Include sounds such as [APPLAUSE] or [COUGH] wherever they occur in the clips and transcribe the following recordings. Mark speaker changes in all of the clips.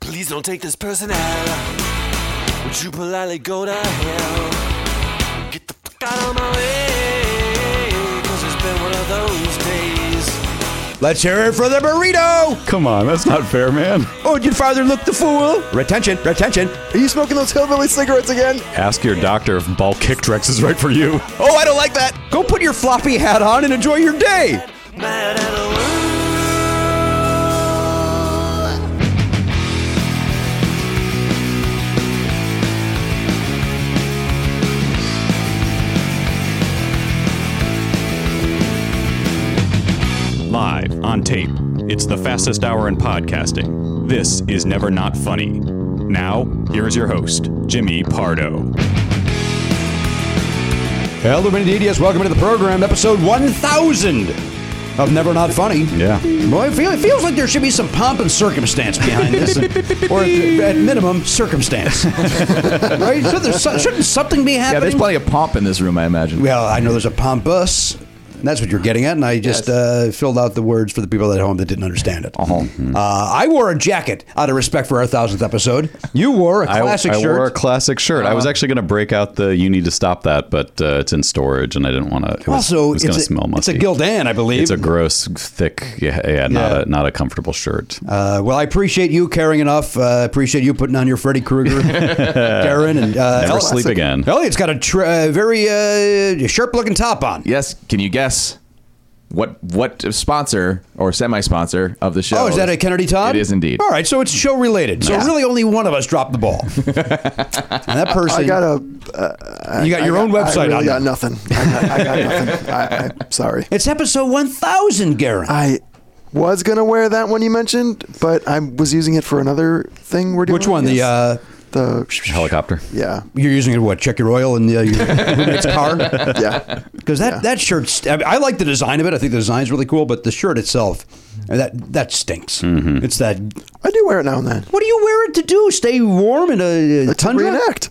Speaker 1: Please don't take this person out. Would you politely go to hell? Get the fuck out of my way. Cause it's been one of those days.
Speaker 2: Let's hear it for the burrito.
Speaker 3: Come on, that's not fair, man.
Speaker 2: Oh, your father looked the fool. Retention, retention.
Speaker 4: Are you smoking those hillbilly cigarettes again?
Speaker 3: Ask your doctor if ball kickdrex is right for you.
Speaker 2: Oh, I don't like that. Go put your floppy hat on and enjoy your day.
Speaker 1: Mad at the world.
Speaker 3: Live on tape. It's the fastest hour in podcasting. This is never not funny. Now, here is your host, Jimmy Pardo.
Speaker 2: Hello, Benedictius. Welcome to the program, episode 1000 of Never Not Funny.
Speaker 3: Yeah.
Speaker 2: Boy, it, feel, it feels like there should be some pomp and circumstance behind this, or at, at
Speaker 4: [LAUGHS]
Speaker 2: minimum, circumstance. right? So there's, so- shouldn't something be happening?
Speaker 4: Yeah, there's plenty of pomp in this room, I imagine.
Speaker 2: Well, I know there's a pompous. And that's what you're getting at, and I just uh, filled out the words for the people at home that didn't understand it. Uh-huh. I wore a jacket out of respect for our thousandth episode. You wore a
Speaker 3: I,
Speaker 2: classic
Speaker 3: I
Speaker 2: shirt. Uh-huh.
Speaker 3: wore a classic shirt. I was actually going to break out the "You need to stop that," but uh, it's in storage, and I didn't want to.
Speaker 2: also,
Speaker 3: it's
Speaker 2: it's,
Speaker 3: going to
Speaker 2: a,
Speaker 3: smell
Speaker 2: it's a
Speaker 3: musty.
Speaker 2: Gildan, I believe.
Speaker 3: It's a gross, thick, yeah, yeah not
Speaker 2: Yeah.
Speaker 3: a not a comfortable shirt.
Speaker 2: Uh, well, I appreciate you caring enough. Uh, I appreciate you putting on your Freddy Krueger,
Speaker 4: [LAUGHS]
Speaker 2: Darren, and uh,
Speaker 3: Never
Speaker 2: Elliot-
Speaker 3: sleep again.
Speaker 2: Elliot's got a tr- uh, very uh, sharp-looking top on.
Speaker 4: Yes, can you guess what what sponsor or semi-sponsor of the show?
Speaker 2: Oh, is that a Kennedy Todd?
Speaker 4: It is indeed.
Speaker 2: All right, so it's show related. So
Speaker 4: Yeah.
Speaker 2: really, only one of us dropped the ball.
Speaker 4: [LAUGHS]
Speaker 2: and that person,
Speaker 5: I got a. Uh, I-
Speaker 2: you got
Speaker 5: I
Speaker 2: your own website
Speaker 5: I really
Speaker 2: on.
Speaker 5: got
Speaker 2: there.
Speaker 5: nothing. I got, I got
Speaker 2: [LAUGHS]
Speaker 5: nothing. I, I'm sorry.
Speaker 2: It's episode one thousand, Garen.
Speaker 5: I was gonna wear that one you mentioned, but I was using it for another thing we're doing.
Speaker 2: Which one? The
Speaker 5: Yes.
Speaker 2: uh, [LAUGHS]
Speaker 5: the
Speaker 3: Helicopter.
Speaker 5: yeah
Speaker 2: you're using it to what? Check your oil in uh, your
Speaker 5: [LAUGHS]
Speaker 2: roommate's car.
Speaker 5: yeah.
Speaker 2: Because that, that shirt, I, mean, I like the design of it. I think the design's really cool, but the shirt itself, uh, that that stinks. It's that.
Speaker 5: Mm-hmm. I do wear it now and then.
Speaker 2: What do you wear it to do? Stay warm in a, a
Speaker 5: To
Speaker 2: uh, tundra?
Speaker 5: Reenact.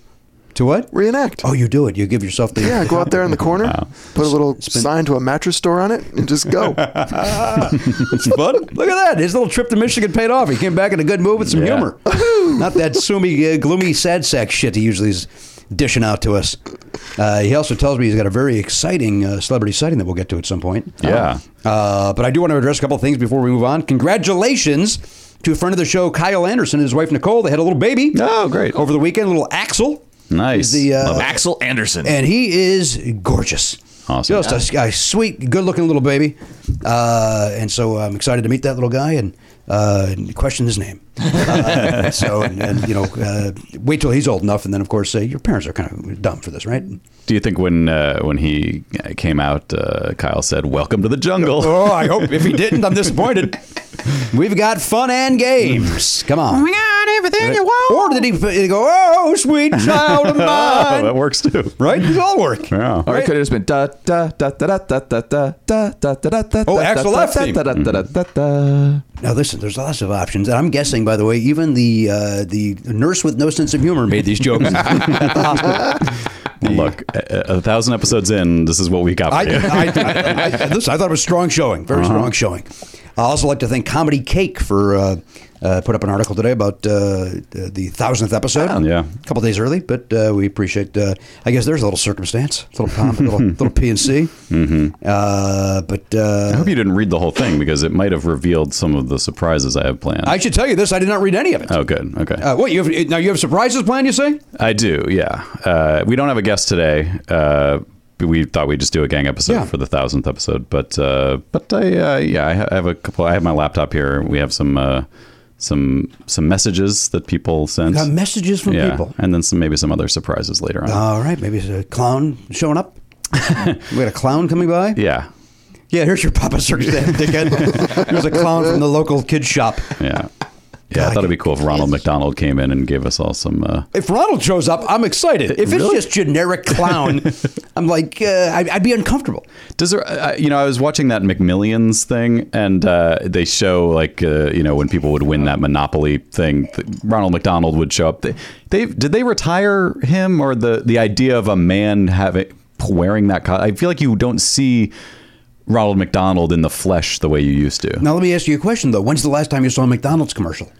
Speaker 2: To what?
Speaker 5: Reenact.
Speaker 2: Oh, you do it. You give yourself the.
Speaker 5: Yeah, go out
Speaker 2: [LAUGHS]
Speaker 5: there in the corner, put a little sign to a mattress store on it, and just
Speaker 2: [LAUGHS]
Speaker 5: go. Ah.
Speaker 2: it's fun. Look at that. His little trip to Michigan paid off. He came back in a good mood with some
Speaker 3: Yeah.
Speaker 2: humor. Not that soomy, uh, gloomy, sad sack shit he usually is dishing out to us. Uh, he also tells me he's got a very exciting uh, celebrity sighting that we'll get to at some point.
Speaker 3: Yeah.
Speaker 2: Uh, but I do want to address a couple of things before we move on. Congratulations to a friend of the show, Kyle Anderson, and his wife Nicole. They had a little baby.
Speaker 3: Oh, great.
Speaker 2: Over the weekend, little Axel.
Speaker 3: Nice.
Speaker 2: The, uh,
Speaker 3: Love it.
Speaker 4: Axel Anderson.
Speaker 3: [LAUGHS]
Speaker 2: And he is gorgeous.
Speaker 3: Awesome.
Speaker 2: Just a, a sweet, good looking little baby. Uh, and so I'm excited to meet that little guy and, uh, and question his name. Uh, [LAUGHS] so, and, and, you know, uh, wait till he's old enough. And then, of course, uh, your parents are kind of dumb for this, right?
Speaker 3: Do you think when uh, when he came out, uh, Kyle said, "Welcome to the jungle"?
Speaker 2: Oh, I hope. If he didn't, I'm
Speaker 3: [LAUGHS]
Speaker 2: disappointed. We've got fun and games. Come on. We got everything you want. Or did he, he go, oh, sweet
Speaker 3: [LAUGHS]
Speaker 2: child of
Speaker 3: Oh, that
Speaker 2: mine?
Speaker 3: works too.
Speaker 2: right? These all work.
Speaker 3: Yeah.
Speaker 4: Or it could have just been da da da da da da da da da da da da.
Speaker 2: Oh,
Speaker 4: da,
Speaker 2: Axel
Speaker 4: da,
Speaker 2: F
Speaker 4: da,
Speaker 2: theme.
Speaker 4: da, da, da, da, da.
Speaker 2: Now listen, there's lots of options, and I'm guessing, by the way, even the uh, the nurse with no sense of humor made these jokes [LAUGHS] at the [LAUGHS] hospital.
Speaker 3: [LAUGHS] Look, a, a thousand episodes in, this is what we got
Speaker 2: I,
Speaker 3: for you. [LAUGHS]
Speaker 2: I, I, I, listen, I thought it was strong showing, very strong showing. I also like to thank Comedy Cake for uh, uh, put up an article today about uh, the thousandth episode.
Speaker 3: Oh, yeah.
Speaker 2: a couple days early, but uh, we appreciate. Uh, I guess there's a little circumstance, a little pomp, a [LAUGHS] little, little P and C. Mm-hmm. Uh, but uh,
Speaker 3: I hope you didn't read the whole thing because it might have revealed some of the surprises I have planned.
Speaker 2: I should tell you this: I did not read any of it.
Speaker 3: oh, good. Okay.
Speaker 2: Uh, what you have now? You have surprises planned? You say?
Speaker 3: I do. Yeah. Uh, we don't have a guest today. Uh, we thought we'd just do a gang episode
Speaker 2: Yeah.
Speaker 3: for the thousandth episode, but uh, but I uh, yeah I ha- I have a couple. I have my laptop here. We have some uh, some some messages that people sent.
Speaker 2: Got messages from
Speaker 3: yeah,
Speaker 2: people.
Speaker 3: and then some maybe some other surprises later on.
Speaker 2: All right, maybe it's a clown
Speaker 3: [LAUGHS]
Speaker 2: showing up. we got a clown coming by.
Speaker 3: yeah,
Speaker 2: Yeah, here's your Papa circumstance,
Speaker 3: [LAUGHS]
Speaker 2: dickhead. There's a clown from the local kid shop.
Speaker 3: yeah, yeah. I thought it'd be cool if Ronald McDonald came in and gave us all some. Uh,
Speaker 2: If Ronald shows up, I'm excited. If it's just
Speaker 3: [LAUGHS]
Speaker 2: generic clown, I'm like, uh, I'd, I'd be uncomfortable.
Speaker 3: Does there, uh, you know, I was watching that McMillions thing, and uh, they show like, uh, you know, when people would win that Monopoly thing, th- Ronald McDonald would show up. They, they did they retire him or the the idea of a man having wearing that? Co- I feel like you don't see Ronald McDonald in the flesh the way you used to.
Speaker 2: Now, let me ask you a question though. When's the last time you saw a McDonald's commercial?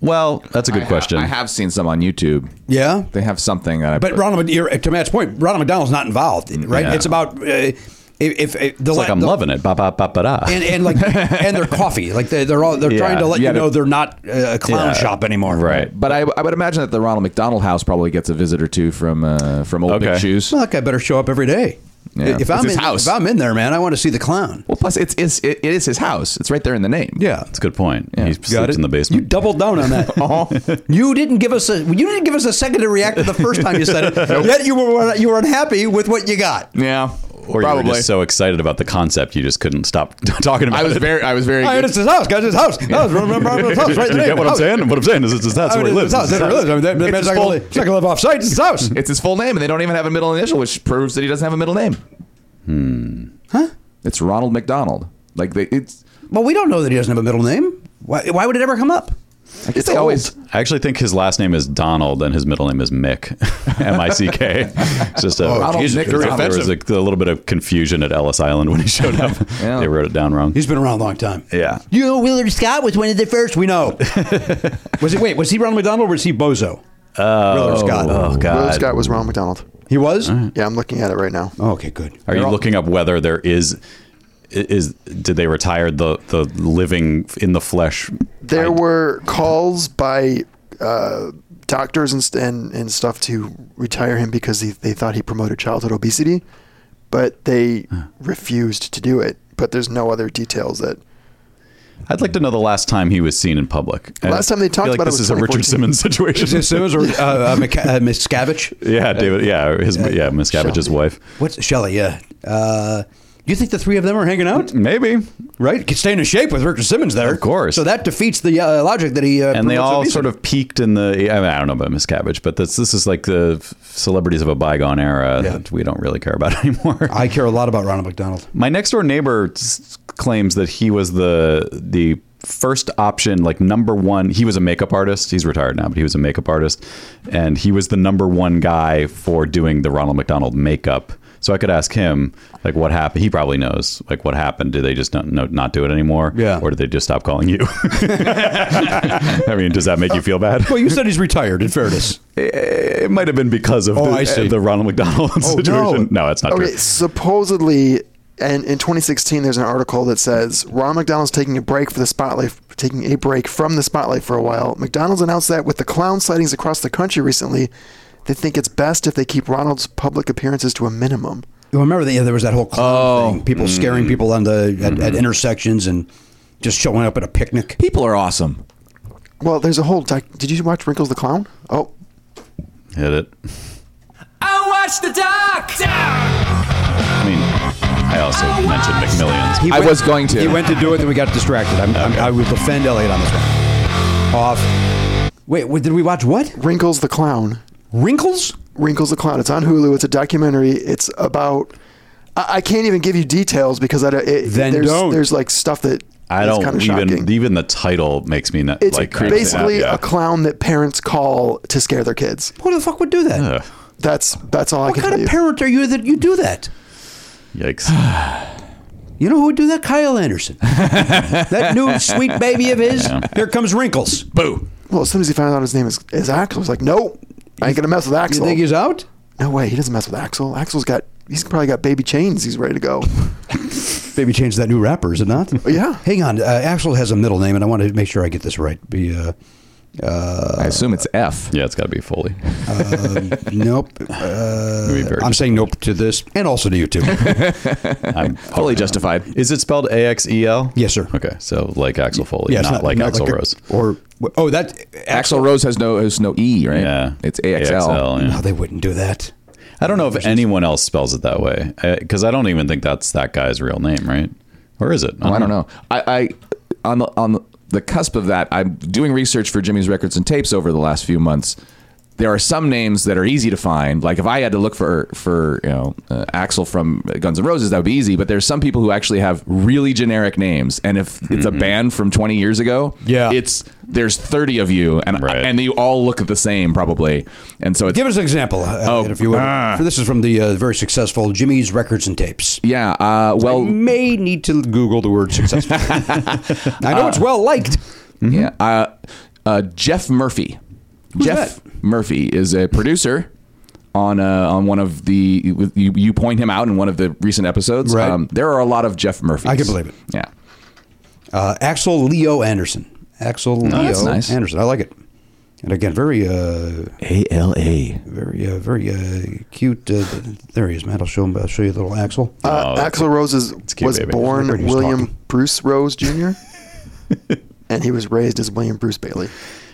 Speaker 3: Well, that's a good question.
Speaker 4: I have seen some on YouTube.
Speaker 2: Yeah.
Speaker 4: They have something that I
Speaker 2: But Ronald, Mc- you're- to Matt's point, Ronald McDonald's not involved, right?
Speaker 3: Yeah.
Speaker 2: It's about uh, if, if, if the
Speaker 3: it's like I'm
Speaker 2: the,
Speaker 3: loving it. Ba ba ba ba da.
Speaker 2: and, and like and their coffee, like they, they're all
Speaker 3: [LAUGHS]
Speaker 2: they're
Speaker 3: Yeah.
Speaker 2: trying to let
Speaker 4: Yeah,
Speaker 2: you know
Speaker 4: but-
Speaker 2: they're not uh, a clown
Speaker 3: Yeah.
Speaker 2: shop anymore,
Speaker 3: Right.
Speaker 4: But I, I would imagine that the Ronald McDonald House probably gets a visit or two from uh, from Old Big
Speaker 3: Okay.
Speaker 4: Shoes.
Speaker 2: Well, that guy better show up every day.
Speaker 4: Yeah.
Speaker 2: If
Speaker 4: It's
Speaker 2: I'm
Speaker 4: his
Speaker 2: in,
Speaker 4: house.
Speaker 2: if I'm in there, man, I want to see the clown.
Speaker 4: Well, plus it's, it's it, it is his house. It's right there in the name.
Speaker 2: Yeah,
Speaker 3: That's a good point. He
Speaker 2: Got
Speaker 3: sleeps
Speaker 2: it?
Speaker 3: in the
Speaker 2: You
Speaker 3: basement.
Speaker 2: doubled down
Speaker 3: [LAUGHS]
Speaker 2: on that. You didn't give us a you didn't give us a second to react to the first time you said
Speaker 3: [LAUGHS]
Speaker 2: it. Yet you were you were unhappy with what you got.
Speaker 4: Yeah,
Speaker 3: or you were
Speaker 4: probably.
Speaker 3: just so excited about the concept you just couldn't stop [LAUGHS] talking about
Speaker 4: I was
Speaker 3: it.
Speaker 4: very I was very.
Speaker 2: I mean,
Speaker 4: good.
Speaker 2: it's his house, guys. It's his house. That was running around his house
Speaker 3: [LAUGHS]
Speaker 2: right
Speaker 3: you
Speaker 2: there.
Speaker 3: get what I'm
Speaker 2: House.
Speaker 3: saying? What I'm saying is, it's, it's, that's
Speaker 2: I
Speaker 3: where
Speaker 2: mean,
Speaker 3: he
Speaker 2: it's
Speaker 3: lives.
Speaker 2: his house. That's where he lives. I mean, that, that
Speaker 4: It's his
Speaker 2: man's not
Speaker 4: fault.
Speaker 2: going to live off site. It's his house.
Speaker 4: [LAUGHS] It's his full name, and they don't even have a middle initial, which proves that he doesn't have a middle name. Hmm. Huh? It's Ronald McDonald. Like they, it's
Speaker 2: Well, we don't know that he doesn't have a middle name. Why, why would it ever come up?
Speaker 4: I guess they always
Speaker 3: I actually think his last name is Donald and his middle name is Mick, [LAUGHS] M I C K. It's just a,
Speaker 4: Donald
Speaker 3: Jesus,
Speaker 4: Mick
Speaker 3: there
Speaker 4: Donald.
Speaker 3: was a, a little bit of confusion at Ellis Island when he showed up.
Speaker 4: [LAUGHS] Yeah.
Speaker 3: They wrote it down wrong.
Speaker 2: He's been around a long time.
Speaker 3: Yeah.
Speaker 2: You know, Willard Scott was one of the first.
Speaker 3: [LAUGHS]
Speaker 2: We know. was it? Wait, was he Ronald McDonald or was he Bozo? Uh, Willard Scott.
Speaker 3: Oh
Speaker 5: Rose
Speaker 3: God.
Speaker 5: Scott was Ronald McDonald.
Speaker 2: He was.
Speaker 5: Yeah, I'm looking at it right now.
Speaker 2: Oh, okay, good.
Speaker 3: Are you looking up whether there is is did they retire the the living in the flesh?
Speaker 5: There were calls by uh, doctors and, st- and and stuff to retire him because he, they thought he promoted childhood obesity, but they refused to do it. But there's no other details that
Speaker 3: I'd like to know the last time he was seen in public. And
Speaker 5: Last time they
Speaker 3: I feel
Speaker 5: talked
Speaker 3: like
Speaker 5: about it
Speaker 3: this
Speaker 5: was
Speaker 3: is a
Speaker 5: 2014.
Speaker 3: Richard Simmons situation.
Speaker 2: Is it Simmons or uh, uh, Mc- uh, Miscavige?
Speaker 3: yeah, David. Yeah, his yeah, Miss Cabbage's
Speaker 5: Shelby.
Speaker 3: wife.
Speaker 2: What's Shelley? Yeah. Uh, you think the three of them are hanging out?
Speaker 3: Maybe.
Speaker 2: Right, Could stay in shape with Richard Simmons there,
Speaker 3: Of course.
Speaker 2: So that defeats the uh, logic that he uh,
Speaker 3: and they
Speaker 2: promotes
Speaker 3: all
Speaker 2: obesity.
Speaker 3: sort of peaked in the. I, mean, I don't know about Miss Cabbage, but this this is like the f- celebrities of a bygone era
Speaker 2: Yeah.
Speaker 3: that we don't really care about [LAUGHS] anymore.
Speaker 2: I care a lot about Ronald McDonald.
Speaker 3: My next door neighbor s- claims that he was the the first option, like number one. He was a makeup artist. He's retired now, but he was a makeup artist, and he was the number one guy for doing the Ronald McDonald makeup. So I could ask him, like, what happened? He probably knows, like, what happened. Did they just not no, not do it anymore?
Speaker 2: Yeah.
Speaker 3: Or did they just stop calling you? [LAUGHS] I mean, does that make you feel bad?
Speaker 2: Well, you said he's retired. In fairness,
Speaker 3: It might have been because of
Speaker 2: Oh,
Speaker 3: the,
Speaker 2: I see. Oh,
Speaker 3: the Ronald McDonald [LAUGHS] situation. No. that's not
Speaker 5: Okay,
Speaker 3: true.
Speaker 5: supposedly, and in 2016, there's an article that says Ronald McDonald's taking a break for the spotlight, taking a break from the spotlight for a while. McDonald's announced that with the clown sightings across the country recently, they think it's best if they keep Ronald's public appearances to a minimum.
Speaker 2: Well, remember that yeah, there was that whole clown
Speaker 3: Oh.
Speaker 2: thing, people
Speaker 3: Mm-hmm.
Speaker 2: scaring people on the at, at intersections and just showing up at a picnic.
Speaker 4: people are awesome.
Speaker 5: Well, there's a whole. Doc- Did you watch Wrinkles the Clown? Oh,
Speaker 3: Hit it.
Speaker 1: I watched the doc.
Speaker 3: I mean, I also mentioned McMillions.
Speaker 2: He
Speaker 4: I was going to.
Speaker 2: He went to do it, then we got distracted. I'm, I'm, I would defend Elliot on this one.
Speaker 3: [SIGHS]
Speaker 2: Off. Wait, what, did we watch what?
Speaker 5: Wrinkles the Clown.
Speaker 2: Wrinkles?
Speaker 5: Wrinkles the Clown. It's on Hulu. It's a documentary. It's about. I, I can't even give you details because I don't- it,
Speaker 2: Then
Speaker 5: there's,
Speaker 2: don't.
Speaker 5: there's like stuff that
Speaker 3: I
Speaker 5: is
Speaker 3: don't
Speaker 5: kinda
Speaker 3: even
Speaker 5: shocking.
Speaker 3: even the title makes me not
Speaker 5: It's
Speaker 3: like creeps me out,
Speaker 5: basically
Speaker 3: yeah.
Speaker 5: a clown that parents call to scare their kids.
Speaker 2: Who the fuck would do that?
Speaker 3: Ugh,
Speaker 5: That's that's all I
Speaker 2: what
Speaker 5: can
Speaker 2: kind
Speaker 5: tell
Speaker 2: of
Speaker 5: you.
Speaker 2: parent are you that you do that?
Speaker 3: yikes!
Speaker 2: [SIGHS] You know who would do that? Kyle
Speaker 3: [LAUGHS]
Speaker 2: Anderson. that new sweet baby of his. Here comes Wrinkles.
Speaker 3: Boo!
Speaker 5: well, as soon as he found out his name is, is Axel, he's like, nope, I ain't gonna mess with
Speaker 2: You
Speaker 5: Axel.
Speaker 2: think he's out?
Speaker 5: no way, he doesn't mess with Axel. Axel's got he's probably got baby chains. He's ready to
Speaker 2: [LAUGHS]
Speaker 5: go.
Speaker 2: Baby changed that new rapper, is it not?
Speaker 5: yeah.
Speaker 2: Hang on. Uh, Axel has a middle name, and I want to make sure I get this right. Be, uh,
Speaker 4: I assume it's F.
Speaker 3: Yeah, it's got to be Foley. [LAUGHS]
Speaker 2: um, nope.
Speaker 3: Maybe
Speaker 2: Uh,
Speaker 3: very
Speaker 2: I'm saying nope to this and also to
Speaker 4: [LAUGHS]
Speaker 2: you too.
Speaker 3: I'm
Speaker 4: Fully justified.
Speaker 3: Is it spelled A X E L?
Speaker 2: Yes, sir.
Speaker 3: Okay, so like Axel Foley,
Speaker 2: Yeah, it's
Speaker 3: not, like Axel
Speaker 2: a-
Speaker 3: Rose.
Speaker 2: Or oh, that
Speaker 4: Axel Rose has no has no E, right?
Speaker 3: Yeah,
Speaker 4: it's AXL.
Speaker 3: AXL, yeah.
Speaker 2: No, they wouldn't do that.
Speaker 3: I don't know if anyone else spells it that way because I don't even think that's that guy's real name, right? Or is it?
Speaker 4: Oh, I don't know. I, I on the on the cusp of that, I'm doing research for Jimmy's records and tapes over the last few months. There are some names that are easy to find. Like if I had to look for for you know uh, Axel from Guns N' Roses, that would be easy. But there's some people who actually have really generic names, and if it's a band from 20 years ago,
Speaker 2: Mm-hmm. Yeah.
Speaker 4: it's there's 30 of you, and
Speaker 3: Right.
Speaker 4: and they all look the same probably, and so it's
Speaker 2: Give us an example, uh,
Speaker 4: Oh,
Speaker 2: if you would.
Speaker 4: ah.
Speaker 2: This is from the uh, very successful Jimmy's Records and Tapes.
Speaker 4: yeah. Uh, well,
Speaker 2: May
Speaker 4: [LAUGHS]
Speaker 2: need to Google the word successful. I know it's well liked.
Speaker 4: Yeah. mm-hmm. Uh, Uh, Jeff Murphy. Jeff Murphy is a producer on uh, on one of the with- you you point him out in one of the recent episodes. Um,
Speaker 2: Right.
Speaker 4: there are a lot of Jeff Murphys.
Speaker 2: I can believe it.
Speaker 4: Yeah.
Speaker 2: Uh, Axel Leo Anderson. Axel Leo
Speaker 4: Oh, that's nice.
Speaker 2: Anderson. I like it. And again, very, uh,
Speaker 4: A L A.
Speaker 2: very, uh, very uh, cute. Uh, there he is, Matt. I'll show him. I'll show you little Axel.
Speaker 5: Uh,
Speaker 3: that's
Speaker 5: Axel Rose is,
Speaker 3: cute,
Speaker 5: was
Speaker 3: baby.
Speaker 5: born
Speaker 2: Look at who's
Speaker 5: William
Speaker 2: talking.
Speaker 5: Bruce Rose
Speaker 2: [LAUGHS]
Speaker 5: Jr. and he was raised as William Bruce Bailey.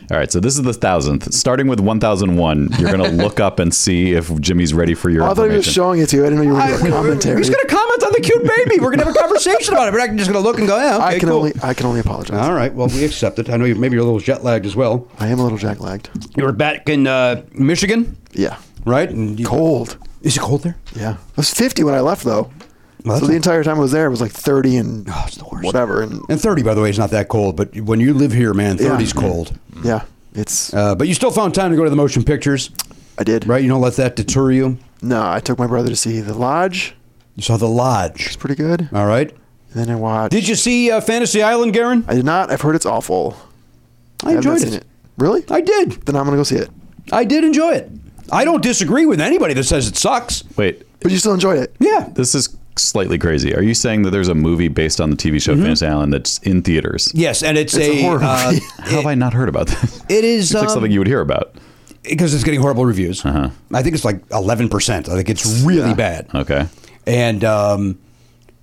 Speaker 3: All right, so this is the thousandth. Starting with 1001, you're
Speaker 2: [LAUGHS]
Speaker 3: going to look up and see if Jimmy's ready for your
Speaker 5: Oh, I thought he was
Speaker 3: information.
Speaker 5: showing it to you. I didn't know you were going to do a commentary.
Speaker 2: He's going to comment on the cute baby. We're going to have a conversation about it. We're not just going to look and go, yeah, okay,
Speaker 5: I can
Speaker 2: cool.
Speaker 5: only I can only apologize.
Speaker 2: All right. Well, we accept it. I know you, maybe you're a little jet lagged as well.
Speaker 5: I am a little jack lagged.
Speaker 2: You were back in uh, Michigan,
Speaker 5: Yeah,
Speaker 2: right? And you,
Speaker 5: cold.
Speaker 2: Is it cold there?
Speaker 5: Yeah, it was 50 when I left though.
Speaker 2: Well, that's
Speaker 5: so the
Speaker 2: not-
Speaker 5: entire time I was there, it was like 30 and
Speaker 2: it's the worst.
Speaker 5: whatever. And
Speaker 2: And 30, by the way, is not that cold. But when you live here, man,
Speaker 5: Yeah.
Speaker 2: 30's cold.
Speaker 5: yeah, it's
Speaker 2: Uh, but you still found time to go to the motion pictures,
Speaker 5: I did.
Speaker 2: right? You don't let that deter you.
Speaker 5: No, I took my brother to see The Lodge.
Speaker 2: You saw The Lodge.
Speaker 5: It's pretty good. And
Speaker 2: All right.
Speaker 5: then I watched.
Speaker 2: Did you see uh, Fantasy Island, Garen?
Speaker 5: I did not. I've heard it's awful.
Speaker 2: I
Speaker 5: haven't
Speaker 2: enjoyed
Speaker 5: seen
Speaker 2: it.
Speaker 5: Really?
Speaker 2: I did.
Speaker 5: then I'm gonna go see it.
Speaker 2: I did enjoy it. I don't disagree with anybody that says it sucks.
Speaker 3: Wait,
Speaker 5: But you still enjoyed it.
Speaker 2: Yeah.
Speaker 3: this is slightly crazy. Are you saying that there's a movie based on the TV show Fantasy Island that's in theaters?
Speaker 2: Mm-hmm. Yes, and it's,
Speaker 5: It's a horror
Speaker 2: uh,
Speaker 5: movie.
Speaker 3: How have I not heard about this?
Speaker 2: it is
Speaker 3: Seems like
Speaker 2: um,
Speaker 3: something you would hear about.
Speaker 2: because it's getting horrible reviews.
Speaker 3: Uh-huh.
Speaker 2: I think it's like eleven percent. I think it's really bad.
Speaker 3: Okay.
Speaker 2: And um,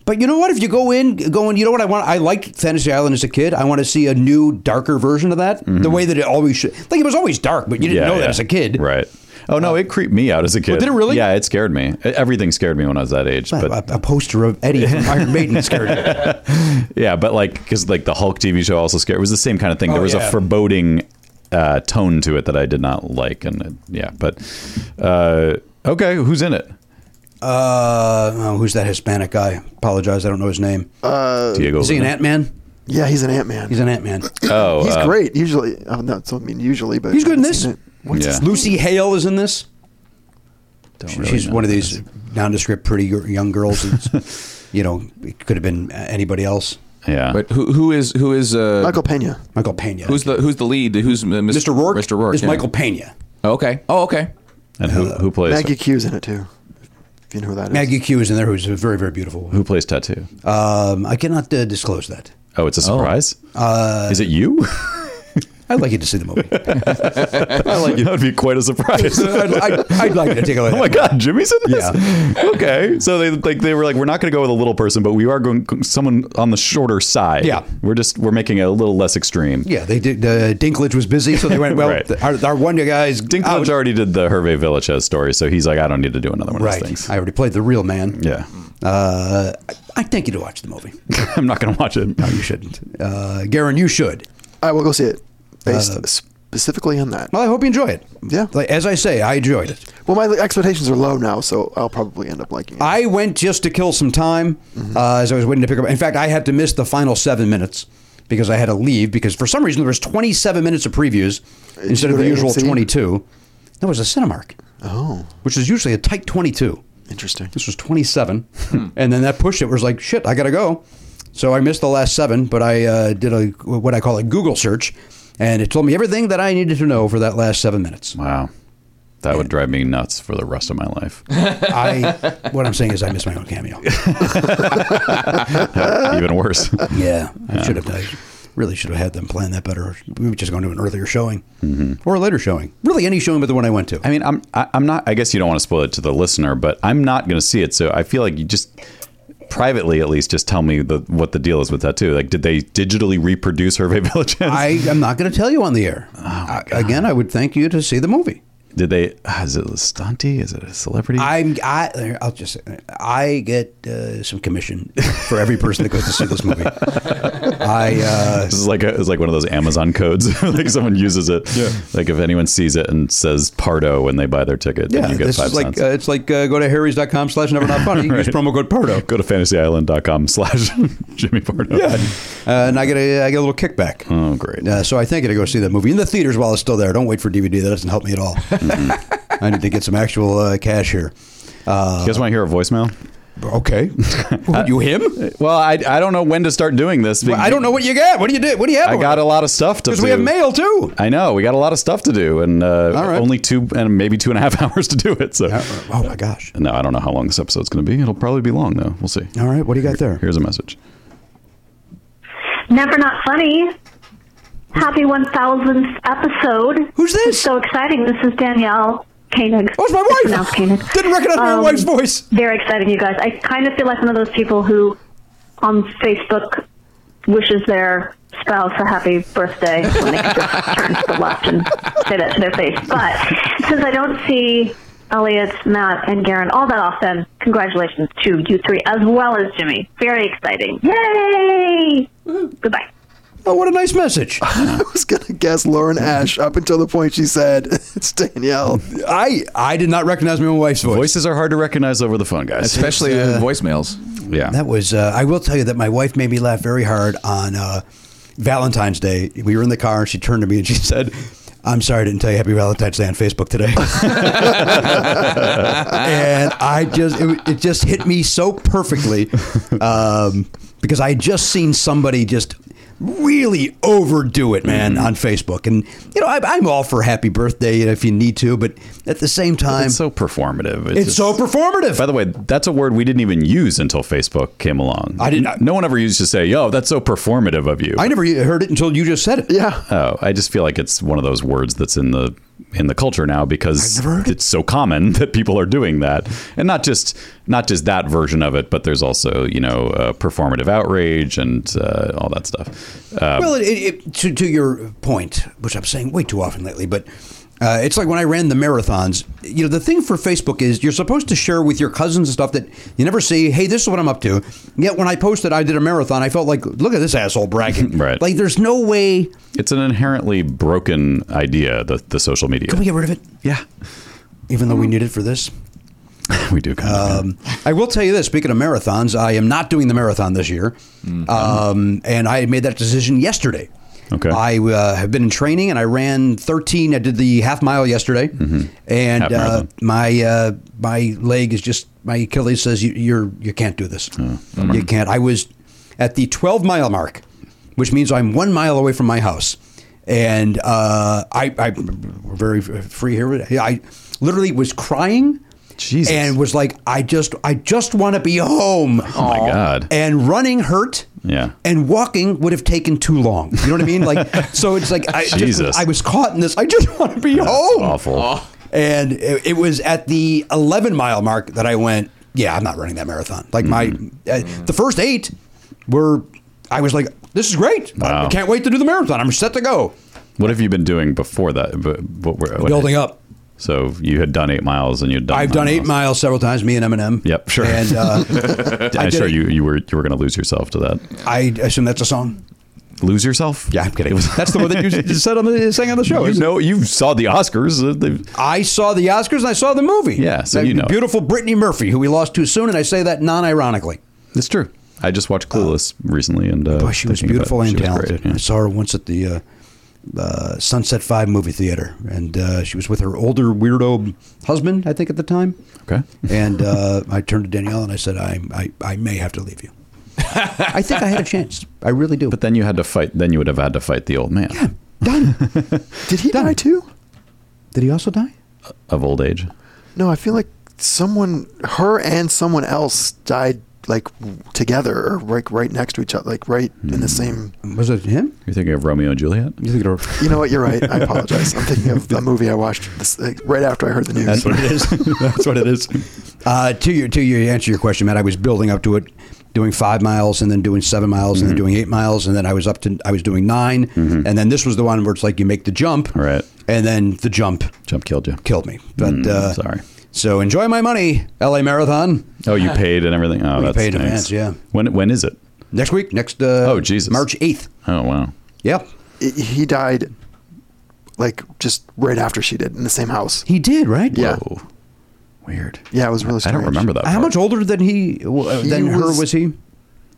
Speaker 2: but you know what? If you go in going, you know what I want? I liked Fantasy Island as a kid. I want to see a new, darker version of that.
Speaker 3: Mm-hmm.
Speaker 2: The way that it always should. Like it was always dark, but you didn't
Speaker 3: yeah,
Speaker 2: know
Speaker 3: yeah.
Speaker 2: that as a kid.
Speaker 3: Right. Oh, no, it creeped me out as a kid.
Speaker 2: did it really?
Speaker 3: Yeah, it scared me. Everything scared me when I was that age.
Speaker 2: A,
Speaker 3: But
Speaker 2: a poster of
Speaker 3: [LAUGHS]
Speaker 2: Eddie from Iron Maiden scared me.
Speaker 3: Yeah, but like because like the Hulk TV show also scared. It was the same kind of thing.
Speaker 2: Oh,
Speaker 3: there was
Speaker 2: yeah.
Speaker 3: a foreboding uh, tone to it that I did not like, and it, yeah, but uh, okay, who's in it?
Speaker 2: Uh, oh, who's that Hispanic guy? Apologize, I don't know his name.
Speaker 3: Diego.
Speaker 2: Is he an
Speaker 3: Luna?
Speaker 2: Ant Man?
Speaker 5: Uh, Yeah, he's an Ant Man.
Speaker 2: He's an Ant Man.
Speaker 3: Oh,
Speaker 5: He's
Speaker 3: uh,
Speaker 5: great. Usually, oh, no, so, I mean usually, but
Speaker 2: He's good in
Speaker 5: I haven't
Speaker 2: this.
Speaker 5: seen it. What's
Speaker 3: Yeah.
Speaker 5: his-
Speaker 2: Lucy Hale is in this.
Speaker 3: don't really
Speaker 2: She's
Speaker 3: know.
Speaker 2: one of these nondescript, pretty gir- young girls.
Speaker 3: [LAUGHS]
Speaker 2: It's, you know, it could have been uh, anybody else.
Speaker 3: Yeah,
Speaker 4: But who who is who is uh,
Speaker 5: Michael Pena.
Speaker 2: Michael Pena.
Speaker 4: Who's the who's the lead? Who's uh, Mr.
Speaker 2: Mr. Rourke?
Speaker 4: Mr. Rourke
Speaker 2: is
Speaker 4: yeah.
Speaker 2: Michael Pena.
Speaker 4: Oh, okay. Oh, okay.
Speaker 3: and who, who plays
Speaker 5: Maggie Q's in it too. If you know who that is.
Speaker 2: Maggie Q is in there, who's a very, very beautiful. woman.
Speaker 3: who plays Tattoo?
Speaker 2: Um, I cannot uh, disclose that.
Speaker 3: Oh, it's a surprise.
Speaker 2: Uh,
Speaker 3: Is it you?
Speaker 2: [LAUGHS]
Speaker 3: [LAUGHS]
Speaker 2: I'd like you to see the movie.
Speaker 3: I like that would be quite a surprise.
Speaker 2: I'd, I'd, I'd like you to take a look.
Speaker 3: [LAUGHS] Oh my God, Jimmy's in this.
Speaker 2: Yeah.
Speaker 3: Okay, so they like they were like, we're not going to go with a little person, but we are going someone on the shorter side.
Speaker 2: Yeah.
Speaker 3: we're just we're making it a little less extreme.
Speaker 2: Yeah, they did. Uh, Dinklage was busy, so they went. Well,
Speaker 3: Right.
Speaker 2: our, our one guy's
Speaker 3: Dinklage
Speaker 2: out.
Speaker 3: already did the Hervé Villachez story, so he's like, I don't need to do another one of these
Speaker 2: Right,
Speaker 3: things.
Speaker 2: I already played the real man.
Speaker 3: yeah,
Speaker 2: Uh, I, I think you to watch the movie.
Speaker 3: [LAUGHS] I'm not going to watch it.
Speaker 2: No, you shouldn't. Uh, Garen, you should.
Speaker 5: I will go see it. Based
Speaker 2: Uh,
Speaker 5: specifically on that.
Speaker 2: Well, I hope you enjoy it.
Speaker 5: Yeah.
Speaker 2: Like, as I say, I enjoyed it.
Speaker 5: Well, my expectations are low now, so I'll probably end up liking it.
Speaker 2: I went just to kill some time
Speaker 5: Mm-hmm.
Speaker 2: uh, as I was waiting to pick up. In fact, I had to miss the final seven minutes because I had to leave because for some reason there was 27 minutes of previews instead
Speaker 5: you
Speaker 2: of
Speaker 5: go to
Speaker 2: the usual
Speaker 5: AMC?
Speaker 2: 22. That was a Cinemark,
Speaker 5: oh,
Speaker 2: which is usually a tight 22.
Speaker 5: interesting.
Speaker 2: This was 27, [LAUGHS] and then that pushed it. Was like shit. I gotta go. So I missed the last seven, but I uh, did a what I call a Google search, and it told me everything that I needed to know for
Speaker 3: [LAUGHS]
Speaker 2: that last seven minutes.
Speaker 3: Wow. That would drive me nuts for the rest of my
Speaker 2: [LAUGHS]
Speaker 3: life. [LAUGHS]
Speaker 2: I what I'm saying is I missed my own cameo.
Speaker 3: Even worse.
Speaker 2: [LAUGHS] Yeah, I should have. I really should have had them plan that better. We were just going to an earlier showing
Speaker 3: Mm-hmm.
Speaker 2: or a later showing. Really, any showing but the one I went to.
Speaker 3: I mean, I'm I, I'm not. I guess you don't want to spoil it to the listener, but I'm not going to see it. So I feel like you just privately, at least, just tell me the what the deal is with that too. Like, did they digitally reproduce Hervé Villachez?
Speaker 2: I am not going to tell you on the air. I- again, I would thank you to see the movie.
Speaker 3: did they? ah, Is it a stunty? Is it a celebrity?
Speaker 2: I'm I I'll just I get uh, some commission for every person that goes to see this
Speaker 3: [LAUGHS]
Speaker 2: movie. I uh,
Speaker 3: This is like a, it's like one of those Amazon codes. [LAUGHS] like someone uses it. Yeah. Like if anyone sees it and says Pardo when they buy their ticket,
Speaker 2: yeah,
Speaker 3: then you get
Speaker 2: this
Speaker 3: five
Speaker 2: is like
Speaker 3: cents.
Speaker 2: uh, it's like uh, go to harrys.com slash never not funny.
Speaker 3: [LAUGHS]
Speaker 2: Use promo code Pardo.
Speaker 3: Go to fantasyisland.com slash [LAUGHS] Jimmy Pardo.
Speaker 2: Yeah, uh, and I get a I get a little kickback.
Speaker 3: Oh, great.
Speaker 2: Uh, so I think I gotta go see that movie in the theaters while it's still there. Don't wait for DVD. That doesn't help me
Speaker 3: [LAUGHS]
Speaker 2: at
Speaker 3: Mm-hmm.
Speaker 2: all. I need to get some actual uh, cash here. Uh,
Speaker 3: you guys want to hear a voicemail? [LAUGHS]
Speaker 2: Okay. Who, you him?
Speaker 3: Well, I, I don't know when to start doing this.
Speaker 2: Well, I don't know what you got. What do you do? What do you have?
Speaker 3: I got a lot of stuff to do.
Speaker 2: because we have mail too.
Speaker 3: I know we got a lot of stuff to do, and uh,
Speaker 2: All right.
Speaker 3: only two and maybe two and a half [LAUGHS] hours to do it. So,
Speaker 2: Oh my gosh.
Speaker 3: no, I don't know how long this episode's going to be. It'll probably be long though. We'll see.
Speaker 2: All right, what do you got there?
Speaker 3: Here's a message.
Speaker 6: Never Not Funny. Happy 1000th episode.
Speaker 2: Who's this?
Speaker 6: It's so exciting. This is Danielle Koenig.
Speaker 2: Oh, it's my
Speaker 6: It's
Speaker 2: wife.
Speaker 6: pronounced Koenig.
Speaker 2: [LAUGHS] Didn't recognize my
Speaker 6: Um,
Speaker 2: wife's voice.
Speaker 6: Very exciting, you guys. I kind of feel like one of those people who on Facebook wishes their spouse a happy birthday when they could just turn to the left and say that to their face. But since I don't see Elliot, Matt, and Garen all that often, congratulations to you three as well as Jimmy. Very exciting. Yay! Goodbye.
Speaker 2: Oh, what a nice [LAUGHS] message.
Speaker 5: I was going to guess Lauren Ash up until the point she
Speaker 2: [LAUGHS]
Speaker 5: said, it's Danielle.
Speaker 2: I I did not recognize my own wife's voice.
Speaker 3: Voices are hard to recognize over the phone, guys.
Speaker 4: especially uh, voicemails.
Speaker 3: yeah.
Speaker 2: That was. Uh, I will tell you that my wife made me laugh very hard on uh, Valentine's Day. We were in the car and she turned to me and she said. I'm sorry I didn't tell you Happy Valentine's Day on Facebook today.
Speaker 3: [LAUGHS]
Speaker 2: [LAUGHS] and I just, it, it just hit me so perfectly um, because I had just seen somebody just really overdo it, man,
Speaker 3: Mm.
Speaker 2: on Facebook. And, you know, I, I'm all for happy birthday you know, if you need to, but at the same time,
Speaker 3: it's so performative.
Speaker 2: it's
Speaker 3: just-
Speaker 2: so performative.
Speaker 3: By the way, that's a word we didn't even use until Facebook came along.
Speaker 2: I didn't-
Speaker 3: No one ever used to say, "Yo, that's so performative of you."
Speaker 2: I never e-, heard it until you just said it.
Speaker 5: Yeah.
Speaker 3: Oh, I just feel like it's one of those words that's in the in the culture now because
Speaker 2: I've never heard
Speaker 3: it's
Speaker 2: it.
Speaker 3: so common [LAUGHS] that people are doing that, and not just not just that version of it, but there's also you know uh, performative outrage and uh, all that stuff. Uh,
Speaker 2: Well, it, it, it, to, to your point, which I'm saying way too often lately, but uh, it's like when I ran the marathons. You know, the thing for Facebook is you're supposed to share with your cousins and stuff that you never see. Hey, this is what I'm up to. Yet when I posted I did a marathon, I felt like, look at this asshole
Speaker 3: [LAUGHS]
Speaker 2: bragging.
Speaker 3: Right.
Speaker 2: Like, there's no way.
Speaker 3: it's an inherently broken idea. The the social media.
Speaker 2: Can we get rid of it? Hmm.
Speaker 3: yeah,
Speaker 2: Even though we need it for this.
Speaker 3: [LAUGHS] we do. Kind of,
Speaker 2: Um, I will tell you this. Speaking of marathons, I am not doing the marathon this year, um, and I made that decision yesterday.
Speaker 3: Mm-hmm. Okay.
Speaker 2: I uh, have been in training, and I ran 13. I did the half mile yesterday, and
Speaker 3: Mm-hmm. Half
Speaker 2: uh,
Speaker 3: marathon.
Speaker 2: my uh, my leg is just my Achilles says you you're you can't do this.
Speaker 3: Oh,
Speaker 2: you can't. I was at the 12 mile mark, which means I'm one mile away from my house, and uh, I I we're very free here. I literally was crying
Speaker 3: Jesus.
Speaker 2: and was like, I just, I just want to be home.
Speaker 3: oh my god.
Speaker 2: And running hurt.
Speaker 3: Yeah.
Speaker 2: And walking would have taken too long. You know what I mean? Like, so it's like I, just-
Speaker 3: Jesus.
Speaker 2: I was caught in this. I just want to be home.
Speaker 3: awful.
Speaker 2: Oh! And it, it was at the 11 mile mark that I went. Yeah, I'm not running that marathon. Like
Speaker 3: Mm-hmm.
Speaker 2: my, uh, the first eight were, I was like, this is great. I- I
Speaker 3: Wow.
Speaker 2: can't wait to do the marathon. I'm set to go.
Speaker 3: What have you been doing before that? But what, were- what,
Speaker 2: Building up.
Speaker 3: So you had done eight miles, and you'd done.
Speaker 2: I've
Speaker 3: nine
Speaker 2: done eight miles several times. Me and Eminem.
Speaker 3: Yep, sure. [LAUGHS]
Speaker 2: And uh, I
Speaker 3: I'm
Speaker 2: did
Speaker 3: sure
Speaker 2: it-
Speaker 3: you you were you were going to lose yourself to that.
Speaker 2: I assume that's a song.
Speaker 3: Lose yourself?
Speaker 2: Yeah, I'm kidding. That's the
Speaker 3: [LAUGHS]
Speaker 2: one that you said on the sang on the show.
Speaker 3: You
Speaker 2: isn't it?
Speaker 3: know, you saw the Oscars. Uh, they-
Speaker 2: I saw the Oscars and I saw the movie.
Speaker 3: Yeah, so
Speaker 2: That
Speaker 3: you know it.
Speaker 2: beautiful Brittany Murphy, who we lost too soon, and I say that non-ironically.
Speaker 3: It's true. I just watched Clueless recently, and uh,
Speaker 2: Boy, she was
Speaker 3: thinking about
Speaker 2: beautiful
Speaker 3: it,
Speaker 2: and
Speaker 3: she was great,
Speaker 2: talented.
Speaker 3: yeah.
Speaker 2: I saw her once at the uh, uh, Sunset Five movie theater, and uh, she was with her older weirdo husband, I think, at the time.
Speaker 3: Okay.
Speaker 2: And uh, I turned to Danielle and I said, I, I, I may have to leave you. I think I had
Speaker 3: [LAUGHS]
Speaker 2: a chance. I really do.
Speaker 3: But then you had to fight. Then you would have had to fight the old man
Speaker 2: done.
Speaker 5: Did he
Speaker 2: Done.
Speaker 5: die too?
Speaker 2: Did he also die?
Speaker 3: of old age.
Speaker 5: No, I feel like someone, her and someone else died like together or like right next to each other, like right in
Speaker 2: Hmm.
Speaker 5: the same.
Speaker 2: Was it him?
Speaker 3: You're thinking of Romeo and Juliet.
Speaker 2: You think it
Speaker 5: You know what? You're right.
Speaker 3: [LAUGHS]
Speaker 5: I apologize. I'm thinking
Speaker 2: [LAUGHS]
Speaker 5: of a movie I watched this, like, right after I heard the news.
Speaker 2: That's what
Speaker 3: [LAUGHS]
Speaker 2: it is. That's what it is. Uh, to your to your answer your question, Matt, I was building up to it, doing five miles and then doing seven miles and then
Speaker 3: Mm-hmm.
Speaker 2: doing eight miles and then I was up to I was doing 9 and then this was the one where it's like you make the jump,
Speaker 3: Right.
Speaker 2: And then the jump
Speaker 3: Jump killed you.
Speaker 2: killed me. But
Speaker 3: Mm,
Speaker 2: uh,
Speaker 3: sorry.
Speaker 2: So enjoy my money, L.A. Marathon
Speaker 3: Oh, [LAUGHS] you paid and everything. Oh,
Speaker 2: We
Speaker 3: that's
Speaker 2: paid in
Speaker 3: nice.
Speaker 2: advance, yeah.
Speaker 3: When when is it?
Speaker 2: next week, next uh,
Speaker 3: Oh, Jesus.
Speaker 2: March eighth.
Speaker 3: Oh wow.
Speaker 2: Yep,
Speaker 5: It- he died like just right after she did in the same house.
Speaker 2: he did right.
Speaker 5: Yeah.
Speaker 3: Whoa. Weird.
Speaker 5: Yeah, it was really
Speaker 3: I
Speaker 5: strange.
Speaker 3: don't remember that.
Speaker 2: How
Speaker 3: part.
Speaker 2: much older than he, uh,
Speaker 5: He
Speaker 2: than her
Speaker 5: was-
Speaker 2: was he?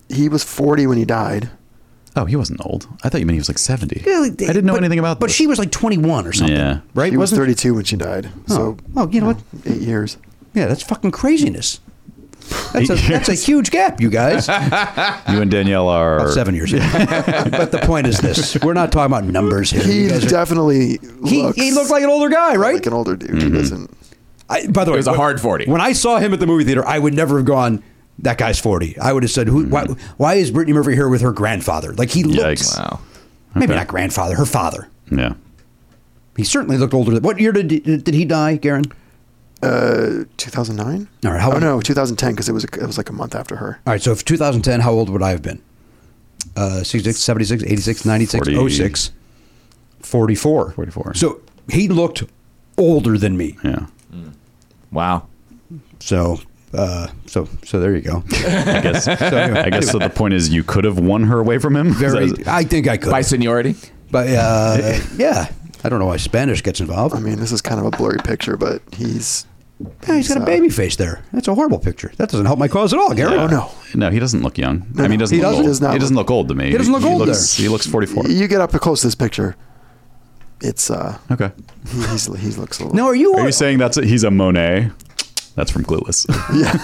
Speaker 5: He was 40 when he died.
Speaker 3: Oh, he wasn't old. I thought you meant he was like seventy.
Speaker 2: Yeah,
Speaker 3: I
Speaker 2: like,
Speaker 3: didn't know
Speaker 2: but-
Speaker 3: anything about.
Speaker 2: But
Speaker 3: this.
Speaker 2: she was like twenty one or something.
Speaker 3: Yeah.
Speaker 2: Right.
Speaker 5: He was
Speaker 2: Wasn't-
Speaker 5: 32 when she died. So,
Speaker 2: Oh, well, you know what?
Speaker 5: Eight years.
Speaker 2: Yeah, that's fucking craziness.
Speaker 3: [LAUGHS]
Speaker 2: That's a, that's a huge gap, you guys.
Speaker 3: You and Danielle are
Speaker 2: About seven years ago.
Speaker 3: [LAUGHS]
Speaker 2: but the point is this: we're not talking about numbers here.
Speaker 5: He
Speaker 2: You guys are-
Speaker 5: definitely
Speaker 2: he,
Speaker 5: looks
Speaker 2: he looked like an older guy, right?
Speaker 5: like an older dude.
Speaker 3: Mm-hmm.
Speaker 5: He doesn't.
Speaker 2: I, by the way,
Speaker 4: was a
Speaker 2: when-
Speaker 4: hard 40.
Speaker 2: When I saw him at the movie theater, I would never have gone. That guy's forty. I would have said, "Who? Why, why is Brittany Murphy here with her grandfather? Like he looks,
Speaker 3: Hmm. Yikes.
Speaker 4: Wow.
Speaker 2: maybe not grandfather, her father.
Speaker 3: Yeah.
Speaker 2: He certainly looked older. than What year did did he die, Garen?
Speaker 5: Uh, 2009.
Speaker 2: All right, how
Speaker 5: oh
Speaker 2: old-
Speaker 5: no, 2010 because it was it was like a month after her.
Speaker 2: All right, so if 2010, how old would I have been? Uh, 66, 76, 86, 96,
Speaker 3: 40.
Speaker 2: 06, 44.
Speaker 3: 44.
Speaker 2: So he looked older than me.
Speaker 3: Yeah.
Speaker 4: Wow.
Speaker 2: So, uh, so, so there you go.
Speaker 3: I guess.
Speaker 2: [LAUGHS]
Speaker 3: I guess so. The point is, you could have won her away from him. [LAUGHS]
Speaker 2: Very,
Speaker 3: Is that-
Speaker 2: I think I could.
Speaker 4: By seniority?
Speaker 3: [LAUGHS]
Speaker 2: But uh, yeah, I don't know why Spanish gets involved.
Speaker 5: I mean, this is kind of a blurry picture, but he's
Speaker 2: Yeah, he's got a
Speaker 5: uh,
Speaker 2: baby face there. That's a horrible picture. That doesn't help my cause at all, Gary.
Speaker 5: Oh no,
Speaker 3: no, he doesn't look young. I mean, he doesn't.
Speaker 5: he
Speaker 3: look
Speaker 5: doesn't-
Speaker 3: old.
Speaker 5: does not
Speaker 3: he doesn't look old to me.
Speaker 2: He doesn't look old
Speaker 3: looks,
Speaker 2: there.
Speaker 3: He looks forty-four.
Speaker 5: you get up close to this picture. It's uh,
Speaker 3: okay.
Speaker 5: he, he's, he looks a little.
Speaker 2: Now, are you?
Speaker 3: Are you saying that's a, he's a Monet? That's from Clueless.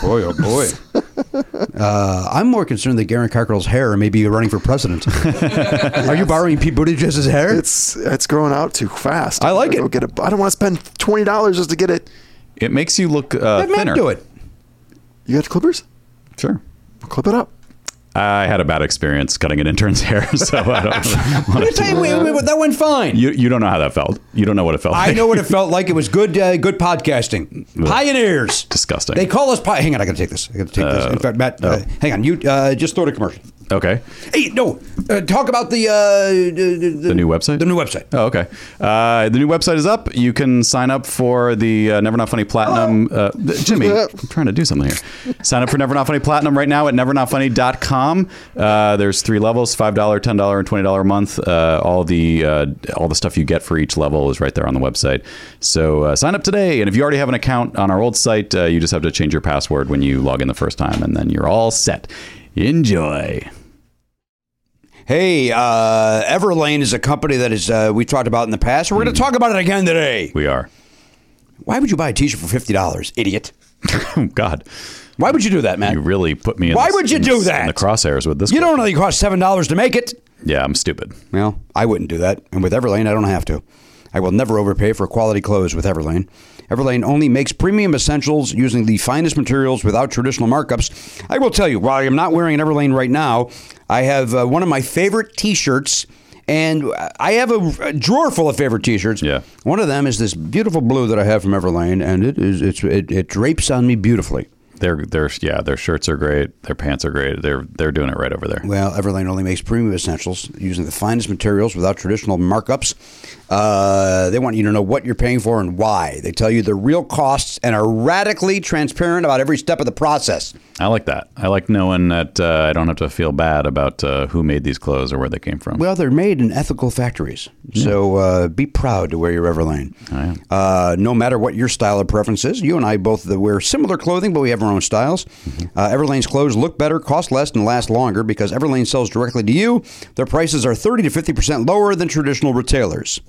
Speaker 2: boy, oh boy. [LAUGHS] uh, I'm more concerned that Garen Cockrell's hair may be running for president. Are you borrowing Pete Buttigieg's hair?
Speaker 5: it's it's growing out too fast.
Speaker 2: I
Speaker 5: I'm
Speaker 2: like
Speaker 5: gonna
Speaker 2: it.
Speaker 5: Go get a, I don't want to spend twenty dollars just to get it.
Speaker 3: it makes you look uh,
Speaker 2: Let Matt
Speaker 3: thinner.
Speaker 2: do it.
Speaker 5: You got clippers?
Speaker 3: Sure.
Speaker 5: Clip it up.
Speaker 3: I had a bad experience cutting an intern's [LAUGHS] hair, so
Speaker 2: [LAUGHS]
Speaker 3: I don't want
Speaker 2: Let me
Speaker 3: to.
Speaker 2: tell you, wait, wait, wait, that went fine.
Speaker 3: You you don't know how that felt. You don't know what it felt.
Speaker 2: I
Speaker 3: like.
Speaker 2: know what it felt like. It was good, uh, good podcasting. Pioneers.
Speaker 3: Disgusting.
Speaker 2: They call us. Pi- hang on, I got to take this. I got to take this. In fact, Matt, uh, hang on. You uh, just throw it a commercial.
Speaker 3: Okay.
Speaker 2: Hey, no, uh, talk about the, uh, the, the
Speaker 3: The new website?
Speaker 2: The new website.
Speaker 3: Oh, okay. Uh, the new website is up. You can sign up for the uh, Never Not Funny Platinum.
Speaker 2: Oh.
Speaker 3: Uh, th-
Speaker 2: [LAUGHS]
Speaker 3: Jimmy, I'm trying to do something here. Sign up for Never Not Funny Platinum right now at nevernotfunny.com. Uh, there's three levels: five dollar, ten dollar, and twenty dollar a month. Uh, all the uh, all the stuff you get for each level is right there on the website. So uh, sign up today. And if you already have an account on our old site, uh, you just have to change your password when you log in the first time, and then you're all set. Enjoy.
Speaker 2: Hey, uh, Everlane is a company that is uh, we talked about in the past. We're going to talk about it again today.
Speaker 3: Hmm. We are.
Speaker 2: Why would you buy a T-shirt for fifty dollars, idiot?
Speaker 3: oh [LAUGHS] God.
Speaker 2: Why would you do that, Matt?
Speaker 3: You
Speaker 2: You,
Speaker 3: really put me in.
Speaker 2: Why
Speaker 3: the-
Speaker 2: would you
Speaker 3: in
Speaker 2: do
Speaker 3: the-
Speaker 2: that?
Speaker 3: In the crosshairs with this.
Speaker 2: don't
Speaker 3: question.
Speaker 2: really cost seven dollars to make it.
Speaker 3: Yeah, I'm stupid.
Speaker 2: Well, I wouldn't do that. And with Everlane, I don't have to. I will never overpay for quality clothes with Everlane. Everlane only makes premium essentials using the finest materials without traditional markups. I will tell you, while I'm not wearing an Everlane right now, I have uh, one of my favorite t shirts, and I have a, a drawer full of favorite t shirts.
Speaker 3: Yeah.
Speaker 2: One of them is this beautiful blue that I have from Everlane, and it, is, it's, it, it drapes on me beautifully.
Speaker 3: Their their yeah, their shirts are great. Their pants are great. They're they're doing it right over there.
Speaker 2: Well, Everlane only makes premium essentials using the finest materials without traditional markups. Uh, they want you to know what you're paying for and why. They tell you the real costs and are radically transparent about every step of the process.
Speaker 3: I like that. I like knowing that uh, I don't have to feel bad about uh, who made these clothes or where they came from.
Speaker 2: Well, they're made in ethical factories, so uh, be proud to wear your Everlane.
Speaker 3: I am.
Speaker 2: Uh, no matter what your style of preference is, you and I both wear similar clothing, but we have our own styles. Uh, Everlane's clothes look better, cost less, and last longer because Everlane sells directly to you. Their prices are thirty to fifty percent lower than traditional retailers.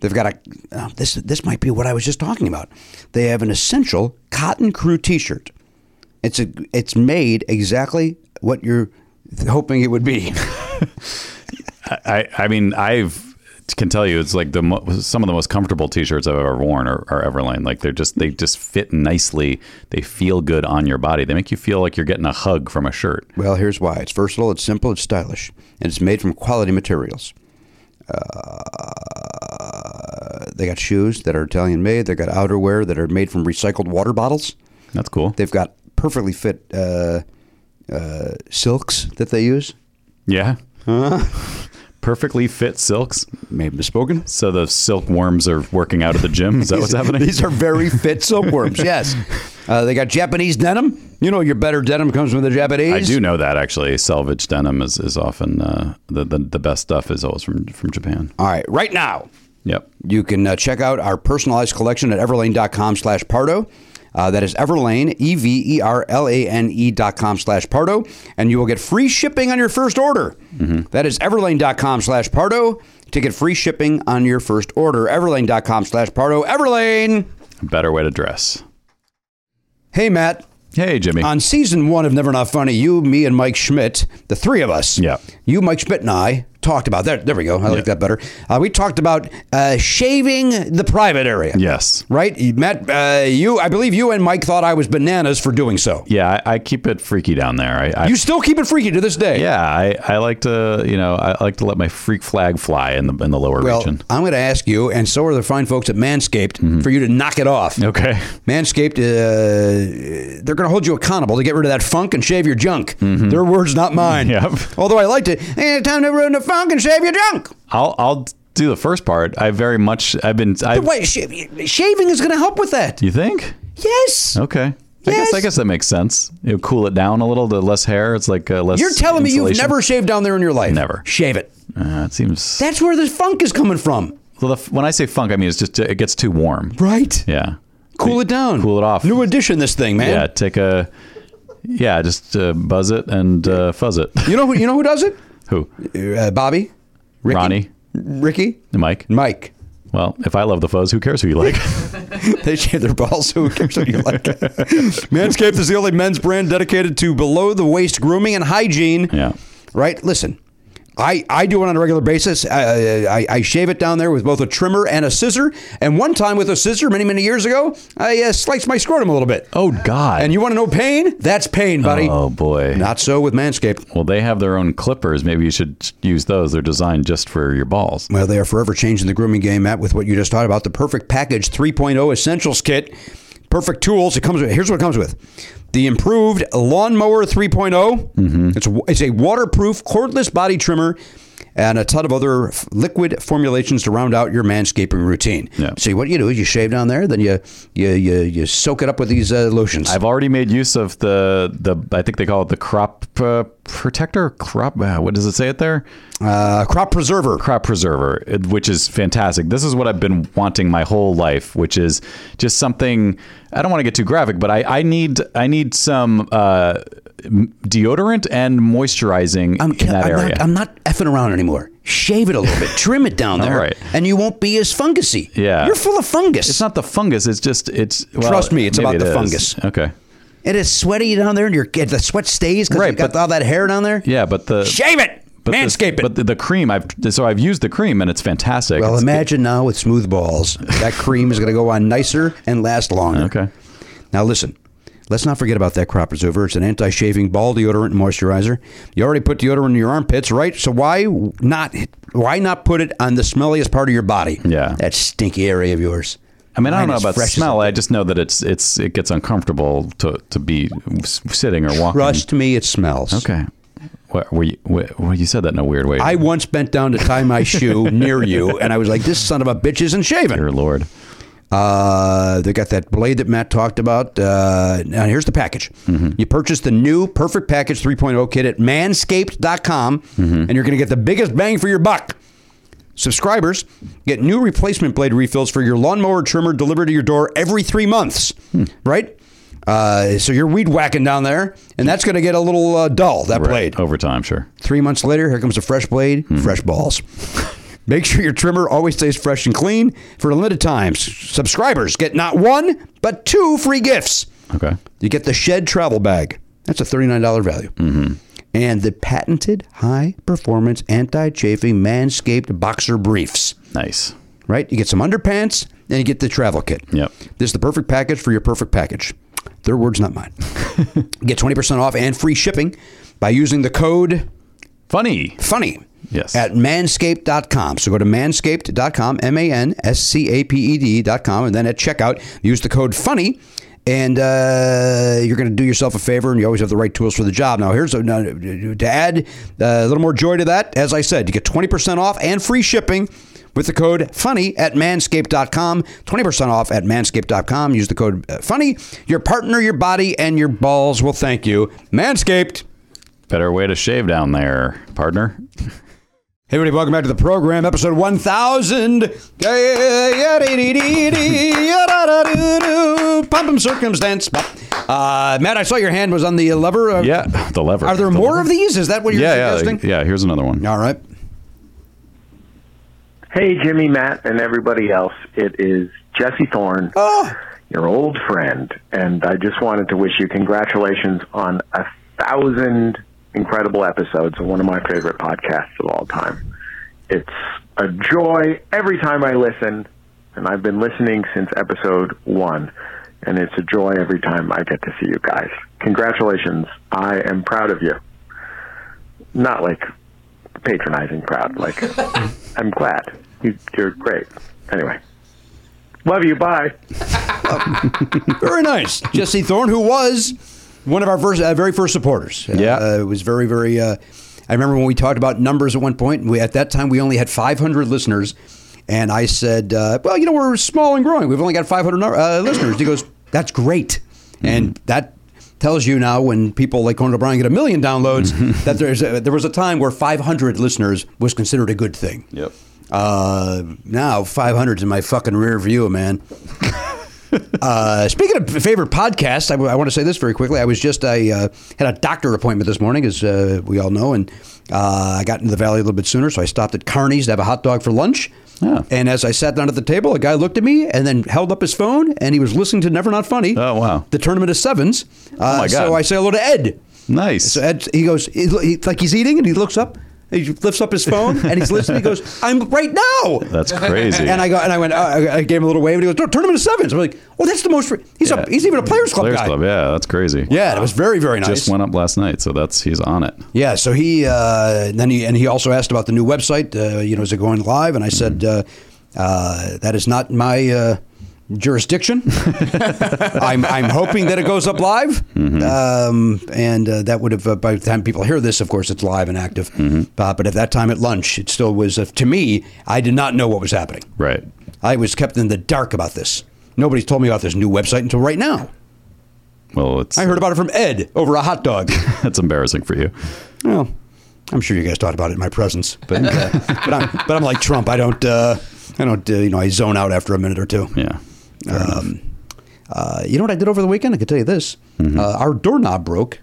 Speaker 2: They've got a oh, this. This might be what I was just talking about. They have an essential cotton crew T-shirt. It's a. It's made exactly what you're hoping it would be. [LAUGHS]
Speaker 3: I I mean I've can tell you it's like the mo- some of the most comfortable t-shirts I've ever worn are, are Everlane. Like they're just they just fit nicely. They feel good on your body. They make you feel like you're getting a hug from a shirt.
Speaker 2: Well, here's why. It's versatile, it's simple, it's stylish, and it's made from quality materials. Uh, they got shoes that are Italian made. They've got outerwear that are made from recycled water bottles.
Speaker 3: That's cool.
Speaker 2: They've got perfectly fit uh, uh, silks that they use. [LAUGHS]
Speaker 3: yeah. Perfectly fit silks.
Speaker 2: Maybe bespoken.
Speaker 3: So the silkworms are working out at the gym. Is that what's happening?
Speaker 2: [LAUGHS] These are very
Speaker 3: [LAUGHS]
Speaker 2: fit silkworms, yes. Uh, they got Japanese denim. You know, your better denim comes from the Japanese.
Speaker 3: I do know that actually. Salvage denim is, is often uh, the, the the best stuff is always from from Japan.
Speaker 2: All right, right now,
Speaker 3: Yep.
Speaker 2: You can uh, check out our personalized collection at everlane.com slash Pardo. Uh, that is Everlane, E V E R L A N E dot com slash Pardo. And you will get free shipping on your first order. That is Everlane.com slash Pardo to get free shipping on your first order. Everlane.com slash Pardo. Everlane!
Speaker 3: A better way to dress.
Speaker 2: Hey, Matt.
Speaker 3: Hey, Jimmy.
Speaker 2: on season one of Never Not Funny, you, me, and Mike Schmidt, the three of us,
Speaker 3: Yeah.
Speaker 2: you, Mike Schmidt, and I talked about that. There we go. I like
Speaker 3: Yeah.
Speaker 2: that better. Uh, we talked about uh, shaving the private area.
Speaker 3: Yes.
Speaker 2: Right, Matt. Uh, you, I believe you and Mike thought I was bananas for doing so.
Speaker 3: Yeah, I, I keep it freaky down there. I, I
Speaker 2: You still keep it freaky to this day.
Speaker 3: yeah, I, I like to you know I like to let my freak flag fly in the in the lower
Speaker 2: Well,
Speaker 3: region. Mm-hmm.
Speaker 2: I'm going to ask you, and so are the fine folks at Manscaped, for you to knock it off.
Speaker 3: Okay.
Speaker 2: Manscaped, uh, they're going to hold you accountable to get rid of that funk and shave your junk. Their words, not mine.
Speaker 3: Mm-hmm. Yep.
Speaker 2: Although I liked it. Hey, it's time to ruin the funk and shave your junk.
Speaker 3: I'll I'll do the first part. I very much I've been I
Speaker 2: Wait, sh- shaving is going to help with that.
Speaker 3: you think?
Speaker 2: Yes.
Speaker 3: Okay. I guess I
Speaker 2: Yes.
Speaker 3: guess that makes sense. It'll cool it down a little. The less hair, it's like uh, less.
Speaker 2: You're telling me you've
Speaker 3: insulation.
Speaker 2: never shaved down there in your life?
Speaker 3: Never.
Speaker 2: Shave it.
Speaker 3: Uh, it seems.
Speaker 2: That's where the funk is coming from.
Speaker 3: well, the, f- when I say funk, I mean it's just it gets too warm.
Speaker 2: Right.
Speaker 3: Yeah.
Speaker 2: Cool it down.
Speaker 3: Cool it off.
Speaker 2: New edition, this thing, man.
Speaker 3: Yeah. Take a. Yeah, just uh, buzz it and uh, fuzz it.
Speaker 2: You know who? You know who does it?
Speaker 3: [LAUGHS] Who?
Speaker 2: Uh, Bobby, Ricky,
Speaker 3: Ronnie,
Speaker 2: Ricky,
Speaker 3: Mike.
Speaker 2: Mike.
Speaker 3: Well, if I love the fuzz, who cares who you
Speaker 2: [LAUGHS]
Speaker 3: like?
Speaker 2: They shave their balls, so who cares what you like? [LAUGHS] Manscaped is the only men's brand dedicated to below the waist grooming and hygiene.
Speaker 3: Yeah.
Speaker 2: Right? Listen, I, I do it on a regular basis. I, I, I shave it down there with both a trimmer and a scissor. And one time with a scissor, many, many years ago, I uh, sliced my scrotum a little bit.
Speaker 3: oh God.
Speaker 2: And you want to know pain? That's pain, buddy.
Speaker 3: Oh boy.
Speaker 2: Not so with Manscaped.
Speaker 3: Well, they have their own clippers. Maybe you should use those. They're designed just for your balls.
Speaker 2: Well, they are forever changing the grooming game, Matt, with what you just taught about the Perfect Package 3.0 Essentials Kit. Perfect tools. It comes with, here's what it comes with. The improved Lawnmower 3.0.
Speaker 3: Mm-hmm.
Speaker 2: It's, a- it's a waterproof cordless body trimmer and a ton of other f- liquid formulations to round out your manscaping routine.
Speaker 3: Yeah.
Speaker 2: So what you do is you shave down there, then you you you, you soak it up with these uh, lotions.
Speaker 3: I've already made use of the the I think they call it the crop uh, protector crop. Uh, what does it say it there?
Speaker 2: uh, crop preserver.
Speaker 3: crop preserver, it- which is fantastic. This is what I've been wanting my whole life, which is just something. I don't want to get too graphic, but I, I need I need some uh, m- deodorant and moisturizing
Speaker 2: I'm,
Speaker 3: in that
Speaker 2: I'm
Speaker 3: area.
Speaker 2: Not, I'm not effing around anymore. Shave it a little bit, trim it down there,
Speaker 3: right.
Speaker 2: and you won't be as fungusy.
Speaker 3: Yeah.
Speaker 2: you're full of fungus.
Speaker 3: it's not the fungus. It's just it's. well,
Speaker 2: Trust me, it's
Speaker 3: maybe
Speaker 2: about the
Speaker 3: is.
Speaker 2: fungus.
Speaker 3: Okay.
Speaker 2: It is sweaty down there, and your the sweat stays because
Speaker 3: Right,
Speaker 2: you've got
Speaker 3: but-
Speaker 2: all that hair down there.
Speaker 3: Yeah, but the
Speaker 2: shave it,
Speaker 3: but this-
Speaker 2: manscape it.
Speaker 3: But the, the cream, I've so I've used the cream and it's fantastic.
Speaker 2: well,
Speaker 3: It's-
Speaker 2: imagine now with smooth balls, that cream is going to go on nicer and last longer.
Speaker 3: Okay.
Speaker 2: Now listen, let's not forget about that crop preserver. It's an anti-shaving ball deodorant and moisturizer. You already put deodorant in your armpits, right? So why not? Why not put it on the smelliest part of your body?
Speaker 3: Yeah.
Speaker 2: that stinky area of yours.
Speaker 3: I mean, I don't
Speaker 2: Mine
Speaker 3: know
Speaker 2: is
Speaker 3: about
Speaker 2: fresh as
Speaker 3: smell. I just know that it's it's it gets uncomfortable to to be s- sitting or walking.
Speaker 2: Trust me, it smells.
Speaker 3: Okay. What, were you, what, well, you
Speaker 2: [LAUGHS]
Speaker 3: said that in a weird way.
Speaker 2: I once bent down to tie
Speaker 3: [LAUGHS]
Speaker 2: my shoe near you, and I was like, "This son of a bitch isn't shaven."
Speaker 3: Dear Lord.
Speaker 2: Uh, they got that blade that Matt talked about. Uh, now here's the package.
Speaker 3: Mm-hmm.
Speaker 2: You purchase the new Perfect Package 3.0 kit at manscaped.com,
Speaker 3: Mm-hmm.
Speaker 2: and you're going to get the biggest bang for your buck. Subscribers get new replacement blade refills for your lawnmower trimmer delivered to your door every three months,
Speaker 3: Hmm.
Speaker 2: right? Uh, so you're weed whacking down there, and that's going to get a little uh, dull, that blade.
Speaker 3: Right. Overtime, sure. Hmm.
Speaker 2: Three months later, here comes a fresh blade, fresh balls.
Speaker 3: [LAUGHS]
Speaker 2: Make sure your trimmer always stays fresh and clean. For limited times, subscribers get not one, but two free gifts.
Speaker 3: Okay.
Speaker 2: You get the Shed Travel Bag. That's a $39 value. Mm-hmm. And the patented high performance anti chafing Manscaped Boxer Briefs.
Speaker 3: Nice.
Speaker 2: Right? You get some underpants and you get the travel kit.
Speaker 3: Yep.
Speaker 2: This is the perfect package for your perfect package. Their words, not mine. [LAUGHS] get 20% off and free shipping by using the code
Speaker 3: Funny.
Speaker 2: funny.
Speaker 3: Yes.
Speaker 2: At manscaped.com. So go to manscaped.com, M A N S C A P E D.com, and then at checkout, use the code funny. And uh, you're going to do yourself a favor, and you always have the right tools for the job. Now, here's a, now, to add uh, a little more joy to that. As I said, you get 20% off and free shipping with the code FUNNY at manscaped.com. 20% off at manscaped.com. Use the code uh, FUNNY. Your partner, your body, and your balls will thank you. Manscaped.
Speaker 3: Better way to shave down there, partner.
Speaker 2: Hey everybody, welcome back to the program, episode 1000. Pump 'em circumstance. Uh, Matt, I saw your hand was on the lever. Of,
Speaker 3: Yeah. The lever.
Speaker 2: Are there
Speaker 3: The
Speaker 2: more
Speaker 3: lever.
Speaker 2: of these? Is that what you're
Speaker 3: Yeah, yeah,
Speaker 2: suggesting?
Speaker 3: yeah. Here's another one.
Speaker 2: All right.
Speaker 7: Hey, Jimmy, Matt, and everybody else. It is Jesse Thorne.
Speaker 2: Oh,
Speaker 7: your old friend. And I just wanted to wish you congratulations on a thousand incredible episodes of one of my favorite podcasts of all time. It's a joy every time I listen, and I've been listening since episode one. And it's a joy every time I get to see you guys. Congratulations. I am proud of you. Not like patronizing proud. Like, I'm glad. You, you're great. Anyway, love you. Bye.
Speaker 2: [LAUGHS] Very nice. Jesse Thorne, who was one of our first, uh, very first supporters. Uh,
Speaker 3: Yeah.
Speaker 2: Uh, it was very, very. Uh, I remember when we talked about numbers at one point. We, at that time, we only had 500 listeners. And I said, uh, well, you know, we're small and growing. We've only got 500 nu- uh, listeners. He goes, that's great. And that tells you now when people like Conan O'Brien get a million downloads that there's a, there was a time where 500 listeners was considered a good thing.
Speaker 3: Yep.
Speaker 2: Uh, now 500's in my fucking rear
Speaker 3: [LAUGHS]
Speaker 2: view, man. Uh, speaking of favorite podcasts, I, want to say this very quickly. I was just I uh, had a doctor appointment this morning, as uh, we all know, and uh, I got into the valley a little bit sooner, so I stopped at Carney's to have a hot dog for lunch.
Speaker 3: Yeah.
Speaker 2: And as I sat down at the table, a guy looked at me and then held up his phone, and he was listening to Never Not Funny.
Speaker 3: Oh, wow.
Speaker 2: The tournament of sevens. Uh,
Speaker 3: Oh, my God.
Speaker 2: So I say hello to Ed.
Speaker 3: Nice.
Speaker 2: So Ed, he goes, he, he- like he's eating, and he looks up, he lifts up his phone, and he's listening. He goes, "I'm right now."
Speaker 3: That's crazy.
Speaker 2: And I go, and I went, uh, I I gave him a little wave, and he goes, "No, tournament of sevens." I'm like, "Oh, that's the most." Re- he's
Speaker 3: Yeah.
Speaker 2: a, he's even a players club
Speaker 3: Players
Speaker 2: guy.
Speaker 3: Club, yeah, that's crazy.
Speaker 2: yeah, and it was very very nice.
Speaker 3: Just went up last night, so that's he's on it.
Speaker 2: Yeah, so he uh, then he and he also asked about the new website. Uh, you know, is it going live? And I said uh, uh, that is not my uh, jurisdiction. [LAUGHS] I'm I'm hoping that it goes up live, um, and uh, that would have uh, by the time people hear this, of course, it's live and active. Uh, but at that time at lunch, it still was uh, to me. I did not know what was happening.
Speaker 3: Right.
Speaker 2: I was kept in the dark about this. Nobody's told me about this new website until right now.
Speaker 3: Well, it's
Speaker 2: I heard about it from Ed over a hot dog.
Speaker 3: [LAUGHS] that's embarrassing for you.
Speaker 2: Well, I'm sure you guys thought about it in my presence, but uh, [LAUGHS] but, I'm, but I'm like Trump. I don't uh, I don't uh, you know I zone out after a minute or two.
Speaker 3: Yeah.
Speaker 2: Um, uh, you know what I did over the weekend? I could tell you this:
Speaker 3: Mm-hmm.
Speaker 2: uh, our doorknob broke.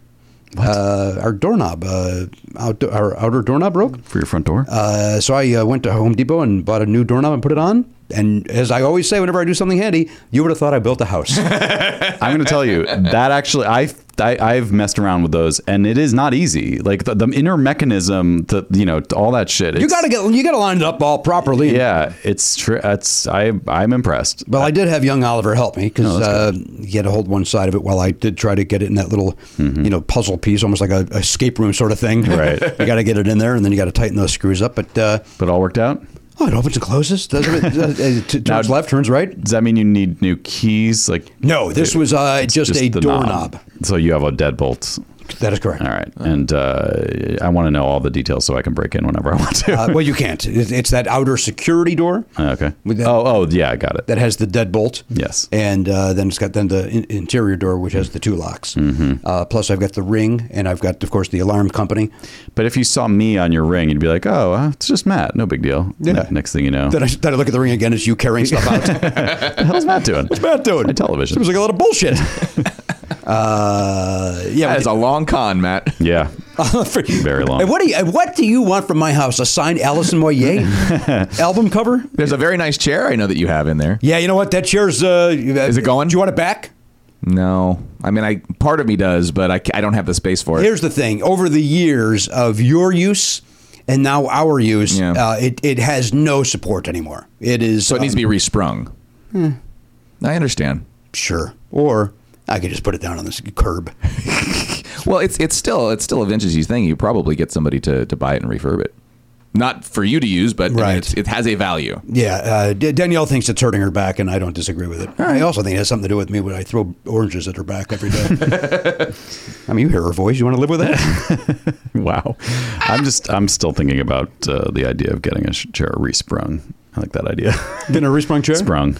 Speaker 2: Uh, our doorknob, uh, out, our outer doorknob broke.
Speaker 3: For your front door.
Speaker 2: Uh, so I uh, went to Home Depot and bought a new doorknob and put it on. And as I always say, whenever I do something handy, you would have thought I built a house.
Speaker 3: I'm going to tell you that actually I, I I've messed around with those and it is not easy. Like the, the inner mechanism, the you know all that shit.
Speaker 2: you
Speaker 3: it's-
Speaker 2: gotta get you gotta line it up all properly.
Speaker 3: Yeah, it's true. That's I I'm impressed.
Speaker 2: Well, I did have young Oliver help me because
Speaker 3: Oh, that's
Speaker 2: uh, he had to hold one side of it while I did try to get it in that little, you know, puzzle piece, almost like a, a escape room sort of thing.
Speaker 3: Mm-hmm. Right.
Speaker 2: [LAUGHS] you got to get it in there, and then you got to tighten those screws up. But uh,
Speaker 3: But it all worked out.
Speaker 2: oh, it opens and closes. Does
Speaker 3: [LAUGHS]
Speaker 2: it, uh, t- turns
Speaker 3: Now-
Speaker 2: left, turns right.
Speaker 3: Does that mean you need new keys? Like
Speaker 2: No, this was uh, just, a
Speaker 3: the knob.
Speaker 2: doorknob.
Speaker 3: So you have a deadbolt.
Speaker 2: That is correct.
Speaker 3: All right, and uh, I want to know all the details so I can break in whenever I want [LAUGHS] to.
Speaker 2: Uh, well, you can't. It, it's that outer security door.
Speaker 3: okay.
Speaker 2: With that-
Speaker 3: oh, oh, yeah, I got it.
Speaker 2: that has the deadbolt.
Speaker 3: Yes.
Speaker 2: And uh, then it's got then the in- interior door, which has the two locks. Mm-hmm. Uh, plus, I've got the ring, and I've got, of course, the alarm company.
Speaker 3: But if you saw me on your ring, you'd be like, "Oh, uh, it's just Matt. No big deal."
Speaker 2: Yeah.
Speaker 3: Ne- Next thing you know,
Speaker 2: Then I, then I look at the ring again. It's you carrying stuff
Speaker 3: [LAUGHS]
Speaker 2: out. [LAUGHS]
Speaker 3: the hell's Matt doing? What's
Speaker 2: Matt doing?
Speaker 3: My television.
Speaker 2: Seems like a lot of bullshit. uh, yeah.
Speaker 4: That is a long con, Matt.
Speaker 3: [LAUGHS]
Speaker 2: [LAUGHS]
Speaker 3: yeah, very long.
Speaker 2: And what do you and what do you want from my house? A signed Alison
Speaker 4: [LAUGHS]
Speaker 2: Moyet album cover?
Speaker 4: There's a very nice chair I know that you have in there.
Speaker 2: Yeah, you know what? That chair's. Uh, Is
Speaker 4: it going?
Speaker 2: Do you want it back?
Speaker 4: No, I mean, I part of me does, but I, ca- I don't have the space for it.
Speaker 2: Here's the thing: over the years of your use and now our use,
Speaker 4: Yeah.
Speaker 2: uh, it it has no support anymore. It is
Speaker 4: so it needs to be resprung. I understand.
Speaker 2: Hmm. sure, or I could just put it down on this curb.
Speaker 4: [LAUGHS] Well, it's it's still it's still a vintage thing. You probably get somebody to, to buy it and refurb it, not for you to use, but I mean,
Speaker 2: Right.
Speaker 4: it's, it has a value.
Speaker 2: Yeah, uh, D- Danielle thinks it's hurting her back, and I don't disagree with it. I also think it has something to do with me when I throw oranges at her back every day.
Speaker 4: [LAUGHS]
Speaker 2: I mean, you hear her voice. You want to live with that?
Speaker 3: [LAUGHS] Wow. I'm just I'm still thinking about uh, the idea of getting a sh- chair resprung. I like that
Speaker 2: [LAUGHS]
Speaker 3: idea.
Speaker 2: Getting a resprung chair?
Speaker 3: Sprung.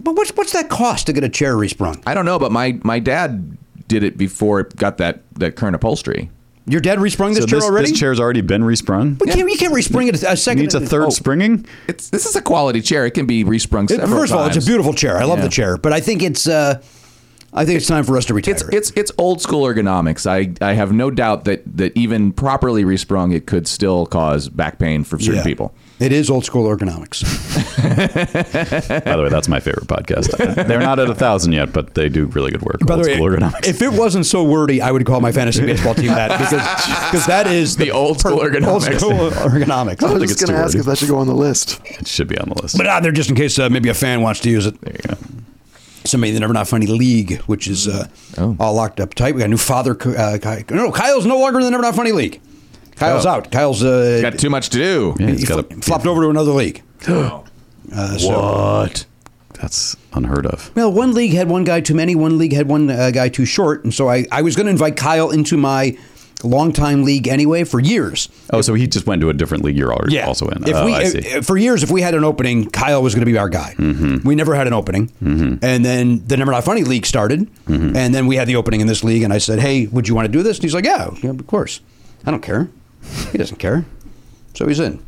Speaker 2: But what's what's that cost to get a chair resprung?
Speaker 4: I don't know, but my my dad did it before it got that that current upholstry.
Speaker 2: Your dad resprung this
Speaker 3: so
Speaker 2: chair
Speaker 3: this,
Speaker 2: already?
Speaker 3: this chair's already been resprung.
Speaker 2: But can't, you can't respring it a second.
Speaker 3: Needs a third
Speaker 2: Oh.
Speaker 3: springing.
Speaker 4: It's this is a quality chair. It can be resprung.
Speaker 2: It-
Speaker 4: Several
Speaker 2: first of all, it's a
Speaker 4: times.
Speaker 2: beautiful chair. I love
Speaker 4: Yeah.
Speaker 2: the chair, but I think it's uh, I think it's time for us to retire.
Speaker 4: It's
Speaker 2: it.
Speaker 4: it's it's old school ergonomics. I, I have no doubt that that even properly resprung, it could still cause back pain for certain
Speaker 2: Yeah.
Speaker 4: people.
Speaker 2: It is old school ergonomics.
Speaker 3: [LAUGHS] By the way, that's my favorite
Speaker 2: [LAUGHS]
Speaker 3: podcast. They're not at a thousand yet, but they do really good work.
Speaker 2: By the
Speaker 3: Old
Speaker 2: way,
Speaker 3: school ergonomics.
Speaker 2: if it wasn't so wordy, I would call my fantasy baseball
Speaker 4: [LAUGHS]
Speaker 2: team that because 'cause that is
Speaker 4: The old school
Speaker 2: Old
Speaker 4: ergonomics.
Speaker 2: school [LAUGHS] ergonomics.
Speaker 5: I was
Speaker 3: think
Speaker 5: just
Speaker 3: it's
Speaker 5: going to
Speaker 3: too
Speaker 5: ask
Speaker 3: early.
Speaker 5: if that should go on the list.
Speaker 3: it should be on the list.
Speaker 2: But out there just in case uh, maybe a fan wants to use it. Somebody in the Never Not Funny League, which is uh, all locked up tight. We got a new father. Uh, Ky- no, Kyle's no longer in the Never Not Funny League. Kyle's
Speaker 4: Oh.
Speaker 2: out. Kyle's uh,
Speaker 4: Got too much to do.
Speaker 3: Yeah,
Speaker 2: he
Speaker 3: he's got
Speaker 2: fl-
Speaker 3: a,
Speaker 2: flopped over to another league. Uh, so,
Speaker 3: What? That's unheard of.
Speaker 2: well, one league had one guy too many. One league had one uh, guy too short, and so I, I was going to invite Kyle into my longtime league anyway for years.
Speaker 3: Oh, so he just went to a different league you're already also in.
Speaker 2: If
Speaker 3: oh,
Speaker 2: we,
Speaker 3: I see.
Speaker 2: if- for years, if we had an opening, Kyle was going to be our guy.
Speaker 3: Mm-hmm.
Speaker 2: We never had an opening, and then the Never Not Funny League started,
Speaker 3: Mm-hmm.
Speaker 2: and then we had the opening in this league. And I said, "Hey, would you want to do this?" And he's like, "Yeah, yeah, of course. I don't care. He doesn't care, so he's in."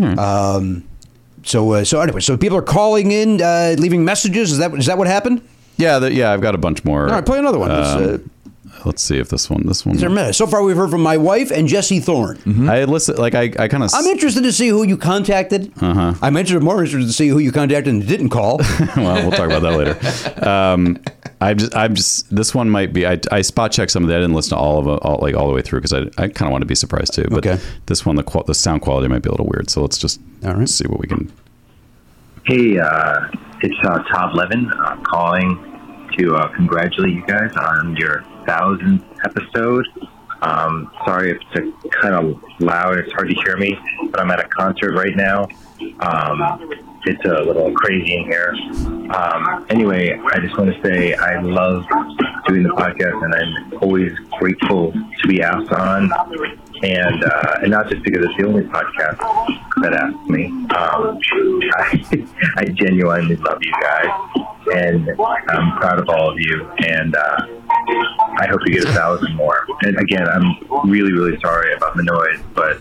Speaker 3: Hmm.
Speaker 2: Um, so uh, so anyway, so people are calling in, uh, leaving messages. Is that is that what happened?
Speaker 3: yeah, the, yeah. I've got a bunch more.
Speaker 2: All right, play another one. uh, Let's,
Speaker 3: Um, let's see if this one. This one. Mm-hmm.
Speaker 2: There are many. So far, we've heard from my wife and Jesse Thorne.
Speaker 3: I listen. Like I, I kind of.
Speaker 2: I'm interested to see who you contacted. Uh-huh. I'm interested, more interested to see who you contacted and didn't call.
Speaker 3: [LAUGHS] well, we'll talk about that later. Um, I'm just, I'm just. This one might be. I, I spot checked some of that. I didn't listen to all of it, all, like all the way through because I, I kind of want to be surprised too. But
Speaker 2: Okay.
Speaker 3: this one, the qual- the sound quality might be a little weird. So let's just
Speaker 2: All right.
Speaker 3: see what we can.
Speaker 8: Hey, uh, it's uh, Todd Levin uh, calling to uh, congratulate you guys on your thousandth episode. Um, sorry if it's kind of loud; it's hard to hear me, but I'm at a concert right now. Um, it's a little crazy in here. Um, anyway, I just want to say I love doing the podcast, and I'm always grateful to be asked on, and uh, and not just because it's the only podcast that asked me. Um, I, [LAUGHS] I genuinely love you guys, and I'm proud of all of you, and uh, I hope you get a thousand more. And again, I'm really really sorry about the noise, but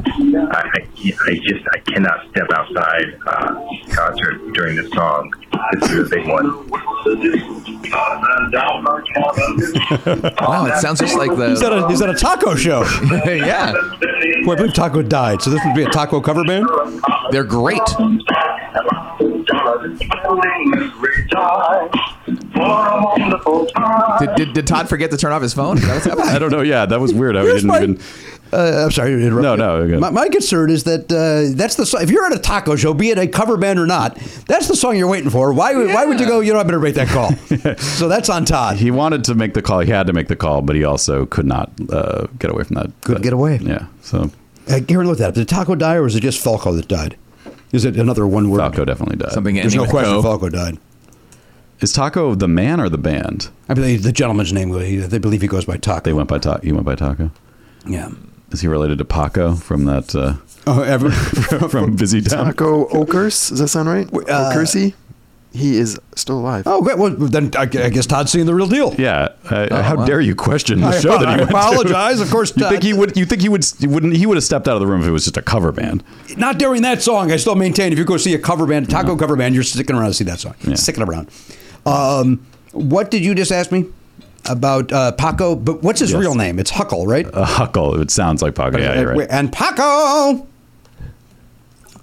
Speaker 8: I, I, I just I cannot step outside uh, concert during this song. This is a big one.
Speaker 4: Wow, it sounds just like
Speaker 2: He's at
Speaker 4: the.
Speaker 2: a, he's at a taco show.
Speaker 4: [LAUGHS] yeah,
Speaker 2: Who I believe Taco died, so this would be a taco cover band.
Speaker 4: they're great. Did, did, did Todd forget to turn off his phone? Is that what's happening?
Speaker 3: [LAUGHS] I don't know. Yeah, that was weird. I
Speaker 2: Here's
Speaker 3: didn't
Speaker 2: my-
Speaker 3: even.
Speaker 2: Uh, I'm sorry to interrupt.
Speaker 3: No,
Speaker 2: you.
Speaker 3: no, okay.
Speaker 2: My, my concern is that uh, that's the song. If you're at a taco show, be it a cover band or not, that's the song you're waiting for. Why, would why would you go, you know, I better make
Speaker 4: [LAUGHS]
Speaker 2: that call?
Speaker 3: [LAUGHS]
Speaker 2: so that's on Todd.
Speaker 3: He wanted to make the call. He had to make the call, but he also could not uh, get away from that.
Speaker 2: Couldn't
Speaker 3: that-
Speaker 2: get away.
Speaker 3: Yeah. So
Speaker 2: Uh, Garen looked that up. Did Taco die or was it just Falco that died? Is it another one word?
Speaker 3: Taco definitely died.
Speaker 4: Something
Speaker 2: There's
Speaker 4: ending
Speaker 2: no
Speaker 4: with
Speaker 2: question
Speaker 4: co.
Speaker 2: Falco died.
Speaker 3: Is Taco the man or the band?
Speaker 2: I believe the gentleman's name, he- they believe he goes by Taco.
Speaker 3: They went by Taco. He went by Taco.
Speaker 2: Yeah.
Speaker 3: Is he related to Paco from that uh, [LAUGHS]
Speaker 2: Oh, ever,
Speaker 5: [LAUGHS]
Speaker 3: from Busy Town?
Speaker 5: Taco Okers, does that sound right?
Speaker 2: uh,
Speaker 5: Okersy? He is still alive.
Speaker 2: oh, great. Well, then I, I guess Todd's seeing the real deal.
Speaker 3: Yeah. Uh, how
Speaker 4: wow.
Speaker 3: dare you question the
Speaker 2: I-
Speaker 3: show that
Speaker 2: I
Speaker 3: he went to.
Speaker 2: apologize. Of course, uh,
Speaker 3: You
Speaker 2: Todd-
Speaker 3: think he would? You think he would? you Wouldn't he would have stepped out of the room if it was just a cover band?
Speaker 2: Not during that song. I still maintain if you go see a cover band, a taco cover band, you're sticking around to see that song.
Speaker 3: Yeah.
Speaker 2: Sticking around. Um, what did you just ask me about uh, Paco? But what's his
Speaker 3: Yes.
Speaker 2: real name? It's Huckle, right?
Speaker 3: A huckle. It sounds like Paco. Yeah, you're right.
Speaker 2: And Paco.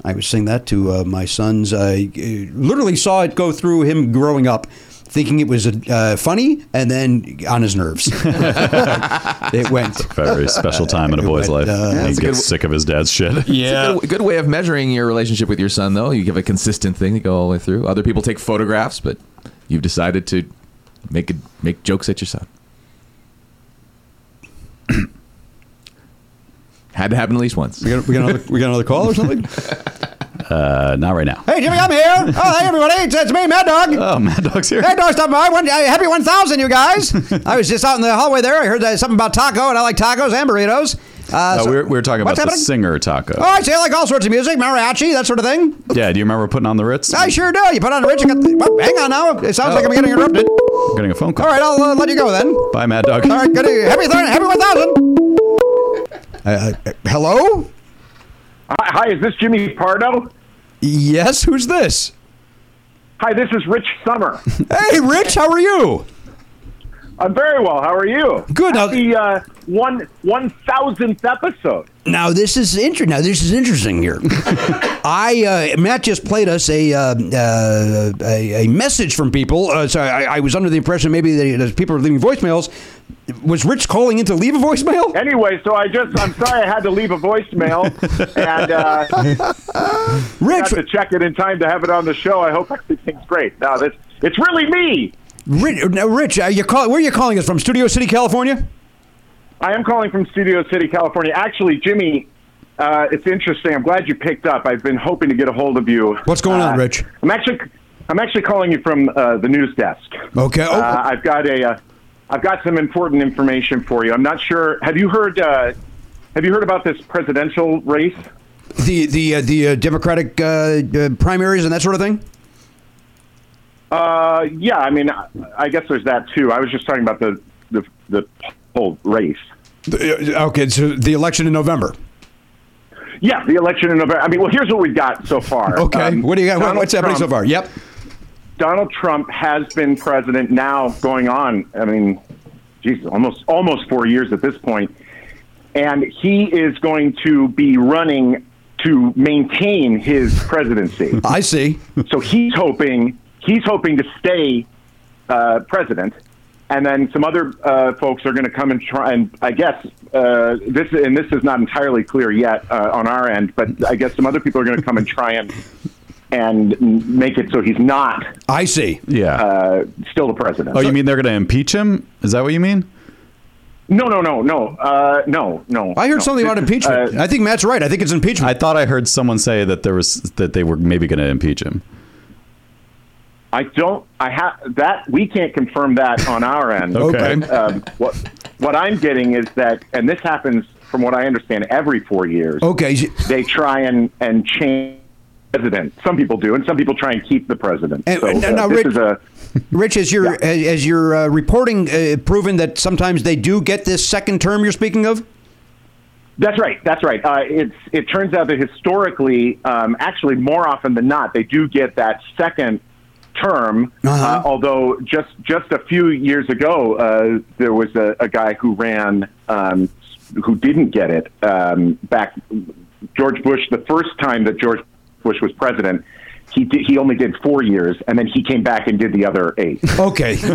Speaker 2: I would sing that to uh, my sons. I uh, literally saw it go through him growing up, thinking it was uh, funny, and then on his nerves. [LAUGHS] it went.
Speaker 3: Very special time in
Speaker 2: [LAUGHS]
Speaker 3: a boy's
Speaker 2: But,
Speaker 3: life.
Speaker 2: uh,
Speaker 3: And he
Speaker 4: that's a
Speaker 3: gets
Speaker 4: good-
Speaker 3: sick of his dad's
Speaker 2: [LAUGHS]
Speaker 3: shit. Uh,
Speaker 4: It's a good, good way of measuring your relationship with your son, though. You have a consistent thing to go all the way through. Other people take photographs, but you've decided to make it, make jokes at your son. [COUGHS] Had to happen at least once.
Speaker 2: We got, we, got another, we got another call or something?
Speaker 3: [LAUGHS] Uh, not right now.
Speaker 2: Hey, Jimmy, I'm here. Oh, hey, everybody. It's, it's me, Mad Dog.
Speaker 3: Oh, Mad Dog's here.
Speaker 2: Hey, dog, stop by. One, uh, happy 1,000,
Speaker 3: [LAUGHS]
Speaker 2: you guys. I was just out in the hallway there. I heard that something about taco, and I like tacos and burritos. Uh,
Speaker 3: Uh,
Speaker 2: so-
Speaker 3: we, were, we were talking about
Speaker 2: What's
Speaker 3: the
Speaker 2: happening?
Speaker 3: singer Taco.
Speaker 2: Oh, I see. I like all sorts of music, mariachi, that sort of thing.
Speaker 3: Yeah, do you remember putting on the Ritz?
Speaker 2: I sure do. You put on a rich. You got the, well, hang on now. It sounds
Speaker 3: Oh.
Speaker 2: like I'm getting interrupted.
Speaker 3: I'm getting a phone call.
Speaker 2: All right, I'll uh, let you go then. All
Speaker 3: Bye, Mad Dog.
Speaker 2: right, good.
Speaker 3: [LAUGHS]
Speaker 2: Happy, th- happy 1,000. Uh, uh, hello?
Speaker 9: Hi, hi, is this Jimmy Pardo?
Speaker 2: Yes, who's this? [LAUGHS]
Speaker 9: Hi, this is Rich Summer.
Speaker 2: Hey, Rich, how are you?
Speaker 9: I'm very well. How are you?
Speaker 2: Good.
Speaker 9: Happy uh, one one thousandth episode.
Speaker 2: Now this is inter- Now this is interesting
Speaker 9: [LAUGHS]
Speaker 2: here. I uh, Matt just played us a uh, uh, a, a message from people. Uh, sorry, I, I was under the impression maybe that that people were leaving voicemails. Was Rich calling in to leave a voicemail?
Speaker 9: Anyway, so I just I'm sorry I had to leave a voicemail and
Speaker 2: [LAUGHS]
Speaker 9: uh, got
Speaker 2: Rich,
Speaker 9: to check it in time to have it on the show. I hope everything's great. No, this it's really me.
Speaker 2: Rich, uh, now, Rich, are you call- where are you calling us from? Studio City, California.
Speaker 9: I am calling from Studio City, California. Actually, Jimmy, uh, it's interesting. I'm glad you picked up. I've been hoping to get a hold of you.
Speaker 2: What's going on,
Speaker 9: Uh,
Speaker 2: Rich?
Speaker 9: I'm actually I'm actually calling you from uh, the news desk.
Speaker 2: Okay. Oh.
Speaker 9: Uh, I've got a uh, I've got some important information for you. I'm not sure. Have you heard? Uh, have you heard about this presidential race?
Speaker 2: the the uh, the uh, Democratic uh, uh, primaries and that sort of thing.
Speaker 9: Uh, yeah, I mean, I I guess there's that too. I was just talking about the the, the whole race.
Speaker 2: Okay, so the election in November.
Speaker 9: Yeah, the election in November. I mean, well, here's what we've got so far.
Speaker 2: [LAUGHS] Okay,
Speaker 9: Um,
Speaker 2: what do you got?
Speaker 9: Donald
Speaker 2: what's happening so
Speaker 9: Trump-
Speaker 2: far? Yep.
Speaker 9: Donald Trump has been president now going on, I mean, geez, almost almost four years at this point. And he is going to be running to maintain his presidency.
Speaker 2: [LAUGHS] I see.
Speaker 9: so he's hoping he's hoping to stay uh, president, and then some other uh, folks are going to come and try. And I guess uh, this and this is not entirely clear yet uh, on our end, but I guess some other people are going to come and try and and make it so he's not
Speaker 2: I see.
Speaker 3: Yeah.
Speaker 9: uh, still the president.
Speaker 3: oh, you mean they're going to impeach him? Is that what you mean?
Speaker 9: no, no, no, no, uh, no, no.
Speaker 2: I heard
Speaker 9: no.
Speaker 2: something about
Speaker 9: This is,
Speaker 2: impeachment.
Speaker 9: uh,
Speaker 2: I think Matt's right. I think it's impeachment.
Speaker 3: I thought I heard someone say that there was that they were maybe going to impeach him.
Speaker 9: I don't. I have that. We can't confirm that on our
Speaker 2: [LAUGHS]
Speaker 9: end.
Speaker 3: Okay.
Speaker 9: But, um, what What I'm getting is that, and this happens from what I understand every four years.
Speaker 2: okay. s-
Speaker 9: They try and and change the president. Some people do, and some people try and keep the president.
Speaker 2: And-
Speaker 9: so
Speaker 2: and-
Speaker 9: uh,
Speaker 2: now,
Speaker 9: this
Speaker 2: Rich-
Speaker 9: is a
Speaker 2: [LAUGHS] Rich, as your as, as your uh, reporting uh, proven that sometimes they do get this second term you're speaking of.
Speaker 9: That's right. That's right. Uh, it's it turns out that historically, um, actually, more often than not, they do get that second term.
Speaker 2: Uh-huh.
Speaker 9: Uh, although just just a few years ago, uh, there was a, a guy who ran um, who didn't get it um, back. George Bush, the first time that George Bush was president, he did, he only did four years, and then he came back and did the other eight.
Speaker 2: Okay, [LAUGHS] uh,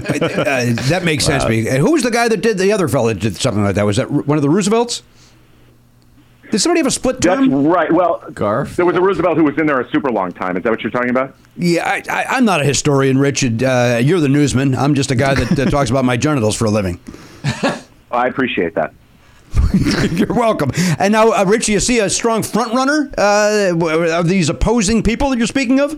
Speaker 2: that makes sense to me. And Uh, who was the guy that did the other fella that did something like that? Was that R- one of the Roosevelts? Did somebody have a split
Speaker 9: That's
Speaker 2: term?
Speaker 9: right. Well,
Speaker 4: Garf?
Speaker 9: there was a Roosevelt who was in there a super long time. Is that what you're talking about?
Speaker 2: Yeah, I, I, I'm not a historian, Richard. Uh, you're the newsman. I'm just a guy that, that talks about my genitals for a living.
Speaker 9: I appreciate that.
Speaker 2: [LAUGHS] You're welcome. And now, uh, Rich, you see a strong front runner uh, w- of these opposing people that you're speaking of?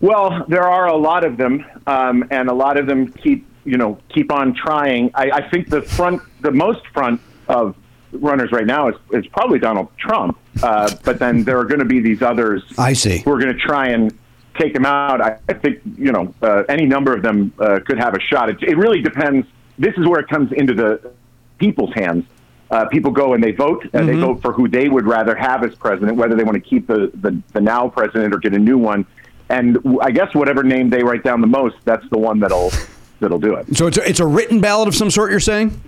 Speaker 9: Well, there are a lot of them, um, and a lot of them keep you know keep on trying. I, I think the front, the most front of runners right now is, is probably Donald Trump. Uh, but then there are going to be these others.
Speaker 2: I see.
Speaker 9: Who are going to try and take him out? I, I think you know uh, any number of them uh, could have a shot. It, it really depends. This is where it comes into the people's hands. Uh, people go and they vote, and they vote for who they would rather have as president, whether they want to keep the, the, the now president or get a new one. And w- I guess whatever name they write down the most, that's the one that'll that'll do it.
Speaker 2: So it's a, it's a written ballot of some sort, you're saying?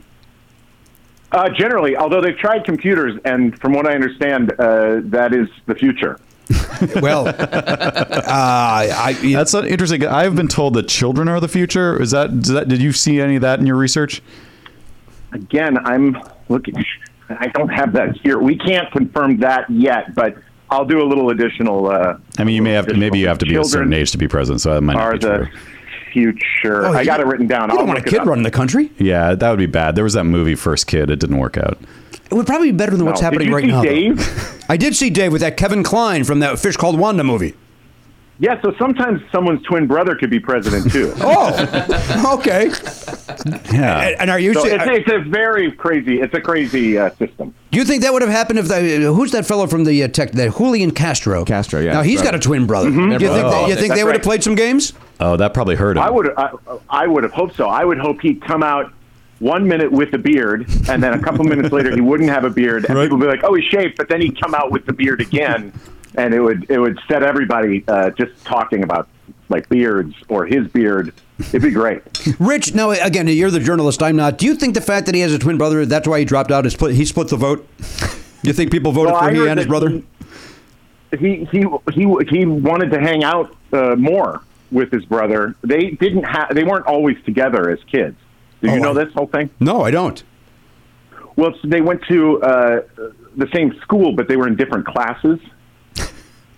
Speaker 9: Uh, generally, although they've tried computers, and from what I understand, uh, that is the future.
Speaker 2: [LAUGHS] Well, uh, I, you-
Speaker 3: That's an interesting. I've been told that children are the future. Is that, does that did you see any of that in your research?
Speaker 9: Again, I'm looking. I don't have that here. We can't confirm that yet, but I'll do a little additional. Uh,
Speaker 3: I mean, you may have to, maybe you have to be a
Speaker 9: Children
Speaker 3: certain age to be president, so that might not
Speaker 9: Are
Speaker 3: be
Speaker 9: the
Speaker 3: true.
Speaker 9: future?
Speaker 2: Oh,
Speaker 9: I
Speaker 2: you-
Speaker 9: got it written down.
Speaker 2: you
Speaker 9: I'll
Speaker 2: don't want a
Speaker 9: look it
Speaker 2: kid
Speaker 9: up.
Speaker 2: running the country.
Speaker 3: Yeah, that would be bad. There was that movie First Kid. It didn't work out.
Speaker 2: It would probably be better than what's
Speaker 9: No.
Speaker 2: happening
Speaker 9: Did you
Speaker 2: right
Speaker 9: see
Speaker 2: now. though.
Speaker 9: Dave?
Speaker 2: [LAUGHS] I did see Dave with that Kevin Klein from that Fish Called Wanda movie.
Speaker 9: Yeah, so sometimes someone's twin brother could be president too.
Speaker 2: [LAUGHS]
Speaker 9: [LAUGHS]
Speaker 2: Oh, okay. And,
Speaker 3: Yeah.
Speaker 2: and are you?
Speaker 9: so
Speaker 2: say-
Speaker 9: it's, it's a very crazy. It's a crazy uh, system.
Speaker 2: do you think that would have happened if the, who's that fellow from the uh, tech? That Julian Castro.
Speaker 4: Castro, yeah.
Speaker 2: Now he's got a twin brother. Do you think,
Speaker 4: Oh,
Speaker 2: they, you think
Speaker 9: Mm-hmm. that's
Speaker 2: they would have
Speaker 9: right.
Speaker 2: played some games?
Speaker 3: Oh, that probably hurt him.
Speaker 9: I would. I, I would have hoped so. I would hope he'd come out one minute with a beard, and then a couple [LAUGHS] minutes later he wouldn't have a beard, and people would be like, "Oh, he shaved," but then he'd come out with the beard
Speaker 2: [LAUGHS]
Speaker 9: again, and it would it would set everybody uh, just talking about like beards or his beard It'd be great.
Speaker 2: [LAUGHS] Rich, now again, you're the journalist. I'm not. Do you think the fact that he has a twin brother that's why he dropped out? Is split, he split the vote? [LAUGHS] You think people voted
Speaker 9: Well, I
Speaker 2: for he
Speaker 9: heard
Speaker 2: and his
Speaker 9: that
Speaker 2: brother?
Speaker 9: he he he he wanted to hang out uh, more with his brother. They didn't have they weren't always together as kids. Do you
Speaker 2: Oh,
Speaker 9: know
Speaker 2: I-
Speaker 9: this whole thing?
Speaker 2: no, I don't.
Speaker 9: Well, so they went to uh, the same school, but they were in different classes,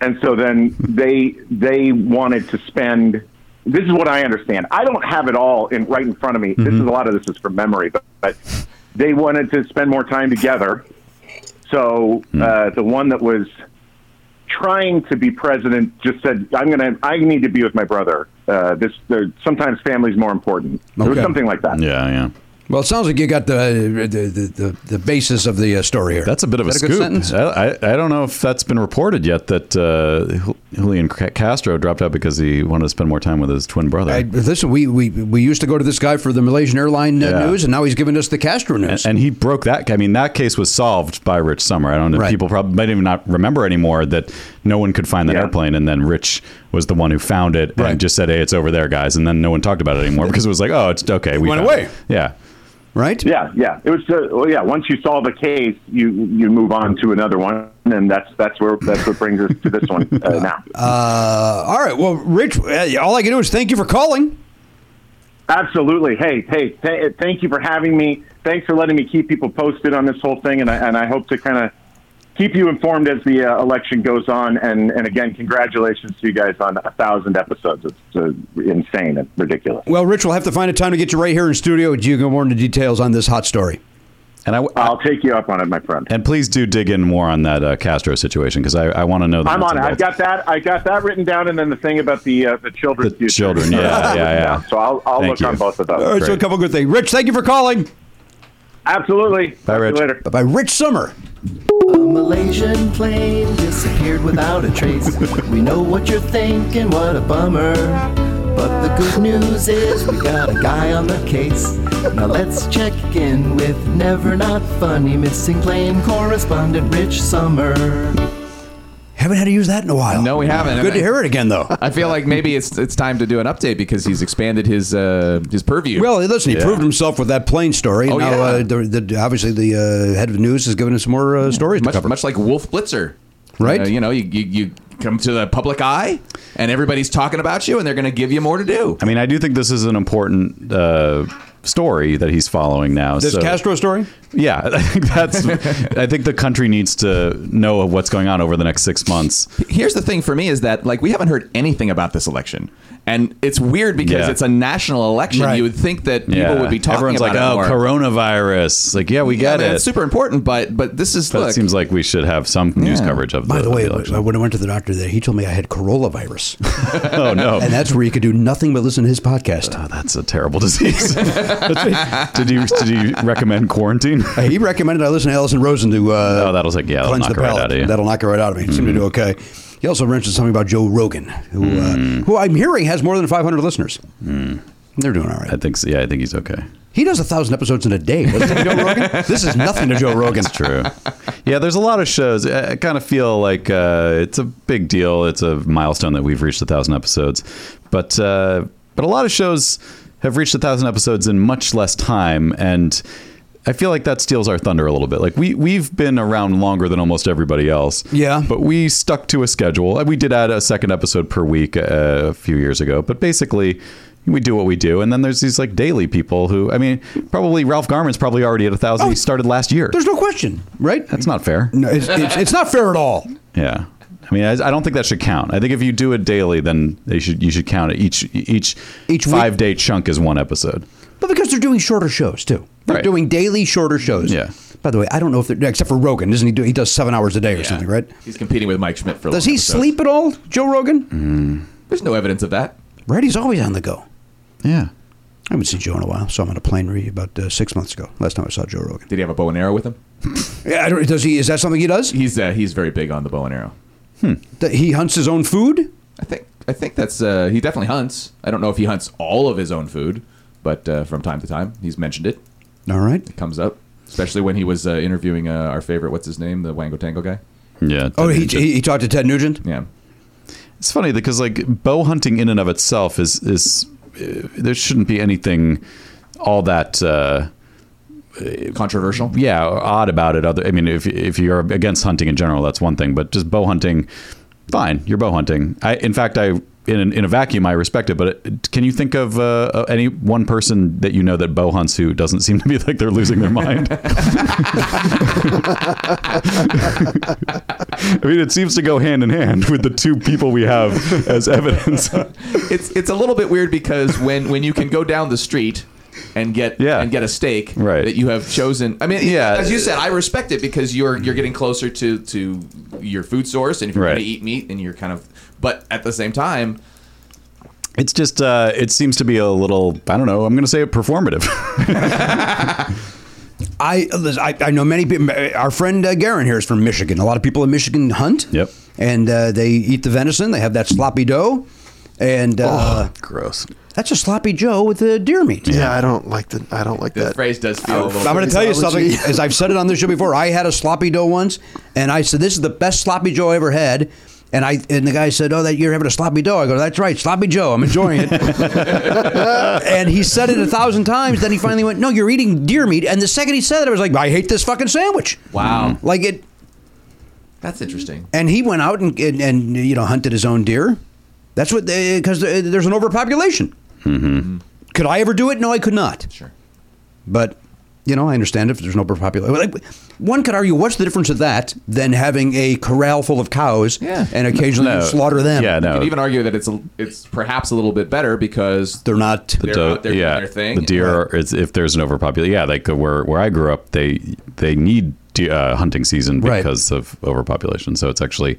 Speaker 9: and so then they they wanted to spend. This is what I understand. I don't have it all in right in front of me. This is a lot of this is from memory, but, but they wanted to spend more time together. So uh, the one that was trying to be president just said, "I'm gonna. I need to be with my brother. Uh, this there, sometimes family's more important." It was
Speaker 2: Okay.
Speaker 9: something like that.
Speaker 3: Yeah, yeah.
Speaker 2: Well, it sounds like you got the the, the, the, the basis of the uh, story here.
Speaker 3: That's a bit of a
Speaker 2: Is that
Speaker 3: scoop.
Speaker 2: good sentence?
Speaker 3: I, I I don't know if that's been reported yet that uh, Jul- Julian Ca- Castro dropped out because he wanted to spend more time with his twin brother.
Speaker 2: I, listen, we, we we used to go to this guy for the Malaysian airline uh,
Speaker 3: Yeah.
Speaker 2: news, and now he's giving us the Castro news.
Speaker 3: and he broke that. I mean, that case was solved by Rich Summer. I don't know.
Speaker 2: Right.
Speaker 3: People probably might even not remember anymore that no one could find that
Speaker 9: Yeah.
Speaker 3: airplane, and then Rich was the one who found it
Speaker 2: Right.
Speaker 3: and just said, "Hey, it's over there, guys." And then no one talked about it
Speaker 2: [LAUGHS]
Speaker 3: anymore because it was like, "Oh, it's okay." we
Speaker 2: went
Speaker 3: found
Speaker 2: away.
Speaker 3: it." Yeah.
Speaker 2: right?
Speaker 9: Yeah, yeah. It was uh, well, yeah. Once you solve a case, you you move on to another one, and that's that's where that's what brings us to this one
Speaker 3: [LAUGHS]
Speaker 9: uh, now.
Speaker 2: Uh, all right. Well, Rich, uh, all I can do is thank you for calling.
Speaker 9: Absolutely. Hey, hey. Th- thank you for having me. Thanks for letting me keep people posted on this whole thing, and I and I hope to kind of keep you informed as the uh, election goes on. And and again, congratulations to you guys on a thousand episodes. It's uh, insane and ridiculous.
Speaker 2: Well, Rich, we'll have to find a time to get you right here in studio. and You can go more into details on this hot story.
Speaker 3: And I,
Speaker 9: I'll take you up on it, my friend.
Speaker 3: and please do dig in more on that uh, Castro situation because I, I want to know. the
Speaker 9: I'm
Speaker 3: nuts
Speaker 9: on it.
Speaker 3: and
Speaker 9: I've got
Speaker 3: bolts.
Speaker 9: that. I got that written down, and then the thing about the uh, the children's
Speaker 3: The
Speaker 9: future.
Speaker 3: children,
Speaker 9: [LAUGHS]
Speaker 3: yeah, yeah, yeah.
Speaker 9: So I'll I'll
Speaker 3: Thank
Speaker 9: look
Speaker 3: you.
Speaker 9: on both of those.
Speaker 2: All right, so a
Speaker 3: Great.
Speaker 2: couple good things. Rich, thank you for calling.
Speaker 9: Absolutely. Talk to you
Speaker 3: Rich.
Speaker 9: Later.
Speaker 2: Bye bye, Rich Summer.
Speaker 10: Malaysian plane disappeared without a trace. We know what you're thinking, what a bummer. But the good news is we got a guy on the case. Now let's check in with never not funny missing plane correspondent Rich Summer.
Speaker 2: Haven't had to use that in a while.
Speaker 4: No, we haven't.
Speaker 2: Good to hear it again, though.
Speaker 4: I feel like maybe it's it's time to do an update because he's expanded his uh, his purview.
Speaker 2: Well, listen, he proved himself with that plane story.
Speaker 4: Oh,
Speaker 2: now,
Speaker 4: yeah.
Speaker 2: uh, the, the, obviously, the uh, head of news has given us more uh, stories to
Speaker 4: much
Speaker 2: cover.
Speaker 4: much like Wolf Blitzer,
Speaker 2: Right.
Speaker 4: Uh, you know, you, you you come to the public eye, and everybody's talking about you, and they're going to give you more to do.
Speaker 3: I mean, I do think this is an important uh, story that he's following now.
Speaker 2: This
Speaker 3: so-
Speaker 2: Castro story?
Speaker 3: Yeah, [LAUGHS] I think that's. I think the country needs to know of what's going on over the next six months.
Speaker 4: Here's the thing for me is that like we haven't heard anything about this election, and it's weird because
Speaker 3: Yeah.
Speaker 4: it's a national election.
Speaker 2: Right.
Speaker 4: You would think that people
Speaker 3: yeah,
Speaker 4: would be talking
Speaker 3: Everyone's
Speaker 4: about
Speaker 3: like,
Speaker 4: it
Speaker 3: "Oh,
Speaker 4: more.
Speaker 3: coronavirus!" Like, yeah, we
Speaker 4: Yeah,
Speaker 3: get
Speaker 4: man,
Speaker 3: it.
Speaker 4: It's super important, but but this is
Speaker 3: but
Speaker 4: look,
Speaker 3: it seems like we should have some news
Speaker 4: Yeah.
Speaker 3: coverage of.
Speaker 2: By the way,
Speaker 3: election.
Speaker 2: when I went to the doctor there, he told me I had coronavirus.
Speaker 3: [LAUGHS] oh no,
Speaker 2: and that's where you could do nothing but listen to his podcast.
Speaker 3: Oh, that's a
Speaker 11: [LAUGHS]
Speaker 3: terrible [LAUGHS] disease. That's- did you did you recommend quarantine?
Speaker 2: Uh, he recommended I listen to Allison Rosen to uh,
Speaker 3: Oh, that'll take- yeah, that'll
Speaker 2: cleanse
Speaker 3: knock
Speaker 2: the
Speaker 3: it right
Speaker 2: palate.
Speaker 3: out of you. Mm.
Speaker 2: That'll knock it right out of me. It Seemed to do okay. He also mentioned something about Joe Rogan, who
Speaker 3: Mm.
Speaker 2: uh, who I'm hearing has more than 500 listeners. They're doing all right.
Speaker 3: Hmm. I think so. yeah, I think he's okay.
Speaker 2: He does a thousand episodes in a day. doesn't he, Joe [LAUGHS] Rogan? This is nothing to
Speaker 3: [LAUGHS]
Speaker 2: Joe Rogan.
Speaker 3: It's true. Yeah, there's a lot of shows. I, I kind of feel like uh, it's a big deal. It's a milestone that we've reached a thousand episodes, but uh, but a lot of shows have reached a thousand episodes in much less time, and I feel like that steals our thunder a little bit. Like we we've been around longer than almost everybody else.
Speaker 2: Yeah.
Speaker 3: but we stuck to a schedule. We did add a second episode per week uh, a few years ago, but basically. We do what we do, and then there's these like daily people who, I mean, probably Ralph Garman's probably already at a thousand.
Speaker 2: Oh,
Speaker 3: he started last year.
Speaker 2: There's no question, right?
Speaker 3: That's not fair.
Speaker 2: No, it's, it's, it's not fair at all.
Speaker 3: Yeah. I mean, I, I don't think that should count. I think if you do it daily, then they should you should count it each each
Speaker 2: Each week?
Speaker 3: five day chunk is one episode.
Speaker 2: But because they're doing shorter shows too. They're
Speaker 3: Right.
Speaker 2: doing daily shorter shows.
Speaker 3: Yeah.
Speaker 2: By the way, I don't know if they're except for Rogan, doesn't he do? He does seven hours a day or something, right?
Speaker 4: he's competing with Mike Schmidt for.
Speaker 2: Does
Speaker 4: long
Speaker 2: he
Speaker 4: episodes.
Speaker 2: sleep at all, Joe Rogan? [LAUGHS]
Speaker 3: Mm.
Speaker 4: There's no evidence of that.
Speaker 2: Right, he's always on the go.
Speaker 3: Yeah.
Speaker 2: I haven't seen Joe in a while. Saw him on a plane re- about uh, six months ago. Last time I saw Joe Rogan.
Speaker 4: Did he have a bow and arrow with him?
Speaker 2: Yeah, I don't, does he? Is that something he does? He,
Speaker 4: He's uh, he's very big on the bow and arrow.
Speaker 3: Hmm.
Speaker 2: he hunts his own food.
Speaker 4: I think I think that's uh, he definitely hunts. I don't know if he hunts all of his own food, but uh, from time to time he's mentioned it.
Speaker 2: All right.
Speaker 4: It comes up, especially when he was uh, interviewing uh, our favorite what's his name, the Wango Tango guy.
Speaker 3: Yeah.
Speaker 2: Oh, he, he, he talked to Ted Nugent.
Speaker 4: Yeah,
Speaker 3: it's funny because like bow hunting in and of itself is is uh, there shouldn't be anything all that. Uh,
Speaker 4: Controversial.
Speaker 3: yeah, odd about it. Other, I mean, if if you're against hunting in general, that's one thing. But just bow hunting, fine. You're bow hunting. I, in fact, I in in a vacuum, I respect it. But it, can you think of uh, any one person that you know that bow hunts who doesn't seem to be like they're losing their mind? I mean, it seems to go hand in hand with the two people we have as evidence.
Speaker 4: It's it's a little bit weird because when when you can go down the street and get
Speaker 3: Yeah.
Speaker 4: and get a steak
Speaker 3: Right.
Speaker 4: that you have chosen. I mean, yeah,
Speaker 3: Yeah.
Speaker 4: as you said, I respect it because you're you're getting closer to to your food source, and if you're
Speaker 3: Right.
Speaker 4: going to eat meat, and you're kind of. But at the same time,
Speaker 3: [LAUGHS] It's just uh, it seems to be a little I don't know I'm going to say performative.
Speaker 2: I, listen, I I know many people. Our friend uh, Garen here is from Michigan. A lot of people in Michigan hunt.
Speaker 3: Yep.
Speaker 2: And uh, they eat the venison. They have that sloppy dough, and uh,
Speaker 3: Gross.
Speaker 2: that's a sloppy Joe with the deer meat.
Speaker 5: Yeah, I don't like the. I don't like
Speaker 4: the
Speaker 5: that.
Speaker 4: phrase does feel a little.
Speaker 2: Uh, I'm going
Speaker 5: His
Speaker 2: to tell you something.
Speaker 5: allergy.
Speaker 2: As I've said it on this show before, I had a sloppy Joe once, and I said this is the best sloppy Joe I ever had. And I and the guy said, "Oh, that you're having a sloppy Joe." I go, "That's right, sloppy Joe. I'm enjoying it." and he said it a thousand times. Then he finally went, "No, you're eating deer meat." And the second he said it, I was like, "I hate this fucking sandwich."
Speaker 4: wow,
Speaker 2: Like it.
Speaker 4: that's interesting.
Speaker 2: and he went out and, and, and you know hunted his own deer. That's what because there's an overpopulation. Mm-hmm. Could I ever do it? No, I could not.
Speaker 4: Sure.
Speaker 2: But you know, I understand if there's an overpopulation. Like, one could argue, what's the difference of that than having a corral full of cows
Speaker 4: Yeah.
Speaker 2: and occasionally you slaughter them?
Speaker 3: Yeah,
Speaker 4: You
Speaker 3: no.
Speaker 4: could even argue that it's a, it's perhaps a little bit better because
Speaker 2: they're not.
Speaker 4: [LAUGHS] they're
Speaker 3: So,
Speaker 4: out there doing their thing.
Speaker 3: The deer, are, is, if there's an overpopulation, yeah, like uh, where where I grew up, they they need de- uh, hunting season
Speaker 2: Right.
Speaker 3: because of overpopulation. So it's actually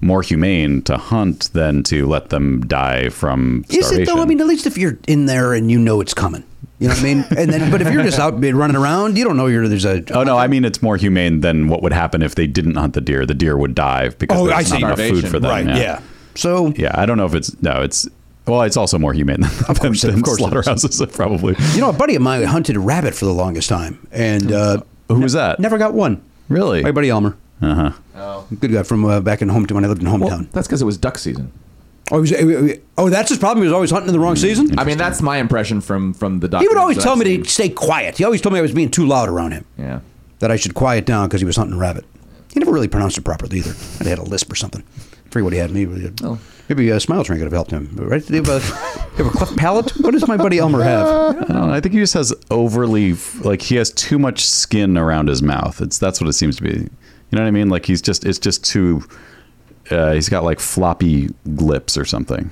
Speaker 3: more humane to hunt than to let them die from
Speaker 2: Is
Speaker 3: starvation.
Speaker 2: it though? I mean, at least if you're in there and you know it's coming, you know what I mean. And then, but if you're just out running around, you don't know you're there's a.
Speaker 3: [LAUGHS] Oh no! I mean, it's more humane than what would happen if they didn't hunt the deer. The deer would die because
Speaker 2: Oh,
Speaker 3: there's
Speaker 2: I
Speaker 3: not
Speaker 2: see.
Speaker 3: enough food
Speaker 4: Starvation.
Speaker 3: for them.
Speaker 2: right.
Speaker 3: yeah.
Speaker 2: Yeah. So
Speaker 3: Yeah, I don't know if it's no. It's well, it's also more humane [LAUGHS] than, than,
Speaker 2: course it- of
Speaker 3: than
Speaker 2: course it is.
Speaker 3: slaughterhouses probably.
Speaker 2: you know, a buddy of mine hunted a rabbit for the longest time, and uh,
Speaker 3: Who was that?
Speaker 2: Never got one.
Speaker 3: Really?
Speaker 2: My buddy Elmer.
Speaker 3: Uh huh.
Speaker 2: Good guy from uh, back in home when I lived in
Speaker 4: Oh. Well,
Speaker 2: hometown.
Speaker 4: that's because it was duck season.
Speaker 2: oh, he was, oh, that's his problem. He was always hunting in the wrong season.
Speaker 4: I mean, that's my impression from from the doc.
Speaker 2: he would always tell me to stay quiet. He always told me I was
Speaker 4: [LAUGHS]
Speaker 2: being too loud around him.
Speaker 4: Yeah.
Speaker 2: That I should quiet down because he was hunting a rabbit. He never really pronounced it properly either. And he had a lisp or something. I forget what he had. Maybe, uh,
Speaker 4: Oh.
Speaker 2: maybe a smile train could have helped him. Right? Did he have a, he have a cleft palate? What does my buddy Elmer have?
Speaker 3: I don't know. I think he just has overly like he has too much skin around his mouth. It's that's what it seems to be. You know what I mean? Like he's just it's just too. Uh, he's got like floppy lips or something.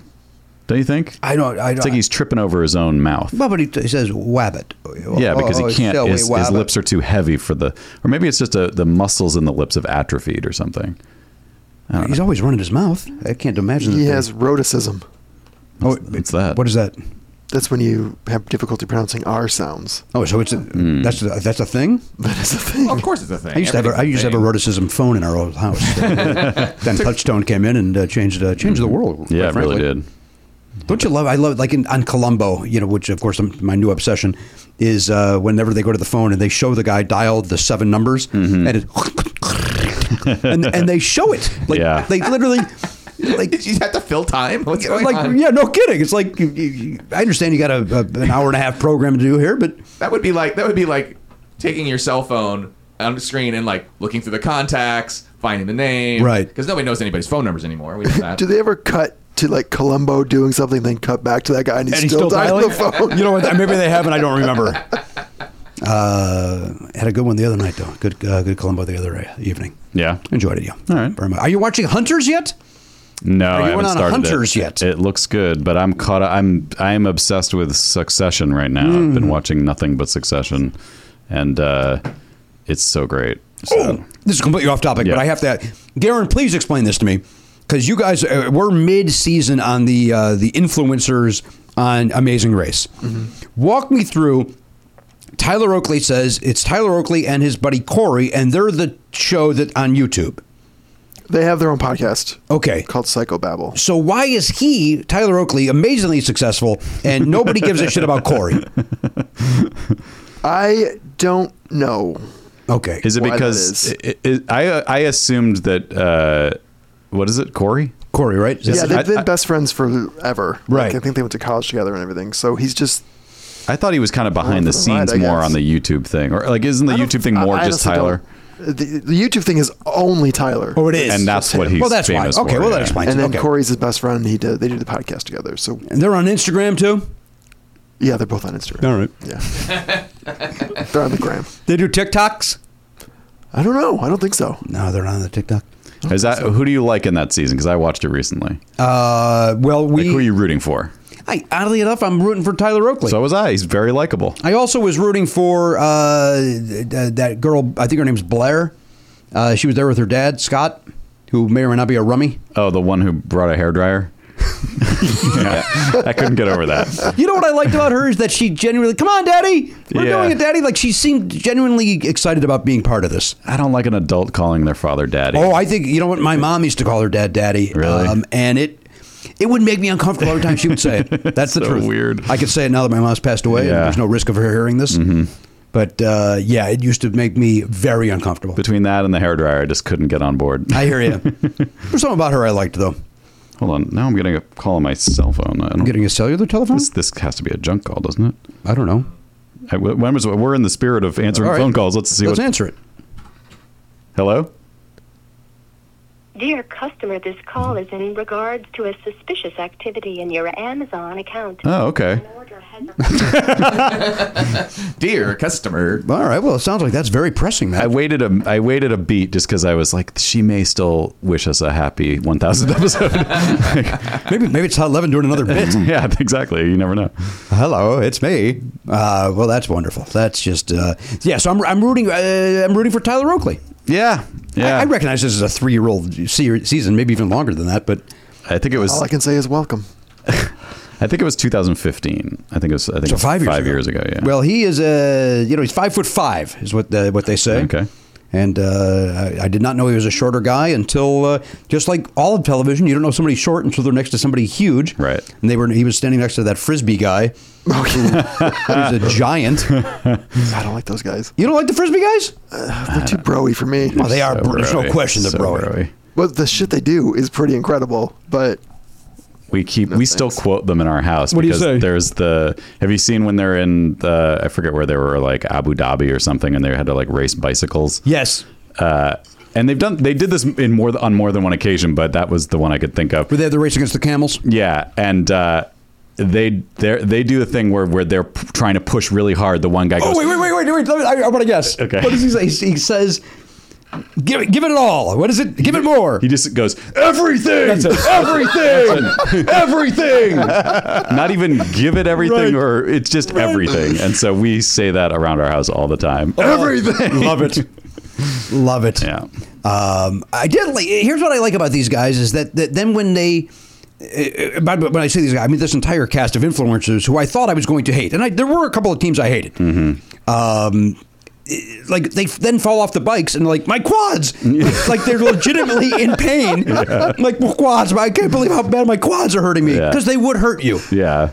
Speaker 3: Don't you think?
Speaker 2: I don't. I don't.
Speaker 3: It's like he's tripping over his own mouth.
Speaker 2: well, but he, he says wabbit.
Speaker 3: yeah, because
Speaker 2: Oh,
Speaker 3: he can't.
Speaker 2: silly
Speaker 3: His, his
Speaker 2: wabbit.
Speaker 3: lips are too heavy for the, or maybe it's just a, the muscles in the lips have atrophied or something.
Speaker 2: He's always running his mouth. I can't imagine. that
Speaker 5: He
Speaker 2: they-
Speaker 5: has rhoticism.
Speaker 2: Oh,
Speaker 3: What's that?
Speaker 2: What is that?
Speaker 5: That's when you have difficulty pronouncing R sounds.
Speaker 2: Oh, so it's a, that's a, that's a thing.
Speaker 5: That is the thing.
Speaker 4: of course, it's a thing.
Speaker 2: I used to have a, I used to have a rhoticism phone in our
Speaker 3: [LAUGHS]
Speaker 2: old house. then Touchstone came in and uh, changed uh, changed the world.
Speaker 3: Mm-hmm. Yeah, it
Speaker 2: quite
Speaker 3: really
Speaker 2: frankly.
Speaker 3: did.
Speaker 2: Don't you love? I love like in, on Columbo, you know, which of course um, my new obsession is uh, whenever they go to the phone and they show the guy dialed the seven numbers
Speaker 3: Mm-hmm.
Speaker 2: and it, [LAUGHS] and and they show it like
Speaker 3: Yeah.
Speaker 2: they literally like
Speaker 4: Did [LAUGHS] you have to fill time? What's going
Speaker 2: like
Speaker 4: on?
Speaker 2: yeah, no kidding. It's like you, you, you- I understand you got a, a, an hour and a half program to do here, but
Speaker 4: That would be like that would be like taking your cell phone on the screen and like looking through the contacts, finding the name,
Speaker 2: Right.
Speaker 4: Because nobody knows anybody's phone numbers anymore.
Speaker 2: [LAUGHS]
Speaker 4: We know that.
Speaker 5: Do they ever cut to like Columbo doing something, then cut back to that guy and he's,
Speaker 2: and he's
Speaker 5: still,
Speaker 2: still
Speaker 5: dialing
Speaker 2: dialing
Speaker 4: [LAUGHS]
Speaker 5: the
Speaker 2: [LAUGHS]
Speaker 5: phone?
Speaker 2: You know what? Maybe they have, and I don't remember. [LAUGHS] Uh, had a good one the other night, though. Good, uh, good Columbo the other evening.
Speaker 3: Yeah.
Speaker 2: Enjoyed it, yeah.
Speaker 3: All right.
Speaker 2: Very much. Are you watching Hunters yet?
Speaker 3: No,
Speaker 2: you
Speaker 3: I haven't
Speaker 2: on
Speaker 3: started
Speaker 2: Hunters
Speaker 3: it.
Speaker 2: yet?
Speaker 3: It looks good, but I'm caught. I'm I'm obsessed with Succession right now. I've
Speaker 2: Hmm.
Speaker 3: been watching nothing but Succession, and uh, it's so great. So
Speaker 2: Oh, this is completely off topic, but
Speaker 3: Yeah.
Speaker 2: I have to. Garen, please explain this to me, because you guys uh, we're mid-season on the uh, the influencers on Amazing Race.
Speaker 5: Mm-hmm.
Speaker 2: Walk me through. Tyler Oakley says it's Tyler Oakley and his buddy Corey, and they're the show that on YouTube.
Speaker 5: They have their own podcast
Speaker 2: Okay,
Speaker 5: called Psychobabble.
Speaker 2: So why is he Tyler Oakley amazingly successful and nobody gives a shit about Corey?
Speaker 5: [LAUGHS] I don't know.
Speaker 2: Okay,
Speaker 3: is it
Speaker 5: Why that
Speaker 3: because
Speaker 5: is.
Speaker 3: i i I I assumed that uh, what is it, Corey?
Speaker 2: Corey, right? Is that-
Speaker 5: yeah,
Speaker 3: I-
Speaker 5: they've been
Speaker 3: I-
Speaker 5: best friends forever. Like,
Speaker 2: Right.
Speaker 5: I think they went to college together and everything. So he's just
Speaker 3: I thought he was kind of behind the
Speaker 5: that's right,
Speaker 3: scenes
Speaker 5: I
Speaker 3: more
Speaker 5: guess.
Speaker 3: on the YouTube thing, or like isn't the
Speaker 5: I don't-
Speaker 3: YouTube thing
Speaker 5: I-
Speaker 3: more
Speaker 5: I
Speaker 3: just
Speaker 5: honestly
Speaker 3: Tyler?
Speaker 5: don't- The, the YouTube thing is only Tyler.
Speaker 2: Oh, it is.
Speaker 3: And that's what he's
Speaker 2: well, that's
Speaker 3: famous
Speaker 2: fine. Okay,
Speaker 3: for,
Speaker 2: well,
Speaker 3: yeah.
Speaker 2: that explains
Speaker 5: and
Speaker 2: it.
Speaker 5: then
Speaker 2: okay.
Speaker 5: Corey's his best friend. He did. They did the podcast together. So
Speaker 2: And they're on Instagram too.
Speaker 5: yeah, they're both on Instagram.
Speaker 2: All right.
Speaker 5: Yeah, they're on the gram.
Speaker 2: They do TikToks.
Speaker 5: I don't know. I don't think so.
Speaker 2: No, they're not on the TikTok.
Speaker 3: Is that who do you like in that season? Because I watched it recently.
Speaker 2: Uh, well,
Speaker 3: Like,
Speaker 2: we.
Speaker 3: who are you rooting for?
Speaker 2: I, oddly enough, I'm rooting for Tyler Oakley.
Speaker 3: So was I. He's very likable.
Speaker 2: I also was rooting for uh, th- th- that girl. I think her name's Blair. Uh, she was there with her dad, Scott, who may or may not be a rummy.
Speaker 3: Oh, the one who brought a
Speaker 2: [LAUGHS]
Speaker 3: hairdryer. [LAUGHS] yeah, I couldn't get over that.
Speaker 2: You know what I liked about her is that she genuinely, come on, Daddy, we're
Speaker 3: Yeah.
Speaker 2: doing it, Daddy. Like she seemed genuinely excited about being part of this.
Speaker 3: I don't like an adult calling their father daddy.
Speaker 2: Oh, I think you know what my mom used to call her dad, Daddy. Um,
Speaker 3: Really?
Speaker 2: and it it would make me uncomfortable every time she would say
Speaker 3: [LAUGHS]
Speaker 2: it. That's the
Speaker 3: So
Speaker 2: truth.
Speaker 3: weird.
Speaker 2: I could say it now that my mom's passed away.
Speaker 3: Yeah. Mm-hmm.
Speaker 2: and There's no risk of her hearing this. But uh, yeah, it used to make me very uncomfortable.
Speaker 3: Between that and the hairdryer, I just couldn't get on board.
Speaker 2: I
Speaker 3: [LAUGHS]
Speaker 2: hear you. There's something about her I liked though.
Speaker 3: Hold on. Now I'm getting a call on my cell phone. I don't,
Speaker 2: Getting a cellular telephone?
Speaker 3: this, this has to be a junk call, doesn't it?
Speaker 2: I don't know.
Speaker 3: I, when was, we're in the spirit of answering
Speaker 2: All right.
Speaker 3: phone calls. Let's see
Speaker 2: Let's
Speaker 3: what.
Speaker 2: answer it.
Speaker 3: Hello?
Speaker 12: Dear customer, this call is in regards to a suspicious activity in your Amazon account.
Speaker 3: Oh, [LAUGHS] okay.
Speaker 12: An order has
Speaker 4: Dear customer,
Speaker 2: All right. Well, it sounds like that's very pressing.
Speaker 3: I
Speaker 2: That
Speaker 3: waited a I waited a beat just because I was like, she may still wish us a happy
Speaker 2: [LAUGHS]
Speaker 3: 1000th episode.
Speaker 2: maybe maybe it's hot eleven doing another bit.
Speaker 3: [LAUGHS] yeah, exactly. You never know.
Speaker 2: Hello, it's me. Uh, well, that's wonderful. That's just uh, yeah. So I'm, I'm rooting uh, I'm rooting for Tyler Oakley.
Speaker 3: Yeah, yeah.
Speaker 2: I, I recognize this is a three year old season, maybe even longer than that. But
Speaker 3: I think it was.
Speaker 5: All I can say is welcome.
Speaker 3: I think it was 2015. I think it was. I think
Speaker 2: so
Speaker 3: it was
Speaker 2: five years
Speaker 3: five
Speaker 2: ago.
Speaker 3: years ago. Yeah.
Speaker 2: Well, he is uh, you know he's five foot five is what the, what they say.
Speaker 3: Okay.
Speaker 2: And uh, I, I did not know he was a shorter guy until uh, just like all of television, you don't know somebody short until they're next to somebody huge.
Speaker 3: Right.
Speaker 2: And they were he was standing next to that frisbee guy, who's a
Speaker 5: [LAUGHS]
Speaker 2: giant.
Speaker 5: I don't like those guys.
Speaker 2: You don't like the frisbee guys?
Speaker 5: Uh, They're too broy for me.
Speaker 2: Oh, they are. bro- there's no
Speaker 3: broy.
Speaker 2: question they're
Speaker 3: So
Speaker 2: broy.
Speaker 3: broy.
Speaker 5: But the shit they do is pretty incredible. But
Speaker 3: We keep we still quote them in our house
Speaker 2: What do you
Speaker 3: because
Speaker 2: say?
Speaker 3: there's the have you seen when they're in the I forget where they were like Abu Dhabi or something and they had to like race bicycles.
Speaker 2: Yes.
Speaker 3: Uh, and they've done they did this in more th- on more than one occasion, but that was the one I could think of.
Speaker 2: Were they at the race against the camels?
Speaker 3: Yeah, and uh, they they they do the thing where where they're p- trying to push really hard. The one guy goes,
Speaker 2: Oh wait, wait, wait, wait, wait! Let me, I, I want to guess.
Speaker 3: Okay.
Speaker 2: What does he say? He, he says, "Give it, give it all." What is it? Give it more.
Speaker 3: He just goes, everything, everything, everything. Not even give it everything, or it's just everything. And so we say that around our house all the time. everything.
Speaker 2: Love it. [LAUGHS] Love it.
Speaker 3: Yeah.
Speaker 2: Um, I did like. Here's what I like about these guys is that, that then when they, uh, by, but when I say these guys, I mean this entire cast of influencers who I thought I was going to hate, and I, there were a couple of teams I hated. Um, eh, like they f- then fall off the bikes and like my quads, like they're legitimately in pain. Like my quads, I can't believe how bad my quads are hurting me
Speaker 3: Yeah.
Speaker 2: because they would hurt you.
Speaker 3: Yeah.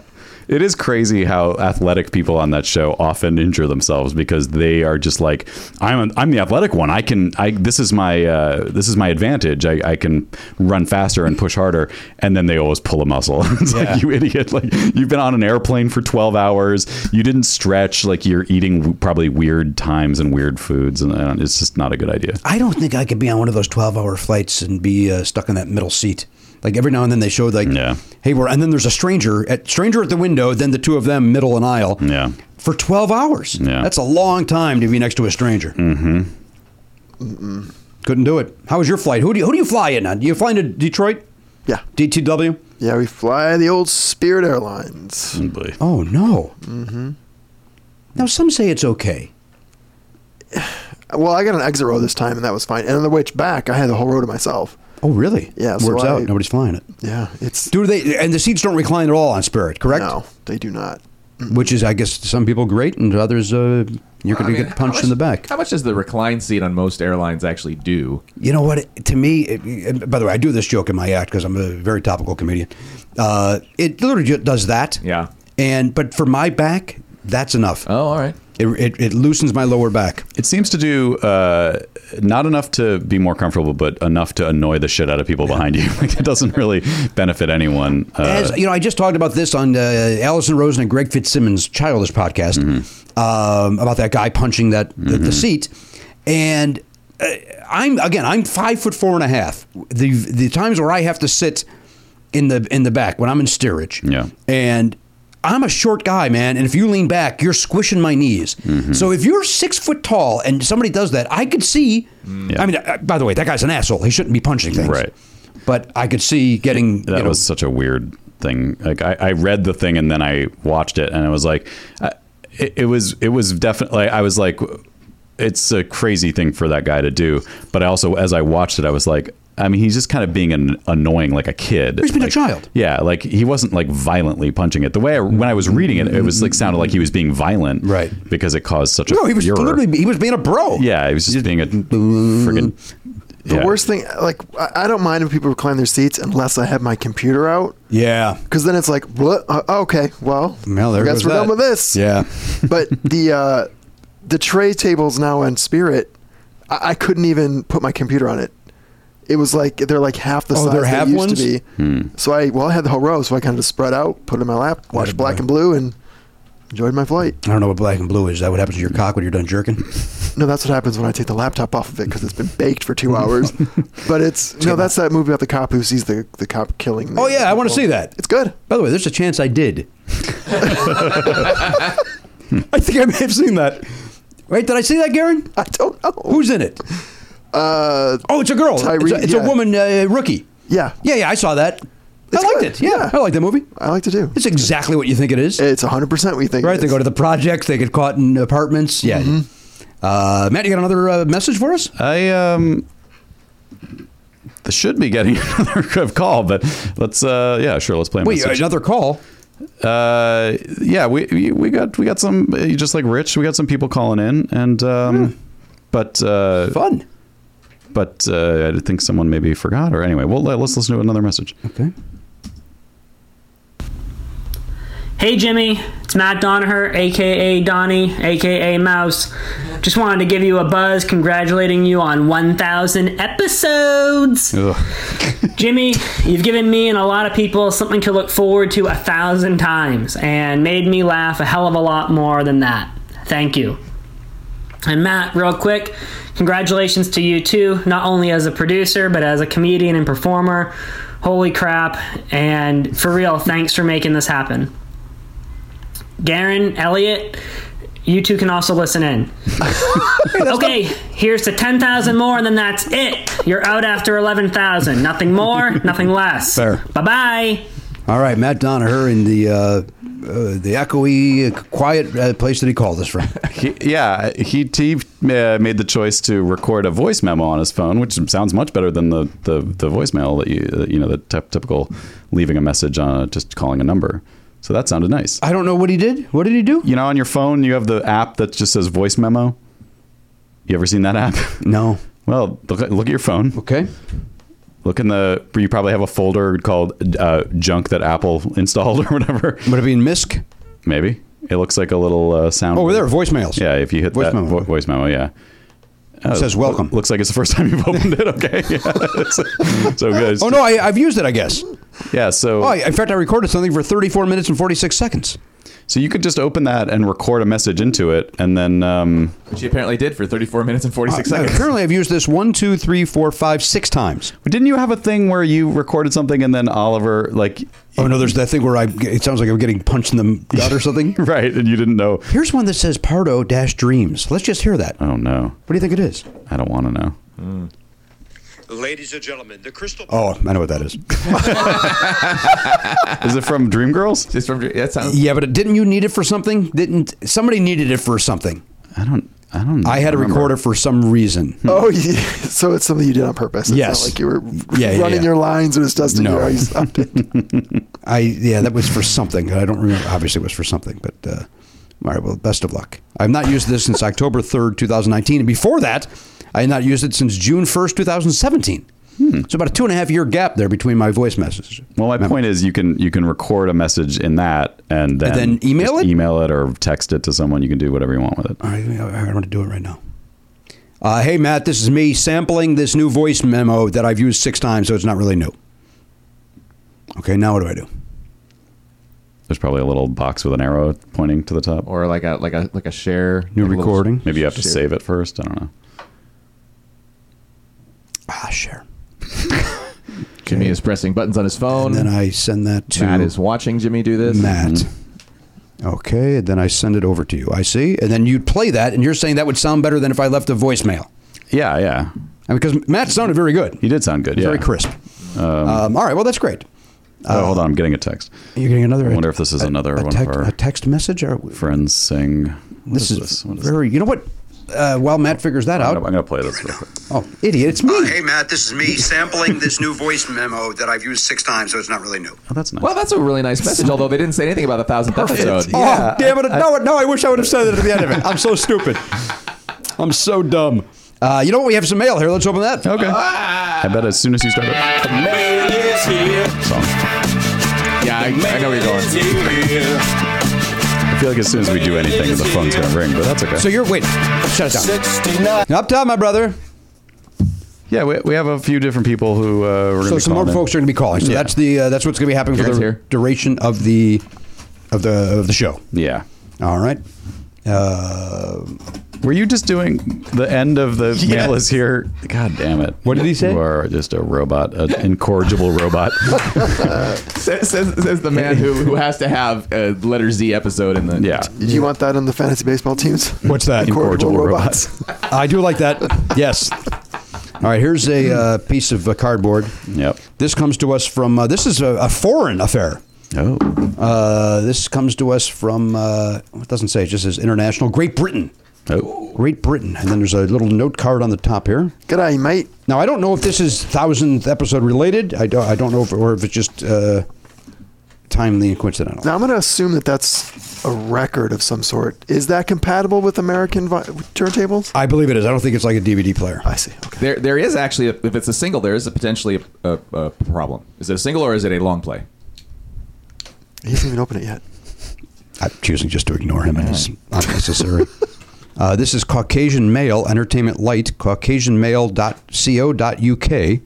Speaker 3: It is crazy how athletic people on that show often injure themselves because they are just like I'm I'm the athletic one. I can I this is my uh, this is my advantage. I, I can run faster and push harder and then they always pull a muscle. [LAUGHS] it's like you idiot like you've been on an airplane for 12 hours. You didn't stretch like you're eating w- probably weird times and weird foods and, and it's just not a good idea.
Speaker 2: I don't think I could be on one of those 12 hour flights and be uh, stuck in that middle seat. Like every now and then they show like,
Speaker 3: Yeah.
Speaker 2: hey, we're, and then there's a stranger at stranger at the window, then the two of them middle and aisle.
Speaker 3: Yeah.
Speaker 2: For 12 hours.
Speaker 3: Yeah.
Speaker 2: That's a long time to be next to a stranger. Mm-hmm. Couldn't do it. How was your flight? Who do you, who do you fly in on? Do you fly into Detroit?
Speaker 5: yeah,
Speaker 2: DTW?
Speaker 5: yeah, we fly the old Spirit Airlines.
Speaker 3: Mm,
Speaker 2: Oh, no. Mm-hmm. Now, some say it's okay.
Speaker 5: Well, I got an exit row this time, and that was fine. And on the way back, I had the whole row to myself.
Speaker 2: Oh, really?
Speaker 5: Yeah,
Speaker 2: Works
Speaker 5: so I-
Speaker 2: out. Nobody's flying it.
Speaker 5: Yeah, it's
Speaker 2: Do they? And the seats don't recline at all on Spirit, correct?
Speaker 5: no, they do not.
Speaker 2: which is, I guess, to some people great, and to others, uh, you're going
Speaker 4: I mean,
Speaker 2: to get
Speaker 4: how
Speaker 2: punched
Speaker 4: much-
Speaker 2: in the back.
Speaker 4: How much does the recline seat on most airlines actually do?
Speaker 2: You know what? It- To me, it, and by the way, I do this joke in my act because I'm a very topical comedian. Uh, it literally just does that.
Speaker 4: Yeah.
Speaker 2: And but for my back, that's enough.
Speaker 4: Oh, all right.
Speaker 2: It, it, it loosens my lower back.
Speaker 3: It seems to do uh, not enough to be more comfortable, but enough to annoy the shit out of people behind you. [LAUGHS] Like it doesn't really benefit anyone. Uh,
Speaker 2: As, you know, I just talked about this on uh, Allison Rosen and Greg Fitzsimmons' Childish podcast
Speaker 3: Mm-hmm.
Speaker 2: um, about that guy punching that the, the seat, and uh, I'm again I'm five foot four and a half. The the times where I have to sit in the in the back when I'm in steerage,
Speaker 3: Yeah.
Speaker 2: and. I'm a short guy, man, and if you lean back, you're squishing my knees.
Speaker 3: Mm-hmm.
Speaker 2: So if you're six foot tall and somebody does that, I could see. I mean, uh, by the way, that guy's an asshole. He shouldn't be punching things.
Speaker 3: Mm. Right.
Speaker 2: But I could see getting.
Speaker 3: that
Speaker 2: you know,
Speaker 3: was such a weird thing. Like I, I read the thing and then I watched it and I was like, I, it, it was it was definitely I was like, it's a crazy thing for that guy to do. But I also as I watched it, I was like. I mean, he's just kind of being an annoying, like a kid.
Speaker 2: He's been a
Speaker 3: Like-
Speaker 2: child.
Speaker 3: Yeah, like he wasn't like violently punching it. The way I, when I was reading it, it was like sounded like he was being violent,
Speaker 2: Right.
Speaker 3: Because it caused such a
Speaker 2: No, he was
Speaker 3: furor.
Speaker 2: literally he was being a bro.
Speaker 3: Yeah, he was just being a friggin'
Speaker 5: The worst thing, like, I I don't mind if people recline their seats unless I have my computer out.
Speaker 2: yeah.
Speaker 5: Because then it's like, what? Uh, okay, well,
Speaker 2: Well, there
Speaker 5: I guess
Speaker 2: goes
Speaker 5: we're
Speaker 2: that.
Speaker 5: done with this.
Speaker 2: Yeah.
Speaker 5: but the uh, the tray tables now in Spirit, I-, I couldn't even put my computer on it. It was like they're like half the
Speaker 2: Oh,
Speaker 5: size
Speaker 2: there
Speaker 5: they
Speaker 2: have
Speaker 5: used
Speaker 2: ones?
Speaker 5: to be.
Speaker 2: Hmm.
Speaker 5: So I well, I had the whole row, so I kind of just spread out, put it in my lap, watched Black and Blue, and enjoyed my flight.
Speaker 2: I don't know what black and blue is. Is that what happens to your cock when you're done jerking?
Speaker 5: [LAUGHS] No, that's what happens when I take the laptop off of it because it's been baked for
Speaker 2: [LAUGHS]
Speaker 5: two hours. but it's no, that's that movie about the cop who sees the the cop killing. The
Speaker 2: Oh yeah, I want to
Speaker 5: people.
Speaker 2: see that.
Speaker 5: It's good.
Speaker 2: By the way, there's a chance I did. I think I may have seen that. Wait, did I see that, Garen?
Speaker 5: I don't know.
Speaker 2: Who's in it?
Speaker 5: Uh,
Speaker 2: Oh, it's a girl.
Speaker 5: Tyree-
Speaker 2: it's a, it's
Speaker 5: yeah.
Speaker 2: a woman uh, rookie.
Speaker 5: yeah,
Speaker 2: Yeah, yeah, I saw that.
Speaker 5: It's
Speaker 2: I liked
Speaker 5: good,
Speaker 2: it. Yeah,
Speaker 5: yeah.
Speaker 2: I like that movie.
Speaker 5: I like to do.
Speaker 2: It's exactly what you think it is.
Speaker 5: It's hundred percent what you think.
Speaker 2: right?
Speaker 5: it
Speaker 2: They
Speaker 5: is. Mm-hmm.
Speaker 2: go to the projects. They get caught in apartments. Yeah. Uh, Matt, you got another uh, message for us?
Speaker 3: I um should be getting [LAUGHS] another call, but let's uh yeah, sure, let's play a
Speaker 2: Wait,
Speaker 3: message.
Speaker 2: another call.
Speaker 3: uh yeah, we we- we got we got some uh, just like Rich, we got some people calling in and um but uh
Speaker 2: Hmm. Fun.
Speaker 3: but uh I think someone maybe forgot or anyway, well let- let's listen to another message.
Speaker 2: Okay.
Speaker 11: Hey Jimmy, it's Matt Donaher, aka Donnie, aka Mouse. Just wanted to give you a buzz congratulating you on 1,000 episodes. Jimmy, you've given me and a lot of people something to look forward to a thousand times and made me laugh a hell of a lot more than that. Thank you. And Matt, real quick, congratulations to you too, not only as a producer, but as a comedian and performer. Holy crap. And for real, thanks for making this happen. Garen, Elliot, you two can also listen in. okay, here's to 10,000 more, and then that's it. You're out after 11,000. Nothing more, nothing less.
Speaker 2: Fair.
Speaker 11: Bye bye.
Speaker 2: All right, Matt Donaher in the uh, uh, the echoey, uh, quiet uh, place that he called us from.
Speaker 3: He, yeah, he, he uh, made the choice to record a voice memo on his phone, which sounds much better than the, the, the voicemail that you that, you know the typ- typical leaving a message on just calling a number. So that sounded nice.
Speaker 2: I don't know what he did. What did he do?
Speaker 3: You know, on your phone you have the app that just says voice memo. You ever seen that app?
Speaker 2: No.
Speaker 3: [LAUGHS] Well, look at, look at your phone.
Speaker 2: Okay.
Speaker 3: Look in the you probably have a folder called uh, junk that Apple [LAUGHS] installed or whatever.
Speaker 2: Would it be in MISC?
Speaker 3: Maybe it looks like a little uh, sound.
Speaker 2: Oh, there are voicemails.
Speaker 3: Yeah, if you hit
Speaker 2: Voice
Speaker 3: that
Speaker 2: memo.
Speaker 3: vo- voice memo, yeah. Oh,
Speaker 2: It says welcome.
Speaker 3: Looks like it's the first [LAUGHS] time you've opened it. Okay, [LAUGHS] yeah. so, so good.
Speaker 2: Oh no, I, I've used it. I guess.
Speaker 3: yeah. So
Speaker 2: Oh, I, in fact, I recorded something for 34 minutes and 46 seconds.
Speaker 3: so you could just open that and record a message into it, and then um,
Speaker 4: Which he apparently did for 34 minutes and 46
Speaker 2: Uh, [LAUGHS]
Speaker 4: seconds.
Speaker 2: Apparently, I've used this one, two, three, four, five, six times.
Speaker 3: didn't you have a thing where you recorded something and then Oliver like
Speaker 2: Oh no, there's that thing where I. It sounds like I'm getting punched in the gut or something.
Speaker 3: [LAUGHS] right and you didn't know?
Speaker 2: Here's one that says Pardo Dash Dreams. Let's just hear that. What
Speaker 3: Oh no,
Speaker 2: do you think it is? Mm.
Speaker 3: I don't want to know.
Speaker 1: [LAUGHS] Ladies and gentlemen, the
Speaker 2: [LAUGHS]
Speaker 1: crystal.
Speaker 2: Oh, I know what that is.
Speaker 3: [LAUGHS] Is it from Dreamgirls?
Speaker 4: Just from, that sounds.
Speaker 2: yeah, but it, didn't you need it for something? Didn't somebody needed it for something?
Speaker 3: I don't. I don't.
Speaker 2: I had a
Speaker 3: remember.
Speaker 2: recorder for some reason.
Speaker 5: Oh, [LAUGHS] yeah. so it's something you did on purpose. It's
Speaker 2: Hmm. Yes.
Speaker 5: not like you were
Speaker 2: Yeah, yeah,
Speaker 5: running
Speaker 2: yeah.
Speaker 5: your lines and it's dusting
Speaker 2: No.
Speaker 5: your eyes. out.
Speaker 2: [LAUGHS] I yeah, that was for something. I don't remember. Obviously, it was for something. But uh, all right, well, best of luck. I've not used this since October third, two thousand nineteen, and before that, I had not used it since June first, two thousand seventeen. So about a two and a half year gap there between my voice messages.
Speaker 3: Well, my point is, you can you can record a message in that, and then,
Speaker 2: then email
Speaker 3: just email it, or text it to someone. You can do whatever you want with it.
Speaker 2: All right, I'm going to do it right now. Uh, hey, Matt, this is me sampling this new voice memo that I've used six times, so it's not really new. Okay, now what do I do?
Speaker 3: There's probably a little box with an arrow pointing to the top,
Speaker 4: or like a like a like a share
Speaker 2: New
Speaker 4: like a little
Speaker 2: recording?
Speaker 3: Maybe you have to
Speaker 4: share.
Speaker 3: save it first. I don't know.
Speaker 2: Ah, share.
Speaker 4: Jimmy is pressing buttons on his phone.
Speaker 2: And then I send that to
Speaker 4: Matt is watching Jimmy do this.
Speaker 2: Matt.
Speaker 3: Mm-hmm.
Speaker 2: Okay, and then I send it over to you. I see. And then you'd play that, and you're saying that would sound better than if I left a voicemail.
Speaker 3: Yeah, yeah.
Speaker 2: I mean, because Matt sounded very good,
Speaker 3: You did sound good. Yeah.
Speaker 2: very crisp. Um, all right, well, that's great. Uh,
Speaker 3: Oh, hold on, I'm getting a text.
Speaker 2: You're getting another.
Speaker 3: I wonder if this is another
Speaker 2: a
Speaker 3: one
Speaker 2: text,
Speaker 3: of our
Speaker 2: a text message. Or,
Speaker 3: friends sing. What
Speaker 2: this is,
Speaker 3: this? What is
Speaker 2: very. You know what? Uh, while Matt figures that
Speaker 3: I'm
Speaker 2: out,
Speaker 3: gonna play this real quick.
Speaker 2: oh, idiot, it's me.
Speaker 13: Uh, Hey, Matt, this is me sampling this new voice memo that I've used six times, so it's not really new.
Speaker 3: Oh, that's nice.
Speaker 4: Well, that's a really nice message. Although they didn't say anything about the thousandth
Speaker 3: uh,
Speaker 4: episode.
Speaker 2: oh, damn it! No, no, I wish I would have said it at the end of it. I'm so stupid. I'm so dumb. Uh, you know what? We have some mail here. Let's open that. Ah.
Speaker 3: okay. I bet as soon as you start it,
Speaker 1: Mail is here.
Speaker 3: song.
Speaker 4: Yeah, I, I know where you're going.
Speaker 3: I feel like as soon as we do anything, the phone's gonna ring. But that's okay.
Speaker 2: So you're wait. Shut it down.
Speaker 1: 69.
Speaker 2: Up top, my brother.
Speaker 3: yeah, we, we have a few different people who uh, we're gonna
Speaker 2: So
Speaker 3: be
Speaker 2: some more
Speaker 3: calling in.
Speaker 2: folks are going to be calling. So
Speaker 3: Yeah.
Speaker 2: that's the uh, that's what's going to be happening for
Speaker 4: guys
Speaker 2: the
Speaker 4: here?
Speaker 2: duration of the of the of the show.
Speaker 3: Yeah.
Speaker 2: All right. Uh,
Speaker 3: Were you just doing the end of the mail is here? God damn it. What
Speaker 2: did he say?
Speaker 3: You are just a robot, an incorrigible
Speaker 2: [LAUGHS]
Speaker 3: robot.
Speaker 4: [LAUGHS] Says, says, says the man who, who has to have a letter Z episode in the
Speaker 3: Yeah.
Speaker 5: Do you want that on the fantasy baseball teams? [LAUGHS]
Speaker 2: what's that?
Speaker 3: Incorrigible robots.
Speaker 2: [LAUGHS] I do like that. Yes. All right. Here's a uh, piece of uh, cardboard.
Speaker 3: Yep.
Speaker 2: This comes to us from. Uh, this is a, a foreign affair.
Speaker 3: Oh.
Speaker 2: Uh, this comes to us from. Uh, it doesn't say. It just says international. Great Britain.
Speaker 3: Oh.
Speaker 2: Great Britain. And then there's a little note card on the top here.
Speaker 5: G'day, mate.
Speaker 2: Now I don't know if this is thousandth episode related. I don't. I don't know if or if it's just uh, timely and coincidental.
Speaker 5: Now I'm going to assume that that's a record of some sort. Is that compatible with American vi- turntables?
Speaker 2: I believe it is. I don't think it's like a DVD player.
Speaker 5: I see. [LAUGHS] Okay.
Speaker 4: There, there is actually, a, if it's a single, there is a potentially a, a, a problem. Is it a single or is it a long play?
Speaker 5: He hasn't even opened it yet.
Speaker 2: I'm choosing just to ignore him, and it's unnecessary. uh, this is Caucasian Mail Entertainment Light, CaucasianMail.co.uk.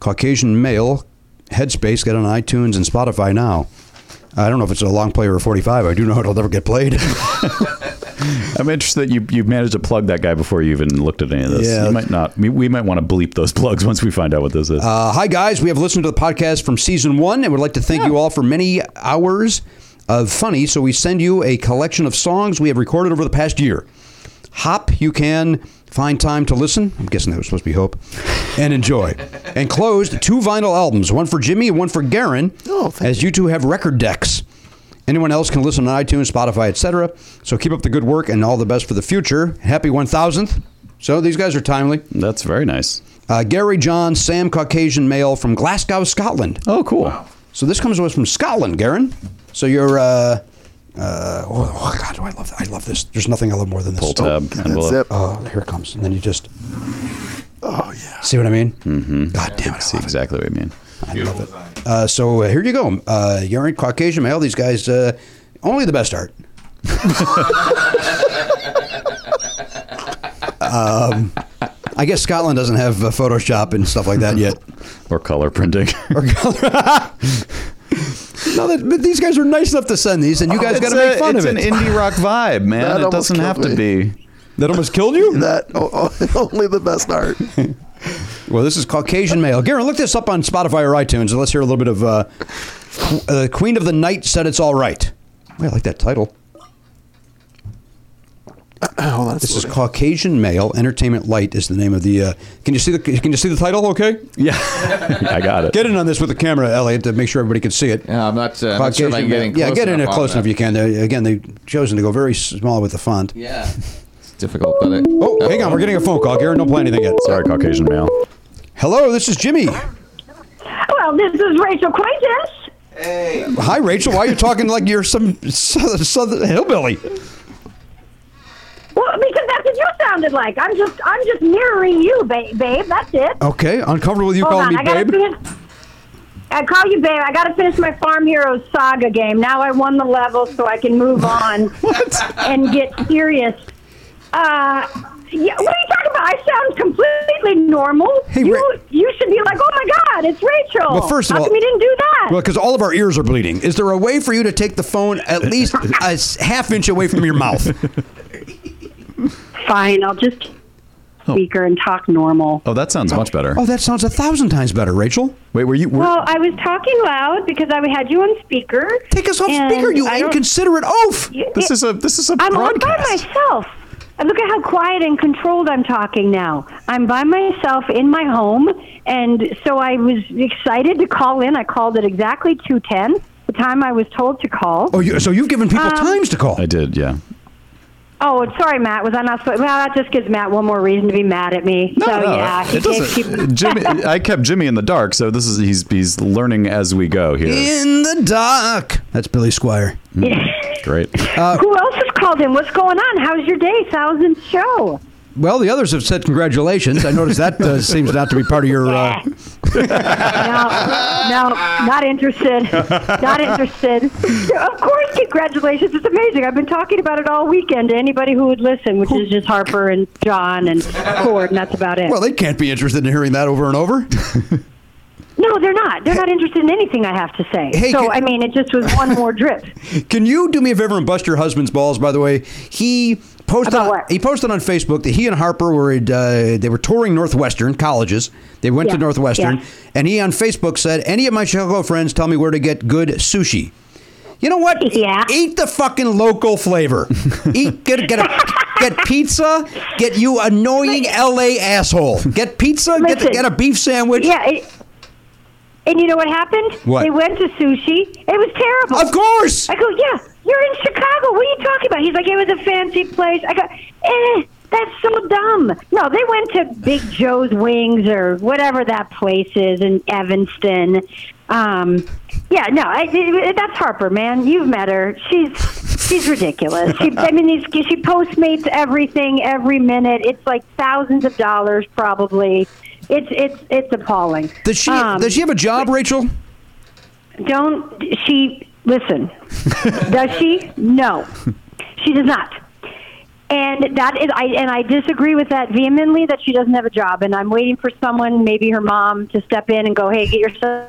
Speaker 2: Caucasian Mail Headspace get on iTunes and Spotify now. I don't know if it's a long play or a 45. I do know it'll never
Speaker 5: [LAUGHS]
Speaker 2: get played.
Speaker 3: I'm interested that you, you managed to plug that guy before you even looked at any of this.
Speaker 2: Yeah.
Speaker 3: You might not. We, we might want to bleep those plugs once we find out what this is.
Speaker 2: Uh, hi, guys. We have listened to the podcast from season one and would like to thank you all for many hours of funny. So we send you a collection of songs we have recorded over the past year. Hop, you can find time to listen. I'm guessing that was supposed to be hope. And
Speaker 5: [LAUGHS]
Speaker 2: enjoy. and closed two vinyl albums, one for Jimmy and one for Garen,
Speaker 5: Oh, thank
Speaker 2: as you two have record decks. Anyone else can listen on iTunes, Spotify, etc. So keep up the good work and all the best for the future. Happy 1000th. So these guys are timely.
Speaker 3: that's very nice.
Speaker 2: Uh, Gary John, Sam Caucasian male from Glasgow, Scotland.
Speaker 3: Oh, cool.
Speaker 2: So this comes to us from Scotland, Garen. So you're, uh, uh, oh, oh, God, do I love that. I love this. There's nothing I love more than this.
Speaker 3: Pull tab. envelope.
Speaker 5: Zip.
Speaker 2: Oh, here it comes. And then you just,
Speaker 5: Oh, yeah.
Speaker 2: see what I mean? Mm-hmm. God damn it. I
Speaker 3: See
Speaker 2: love it.
Speaker 3: exactly what you mean.
Speaker 2: Uh, so uh, here you go. Uh, Garen, Caucasian male. These guys, uh, only
Speaker 3: [LAUGHS]
Speaker 2: the best art. um, I guess Scotland doesn't have uh, Photoshop and stuff like that yet.
Speaker 3: [LAUGHS] Or color printing.
Speaker 2: [LAUGHS] or color. [LAUGHS] no, that, but these guys are nice enough to send these, and you guys got to make fun
Speaker 3: Oh, it's
Speaker 2: of it.
Speaker 3: an indie rock vibe,
Speaker 5: That
Speaker 3: man. It
Speaker 5: almost
Speaker 3: doesn't have
Speaker 5: killed
Speaker 3: to be.
Speaker 2: that almost killed you.
Speaker 5: That [LAUGHS] oh, oh, only the best art.
Speaker 2: [LAUGHS] Well, this is Caucasian male. Garen, look this up on Spotify or iTunes, and let's hear a little bit of uh, Qu- uh, "Queen of the Night" said it's all right. Well, I like that title.
Speaker 5: [CLEARS THROAT] Hold on.
Speaker 2: This is Caucasian male. Entertainment Light is the name of the. Uh, can you see the? Can you see the title? Okay, [LAUGHS]
Speaker 3: Yeah. I got it.
Speaker 2: get in on this with the camera, Elliot, to make sure everybody can see it.
Speaker 4: Yeah, I'm not, uh, I'm not sure if I can
Speaker 2: Caucasian
Speaker 4: get in
Speaker 2: male. yeah,
Speaker 4: close
Speaker 2: get in
Speaker 4: enough
Speaker 2: it
Speaker 4: on
Speaker 2: close
Speaker 4: that.
Speaker 2: enough you can. They, again, they've chosen to go very small with the font.
Speaker 4: Yeah. It's difficult, but I,
Speaker 2: Oh, hang on, we're getting a phone call. Garen, don't play anything yet.
Speaker 3: Sorry, Caucasian male.
Speaker 2: Hello, this is Jimmy.
Speaker 6: Well, this is Rachel Quaintance.
Speaker 2: Hi, Rachel. Why are you talking like you're some southern, southern hillbilly?
Speaker 6: Well, because that's what
Speaker 14: you sounded like. I'm just I'm just mirroring you, babe. babe. That's it.
Speaker 2: Okay, uncomfortable with you
Speaker 14: Hold
Speaker 2: calling
Speaker 14: on,
Speaker 2: me
Speaker 14: I gotta
Speaker 2: babe?
Speaker 14: Finish, I call you babe. I got to finish my Farm Heroes Saga game. Now I won the level, so I can move
Speaker 2: [LAUGHS]
Speaker 14: on and get serious. Uh, yeah, what are you talking about? I sound completely normal. you you should be like, oh my god, it's Rachel.
Speaker 2: Well, first of
Speaker 14: How
Speaker 2: all-
Speaker 14: come you didn't do that?
Speaker 2: Well, because all of our ears are bleeding. Is there a way for you to take the phone at least a s- half inch away from your mouth?
Speaker 14: Fine, I'll just speaker and talk normal.
Speaker 3: Oh, that sounds much better.
Speaker 2: Oh, that sounds a thousand times better, Rachel.
Speaker 3: Wait, were you?
Speaker 14: Well, I was talking loud because I had you on speaker.
Speaker 2: Take us off
Speaker 14: and
Speaker 2: speaker, you
Speaker 14: I don't-
Speaker 2: inconsiderate oaf.
Speaker 14: You-
Speaker 3: This is a- this is a
Speaker 14: I'm all by
Speaker 3: broadcast.
Speaker 14: myself. And look at how quiet and controlled I'm talking now. I'm by myself in my home, and so I was excited to call in. I called at exactly two ten, the time I was told to call.
Speaker 2: Oh, you, so you've given people
Speaker 14: Um,
Speaker 2: times to call.
Speaker 3: I did, yeah.
Speaker 14: Oh, sorry, Matt. Was I not supposed? Well, that just gives Matt one more reason to be mad at me. so yeah, he
Speaker 3: it
Speaker 14: gave [LAUGHS]
Speaker 3: doesn't. Jimmy, I kept Jimmy in the dark, so this is he's he's learning as we go here. Mm,
Speaker 2: In the dark. That's Billy Squire.
Speaker 3: Great.
Speaker 2: Uh,
Speaker 14: Who else has called in? What's going on? How's your day? Thousandth show.
Speaker 2: Well, the others have said congratulations. I noticed that uh, seems not to be part of your. Uh,
Speaker 14: No, no, not interested. Not interested. Of course, congratulations. It's amazing. I've been talking about it all weekend to anybody who would listen, which is just Harper and John and Ford, and that's about it.
Speaker 2: well, they can't be interested in hearing that over and over.
Speaker 14: no, they're not. They're not interested in anything I have to say.
Speaker 2: Hey,
Speaker 14: so,
Speaker 2: can-
Speaker 14: I mean, it just
Speaker 2: [LAUGHS]
Speaker 14: was one more drip.
Speaker 2: Can you do me a favor and bust your husband's balls? By the way, he posted on, he posted on Facebook that he and Harper were at, uh, they were touring Northwestern colleges. They went to
Speaker 14: Yeah,
Speaker 2: Northwestern,
Speaker 14: yeah.
Speaker 2: and he on Facebook said, "Any of my Chicago friends tell me where to get good sushi." You know what?
Speaker 14: Yeah.
Speaker 2: Eat the fucking
Speaker 14: [LAUGHS]
Speaker 2: local flavor. Eat get get a, get pizza. Get you annoying LA asshole. Get pizza. Get
Speaker 14: Listen.
Speaker 2: get a beef sandwich.
Speaker 14: Yeah. It, and you know what happened?
Speaker 2: What?
Speaker 14: They went to sushi. It was terrible.
Speaker 2: Of course.
Speaker 14: I go, yeah, you're in Chicago. What are you talking about? He's like, it was a fancy place. I go, eh, that's so dumb. No, they went to Big Joe's Wings or whatever that place is in Evanston. Um, yeah, no, I, I- that's Harper, man. You've met her. She's she's ridiculous. She, I mean, these, she postmates everything every minute. It's like thousands of dollars, probably. It's it's it's appalling.
Speaker 2: Does she
Speaker 14: Um,
Speaker 2: does she have a job, Rachel?
Speaker 14: don't she listen does she no she does not and that is i and i disagree with that vehemently that she doesn't have a job and i'm waiting for someone maybe her mom to step in and go hey get yourself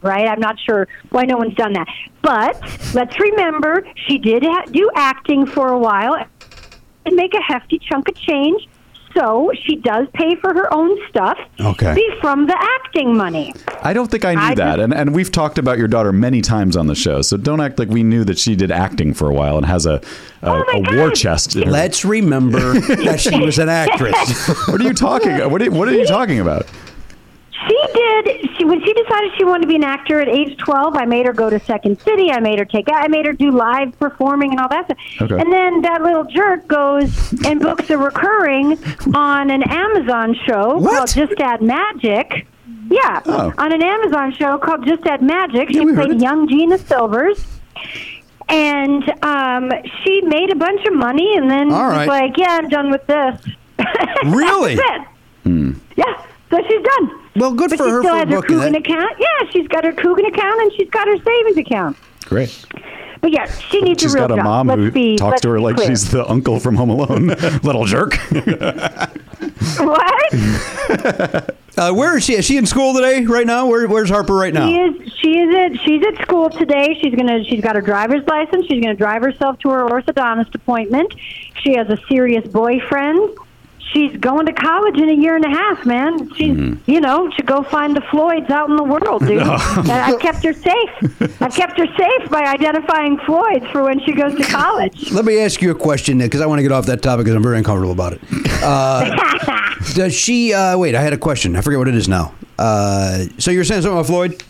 Speaker 14: right? I'm not sure why no one's done that. But let's remember, she did ha- do acting for a while and make a hefty chunk of change. So she does pay for her own stuff.
Speaker 3: Okay.
Speaker 14: Be from the acting money.
Speaker 3: I don't think I knew
Speaker 14: I
Speaker 3: that, and and we've talked about your daughter many times on the show, so don't act like we knew that she did acting for a while and has a a,
Speaker 14: Oh,
Speaker 3: a war chest. In her.
Speaker 2: Let's
Speaker 3: [LAUGHS]
Speaker 2: remember that she was an actress.
Speaker 3: what are you talking? What are, what are you talking about?
Speaker 14: She did. She when she decided she wanted to be an actor at age twelve, I made her go to Second City. I made her take. I made her do live performing and all that stuff.
Speaker 15: Okay.
Speaker 14: And then that little jerk goes and books a recurring on an Amazon show called Just Add Magic. Yeah,
Speaker 15: Oh.
Speaker 14: on an Amazon show called Just Add Magic. She played young Gina Silvers. And um, she made a bunch of money and then
Speaker 15: All
Speaker 14: was
Speaker 15: right.
Speaker 14: like, yeah, I'm done with this.
Speaker 15: Really?
Speaker 14: That's it. Yeah, so she's done.
Speaker 2: Well, good
Speaker 14: but
Speaker 2: for
Speaker 14: she
Speaker 2: her
Speaker 14: still
Speaker 2: for
Speaker 14: has her
Speaker 2: booking
Speaker 14: Coogan
Speaker 2: that.
Speaker 14: account. Yeah, she's got her Coogan account and she's got her savings account.
Speaker 3: Great.
Speaker 14: But yeah, she needs
Speaker 3: She's
Speaker 14: a real
Speaker 3: got a
Speaker 14: job.
Speaker 3: mom
Speaker 14: let's
Speaker 3: who
Speaker 14: be,
Speaker 3: talks
Speaker 14: let's
Speaker 3: to her
Speaker 14: be
Speaker 3: like
Speaker 14: clear.
Speaker 3: she's the uncle from Home Alone, [LAUGHS] little jerk. [LAUGHS]
Speaker 14: what?
Speaker 2: Uh, where is she? Is she in school today? Right now? Where, where's Harper right now?
Speaker 14: She is. She is at. She's at school today. She's gonna. She's got her driver's license. She's gonna drive herself to her orthodontist appointment. She has a serious boyfriend. She's going to college in a year and a half, man. She's,
Speaker 3: Hmm.
Speaker 14: you know, should go find the Floyds out in the world, dude.
Speaker 15: No.
Speaker 14: And I've kept her
Speaker 3: [LAUGHS]
Speaker 14: safe. I've kept her safe by identifying Floyds for when she goes to college.
Speaker 2: Let me ask you a question because I want to get off that topic because I'm very uncomfortable about it.
Speaker 14: [LAUGHS]
Speaker 2: Uh, does she? Uh, wait, I had a question. I forget what it is now. Uh, so you're saying something about Floyd?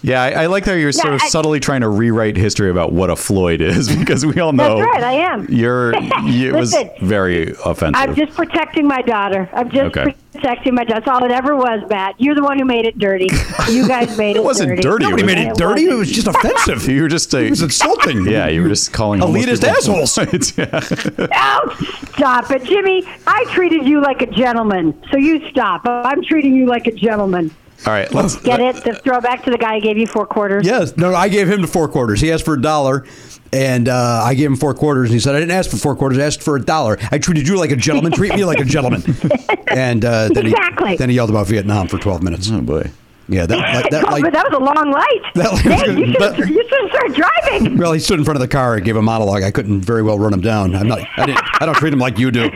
Speaker 3: Yeah, I, I like that you're sort
Speaker 14: Yeah,
Speaker 3: of
Speaker 14: I-
Speaker 3: subtly trying to rewrite history about what a Floyd is [LAUGHS] because we all know.
Speaker 14: That's right, I am. [LAUGHS]
Speaker 3: You're. You, it was
Speaker 14: Listen,
Speaker 3: very offensive.
Speaker 14: I'm just protecting my daughter. I'm just
Speaker 3: Okay.
Speaker 14: protecting my daughter. That's all it ever was, Matt. You're the one who made it dirty. You guys
Speaker 3: [LAUGHS]
Speaker 14: made it.
Speaker 3: It wasn't dirty.
Speaker 14: Nobody
Speaker 3: was-
Speaker 14: made it dirty.
Speaker 2: It
Speaker 14: [LAUGHS]
Speaker 2: was just offensive.
Speaker 3: you were just. A, it was [LAUGHS] insulting. Yeah, you were just calling homeless
Speaker 2: Elitist
Speaker 3: people- [LAUGHS]
Speaker 2: assholes.
Speaker 3: yeah.
Speaker 14: Oh, stop it, Jimmy. I treated you like a gentleman, so you stop. I'm treating you like a gentleman.
Speaker 3: All right, let's
Speaker 14: Get it? The throwback to the guy who gave you four quarters.
Speaker 2: Oh, Yes. No, no, I gave him the four quarters. He asked for a dollar, and uh, I gave him four quarters. And he said, I didn't ask for four quarters. I asked for a dollar. I treated you like a gentleman. Treat me like
Speaker 14: [LAUGHS]
Speaker 2: a gentleman. And uh, then,
Speaker 14: Exactly.
Speaker 2: he, then he yelled about Vietnam for 12 minutes. Oh, boy. Yeah, that, that,
Speaker 14: [LAUGHS] Oh,
Speaker 2: like,
Speaker 14: but that was a long light.
Speaker 2: That light was
Speaker 14: Dang,
Speaker 2: good.
Speaker 14: you should
Speaker 2: That-
Speaker 14: you should start driving.
Speaker 2: well, he stood in front of the car and gave a monologue. I couldn't very well run him down. I'm not. I, didn't, I don't treat him like you do.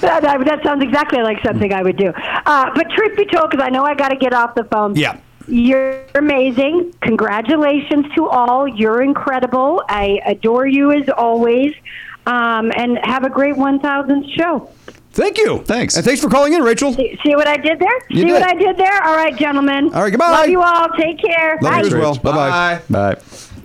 Speaker 14: That, that, that sounds exactly like something I would do. Uh, but truth be told, because I know I got to get off the phone.
Speaker 2: Yeah.
Speaker 14: You're amazing. Congratulations to all. You're incredible. I adore you as always. Um, and have a great 1000th show.
Speaker 2: Thank you. Thanks. And thanks for calling in, Rachel.
Speaker 14: See, see what I did there?
Speaker 2: You
Speaker 14: see what
Speaker 2: did.
Speaker 14: I did there? All right, gentlemen.
Speaker 2: All right, goodbye.
Speaker 14: Love you all. Take care.
Speaker 2: Love you as well. Bye bye. Bye.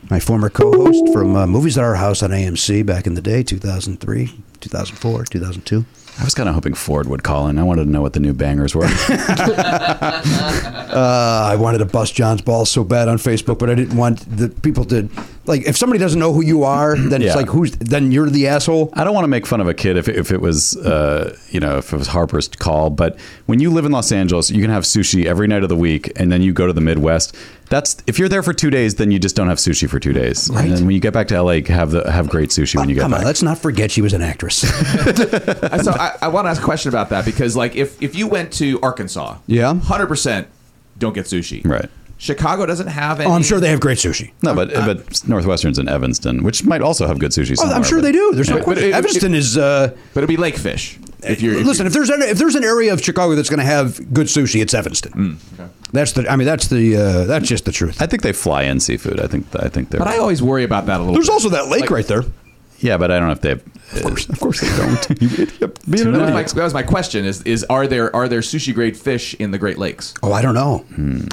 Speaker 2: My former co-host from uh, Movies at Our House on AMC back in the day, 2003, 2004, 2002.
Speaker 3: I was kind of hoping Ford would call in. I wanted to know what the new bangers
Speaker 2: [LAUGHS]
Speaker 3: were.
Speaker 2: Uh, I wanted to bust John's balls so bad on Facebook, but I didn't want the people to like. If somebody doesn't know who you are, then
Speaker 3: Yeah.
Speaker 2: it's like who's then you're the asshole.
Speaker 3: I don't want to make fun of a kid if, if it was, uh, you know, if it was Harper's call. But when you live in Los Angeles, you can have sushi every night of the week, and then you go to the Midwest. That's if you're there for two days, then you just don't have sushi for two days. And then when you get back to LA, have the have great sushi when you get
Speaker 2: Come
Speaker 3: back.
Speaker 2: on, let's not forget she was an actress. [LAUGHS]
Speaker 4: so I, I want to ask a question about that because, like, if if you went to Arkansas,
Speaker 2: Yeah.
Speaker 4: hundred percent, don't get sushi. Right. Chicago doesn't have any.
Speaker 2: oh, I'm sure they have great sushi.
Speaker 3: No, but
Speaker 4: Uh,
Speaker 3: but Northwestern's in Evanston, which might also have good sushi.
Speaker 2: Oh,
Speaker 3: Somewhere,
Speaker 2: I'm sure
Speaker 3: but-
Speaker 2: they do. There's
Speaker 3: Yeah.
Speaker 2: no question. Evanston is. Uh,
Speaker 4: but it'd be lake fish. If you're if
Speaker 2: listen, if there's an, if there's an area of Chicago that's going to have good sushi, it's Evanston. That's the. I mean, that's the. Uh, that's just the truth.
Speaker 3: I think they fly in seafood. I think I think they're.
Speaker 4: But I always worry about that a little.
Speaker 2: There's
Speaker 4: bit.
Speaker 2: also that lake right there.
Speaker 3: Yeah, but I don't know if they. Have, of course, of course they don't. [LAUGHS] you idiot. Being an
Speaker 4: That was, my,
Speaker 3: idiot.
Speaker 4: that was my question: is is are there are there sushi grade fish in the Great Lakes?
Speaker 2: Oh, I don't know.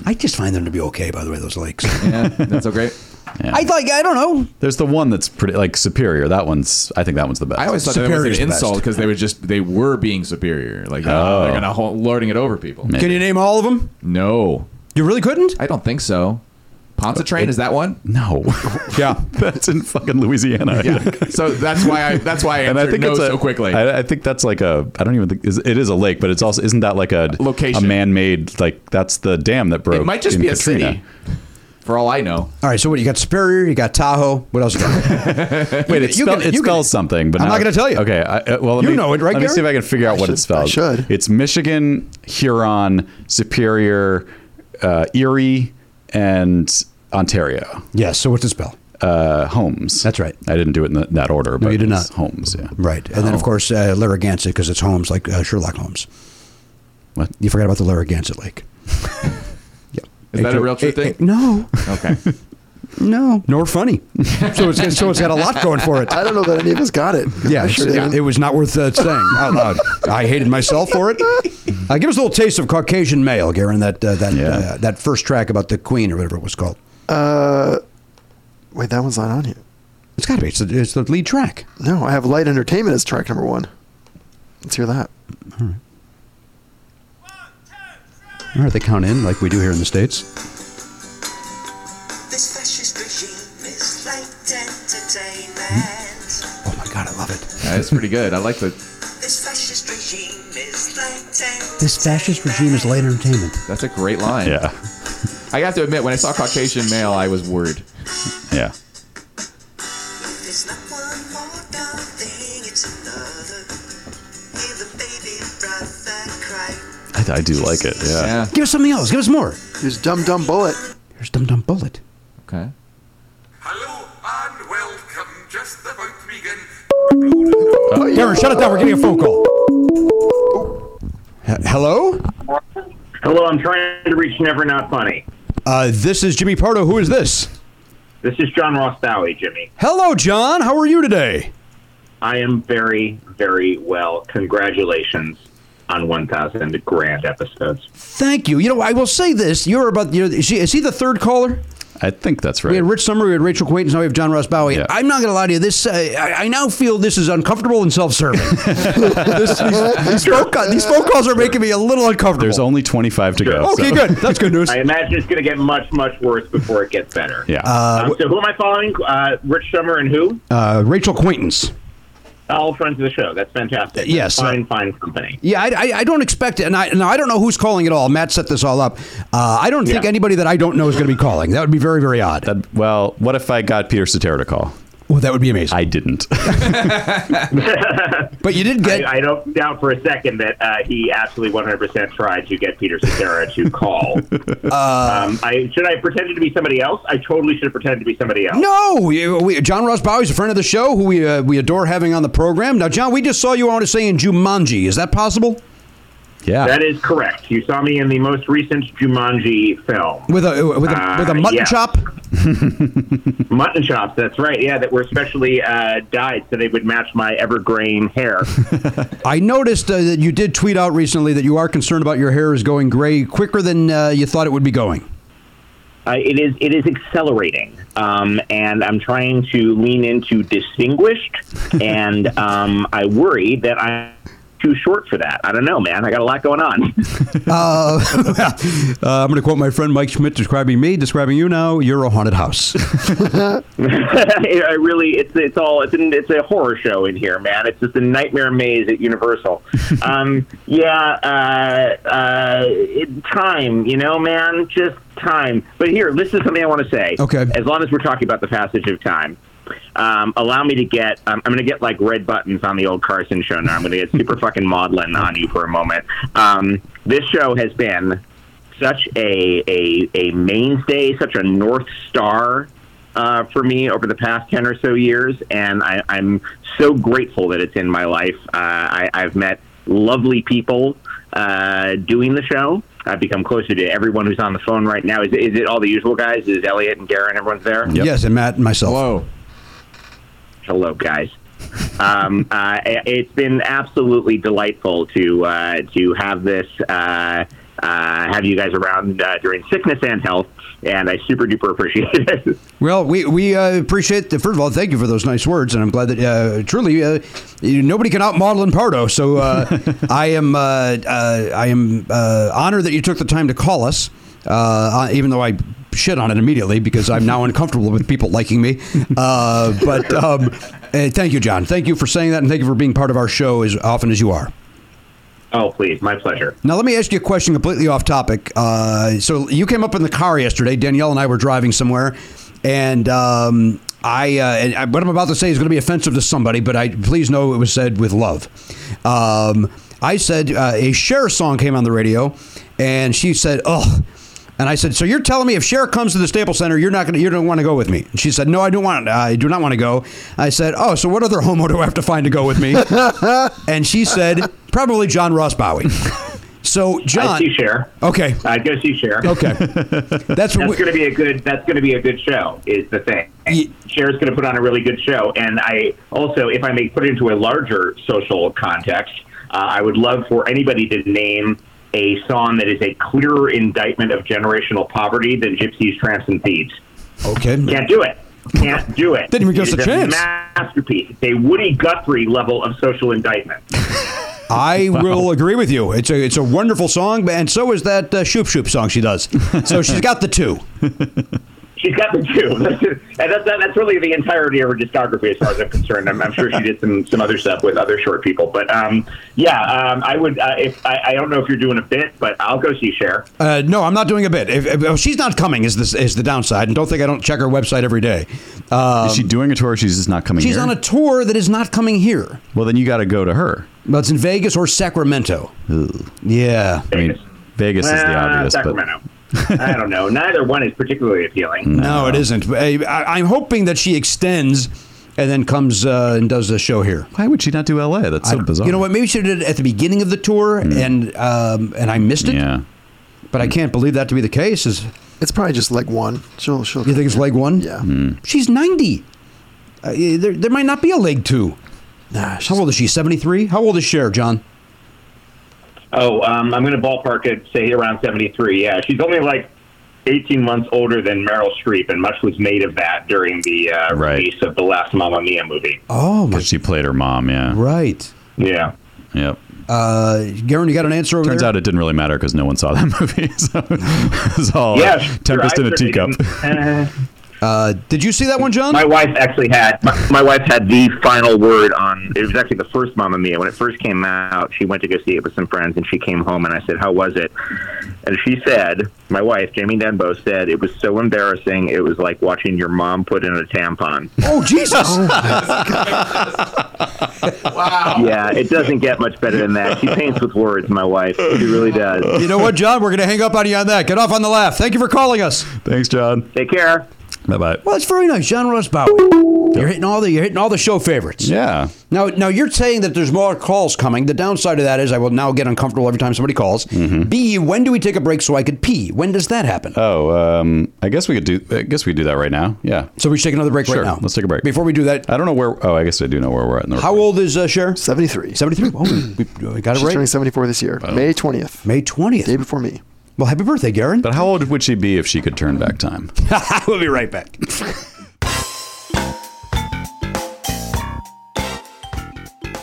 Speaker 2: I just find them to be okay. By the way, those lakes.
Speaker 4: Yeah, that's so
Speaker 2: [LAUGHS]
Speaker 4: great.
Speaker 2: I thought. I don't know.
Speaker 3: There's the one that's pretty like superior. That one's. I think that one's the best.
Speaker 4: I always thought that was
Speaker 2: Superior's
Speaker 4: an
Speaker 2: best.
Speaker 4: insult because they were just they were being superior, like
Speaker 3: Oh.
Speaker 4: oh. they're gonna hold, lording it over people.
Speaker 3: Maybe.
Speaker 2: Can you name all of them?
Speaker 4: No,
Speaker 2: You really couldn't.
Speaker 4: I don't think so. Pontchartrain is that one? [LAUGHS]
Speaker 3: No.
Speaker 2: Yeah.
Speaker 3: that's in fucking Louisiana. I think.
Speaker 4: So that's why I that's why I
Speaker 3: And
Speaker 4: answered
Speaker 3: I think
Speaker 4: no
Speaker 3: it's a,
Speaker 4: so quickly.
Speaker 3: I, I think that's like a. I don't even think is- it is a lake, but it's also isn't that like a
Speaker 4: Location.
Speaker 3: a man-made like that's the dam that broke.
Speaker 4: it might just
Speaker 3: in
Speaker 4: be a
Speaker 3: Katrina.
Speaker 4: city. For all I know,
Speaker 2: All right, so what you got? Superior, you got Tahoe. What else
Speaker 4: [LAUGHS]
Speaker 2: you got?
Speaker 3: Wait, it,
Speaker 2: You
Speaker 3: spell,
Speaker 2: can-
Speaker 3: it
Speaker 2: you can-
Speaker 3: spells something, but
Speaker 2: I'm not
Speaker 3: now-
Speaker 2: gonna tell you.
Speaker 3: Okay, I, uh, well, let
Speaker 2: You
Speaker 3: me,
Speaker 2: know it, right,
Speaker 3: Let me see if
Speaker 2: Gary?
Speaker 3: I can figure out what it
Speaker 5: should- I
Speaker 3: spells.
Speaker 5: should.
Speaker 3: It's Michigan, Huron, Superior, uh, Erie, and Ontario.
Speaker 2: yes. So what's the spell?
Speaker 3: Uh, Holmes.
Speaker 2: That's right.
Speaker 3: I didn't do it in th- that order. but
Speaker 2: you did
Speaker 3: it's
Speaker 2: not.
Speaker 3: Holmes. Yeah.
Speaker 2: Right, and then
Speaker 4: Oh.
Speaker 2: of course uh, Larragansett because it's Holmes, like uh, Sherlock Holmes.
Speaker 3: What?
Speaker 2: You forgot about the Larragansett
Speaker 4: [LAUGHS]
Speaker 2: Lake. [LAUGHS] yep.
Speaker 4: Is that a real true thing?
Speaker 2: no,
Speaker 4: okay.
Speaker 2: [LAUGHS] no, nor funny. [LAUGHS] so it's so it's got a lot going for it.
Speaker 5: I don't know that any of us got it.
Speaker 2: Yeah,
Speaker 5: I
Speaker 2: it's-
Speaker 5: sure
Speaker 2: it,
Speaker 5: didn't.
Speaker 2: it was not worth uh, saying out loud. I hated myself for it. Uh, give us a little taste of Caucasian male, Garen. That uh, that
Speaker 3: Yeah.
Speaker 2: uh, that first track about the Queen or whatever it was called.
Speaker 5: Uh, wait, that one's not on here.
Speaker 2: It's got to be. It's the, it's the lead track.
Speaker 5: No, I have Light Entertainment as track number one. Let's hear that.
Speaker 2: All right, they count in like we do here in the states.
Speaker 15: This fascist regime is light entertainment.
Speaker 2: Oh my God, I love it.
Speaker 4: That's pretty good. I like the.
Speaker 15: This fascist regime is light entertainment.
Speaker 2: This fascist regime is light entertainment.
Speaker 4: That's a great line.
Speaker 3: Yeah.
Speaker 4: I have to admit, when I saw Caucasian male, I was worried.
Speaker 3: Yeah.
Speaker 15: There's not one more dumb thing, it's another. Hear the baby brother cry.
Speaker 3: I, I do like it. Yeah.
Speaker 4: Yeah.
Speaker 2: Give us something else. Give us more.
Speaker 5: Here's Dumb Dumb Bullet.
Speaker 2: Here's Dum Dum
Speaker 3: [LAUGHS]
Speaker 2: Bullet.
Speaker 4: Okay.
Speaker 16: Hello and welcome. Just about to begin.
Speaker 2: Darren, shut it down. We're getting a phone call. H- Hello?
Speaker 17: Hello, I'm trying to reach Never Not Funny.
Speaker 2: Uh, this is Jimmy Pardo. Who is this?
Speaker 17: This is John Ross Bowie, Jimmy.
Speaker 2: Hello, John. How are you today?
Speaker 17: I am very, very well. Congratulations. on 1,000 grand episodes.
Speaker 2: Thank you. You know, I will say this: you're about you're, is, he, is he the third caller?
Speaker 3: I think that's right.
Speaker 2: We had Rich Summer, we had Rachel Quaintance, now we have John Ross Bowie. I'm not going to lie to you. This uh, I, I now feel this is uncomfortable and
Speaker 3: [LAUGHS]
Speaker 2: self-serving. This- these, these phone call- these phone calls are making me a little uncomfortable.
Speaker 3: There's only 25 to go.
Speaker 2: Okay, good.
Speaker 3: [LAUGHS]
Speaker 2: That's good
Speaker 17: [LAUGHS]
Speaker 2: news.
Speaker 17: I imagine it's going to get much, much worse before it gets better.
Speaker 3: Yeah.
Speaker 17: Um, so who am I following? Uh, Rich Summer and who?
Speaker 2: Uh, Rachel Quaintance.
Speaker 17: All friends of the show. That's fantastic. That's
Speaker 2: yes, uh,
Speaker 17: Fine, fine company. [LAUGHS]
Speaker 2: Yeah, I, I, I don't expect it, and I now I don't know who's calling at all. Matt set this all up. Uh, I don't think
Speaker 3: Yeah.
Speaker 2: anybody that I don't know is going to be calling. That would be very very odd.
Speaker 3: That, well, what if I got Peter Cetera to call?
Speaker 2: Well, that would be amazing.
Speaker 3: I didn't.
Speaker 2: [LAUGHS]
Speaker 3: [LAUGHS]
Speaker 2: But you did get.
Speaker 17: I, I don't doubt for a second that uh, he absolutely 100% tried to get Peter Cetera
Speaker 2: [LAUGHS]
Speaker 17: to call.
Speaker 2: Uh,
Speaker 17: um, I Should I have pretended to be somebody else? I totally should have pretended to be somebody else.
Speaker 2: No, we, we, John Ross Bowie's a friend of the show who we uh, we adore having on the program. Now, John, we just saw you. I want to say in Jumanji. Is that possible? Yeah.
Speaker 17: That is correct. You saw me in the most recent Jumanji film.
Speaker 2: With a with a,
Speaker 17: Uh,
Speaker 2: with a mutton
Speaker 17: yeah.
Speaker 2: chop.
Speaker 17: Mutton chops, that's right. Yeah, that were specially uh, dyed so they would match my evergreen hair.
Speaker 2: I noticed uh, that you did tweet out recently that you are concerned about your hair is going gray quicker than uh, you thought it would be [LAUGHS] going.
Speaker 17: Uh, it is it is accelerating, um, and I'm trying to lean into distinguished, and um, I worry that I'm too short for that. I don't know, man. I got a lot going on.
Speaker 2: Uh, [LAUGHS] uh, I'm going to quote my friend Mike Schmidt describing me, describing you now. You're a haunted house.
Speaker 17: [LAUGHS] I really, it's it's all it's an, it's a horror show in here, man. It's just a nightmare maze at Universal. um, yeah, uh, uh, it, time, you know, man, just time. But here, this is something I want to say.
Speaker 2: Okay.
Speaker 17: As long as we're talking about the passage of time. Um, allow me to get. Um, I'm going to get like red buttons on the old Carson show now. I'm going to get super [LAUGHS] fucking maudlin on you for a moment. Um, this show has been such a a, a mainstay, such a north star uh, for me over the past ten or so years, and I, I'm so grateful that it's in my life. Uh, I, I've met lovely people uh, doing the show. I've become closer to everyone who's on the phone right now. Is, is it all the usual guys? Is Elliot and Darren? Everyone's there.
Speaker 2: Yes, and Matt and myself. Hello.
Speaker 17: Hello, guys. um, [LAUGHS] uh, it- it's been absolutely delightful to uh, to have this uh, uh, have you guys around uh, during sickness and health, and I super duper appreciate [LAUGHS] it.
Speaker 2: Well, we we uh, appreciate the, first of all, thank you for those nice words, and I'm glad that uh, truly uh, you- nobody can out maudlin Pardo. So uh, I am uh, uh, I am uh, honored that you took the time to call us, uh, uh, even though I shit on it immediately because I'm now uncomfortable with people liking me. Uh, but um, eh, thank you, John. Thank you for saying that, and thank you for being part of our show as often as you are.
Speaker 17: oh, please, my pleasure.
Speaker 2: Now, let me ask you a question completely off topic. Uh, so, you came up in the car yesterday. Danielle and I were driving somewhere, and um, I, uh, and I- what I'm about to say is going to be offensive to somebody, but I please know it was said with love. Um, I said uh, a Cher song came on the radio, and she said, "Oh." And I said, "So you're telling me if Cher comes to the Staples Center, you're not gonna, you don't want to go with me?" And she said, "No, I don't want, I do not want to go." I said, "Oh, so what other [LAUGHS] homo do I have to find to go with me?" and she said, "Probably John Ross Bowie." So John,
Speaker 17: I see share.
Speaker 2: okay,
Speaker 17: I go see share.
Speaker 3: [LAUGHS]
Speaker 2: okay, that's what
Speaker 17: That's
Speaker 2: we,
Speaker 17: going to be a good. That's going to be a good show. Is the thing. Cher's going to put on a really good show, and I also, if I may, put it into a larger social context, uh, I would love for anybody to name a song that is a clearer indictment of generational poverty than Gypsies, Tramps, and Thieves.
Speaker 2: okay.
Speaker 17: Can't do it. Can't do it.
Speaker 2: Didn't even
Speaker 17: It
Speaker 2: give us a
Speaker 17: is
Speaker 2: chance.
Speaker 17: Masterpiece. It's a Woody Guthrie level of social indictment.
Speaker 3: [LAUGHS]
Speaker 2: I will agree with you. It's a it's a wonderful song, and so is that uh, Shoop Shoop song she does. So she's got
Speaker 3: [LAUGHS]
Speaker 2: the two.
Speaker 17: She's got the two. [LAUGHS] That's just- and that's, that, that's really the entirety of her discography, as far as I'm concerned. I'm, I'm sure she did some, some other stuff with other short people, but um, yeah, um, I would. Uh, if I, I don't know if you're doing a bit, but I'll go see Cher.
Speaker 2: Uh, no, I'm not doing a bit. If, if- oh, she's not coming is this is the downside, and don't think I don't check her website every day. Um,
Speaker 3: is she doing a tour? Or she's just not coming
Speaker 2: she's
Speaker 3: here?
Speaker 2: on a tour that is not coming here.
Speaker 3: well, then you got to go to her.
Speaker 2: But it's in Vegas or Sacramento.
Speaker 3: Ooh.
Speaker 2: Yeah,
Speaker 3: I mean, Vegas is the
Speaker 17: Well,
Speaker 3: obvious,
Speaker 17: Uh, Sacramento. I don't know. Neither one is particularly
Speaker 3: [LAUGHS]
Speaker 17: appealing.
Speaker 2: No, it isn't. But, uh, I, I'm hoping that she extends and then comes uh, and does the show here.
Speaker 3: but why would she not do L.A.? That's so
Speaker 2: I-
Speaker 3: bizarre. Hmm.
Speaker 2: You know what? Maybe she did it at the beginning of the tour, and um, and I missed it.
Speaker 3: Yeah. Hmm.
Speaker 2: But I can't believe that to be the case. Is
Speaker 5: It's probably just leg one. She'll she'll.
Speaker 2: you think it's leg one?
Speaker 5: Yeah.
Speaker 3: Hmm.
Speaker 2: She's ninety. Uh, there, there might not be a leg two. Nah, how old is she? Seventy three. How old is Cher, John?
Speaker 17: Oh, um, I'm going to ballpark it, say around 73. Yeah, she's only like 18 months older than Meryl Streep, and much was made of that during the uh, release of the last Mamma Mia movie.
Speaker 2: Oh, my.
Speaker 3: She played her mom. Yeah.
Speaker 2: Right.
Speaker 17: Yeah.
Speaker 3: Yep.
Speaker 2: Uh, Garen, you got an answer over
Speaker 3: Turns
Speaker 2: there?
Speaker 3: out it didn't really matter because no one saw that [LAUGHS] movie. So it's all
Speaker 17: Yeah,
Speaker 3: uh,
Speaker 17: sure,
Speaker 3: tempest
Speaker 17: I
Speaker 3: in a
Speaker 17: certainly
Speaker 3: [LAUGHS] teacup.
Speaker 2: Uh, did you see that one, John?
Speaker 17: My wife actually had my, my wife had the final word on. It was actually the first Mamma Mia when it first came out. She went to go see it with some friends, and she came home, and I said, "How was it?" And she said, "My wife, Jamie Denbo, said it was so embarrassing. It was like watching your mom put in a tampon."
Speaker 5: [LAUGHS]
Speaker 2: Oh, Jesus.
Speaker 17: Yeah, it doesn't get much better than that. She paints with words, my wife. She really does.
Speaker 2: you know what, John? We're going to hang up on you on that. Get off on the laugh. Thank you for calling us.
Speaker 3: Thanks, John.
Speaker 17: Take care.
Speaker 3: Bye bye.
Speaker 2: Well, it's very nice, John Ross Bowie. You're hitting all the you're hitting all the show favorites.
Speaker 3: Yeah.
Speaker 2: Now, now you're saying that there's more calls coming. The downside of that is I will now get uncomfortable every time somebody calls.
Speaker 3: Mm-hmm.
Speaker 2: B, when do we take a break so I could pee? When does that happen?
Speaker 3: Oh, um, I guess we could do. I guess we could do that right now. Yeah.
Speaker 2: So we should take another break
Speaker 3: Sure.
Speaker 2: right now.
Speaker 3: Let's take a break.
Speaker 2: Before we do that,
Speaker 3: I don't know where. Oh, I guess I do know where we're at. In the
Speaker 2: How old is uh, Cher?
Speaker 5: 73.
Speaker 2: 73. Oh, we, we got it
Speaker 5: She's turning
Speaker 2: right.
Speaker 5: 74 this year, May 20th.
Speaker 2: May 20th.
Speaker 5: Day before me.
Speaker 2: Well, happy birthday, Garen.
Speaker 3: But how old would she be if she could turn back time?
Speaker 2: [LAUGHS] we'll be right back.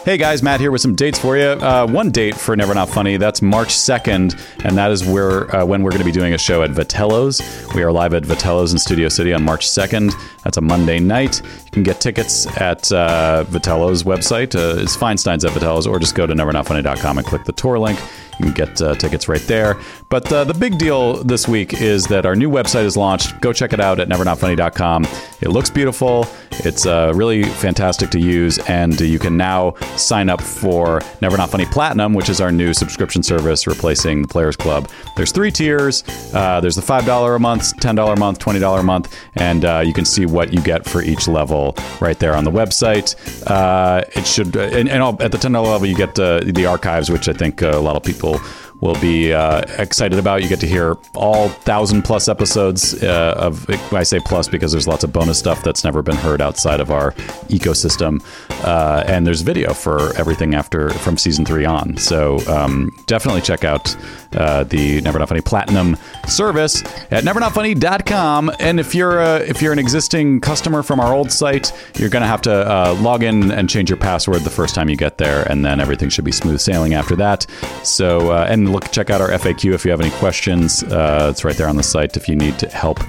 Speaker 3: Hey guys, Matt here with some dates for you. Uh, one date for Never Not Funny. That's March second, and that is where uh, when we're going to be doing a show at Vitello's. We are live at Vitello's in Studio City on March second. That's a Monday night. You can get tickets at uh, Vitello's website. Uh, it's Feinstein's at Vitello's, or just go to nevernotfunny.com and click the tour link. You can get uh, tickets right there. But uh, the big deal this week is that our new website is launched. Go check it out at nevernotfunny.com. It looks beautiful. It's uh, really fantastic to use, and you can now sign up for Never Not Funny Platinum, which is our new subscription service replacing the Players Club. There's three tiers. Uh, there's the five dollar a month, ten dollar a month, twenty dollar a month, and uh, you can see what you get for each level right there on the website. Uh, it should, and, and all, at the ten dollar level, you get uh, the archives, which I think uh, a lot of people will be uh, excited about. You get to hear all thousand plus episodes uh, of. I say plus because there's lots of bonus stuff that's never been heard outside of our ecosystem, uh, and there's video for everything after from season three on. So um, definitely check out uh, the Never Not Funny Platinum service at nevernotfunny.com. And if you're a, if you're an existing customer from our old site, you're gonna have to uh, log in and change your password the first time you get there, and then everything should be smooth sailing after that. So uh, and look, check out our FAQ if you have any questions. Uh, it's right there on the site if you need to help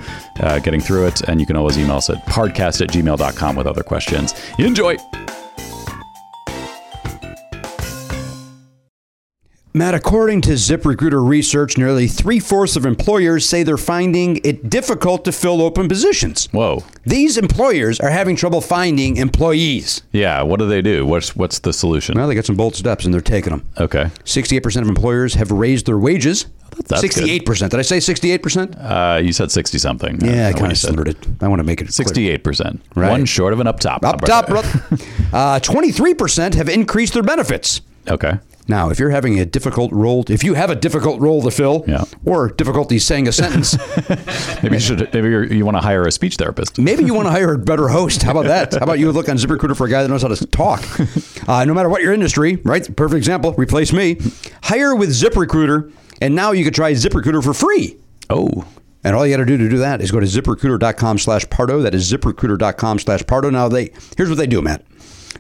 Speaker 3: uh, getting through it, and you can always email us at podcast at gmail.com with other questions. Enjoy.
Speaker 2: Matt, according to ZipRecruiter research, nearly three fourths of employers say they're finding it difficult to fill open positions.
Speaker 3: Whoa.
Speaker 2: These employers are having trouble finding employees.
Speaker 3: Yeah. What do they do? What's what's the solution?
Speaker 2: Well, they got some bold steps and they're taking them.
Speaker 3: Okay.
Speaker 2: 68% of employers have raised their wages.
Speaker 3: that's good.
Speaker 2: 68%. Did I say 68%?
Speaker 3: Uh, you said sixty something.
Speaker 2: yeah, I kind of slurred it. I want to make it clear.
Speaker 3: Sixty-eight percent.
Speaker 2: Right.
Speaker 3: One short of an up top.
Speaker 2: Up
Speaker 3: [LAUGHS]
Speaker 2: top, brother. Uh, 23% have increased their benefits.
Speaker 3: Okay.
Speaker 2: Now, if you're having a difficult role, if you have a difficult role to fill,
Speaker 3: Yeah.
Speaker 2: or difficulty saying
Speaker 3: [LAUGHS]
Speaker 2: a sentence,
Speaker 3: Maybe you should. Maybe you're, you want to hire a speech therapist.
Speaker 2: Maybe you want to hire a better host. How about that? How about you look on ZipRecruiter for a guy that knows how to talk?
Speaker 3: [LAUGHS]
Speaker 2: Uh, no matter what your industry, right? Perfect example. Replace me. Hire with ZipRecruiter, and now you can try ZipRecruiter for free.
Speaker 3: Oh.
Speaker 2: And all you got to do to do that is go to ziprecruiter.com slash Pardo. That is ziprecruiter.com slash Pardo. Now, they here's what they do, Matt.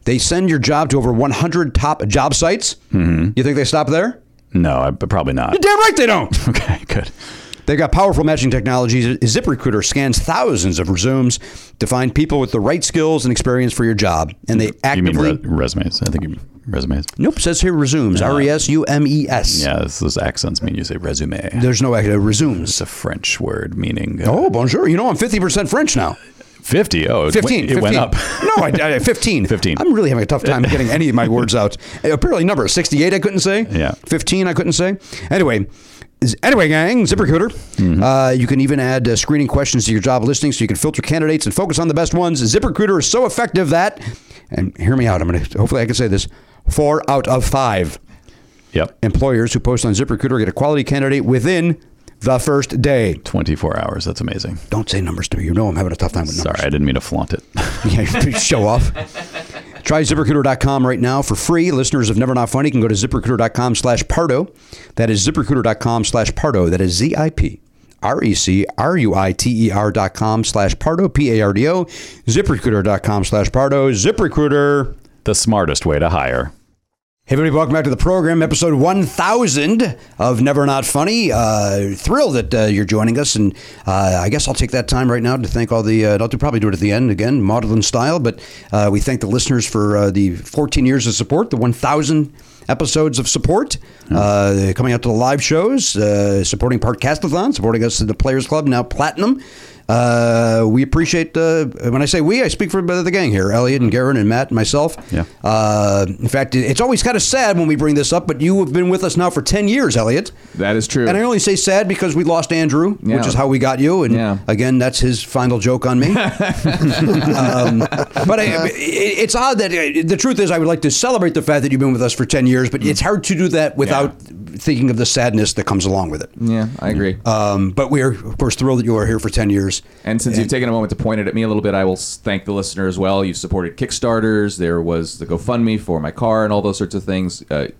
Speaker 2: They send your job to over 100 top job sites. You think they stop there?
Speaker 3: Mm-hmm. No, I, probably not.
Speaker 2: You're damn right they
Speaker 3: [LAUGHS]
Speaker 2: don't.
Speaker 3: Okay. Good.
Speaker 2: They've got powerful matching technologies. ZipRecruiter scans thousands of resumes to find people with the right skills and experience for your job, and they
Speaker 3: You
Speaker 2: actively.
Speaker 3: mean re- resumes? I think you mean resumes.
Speaker 2: nope, says here resumes. R e s u m e s.
Speaker 3: Yeah, it's those accents mean you say resume.
Speaker 2: There's no actual resumes.
Speaker 3: It's a French word meaning. uh,
Speaker 2: Oh, bonjour. You know I'm 50% French now.
Speaker 3: 50. Oh, it went-
Speaker 2: 15.
Speaker 3: It went
Speaker 2: 15.
Speaker 3: up.
Speaker 2: no, I,
Speaker 3: [LAUGHS]
Speaker 2: I, 15.
Speaker 3: 15.
Speaker 2: I'm really having a
Speaker 3: [LAUGHS]
Speaker 2: tough time getting any of my words out. Apparently, number 68 I couldn't say.
Speaker 3: Yeah.
Speaker 2: 15 I couldn't say. Anyway. is- Anyway, gang, ZipRecruiter.
Speaker 3: Mm-hmm.
Speaker 2: Uh, you can even add uh, screening questions to your job listing so you can filter candidates and focus on the best ones. ZipRecruiter is so effective that, and hear me out, I'm going to, hopefully I can say this, four out of five
Speaker 3: Yep.
Speaker 2: employers who post on ZipRecruiter get a quality candidate within the first day.
Speaker 3: 24 hours. That's amazing.
Speaker 2: [LAUGHS] Don't say numbers to me. You know I'm having a tough time with numbers.
Speaker 3: [LAUGHS] Sorry, I didn't mean to flaunt it.
Speaker 2: Yeah, show off. Try ZipRecruiter.com right now for free. Listeners of Never Not Funny can go to ZipRecruiter.com slash Pardo. That is ZipRecruiter.com slash Pardo. That is Z-I-P. E R-E-C-R-U-I-T-E-R E dot com slash Pardo, P-A-R-D-O, ZipRecruiter.com slash Pardo, ZipRecruiter.
Speaker 3: The smartest way to hire.
Speaker 2: Hey, everybody, welcome back to the program, episode 1000 of Never Not Funny. Uh, thrilled that uh, you're joining us, and uh, I guess I'll take that time right now to thank all the, uh, I'll do, probably do it at the end again, maudlin style, but uh, we thank the listeners for uh, the 14 years of support, the 1,000 episodes of support, uh, coming out to the live shows, uh, supporting Podcastathon, supporting us in the Players Club, now Platinum. Uh, we appreciate, uh, when I say we, I speak for the gang here, Elliot and Garen and Matt and myself.
Speaker 3: Yeah.
Speaker 2: Uh, in fact, it- it's always kind of sad when we bring this up, but you have been with us now for 10 years, Elliot.
Speaker 4: That is true.
Speaker 2: And I only say sad because we lost Andrew,
Speaker 4: Yeah.
Speaker 2: which is how we got you. And again, that's his final joke on
Speaker 4: [LAUGHS]
Speaker 2: me. [LAUGHS] um, but
Speaker 4: Uh,
Speaker 2: I, it, it's odd that uh, the truth is, I would like to celebrate the fact that you've been with us for 10 years, but it's
Speaker 4: Mm.
Speaker 2: hard to do that without thinking of the sadness that comes along with it.
Speaker 4: Yeah, I agree.
Speaker 2: Um, but we are, of course, thrilled that you are here for 10 years.
Speaker 4: And since you've taken a moment to point it at me a little bit, I will s- thank the listener as well. You've supported Kickstarters. There was the GoFundMe for my car and all those sorts of things. Uh,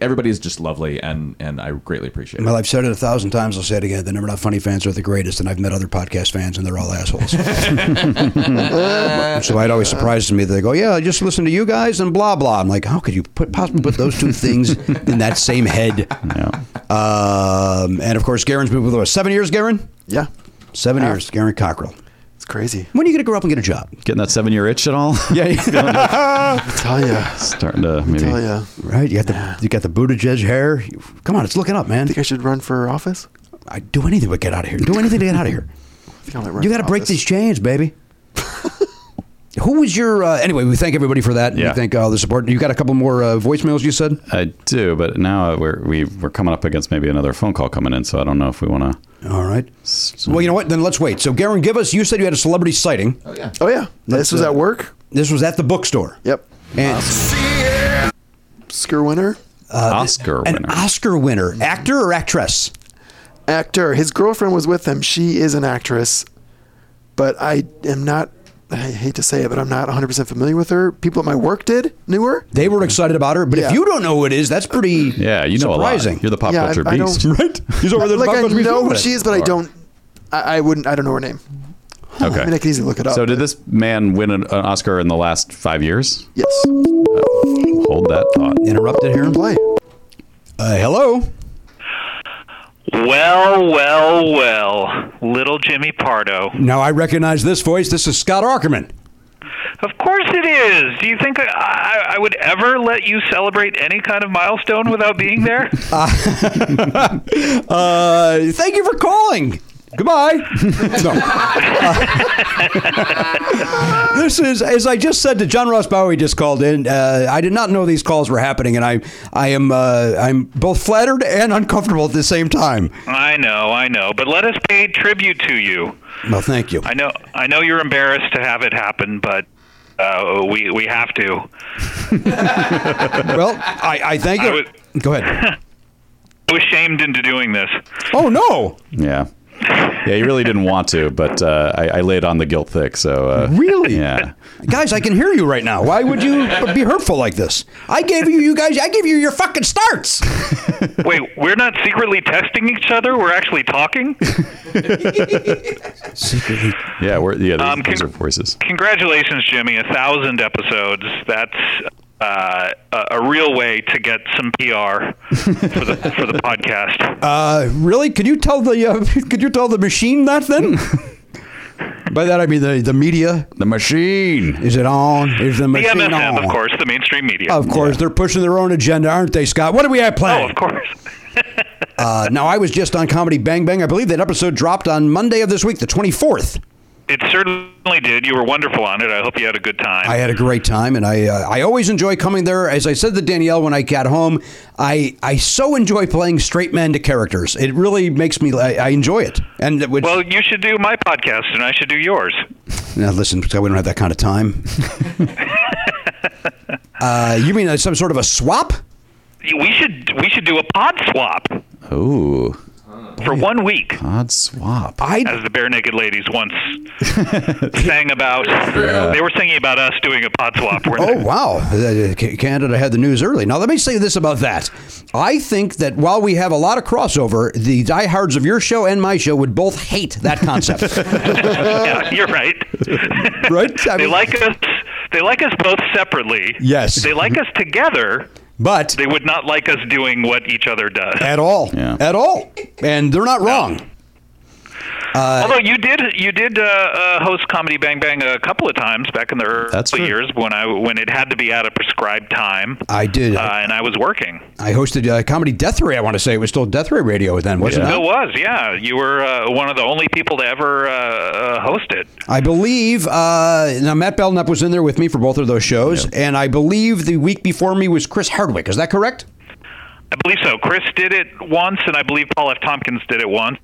Speaker 4: everybody is just lovely, and, and I greatly appreciate it.
Speaker 2: Well, I've said it a thousand times. I'll say it again. The Never Not Funny fans are the greatest, and I've met other podcast fans, and they're all
Speaker 4: [LAUGHS]
Speaker 2: assholes. [LAUGHS] so it always surprises me that they go, "Yeah, I just listen to you guys and blah blah." I'm like, how could you put possibly put those two things in that same head? Um, and of course, Garen's been with us seven years. Garen,
Speaker 5: yeah,
Speaker 2: seven years. Garen Cockrell.
Speaker 5: It's crazy.
Speaker 2: When are you going to grow up and get a job?
Speaker 3: Getting that seven year itch at all? [LAUGHS]
Speaker 5: [LAUGHS]
Speaker 2: Yeah.
Speaker 5: tell you.
Speaker 3: Starting to maybe.
Speaker 5: Tell ya.
Speaker 2: Right? You got the you got the Buttigieg hair. Come on, it's looking up, man.
Speaker 5: Think I should run for office?
Speaker 2: I do anything but get out of here. Do anything to get out of here.
Speaker 5: I think [LAUGHS] I might run
Speaker 2: you
Speaker 5: for
Speaker 2: got to break
Speaker 5: office.
Speaker 2: these
Speaker 5: [LAUGHS]
Speaker 2: chains, baby. Who was your uh, anyway? We thank everybody for that. and
Speaker 3: Yeah.
Speaker 2: We thank all the support. You got a couple more uh, voicemails. You said
Speaker 3: I do, but now we're we, we're coming up against maybe another phone call coming in, so I don't know if we want to.
Speaker 2: all right. Well, you know what? Then let's wait. So, Garen, give us. You said you had a celebrity sighting. Oh yeah.
Speaker 5: Oh yeah. this was at work.
Speaker 2: This was at the bookstore.
Speaker 5: Yep.
Speaker 2: And Uh,
Speaker 5: Oscar winner.
Speaker 3: Oscar
Speaker 2: an winner. Oscar winner, actor or actress?
Speaker 5: Actor. His girlfriend was with him. She is an actress, but I am not. I hate to say it, but I'm not 100 percent familiar with her. People at my work did knew her.
Speaker 2: They were excited about her, but
Speaker 5: Yeah.
Speaker 2: if you don't know who it is, that's pretty.
Speaker 3: Yeah, you know a
Speaker 2: surprising.
Speaker 3: lot. You're the pop
Speaker 5: Yeah, I-
Speaker 3: culture
Speaker 5: I don't-
Speaker 3: beast, [LAUGHS] right? He's over there.
Speaker 5: like
Speaker 3: pop
Speaker 5: I
Speaker 3: culture beast
Speaker 5: know
Speaker 3: over
Speaker 5: who
Speaker 3: there.
Speaker 5: she is, but I
Speaker 3: Or-
Speaker 5: don't. I, I wouldn't. I don't know her name.
Speaker 2: Oh,
Speaker 3: Okay.
Speaker 2: [LAUGHS]
Speaker 5: I mean, I can easily look it up.
Speaker 3: So, did this man win an, an Oscar in the last five years? Oh,
Speaker 5: Yes.
Speaker 3: Hold that thought.
Speaker 2: Interrupted here and
Speaker 5: play.
Speaker 2: Uh, hello.
Speaker 18: Well, well, well. Little Jimmy Pardo.
Speaker 2: Now I recognize this voice. This is
Speaker 5: [LAUGHS]
Speaker 2: Scott Ackerman.
Speaker 18: Of course it is. Do you think I, I, I would ever let you celebrate any kind of milestone without being
Speaker 2: [LAUGHS]
Speaker 18: there?
Speaker 2: uh, thank you for calling. Goodbye. No.
Speaker 5: [LAUGHS]
Speaker 2: [LAUGHS] Uh, this is, as I just said to John Ross Bowie, just called in. Uh, I did not know these calls were happening, and I, I am, uh, I'm both flattered and uncomfortable at the same time. [LAUGHS]
Speaker 18: I know, I know. But let us pay tribute to you.
Speaker 2: Well, thank you.
Speaker 18: I know, I know you're embarrassed to have it happen, but uh, we we have to.
Speaker 2: well, I, I thank you.
Speaker 18: I was,
Speaker 2: Go ahead.
Speaker 18: I was shamed into doing this.
Speaker 2: Oh no!
Speaker 3: Yeah. Yeah, you really didn't want to, but uh, I, I laid on the guilt thick. So uh,
Speaker 2: Really?
Speaker 3: yeah.
Speaker 2: Guys, I can hear you right now. Why would you be hurtful like this? I gave you, you guys, I gave you your
Speaker 18: [LAUGHS]
Speaker 2: fucking starts.
Speaker 18: Wait, we're not secretly texting each other. We're actually talking.
Speaker 2: Secretly.
Speaker 3: Yeah, we're yeah.
Speaker 18: Um,
Speaker 3: Those, those are voices.
Speaker 18: Congratulations, Jimmy! A thousand episodes. That's uh, a, a real way to get some PR for the for the podcast.
Speaker 2: Uh, really? Could you tell the uh, [LAUGHS] could you tell the machine that then? [LAUGHS] By that I mean the, the media.
Speaker 3: The machine.
Speaker 2: Is it on? Is the
Speaker 18: The
Speaker 2: [LAUGHS] machine
Speaker 18: MFM,
Speaker 2: on? Oh.
Speaker 18: of course, the mainstream media.
Speaker 2: Of course, they're pushing their own agenda, aren't they, Scott? What do we have planned?
Speaker 18: Oh, of course. [LAUGHS]
Speaker 2: uh, now I was just on Comedy Bang Bang. I believe that episode dropped on Monday of this week, the twenty fourth.
Speaker 18: It certainly did. You were wonderful on it. I hope you had a good time.
Speaker 2: I had a great time, and I uh, I always enjoy coming there. As I said to Danielle when I got home, I I so enjoy playing straight men to characters. It really makes me I, I enjoy it. And it would,
Speaker 18: well, you should do my podcast, and I should do yours.
Speaker 2: now listen, Scott, we don't have that kind of time.
Speaker 18: [LAUGHS]
Speaker 2: uh, you mean uh, some sort of a swap?
Speaker 18: We should we should do a pod swap.
Speaker 3: Oh.
Speaker 18: for one week.
Speaker 3: Odd swap.
Speaker 18: as the bare naked ladies
Speaker 2: [LAUGHS]
Speaker 18: once sang about. They were singing about us doing a pod swap.
Speaker 2: [LAUGHS]
Speaker 18: Weren't
Speaker 2: Oh wow, Uh, C- Canada had the news early. Now let me say this about that: I think that while we have a lot of crossover, the diehards of your show and my show would both hate that
Speaker 18: [LAUGHS]
Speaker 2: concept.
Speaker 18: yeah, you're right.
Speaker 2: [LAUGHS]
Speaker 18: [LAUGHS]
Speaker 2: right?
Speaker 18: they like us. They like us both separately.
Speaker 2: Yes.
Speaker 18: They like us together.
Speaker 2: But
Speaker 18: they would not like us doing what each other does.
Speaker 2: [LAUGHS] at all, at all, and they're not wrong. Uh,
Speaker 18: Although you did, you did uh, uh, host Comedy Bang Bang a couple of times back in the early years when I when it had to be at a prescribed time.
Speaker 2: I did.
Speaker 18: uh, and I was working.
Speaker 2: I hosted uh, comedy Death Ray. I want to say it was still Death Ray Radio then, wasn't
Speaker 18: It
Speaker 2: it?
Speaker 18: was, yeah. You were uh, one of the only people to ever uh, uh, host it.
Speaker 2: I believe uh, now Matt Belknap was in there with me for both of those shows, and I believe the week before me was Chris Hardwick. Is that correct?
Speaker 18: I believe so. Chris did it once, and I believe Paul F. Tompkins did it once,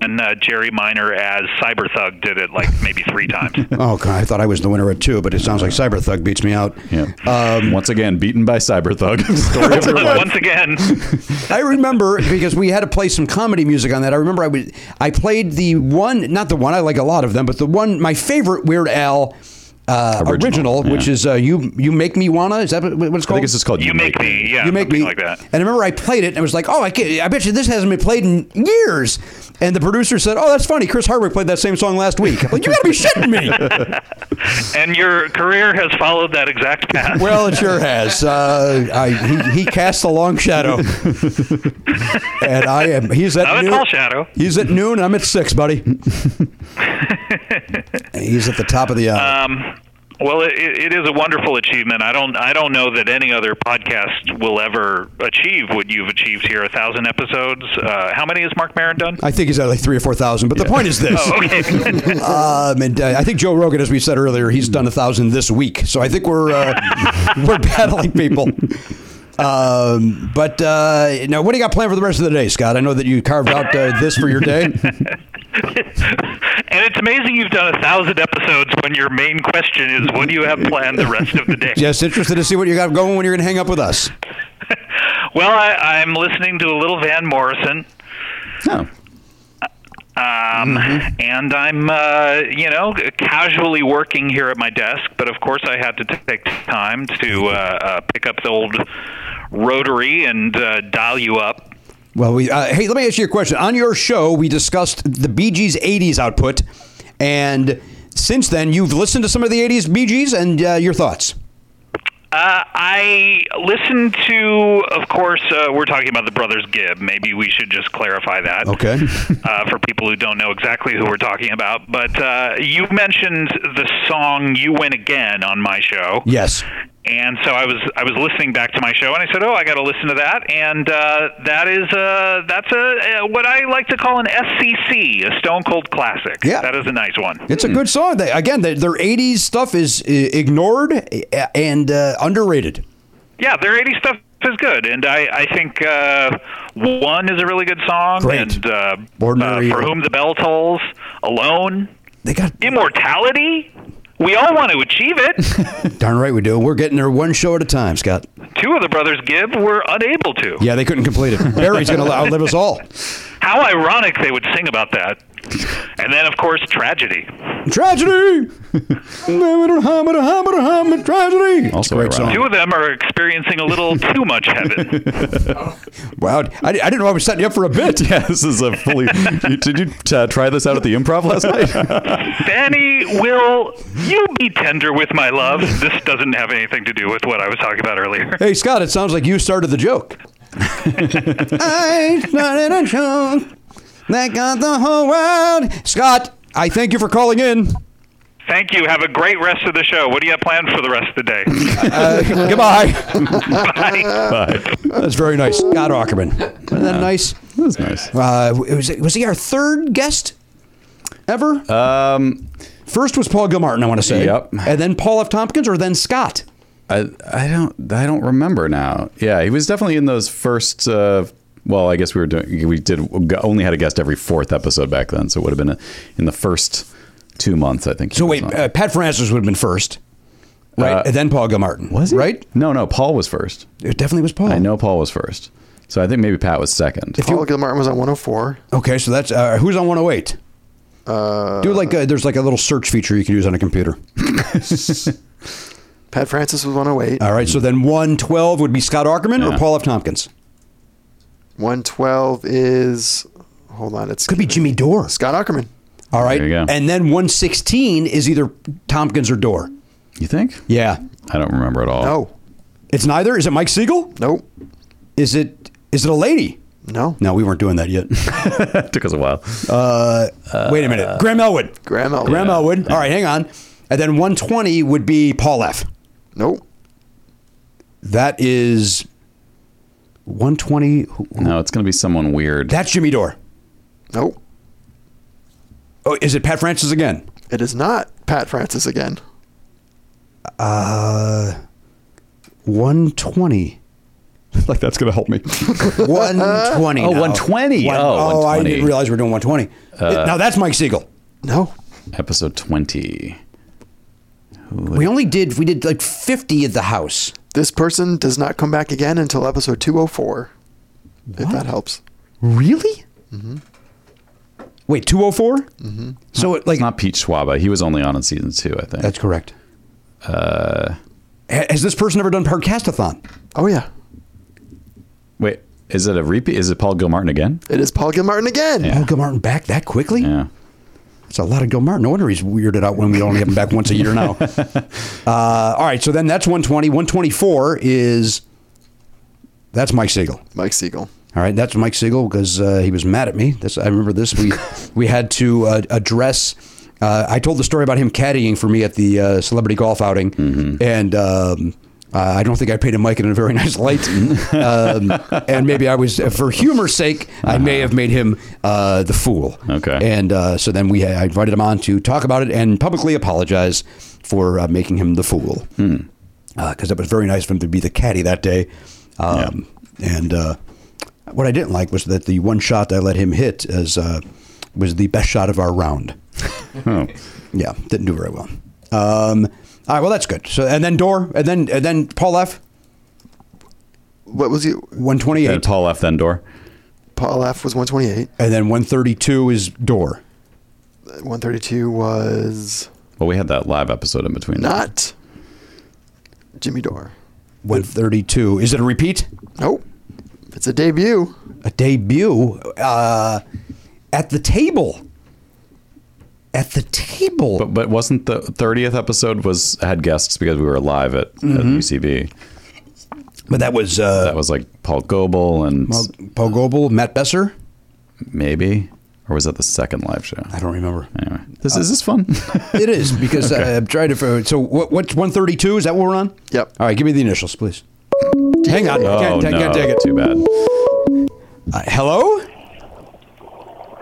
Speaker 18: and uh, Jerry Minor as Cyber Thug did it like maybe three [LAUGHS] times.
Speaker 2: [LAUGHS] Oh god, I thought I was the winner at two, but it sounds like Cyber Thug beats me out.
Speaker 3: Yeah.
Speaker 2: Um,
Speaker 3: Once again, beaten by Cyber Thug.
Speaker 2: [LAUGHS]
Speaker 18: once again.
Speaker 2: I remember because we had to play some comedy music on that. I remember I would I played the one, not the one I like a lot of them, but the one my favorite Weird Al uh, original,
Speaker 3: yeah.
Speaker 2: which is uh, you you make me wanna. Is that what what it's called?
Speaker 3: think it's just called You You Make Make Me. Me, yeah,
Speaker 2: you make
Speaker 3: something
Speaker 2: me
Speaker 3: like that.
Speaker 2: And I remember I played it and I was like, oh, I, can I bet you this hasn't been played in years. And the producer said, oh, that's funny. Chris Hardwick played that same song last week. I'm like, you gotta be shitting
Speaker 3: [LAUGHS]
Speaker 2: me.
Speaker 18: and your career has followed that exact path.
Speaker 2: well, it sure has. Uh, I, he, he cast a
Speaker 18: [LAUGHS]
Speaker 2: long shadow, and I am. He's at
Speaker 18: Not a
Speaker 2: noon.
Speaker 18: tall shadow.
Speaker 2: He's at noon. I'm at six,
Speaker 18: [LAUGHS]
Speaker 2: buddy. he's at the top of the hour.
Speaker 18: Um, well, it, it is a wonderful achievement. I don't, I don't know that any other podcast will ever achieve what you've achieved here. A thousand episodes. Uh, how many has Mark Maron done?
Speaker 2: I think he's at like three or four thousand. But the point is this:
Speaker 18: [LAUGHS] Oh, okay.
Speaker 2: [LAUGHS] um, and uh, I think Joe Rogan, as we said earlier, he's done a thousand this week. So I think we're uh, [LAUGHS] we're battling people. Um, but uh, now, what do you got planned for the rest of the day, Scott? I know that you carved out uh, this for your day.
Speaker 18: [LAUGHS] And it's amazing you've done a thousand episodes when your main question is, what do you have planned the rest of the [LAUGHS] day?
Speaker 2: [LAUGHS] Just interested to see what you got going when you're going to hang up with us.
Speaker 18: Well, I, I'm listening to a little Van Morrison.
Speaker 3: Oh.
Speaker 18: Um, and I'm, uh, you know, casually working here at my desk, but of course I had to take time to uh, uh, pick up the old rotary and uh, dial you up.
Speaker 2: Well, we uh, hey, let me ask you a question. On your show, we discussed the Bee Gees '80s output, and since then, you've listened to some of the '80s Bee Gees and uh, your thoughts.
Speaker 18: Uh, I listened to, of course, uh, we're talking about the Brothers Gibb. Maybe we should just clarify that.
Speaker 2: Okay.
Speaker 18: [LAUGHS] uh, for people who don't know exactly who we're talking about. But uh, you mentioned the song "You Win Again" on my show.
Speaker 2: Yes.
Speaker 18: And so I was I was listening back to my show, and I said, "Oh, I got to listen to that." And uh, that is uh, that's a uh, what I like to call an SCC, a Stone Cold classic.
Speaker 2: Yeah.
Speaker 18: that is a nice one.
Speaker 2: It's a good song. They, again, their, their '80s stuff is uh, ignored uh, and uh, underrated. [LAUGHS]
Speaker 18: Yeah, their 80s stuff is good, and I, I think uh, One is a really good song,
Speaker 2: Great.
Speaker 18: and uh,
Speaker 2: Ordinary-
Speaker 18: uh, For Whom the Bell Tolls, Alone.
Speaker 2: They got
Speaker 18: Immortality? We all want to achieve it.
Speaker 2: [LAUGHS] Darn right we do. We're getting there one show at a time, Scott.
Speaker 18: Two of the brothers Gibb were unable to.
Speaker 2: Yeah, they couldn't complete it. Barry's going to outlive us all.
Speaker 18: How ironic they would sing about that. And then, of course, tragedy. [LAUGHS]
Speaker 2: Tragedy.
Speaker 3: [LAUGHS]
Speaker 2: Tragedy. Also, great song.
Speaker 18: Two of them are experiencing a
Speaker 2: [LAUGHS]
Speaker 18: little too much heaven.
Speaker 3: [LAUGHS]
Speaker 2: Wow, I, I didn't know I was setting you up for a bit.
Speaker 3: Yeah, this is a fully. you, did you uh, try this out at the improv last night?
Speaker 18: [LAUGHS] Fanny, will you be tender with my love? This doesn't have anything to do with what I was talking about earlier.
Speaker 2: Hey, Scott, it sounds like you started the joke. [LAUGHS] I started a joke that got the whole world. Scott, I thank you for calling in.
Speaker 18: Thank you. Have a great rest of the show. What do you have planned for the rest of the day?
Speaker 2: [LAUGHS] Uh,
Speaker 3: [LAUGHS]
Speaker 2: goodbye.
Speaker 18: Bye.
Speaker 3: Bye.
Speaker 2: That's very nice. Scott Ackerman. Wasn't that nice?
Speaker 3: That was nice.
Speaker 2: Uh, was, was he our third guest ever?
Speaker 3: Um,
Speaker 2: First was Paul Gilmartin, I want to say.
Speaker 3: Yep.
Speaker 2: And then Paul F. Tompkins, or then Scott.
Speaker 3: I I don't I don't remember now. Yeah, he was definitely in those first. Uh, well, I guess we were doing we did only had a guest every fourth episode back then, so it would have been a, in the first two months. I think. he
Speaker 2: So
Speaker 3: was
Speaker 2: wait,
Speaker 3: on.
Speaker 2: uh, Pat Francis would have been first, right?
Speaker 3: Uh,
Speaker 2: and then Paul Gilmartin.
Speaker 3: was he?
Speaker 2: Right?
Speaker 3: No, no, Paul was first.
Speaker 2: It definitely was Paul.
Speaker 3: I know Paul was first. So I think maybe Pat was second.
Speaker 5: If Paul Gilmartin was on 104.
Speaker 2: Okay, so that's uh, who's on 108.
Speaker 5: Uh,
Speaker 2: Do like a, there's like a little search feature you can use on
Speaker 3: [LAUGHS]
Speaker 2: a computer.
Speaker 5: [LAUGHS] Pat Francis was 108.
Speaker 2: All right, so then 112 would be Scott Ackerman or
Speaker 5: Yeah.
Speaker 2: Paul F. Tompkins.
Speaker 5: 112 is. Hold on. It's
Speaker 2: Could be Jimmy Dore.
Speaker 5: Scott Ackerman.
Speaker 2: All right, and then 116 is either Tompkins or Dore.
Speaker 3: You think?
Speaker 2: Yeah.
Speaker 3: I don't remember at all.
Speaker 2: No, it's neither. Is it Mike Siegel?
Speaker 5: Nope.
Speaker 2: Is it is it a lady?
Speaker 5: No.
Speaker 2: No, we weren't doing that yet.
Speaker 3: [LAUGHS] Took us a while.
Speaker 2: Uh, wait a minute. Graham Elwood.
Speaker 5: Graham Elwood.
Speaker 2: Graham Elwood. All right, hang on. And then 120 would be Paul F.
Speaker 5: Nope.
Speaker 2: That is 120.
Speaker 3: No, it's going to be someone weird.
Speaker 2: That's Jimmy Dore.
Speaker 5: Nope.
Speaker 2: Oh, is it Pat Francis again?
Speaker 5: It is not Pat Francis again.
Speaker 2: Uh, 120. [LAUGHS] like that's going to [LAUGHS] help me. 120.
Speaker 3: Oh,
Speaker 2: now.
Speaker 3: 120.
Speaker 2: One-
Speaker 3: Oh,
Speaker 2: I
Speaker 3: 120.
Speaker 2: didn't realize we are doing 120.
Speaker 3: Uh,
Speaker 2: now that's Mike Siegel. No.
Speaker 3: Episode 20.
Speaker 2: We only did we did like 50 at the house.
Speaker 5: This person does not come back again until episode 204. If that helps.
Speaker 2: Really? Wait, 204? Mm-hmm. So it, like,
Speaker 3: it's not Pete Schwaba. He was only on in season two, I think. That's
Speaker 2: correct.
Speaker 3: Uh,
Speaker 2: Has this person ever done Podcastathon?
Speaker 5: Oh, yeah.
Speaker 3: wait, is it a repeat? Is it Paul Gilmartin again?
Speaker 5: It is Paul Gilmartin again.
Speaker 2: Paul Gilmartin back that quickly?
Speaker 3: Yeah.
Speaker 2: That's a lot of Gilmartin. No wonder he's weirded out when we only have him back once a year now. Uh, all right, so then that's 120. 124 is that's Mike Siegel.
Speaker 5: Mike Siegel.
Speaker 2: All right, that's Mike Siegel because uh, he was mad at me. This I remember this.
Speaker 5: [LAUGHS]
Speaker 2: We we had to uh, address. Uh, I told the story about him caddying for me at the uh, celebrity golf outing,
Speaker 5: Mm-hmm.
Speaker 2: and. Um, uh, I don't think I painted Mike in a very [LAUGHS] nice light, um,
Speaker 5: Mm-hmm.
Speaker 2: and maybe I was, for humor's sake, I may
Speaker 5: Uh-huh.
Speaker 2: have made him uh, the fool. Okay. And uh, so then we, I invited him on to talk about it and publicly apologize for uh, making him the fool
Speaker 5: Hmm.
Speaker 2: because Uh, it was very nice of him to be the caddy that day. Um, And uh, what I didn't like was that the one shot I let him hit as uh, was the best shot of our round. Yeah, didn't do very well. Um, all right, well that's good. So and then Door and then and then Paul F.
Speaker 5: What was he?
Speaker 2: One twenty eight.
Speaker 3: Paul F. Then Door.
Speaker 5: Paul F. was 128.
Speaker 2: And then one thirty two is Door.
Speaker 5: 132 was
Speaker 3: Well, we had that live episode in between.
Speaker 5: not Jimmy Dore.
Speaker 2: One thirty two. Is it a repeat?
Speaker 5: Nope. It's a debut.
Speaker 2: A debut uh, at the table. At the table.
Speaker 3: But, but wasn't the 30th episode was had guests because we were live at, at
Speaker 2: Mhm.
Speaker 3: UCB.
Speaker 2: But that was uh,
Speaker 3: that was like Paul Goebel and
Speaker 2: Well, Paul Goebel, Matt Besser.
Speaker 3: maybe or was that the second live show? I
Speaker 2: don't remember.
Speaker 3: Anyway, this is this is fun.
Speaker 2: [LAUGHS] it is because I, I'm trying to. So what? What's 132? Is that what we're on?
Speaker 5: Yep.
Speaker 2: All right, give me the initials, please. Hang on.
Speaker 3: Oh,
Speaker 2: can't, take-
Speaker 3: no.
Speaker 2: can't take it.
Speaker 3: Too bad.
Speaker 2: Uh, hello.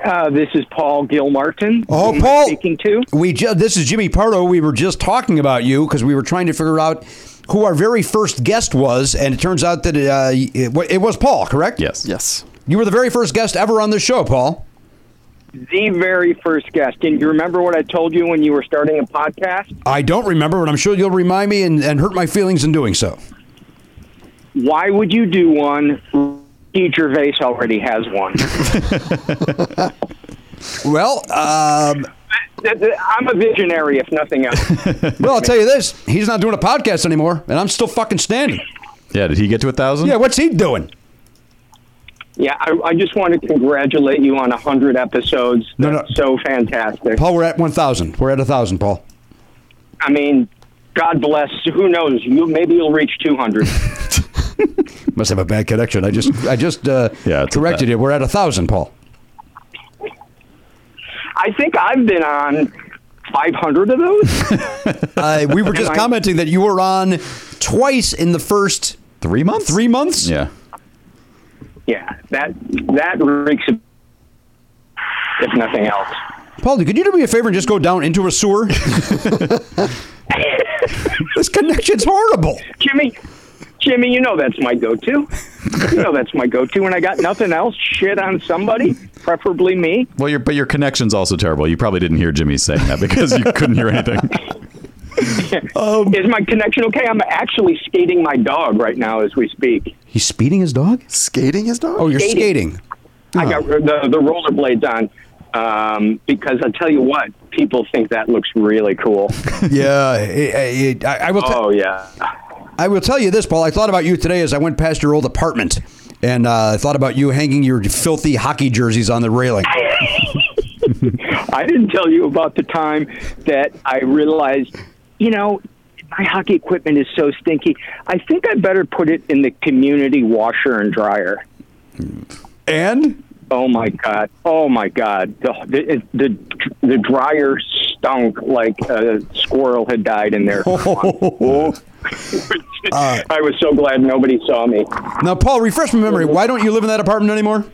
Speaker 19: Uh, this is Paul Gilmartin.
Speaker 2: Oh,
Speaker 19: Who am I
Speaker 2: Paul.
Speaker 19: Speaking to.
Speaker 2: We ju- this is Jimmy Pardo. We were just talking about you because we were trying to figure out who our very first guest was, and it turns out that uh, it, wa- it was Paul. Correct?
Speaker 3: Yes.
Speaker 5: Yes.
Speaker 2: You were the very first guest ever on this show, Paul.
Speaker 19: The very first guest. And you remember what I told you when you were starting a podcast?
Speaker 2: I don't remember, but I'm sure you'll remind me and, and hurt my feelings in doing so.
Speaker 19: Why would you do one? Ricky Gervais already has one.
Speaker 2: Well, um,
Speaker 19: I'm a visionary, if nothing
Speaker 2: [LAUGHS]
Speaker 19: else.
Speaker 2: well, I'll tell you this: he's not doing a podcast anymore, and I'm still fucking standing.
Speaker 3: Yeah, did he get to a thousand?
Speaker 2: Yeah, what's he doing?
Speaker 19: yeah, I, I just want to congratulate you on 100 episodes. No, no. So fantastic.
Speaker 2: Paul, we're at 1,000. We're at 1,000, Paul.
Speaker 19: I mean, God bless. Who knows? You, maybe you'll reach
Speaker 2: [LAUGHS]
Speaker 19: 200.
Speaker 2: Must have a bad connection. I just I just uh,
Speaker 3: [LAUGHS]
Speaker 2: corrected you. We're at 1,000, Paul.
Speaker 19: I think I've been on 500 of those.
Speaker 2: [LAUGHS] Uh, we
Speaker 19: [LAUGHS]
Speaker 2: were just commenting that you were on twice in the first
Speaker 3: three months.
Speaker 2: Three months?
Speaker 3: Yeah.
Speaker 19: yeah, that that reeks of, if nothing else.
Speaker 2: Paul, could you do me a favor and just go down into a
Speaker 19: [LAUGHS]
Speaker 2: sewer? [LAUGHS] this connection's horrible.
Speaker 19: Jimmy, Jimmy, you know that's my go-to. you know that's my go-to when I got nothing else. Shit on somebody, preferably me.
Speaker 2: [LAUGHS]
Speaker 3: Well, your but your connection's also terrible. You probably didn't hear Jimmy saying that because you couldn't hear anything.
Speaker 2: Um,
Speaker 19: Is my connection okay? I'm actually skating my dog right now as we speak.
Speaker 2: He's speeding his dog?
Speaker 5: Skating his dog?
Speaker 2: Oh, you're skating.
Speaker 19: I got
Speaker 2: Ah.
Speaker 19: the, the rollerblades on um, because I tell you what, people think that looks really
Speaker 2: [LAUGHS]
Speaker 19: cool.
Speaker 2: yeah, it- it- I, I will. tell
Speaker 19: oh yeah.
Speaker 2: I will tell you this, Paul. I thought about you today as I went past your old apartment, and uh, I thought about you hanging your filthy hockey jerseys on the railing.
Speaker 19: I didn't tell you about the time that I realized, you know, my hockey equipment is so stinky. I think I better put it in the community washer and dryer.
Speaker 2: And?
Speaker 19: Oh my god! Oh my god! The the the, the dryer stunk like a squirrel had died in there.
Speaker 2: Oh,
Speaker 19: I was so glad nobody saw me.
Speaker 2: [LAUGHS] Now, Paul, refresh my memory. Why don't you live in that apartment anymore?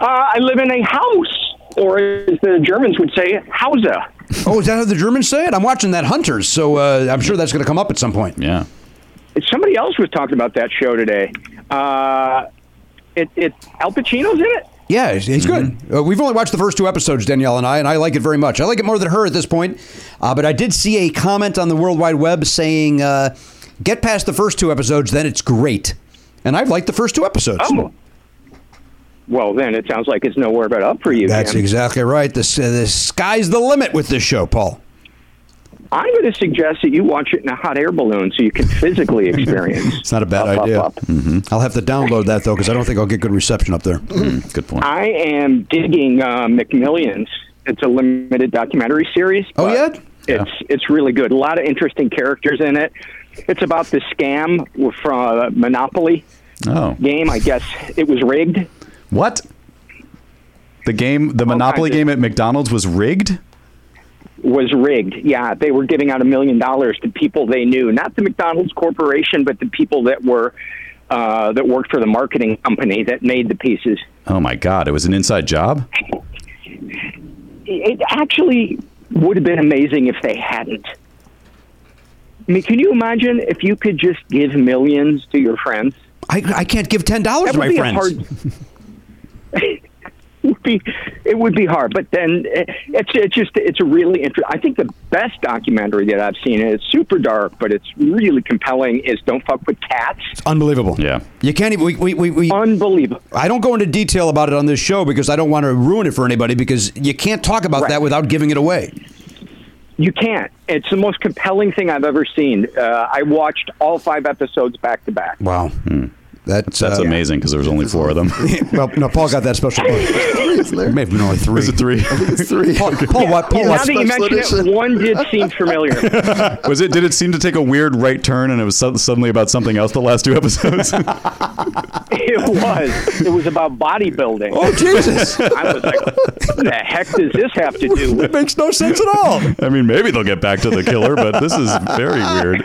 Speaker 19: Uh, I live in a house, or as the Germans would say, Hauser.
Speaker 2: Oh, is that how the Germans say it? I'm watching that Hunters, so uh, I'm sure that's going to come up at some point.
Speaker 3: Yeah.
Speaker 19: Somebody else was talking about that show today. Uh, it, it Al Pacino's in it.
Speaker 2: Yeah, he's, he's
Speaker 3: Mm-hmm.
Speaker 2: good. Uh, we've only watched the first two episodes, Danielle and I, and I like it very much. I like it more than her at this point. Uh, but I did see a comment on the World Wide Web saying, uh, "Get past the first two episodes, then it's great." And I've liked the first two episodes.
Speaker 3: Oh,
Speaker 19: Well, then it sounds like it's nowhere but up for you.
Speaker 2: That's
Speaker 19: Jim.
Speaker 2: exactly right. The, s- the sky's the limit with this show, Paul.
Speaker 19: I'm going to suggest that you watch it in a hot air balloon so you can physically [LAUGHS] experience.
Speaker 2: It's not a bad idea. Mm-hmm. I'll have to download that though because I don't think I'll get good reception up there.
Speaker 3: Mm, good point.
Speaker 19: I am digging uh, McMillions. It's a limited documentary series. Oh yeah, it's it's really good. A lot of interesting characters in it. It's about the scam from uh, Monopoly
Speaker 3: Oh.
Speaker 19: game. I guess it was rigged.
Speaker 3: What? The game, the Monopoly game at McDonald's was rigged?
Speaker 19: was rigged. Yeah, they were giving out a million dollars to people they knew, not the McDonald's corporation, but the people that were uh, that worked for the marketing company that made the pieces.
Speaker 3: Oh my God. It was an inside job?
Speaker 19: It actually would have been amazing if they hadn't. I mean, can you imagine if you could just give millions to your friends?
Speaker 2: I, I can't give ten dollars to my friends.
Speaker 19: would be it would be hard. But then eh, it's it's just it's a really interesting. I think the best documentary that I've seen. and It's super dark, but it's really compelling. Is Don't Fuck with Cats.
Speaker 2: It's unbelievable. Yeah. You can't even. We, we, we, we,
Speaker 19: unbelievable.
Speaker 2: I don't go into detail about it on this show because I don't want to ruin it for anybody because you can't talk about that without giving it away.
Speaker 19: You can't. It's the most compelling thing I've ever seen. Uh, I watched all five episodes back to back.
Speaker 2: Wow. That's,
Speaker 3: That's
Speaker 2: uh,
Speaker 3: amazing because there was only four of [LAUGHS] them.
Speaker 2: [LAUGHS] well, no, Paul got that special. It may have been only three. Was it
Speaker 3: [LAUGHS] three?
Speaker 2: it's three. Paul, Paul, what? Paul,
Speaker 19: now
Speaker 2: what?
Speaker 19: that you mention it, one did seem familiar.
Speaker 3: [LAUGHS]
Speaker 2: [LAUGHS]
Speaker 3: was it? Did it seem to take a weird right turn and it was so- suddenly about something else the last two episodes? [LAUGHS]
Speaker 19: It was. It was about bodybuilding.
Speaker 3: Oh, Jesus.
Speaker 19: I was like, what the heck does this have to do with
Speaker 2: [LAUGHS] it makes no sense at all.
Speaker 3: I mean, maybe they'll get back to the killer, but this is very weird.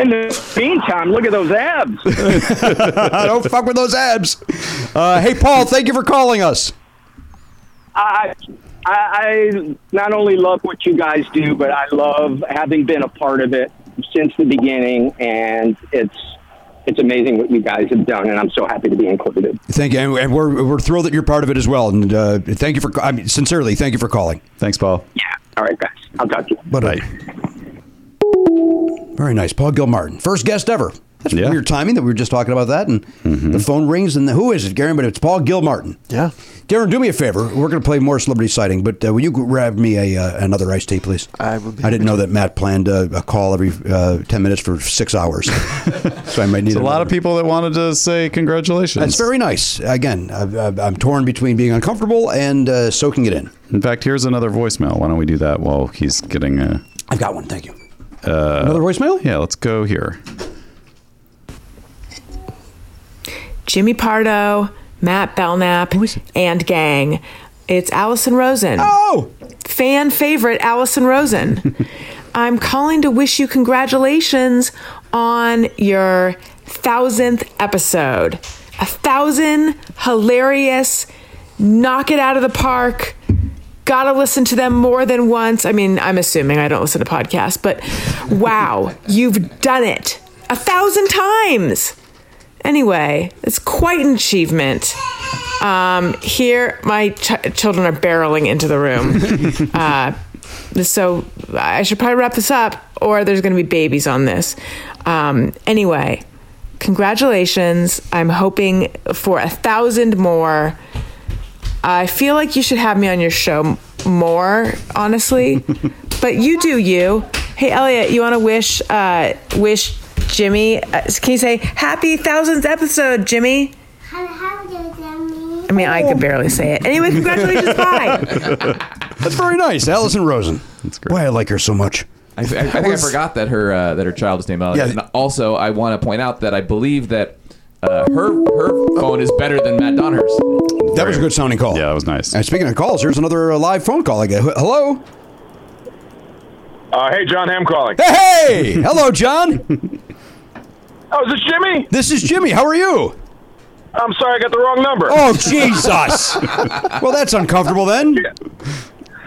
Speaker 19: In the meantime, look at those abs.
Speaker 2: [LAUGHS] don't fuck with those abs. Uh, hey, Paul, thank you for calling us.
Speaker 19: I, I, I not only love what you guys do, but I love having been a part of it since the beginning, and it's it's amazing what you guys have done, and I'm so happy to be included.
Speaker 2: Thank you, and- and we're, we're thrilled that you're part of it as well. And uh, thank you for, I mean, sincerely, thank you for calling.
Speaker 3: Thanks, Paul.
Speaker 19: Yeah. All right, guys. I'll talk to you.
Speaker 2: But Bye. Very nice, Paul Gilmartin, first guest ever. That's weird timing that we were just talking about that, and
Speaker 3: Mm-hmm.
Speaker 2: the phone rings, and the, who is it, Garen? But it's Paul Gilmartin.
Speaker 5: Yeah.
Speaker 2: Darren, do me a favor. We're going to play more celebrity sighting, but uh, will you grab me a uh, another iced tea, please? I will. I didn't know that Matt planned uh, a call every uh, ten minutes for
Speaker 3: [LAUGHS]
Speaker 2: six hours, so I might need
Speaker 3: There's a
Speaker 2: another.
Speaker 3: lot of people that wanted to say congratulations.
Speaker 2: That's very nice. Again, I, I, I'm torn between being uncomfortable and uh, soaking it in.
Speaker 3: In fact, here's another voicemail. Why don't we do that while he's getting a.
Speaker 2: I've got one. Thank you.
Speaker 3: Uh,
Speaker 2: another voicemail?
Speaker 3: Yeah, let's go here.
Speaker 20: Jimmy Pardo, Matt Belknap, and gang. It's Allison Rosen.
Speaker 2: Oh!
Speaker 20: Fan favorite Allison Rosen. I'm calling to wish you congratulations on your thousandth episode. A thousand hilarious, knock it out of the park. Gotta listen to them more than once. I mean, I'm assuming I don't listen to podcasts, but wow, you've done it a thousand times. Anyway, it's quite an achievement. Um, here, my ch- children are barreling into the room. uh, This- So I should probably wrap this up, or there's going to be babies on this. Um, anyway, congratulations. I'm hoping for a thousand more. I feel like you should have me on your show m- more, honestly. but you do you. Hey, Elliot, you want to wish uh, wish Jimmy? Uh, can you say happy thousandth episode, Jimmy? I mean, I could barely say it. Anyway, congratulations.
Speaker 2: [LAUGHS]
Speaker 20: bye.
Speaker 2: That's very nice, Allison Rosen. That's great. Boy, I like her so much.
Speaker 4: I, I, I think I forgot that her uh, that her child is named Elliot.
Speaker 2: Yeah.
Speaker 4: And also, I want to point out that I believe that uh, her her phone is better than Matt Donner's.
Speaker 2: That was a good sounding call. Yeah, that was nice. And speaking of calls, here's another uh, live phone call I got. Hello.
Speaker 21: Uh, hey, John Ham calling.
Speaker 2: Hey, hey! hello, John.
Speaker 21: Oh, is this Jimmy?
Speaker 2: This is Jimmy. How are you?
Speaker 21: I'm sorry, I got the wrong number.
Speaker 2: Oh, Jesus.
Speaker 21: [LAUGHS]
Speaker 2: well, that's uncomfortable then.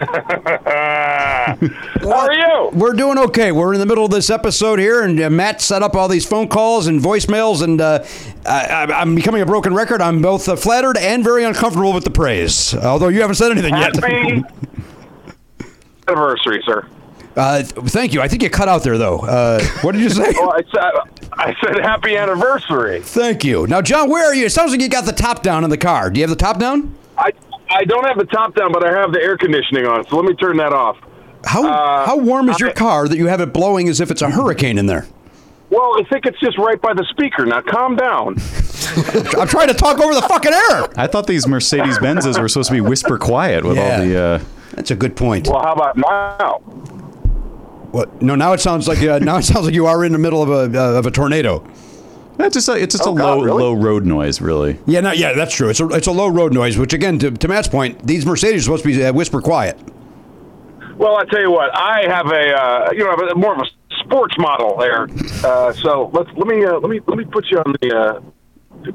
Speaker 2: How
Speaker 21: Uh, are you?
Speaker 2: We're doing okay. We're in the middle of this episode here, and uh, Matt set up all these phone calls and voicemails, and uh, I, I- I'm becoming a broken record. I'm both uh, flattered and very uncomfortable with the praise, although you haven't said anything
Speaker 21: Happy
Speaker 2: yet.
Speaker 21: anniversary,
Speaker 2: [LAUGHS]
Speaker 21: sir.
Speaker 2: Uh, thank you. I think you cut out there, though. Uh, what did you say?
Speaker 21: Well, uh, I said, [LAUGHS] I said happy anniversary.
Speaker 2: Thank you. Now, John, where are you? It sounds like you got the top down in the car. Do you have the top down?
Speaker 21: I I don't have the top down, but I have the air conditioning on, so let me turn that off. Uh,
Speaker 2: How how warm is your car that you have it blowing as if it's a hurricane in there?
Speaker 21: Well, I think it's just right by the speaker. Now, calm
Speaker 2: [LAUGHS]
Speaker 21: down. [LAUGHS]
Speaker 2: I'm trying to talk over the fucking air.
Speaker 3: I thought these Mercedes Benzes were supposed to be whisper quiet with
Speaker 2: Yeah.
Speaker 3: all the. Uh,
Speaker 2: That's a good point.
Speaker 21: Well, how about now?
Speaker 2: What? No, now it sounds like uh, now it sounds like you are in the middle of a uh, of a tornado.
Speaker 3: That's just a, it's just
Speaker 2: Oh,
Speaker 3: a
Speaker 2: God,
Speaker 3: low
Speaker 2: really?
Speaker 3: low road noise, really.
Speaker 2: Yeah, no, yeah, that's true. It's a, it's a low road noise, which again, to, to Matt's point, these Mercedes are supposed to be uh, whisper quiet.
Speaker 21: Well, I tell you what, I have a uh, you know I have a, more of a sports model there. Uh, so let's let me uh, let me let me put you on the. Uh,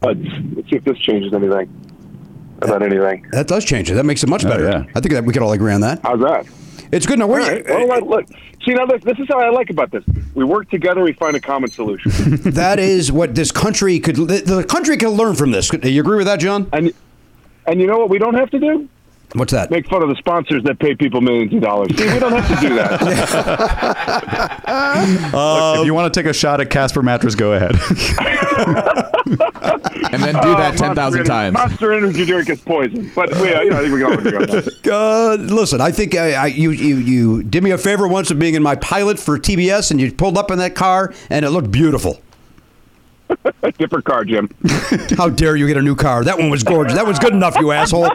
Speaker 21: buds. let's see if this changes anything. About anything.
Speaker 2: That does change it. That makes it much better. I think that we could all agree on
Speaker 21: [LAUGHS]
Speaker 2: that.
Speaker 21: How's that?
Speaker 2: It's good. Now, where
Speaker 21: All
Speaker 2: you-
Speaker 21: right. Well, look, look, see now this, this is how I like about this. We work together. We find a common solution.
Speaker 2: that is what this country could the, the country could learn from this. Do you agree with that, John?
Speaker 21: And and you know what we don't have to do?
Speaker 2: What's that?
Speaker 21: Make fun of the sponsors that pay people millions of dollars. See, we don't have to do that.
Speaker 2: [LAUGHS]
Speaker 3: Look, Uh, if
Speaker 2: Uh,
Speaker 3: you want to take a shot at Casper mattress, go ahead.
Speaker 2: [LAUGHS]
Speaker 4: and then
Speaker 21: Uh, Monster Ener- Monster energy drink is poison. But we, uh, you know, I think we can all agree on
Speaker 2: [LAUGHS]
Speaker 21: that.
Speaker 2: Uh, listen, I think I, I, you, you you did me a favor once of being in my pilot for TBS, and you pulled up in that car, and it looked beautiful.
Speaker 21: A different car, Jim.
Speaker 2: How dare you get a new car? That one was gorgeous. That was good enough, you asshole.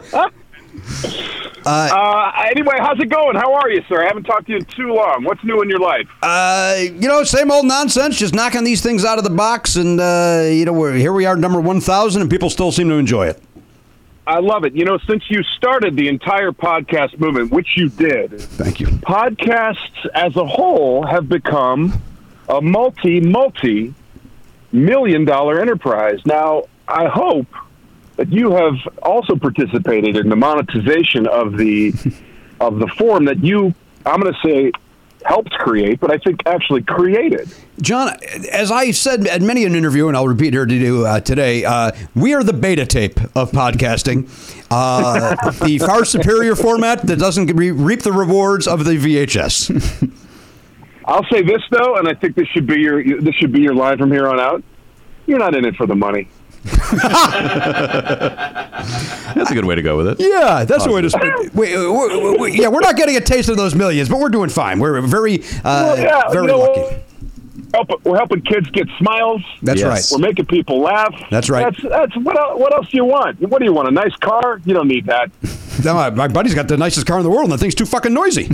Speaker 21: Uh, anyway, how's it going? How are you, sir? I haven't talked to you in too long. What's new in your life?
Speaker 2: Uh, you know, same old nonsense. Just knocking these things out of the box, and uh, you know, we're, here we are, number one thousand, and people still seem to enjoy it.
Speaker 21: I love it. You know, since you started the entire podcast movement, which you did,
Speaker 2: thank you.
Speaker 21: Podcasts as a whole have become a multi, multi million dollar enterprise. Now, I hope that you have also participated in the monetization of
Speaker 2: [LAUGHS]
Speaker 21: the of the form that you I'm going to say helped create, but I think actually created.
Speaker 2: John, as I said at many an interview, and I'll repeat here to do uh, today, uh, we are the beta tape of podcasting, uh, the far superior format that doesn't re- reap the rewards of the VHS.
Speaker 21: I'll say this though, and I think this should be your this should be your line from here on out. You're not in it for the money.
Speaker 3: [LAUGHS] That's a good way to go with it.
Speaker 2: Yeah, that's the way to. Sp- wait, uh, we- we- yeah, we're not getting a taste of those millions, but we're doing fine. We're very, uh,
Speaker 21: Well, yeah,
Speaker 2: very
Speaker 21: you know,
Speaker 2: lucky.
Speaker 21: Help, we're helping kids get smiles.
Speaker 2: That's Yes. right.
Speaker 21: We're making people laugh.
Speaker 2: That's right.
Speaker 21: That's, that's what, el- what else do you want? What do you want? A nice car? You don't need
Speaker 2: [LAUGHS]
Speaker 21: that.
Speaker 2: No, my, my buddy's got the nicest car in the world, and the thing's too fucking noisy. [LAUGHS]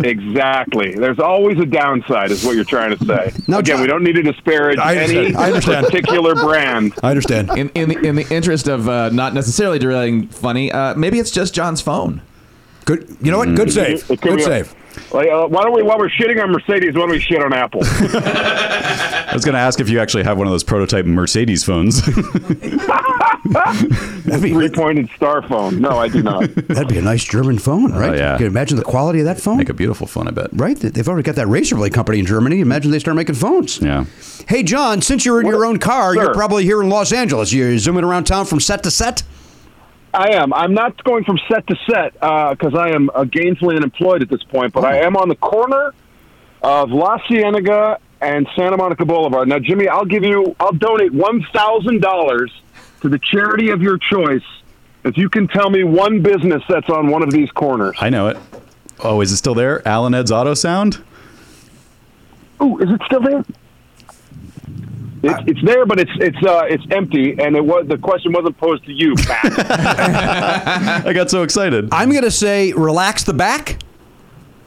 Speaker 21: exactly. There's always a downside, is what you're trying to
Speaker 2: [LAUGHS]
Speaker 21: say.
Speaker 2: Now,
Speaker 21: Again, we don't need to disparage
Speaker 2: I
Speaker 21: any
Speaker 2: understand. I understand.
Speaker 21: particular brand.
Speaker 2: I understand.
Speaker 4: In in the, in the interest of uh, not necessarily derailing funny, uh, maybe it's just John's phone.
Speaker 2: Good. You know what? Good save.
Speaker 21: Mm-hmm. It could be a- Like, uh, why don't we? While we're shitting on Mercedes, why don't we shit on
Speaker 2: [LAUGHS]
Speaker 21: Apple?
Speaker 3: I was going to ask if you actually have one of those prototype Mercedes phones.
Speaker 21: [LAUGHS] Three-pointed star phone. No, I do [LAUGHS] not.
Speaker 2: That'd be a nice German phone, right?
Speaker 3: Oh, yeah.
Speaker 2: You can imagine the quality of that phone.
Speaker 3: Make a beautiful phone, I bet.
Speaker 2: Right? They- They've already got that razor blade company in Germany. Imagine they start making phones.
Speaker 3: Yeah.
Speaker 2: Hey, John, since you're in your own car, you're probably here in Los Angeles. You're zooming around town from set to set.
Speaker 21: I am. I'm not going from set to set because I am uh, gainfully unemployed at this point, but I am on the corner of La Cienega and Santa Monica Boulevard. Now, Jimmy, I'll give you, I'll donate $1,000 to the charity of your choice if you can tell me one business that's on one of these corners.
Speaker 3: I know it. Oh, is it still there? Alan Ed's Auto Sound?
Speaker 21: Ooh, is it still there? It's, it's there, but it's it's uh, it's empty, and it was the question wasn't posed to you, Pat. uh,
Speaker 3: [LAUGHS] I got so excited.
Speaker 2: I'm going to say relax the back.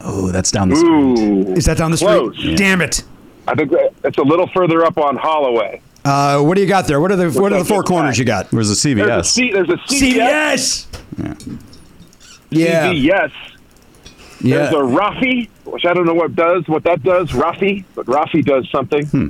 Speaker 3: Oh, that's down the
Speaker 21: Ooh,
Speaker 2: Is that [LAUGHS] down the street?
Speaker 21: Close.
Speaker 2: Damn it!
Speaker 21: I think that- it's a little further up on Holloway.
Speaker 2: Uh, what do you got there? What are the what are the four corners you got?
Speaker 3: Where's the
Speaker 21: There's a, C, there's a CVS.
Speaker 2: Yeah.
Speaker 21: CVS.
Speaker 2: Yeah.
Speaker 21: There's a Rafi, which I don't know what does what that does. Rafi, but Rafi does something.
Speaker 2: Hmm.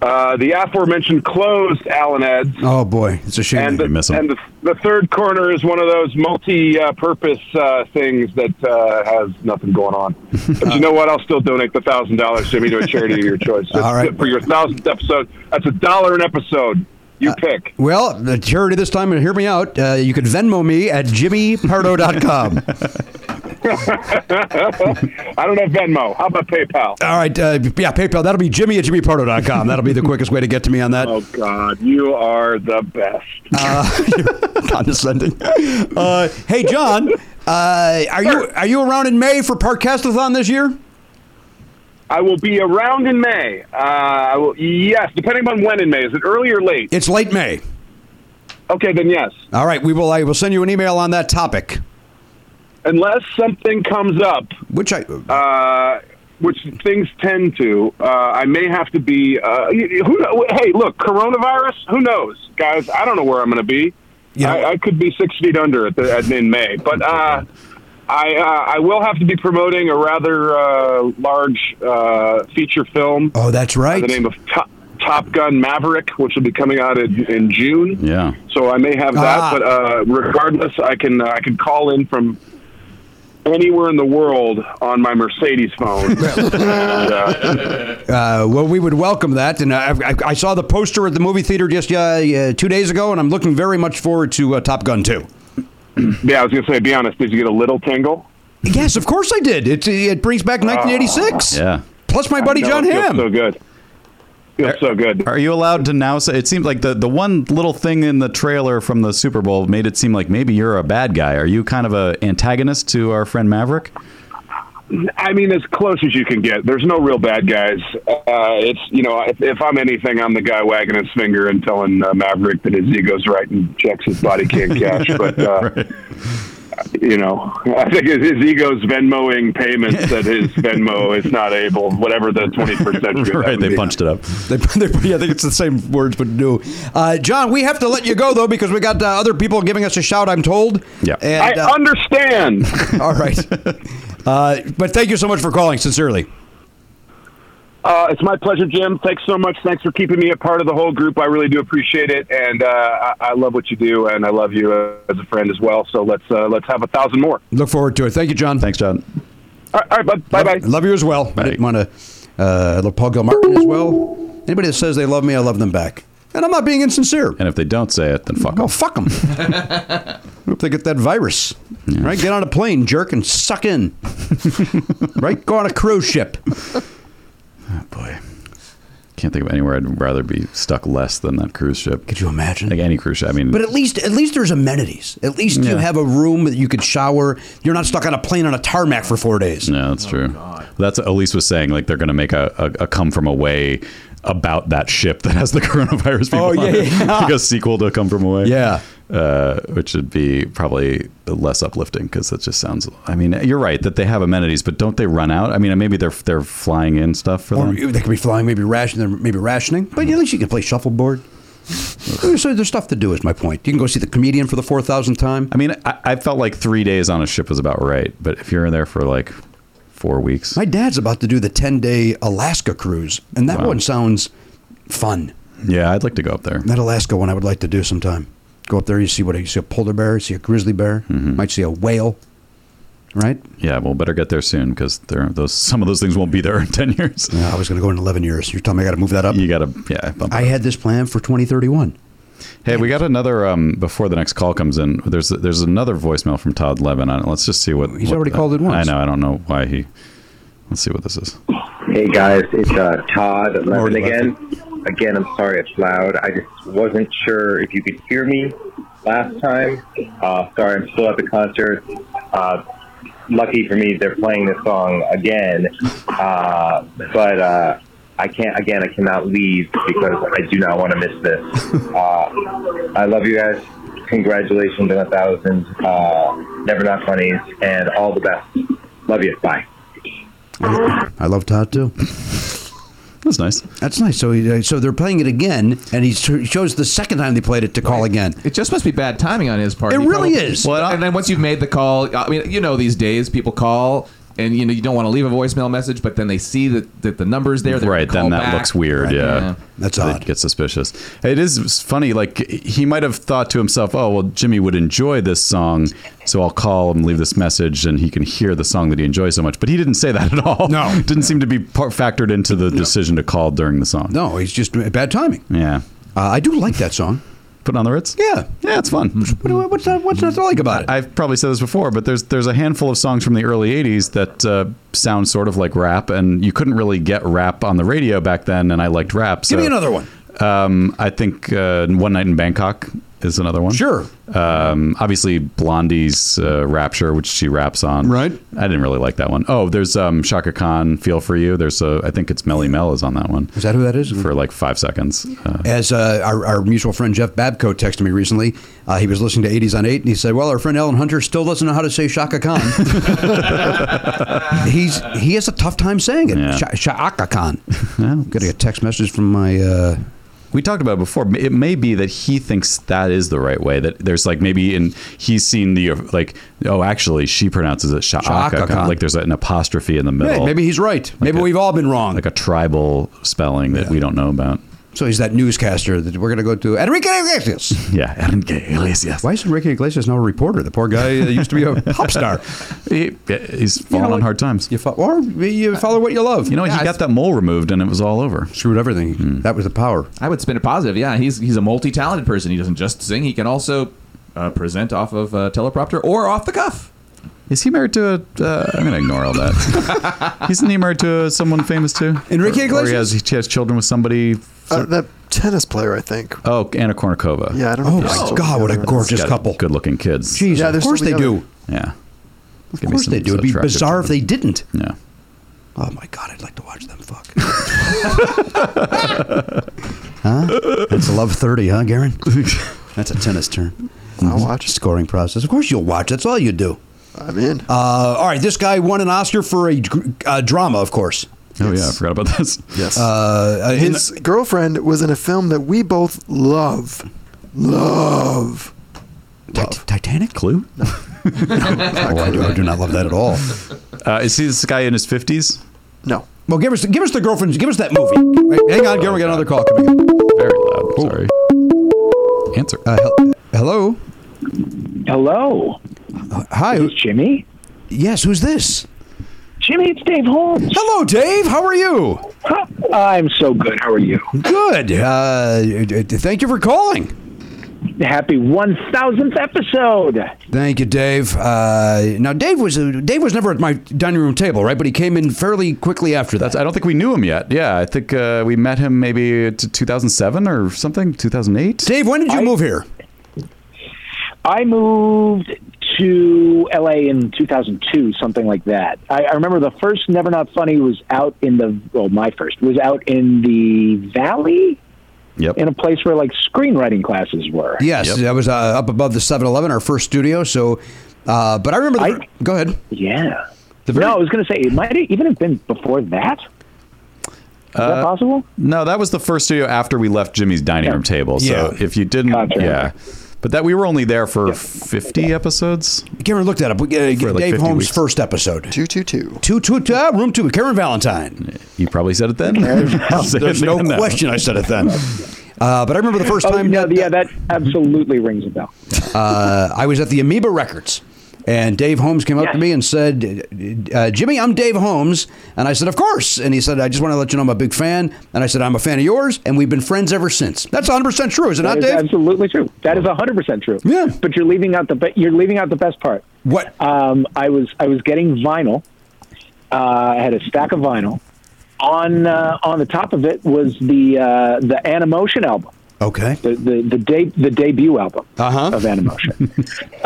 Speaker 21: Uh, the aforementioned closed Allen Eds.
Speaker 2: Oh boy, it's a shame
Speaker 21: and
Speaker 2: that
Speaker 21: the,
Speaker 2: you miss 'em.
Speaker 21: and the, the third corner is one of those multi-purpose uh, things that uh, has nothing going
Speaker 2: [LAUGHS]
Speaker 21: on. But you know what? I'll still donate the thousand dollars, Jimmy, to a charity of your choice.
Speaker 2: [LAUGHS] All right.
Speaker 21: for your thousandth episode. That's a dollar an episode. You
Speaker 2: Uh,
Speaker 21: pick.
Speaker 2: Well, the charity this time, and hear me out, uh, you could Venmo me
Speaker 21: [LAUGHS]
Speaker 2: at jimmypardo.com.
Speaker 21: I don't have Venmo. How about PayPal?
Speaker 2: All right. Uh, yeah, PayPal. That'll be jimmy at jimmypardo.com. That'll be the quickest way to get to me on
Speaker 21: [LAUGHS]
Speaker 2: that.
Speaker 21: Oh God, you are the best.
Speaker 2: [LAUGHS] Condescending. Uh, hey, John, uh, are you are you around in May for Parkastathon this year?
Speaker 21: I will be around in May. Uh, I will, yes, depending on when in May. Is it early or late?
Speaker 2: It's late May.
Speaker 21: Okay, then yes.
Speaker 2: All right. We will. I will send you an email on that topic.
Speaker 21: Unless something comes up,
Speaker 2: which I,
Speaker 21: uh, which things tend to, uh, I may have to be. Uh, who? Know, hey, look, coronavirus. Who knows, guys? I don't know where I'm going to be. I, I could be six feet under at the at, in May, but uh, I uh, I will have to be promoting a rather uh, large uh, feature film.
Speaker 2: Oh, that's right.
Speaker 21: The name of Top, Top Gun Maverick, which will be coming out in, in June.
Speaker 3: Yeah.
Speaker 21: So I may have that,
Speaker 2: Ah.
Speaker 21: but uh, regardless, I can uh, I can call in from anywhere in the world on my Mercedes phone. [LAUGHS] And, uh,
Speaker 2: Uh, well, we would welcome that, and I, I, I saw the poster at the movie theater just uh, uh, two days ago, and I'm looking very much forward to uh, Top Gun 2.
Speaker 21: yeah, I was gonna say, be honest, did you get a little tingle?
Speaker 2: Yes, of course I did. It, it brings back 1986.
Speaker 3: Yeah.
Speaker 2: Plus my buddy
Speaker 21: I know,
Speaker 2: John
Speaker 21: it feels
Speaker 2: Hamm.
Speaker 21: So good. Feels so good.
Speaker 3: Are you allowed to now say it seems like the, the one little thing in the trailer from the Super Bowl made it seem like maybe you're a bad guy. Are you kind of a antagonist to our friend Maverick?
Speaker 21: I mean, as close as you can get. There's no real bad guys. Uh, it's you know, if, if I'm anything, I'm the guy wagging his finger and telling uh, Maverick that his ego's right and checks his body
Speaker 3: [LAUGHS]
Speaker 21: can't cash. But uh, you know, I think his, his ego's Venmoing payments that
Speaker 3: [LAUGHS]
Speaker 21: his Venmo is not able, whatever the 21st century.
Speaker 3: right, they punched it up.
Speaker 2: They, they, yeah, I think it's the same words, but new. Uh, John, we have to let you go though because we got uh, other people giving us a shout. I'm told.
Speaker 3: Yeah.
Speaker 2: And,
Speaker 21: I
Speaker 2: uh,
Speaker 21: understand.
Speaker 2: [LAUGHS]
Speaker 3: [LAUGHS]
Speaker 2: all right. Uh, but thank you so much for calling. Sincerely.
Speaker 21: Uh, it's my pleasure, Jim. Thanks so much. Thanks for keeping me a part of the whole group. I really do appreciate it, and uh, I, I love what you do, and I love you uh, as a friend as well. So let's uh, let's have a thousand more.
Speaker 2: Look forward to it. Thank you, John.
Speaker 3: Thanks, John.
Speaker 21: All right, all right bud. Bye bye.
Speaker 2: Love you as well. I didn't want to. Uh, I love Paul Gilmartin as well. Anybody that says they love me, I love them back. And I'm not being insincere.
Speaker 3: And if they don't say it, then fuck
Speaker 2: Oh,
Speaker 3: off.
Speaker 2: fuck
Speaker 3: [LAUGHS]
Speaker 2: them. Hope they get that virus. Right? Get on a plane, jerk, and
Speaker 3: [LAUGHS]
Speaker 2: suck in. right? Go on a cruise ship.
Speaker 3: Can't think of anywhere I'd rather be stuck less than that cruise ship.
Speaker 2: Could you imagine?
Speaker 3: Like any cruise ship. I mean,
Speaker 2: But at least, at least there's amenities. At least you
Speaker 3: Yeah.
Speaker 2: have a room that you could shower. You're not stuck on a plane on a tarmac for four days.
Speaker 3: No, that's true. That's what Elise was saying. Like they're going to make a, a, a come from away about that ship that has the coronavirus people
Speaker 2: Oh,
Speaker 3: on
Speaker 2: yeah,
Speaker 3: it. [LAUGHS]
Speaker 2: yeah.
Speaker 3: like a sequel to Come From Away.
Speaker 2: Yeah.
Speaker 3: Uh, which would be probably less uplifting because that just sounds. I mean, you're right that they have amenities, but don't they run out? I mean, maybe they're they're flying in stuff for
Speaker 2: Or
Speaker 3: them.
Speaker 2: they could be flying, maybe rationing, maybe rationing. But at least you can play shuffleboard. there's, there's stuff to do. Is my point. You can go see the comedian for the four thousandth time.
Speaker 3: I mean, I, I felt like three days on a ship was about right, but if you're in there for like four weeks,
Speaker 2: My dad's about to do the ten day Alaska cruise, and that
Speaker 3: Wow.
Speaker 2: one sounds fun.
Speaker 3: yeah, I'd like to go up there.
Speaker 2: That Alaska one I would like to do sometime. Go up there, you see what you see a polar bear, you see a grizzly bear,
Speaker 3: Mm-hmm.
Speaker 2: might see a whale. Right?
Speaker 3: Yeah, we'll better get there soon because there those some of those things won't be there in [LAUGHS] ten years.
Speaker 2: No, I was going to go in eleven years. You're telling me I got to move that up?
Speaker 3: You gotta yeah. Bump it
Speaker 2: I had this plan for 2031.
Speaker 3: Hey, we got another um, before the next call comes in. There's there's another voicemail from Todd Levin on it. Let's just see what
Speaker 2: He's
Speaker 3: what
Speaker 2: already
Speaker 3: the-
Speaker 2: called it
Speaker 3: I
Speaker 2: once.
Speaker 3: know. I don't know why he. Let's see what this is.
Speaker 8: Hey guys, it's uh, Todd at Levin
Speaker 3: Already left
Speaker 8: again. Again, I'm sorry it's loud. I just wasn't sure if you could hear me last time. Uh, sorry, I'm still at the concert. Uh, lucky for me, they're playing this song again. Uh, but uh, I can't. Again, I cannot leave because I do not want to miss this. Uh, I love you guys. Congratulations on a thousand. Uh, Never not funnies, and all the best. Love you. Bye.
Speaker 2: I love Todd too.
Speaker 3: That's nice.
Speaker 2: That's nice. So, he, uh, so they're playing it again, and he cho- chose the second time they played it to call again.
Speaker 4: It just must be bad timing on his part.
Speaker 2: It
Speaker 4: He
Speaker 2: really
Speaker 4: probably-
Speaker 2: is.
Speaker 4: Well, and then once you've made the call, I mean, you know, these days people call and you know you don't want to leave a voicemail message, but then they see that, that the number's there. They're
Speaker 3: right
Speaker 4: gonna
Speaker 3: then
Speaker 4: call
Speaker 3: that
Speaker 4: back.
Speaker 3: looks weird
Speaker 4: Right,
Speaker 3: yeah. that's odd it gets suspicious it is funny like he might have thought to himself oh well jimmy would enjoy this song so i'll call him leave this message and he can hear the song that he enjoys so much but he didn't say that at all no [LAUGHS] didn't seem to be par- factored into the decision to call during the song
Speaker 2: no he's just bad timing
Speaker 3: yeah
Speaker 2: uh, i do like that song
Speaker 3: put it on the ritz
Speaker 2: yeah
Speaker 3: yeah it's fun
Speaker 2: what, what's that, what's not to like about it
Speaker 3: I've probably said this before, but there's there's a handful of songs from the early '80s that uh, sound sort of like rap, and you couldn't really get rap on the radio back then. And I liked rap. So,
Speaker 2: Give me another one.
Speaker 3: Um, I think uh, "One Night in Bangkok" is another one. Sure. Um, obviously, Blondie's uh, "Rapture," which she raps on. Right. I didn't really like that one. Oh, there's um, Shaka Khan "Feel for You." There's a, I think it's Melly Mel is on that one. Is
Speaker 2: that who that is?
Speaker 3: For like five seconds. Uh,
Speaker 2: As uh, our, our mutual friend Jeff Babco texted me recently, uh, he was listening to 80s on 8, and he said, Well, our friend Alan Hunter still doesn't know how to say
Speaker 3: [LAUGHS]
Speaker 2: Shaka Khan. He's He has a tough time saying it.
Speaker 3: Yeah.
Speaker 2: Sha
Speaker 3: [LAUGHS]
Speaker 2: Shaka Khan. Getting a text message from my. Uh,
Speaker 3: we talked about it before. It may be that he thinks that is the right way. That there's like maybe in he's seen the like oh actually she pronounces it Shaka
Speaker 2: Sha'aka.
Speaker 3: like there's an apostrophe in the middle. [LAUGHS]
Speaker 2: Hey, maybe he's right. maybe we've all been wrong.
Speaker 3: Like a tribal spelling that we don't know about.
Speaker 2: So he's that newscaster that we're going to go to Enrique
Speaker 3: [LAUGHS]
Speaker 2: Iglesias.
Speaker 3: Yeah, Enrique Iglesias.
Speaker 2: Why is Enrique Iglesias now a reporter? The poor guy uh, used to
Speaker 3: [LAUGHS]
Speaker 2: be a pop star.
Speaker 3: He, he's fallen on hard times.
Speaker 2: You fo- or you follow what you love.
Speaker 3: You know, he got that mole removed and it was all over. Hmm.
Speaker 2: Screwed everything. That was the power.
Speaker 4: I would spin it positive. Yeah, he's he's a multi-talented person. He doesn't just sing; he can also uh, present off of uh, teleprompter or off the
Speaker 3: [LAUGHS]
Speaker 4: cuff.
Speaker 3: Is he married to a? Uh, I'm gonna ignore all
Speaker 2: [LAUGHS]
Speaker 3: that. Isn't he married to uh, someone famous too?
Speaker 5: Enrique
Speaker 3: Or- Or he
Speaker 5: Iglesias?
Speaker 3: has, he has children with somebody.
Speaker 5: Uh, that tennis player, I think.
Speaker 3: Oh, Anna Kournikova.
Speaker 5: Yeah, I don't
Speaker 2: Oh,
Speaker 5: know if they're still together.
Speaker 2: Got
Speaker 3: Good-looking kids.
Speaker 2: Jeez, Yeah, of they're course still they together. do.
Speaker 3: Yeah. Of
Speaker 2: Of course they do. It'd be bizarre if they didn't.
Speaker 3: Yeah.
Speaker 2: Oh my God, I'd like to watch them fuck. huh? That's love thirty,
Speaker 5: [LAUGHS]
Speaker 2: huh, Garen? That's a tennis term. I'll watch scoring process. Of course you'll watch. That's all you do.
Speaker 5: I'm in.
Speaker 2: Uh, all right, this guy won an Oscar for a gr- uh, drama, of course.
Speaker 3: Oh yeah, I forgot about this.
Speaker 5: [LAUGHS] Yes.
Speaker 2: Uh, uh, in-
Speaker 5: His girlfriend was in a film that we both love. Love.
Speaker 2: Tit-
Speaker 3: [LAUGHS]
Speaker 2: Titanic? Clue? oh, I do, I do not love that at all.
Speaker 3: Uh, is he this guy in his fifties?
Speaker 5: No.
Speaker 2: Well, give us give us the girlfriends. Give us that movie. Wait, hang on, Garen, we got another call coming in.
Speaker 3: Very loud. Sorry. Answer.
Speaker 2: Uh, hel- hello.
Speaker 7: Hello.
Speaker 2: Hi. Is
Speaker 7: Jimmy?
Speaker 2: Yes, who's this?
Speaker 7: Jimmy, it's Dave Holmes.
Speaker 2: Hello, Dave. How are you?
Speaker 7: I'm so good. How are you?
Speaker 2: Good. Uh, d- d- thank you for calling.
Speaker 7: Happy 1000th episode.
Speaker 2: Thank you, Dave. Uh, now, Dave was Dave was never at my dining room table, right? But he came in fairly quickly after that.
Speaker 3: I don't think we knew him yet. Yeah, I think uh, we met him maybe t- 2007 or something, 2008.
Speaker 2: Dave, when did you move here?
Speaker 7: I moved to LA in 2002, something like that. I, I remember the first Never Not Funny was out in the, well, my first, was out in the valley.
Speaker 3: Yep.
Speaker 7: In a place where like screenwriting classes were.
Speaker 2: Yes, I was uh, up above the 7-Eleven, our first studio. So, uh, but I remember. The, go ahead.
Speaker 7: Yeah. no, I was going to say it might even have been before that. Is that possible?
Speaker 3: Uh, No, that was the first studio after we left Jimmy's dining room table. So
Speaker 2: Yeah.
Speaker 3: if you didn't, yeah. But that we were only there for 50 episodes.
Speaker 2: Cameron looked that up. We, uh,
Speaker 3: For like
Speaker 2: Dave
Speaker 3: 50
Speaker 2: Holmes'
Speaker 3: weeks.
Speaker 2: first episode.
Speaker 5: Two two two.
Speaker 2: Two two two. Uh, room two. Karen Valentine.
Speaker 3: You probably said it then. [LAUGHS] Say it
Speaker 7: [LAUGHS]
Speaker 2: There's no
Speaker 3: again now.
Speaker 2: question. I said it then. Uh, but I remember the first
Speaker 7: Oh,
Speaker 2: time.
Speaker 7: no, yeah, that absolutely rings a bell.
Speaker 2: uh, I was at the Amoeba Records, And Dave Holmes came up to me and said, uh, Jimmy, I'm Dave Holmes. And I said, Of course. And he said, I just want to let you know I'm a big fan. And I said, I'm a fan of yours. And we've been friends ever since. That's 100% true, is it
Speaker 22: That
Speaker 2: not,
Speaker 22: is
Speaker 2: Dave?
Speaker 22: absolutely true. That is hundred percent true. Yeah, but you're leaving out the be- you're leaving out the best part.
Speaker 2: What?
Speaker 22: Um, I was I was getting vinyl. Uh, I had a stack of vinyl. On uh, on the top of it was the uh, the Animotion album.
Speaker 2: Okay.
Speaker 22: The the the, de- the debut album of Animotion.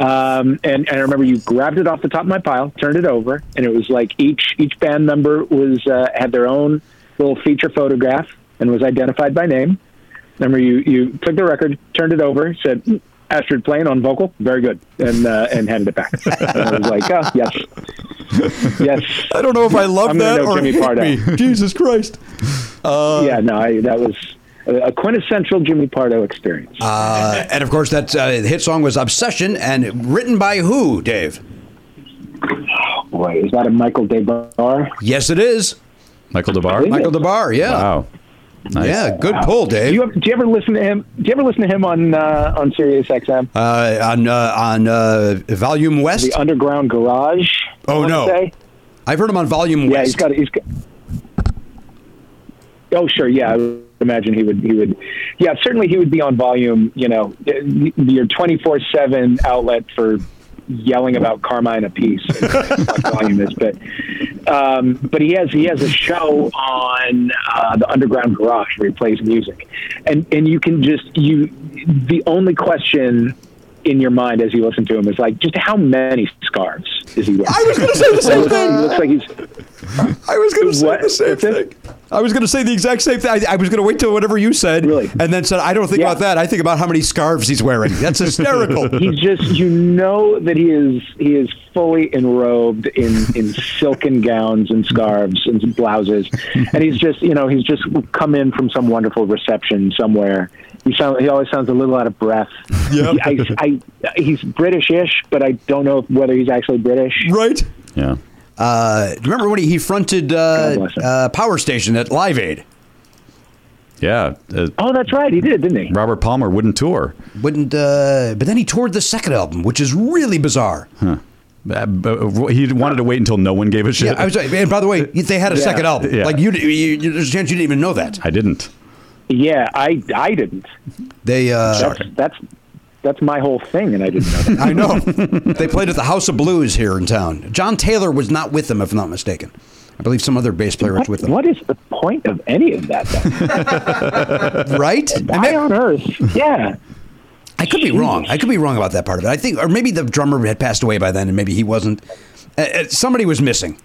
Speaker 22: um, and, and I remember you grabbed it off the top of my pile, turned it over, and it was like each each band member was uh, had their own little feature photograph and was identified by name. Remember you you took the record, turned it over, said "Hmm, Astrid playing on vocal, very good, and uh, and handed it back. [LAUGHS] and I was like, oh, yes, yes.
Speaker 2: [LAUGHS] I don't know if I love
Speaker 22: I'm gonna
Speaker 2: that
Speaker 22: know
Speaker 2: or
Speaker 22: Jimmy
Speaker 2: hate
Speaker 22: Pardo.
Speaker 2: me. [LAUGHS] Jesus Christ.
Speaker 22: yeah, no, I, that was a a quintessential Jimmy Pardo experience.
Speaker 2: Uh, and of course, that uh, the hit song was Obsession and written by who, Dave?
Speaker 22: Boy, is that a Michael DeBar?
Speaker 2: Yes, it is.
Speaker 3: Michael DeBar?
Speaker 2: Michael DeBar, yeah.
Speaker 3: Wow. Nice.
Speaker 2: Yeah, good pull, Dave.
Speaker 22: Do you, have, do you ever listen to him? Do you ever listen to him on uh, on Sirius XM?
Speaker 2: Uh, on uh, on uh, Volume West? The
Speaker 22: Underground Garage.
Speaker 2: Oh,
Speaker 22: wanna
Speaker 2: no.
Speaker 22: say?
Speaker 2: I've heard him on Volume
Speaker 22: Yeah,
Speaker 2: West.
Speaker 22: he's got. He's got. Oh, sure. Yeah, I would imagine he would. He would. Yeah, certainly he would be on volume. You know, your twenty four seven outlet for yelling about Carmine apiece. [LAUGHS] and what volume is, but um, but he has he has a show on uh, the Underground Garage where he plays music, and and you can just you the only question. In your mind as you listen to him is like just how many scarves is he wearing?
Speaker 2: I was gonna say the
Speaker 22: [LAUGHS]
Speaker 2: same
Speaker 22: He looks-
Speaker 2: thing.
Speaker 22: He looks like he's
Speaker 2: I was going to say the same thing. I was going to say the exact same thing. I, I was going to wait till whatever you said, really? and then said, "I don't think about that. I think about how many scarves he's wearing." That's hysterical.
Speaker 22: [LAUGHS] He's just you know that he is he is fully enrobed in in silken gowns and scarves and blouses, and he's just you know he's just come in from some wonderful reception somewhere. He sound he always sounds a little out of breath.
Speaker 3: Yeah.
Speaker 22: He- I, I, he's British-ish, but I don't know whether he's actually British.
Speaker 2: Right.
Speaker 3: Yeah.
Speaker 2: Uh, remember when he, he fronted uh, uh, Power Station at Live Aid?
Speaker 3: Yeah. uh,
Speaker 22: oh, that's right. He did, didn't he?
Speaker 3: Robert Palmer wouldn't tour.
Speaker 2: Wouldn't, uh, but then he toured the second album, which is really bizarre.
Speaker 3: Huh. Uh, but He wanted to wait until no one gave a shit.
Speaker 2: Yeah, I was like, and by the way, they had a
Speaker 3: Yeah.
Speaker 2: second album.
Speaker 3: Yeah.
Speaker 2: Like you, you, you, there's a chance you didn't even know that.
Speaker 3: I didn't.
Speaker 22: Yeah, I I didn't.
Speaker 2: They uh,
Speaker 22: that's, that's that's my whole thing, and I didn't know. That.
Speaker 2: I know. they played at the House of Blues here in town. John Taylor was not with them, if I'm not mistaken. I believe some other bass player was with them.
Speaker 22: What is the point of any of that?
Speaker 2: [LAUGHS] right?
Speaker 22: Why on earth? Yeah.
Speaker 2: I could be wrong. I could be wrong about that part of it. I think, or maybe the drummer had passed away by then, and maybe he wasn't. Uh, uh, somebody was missing.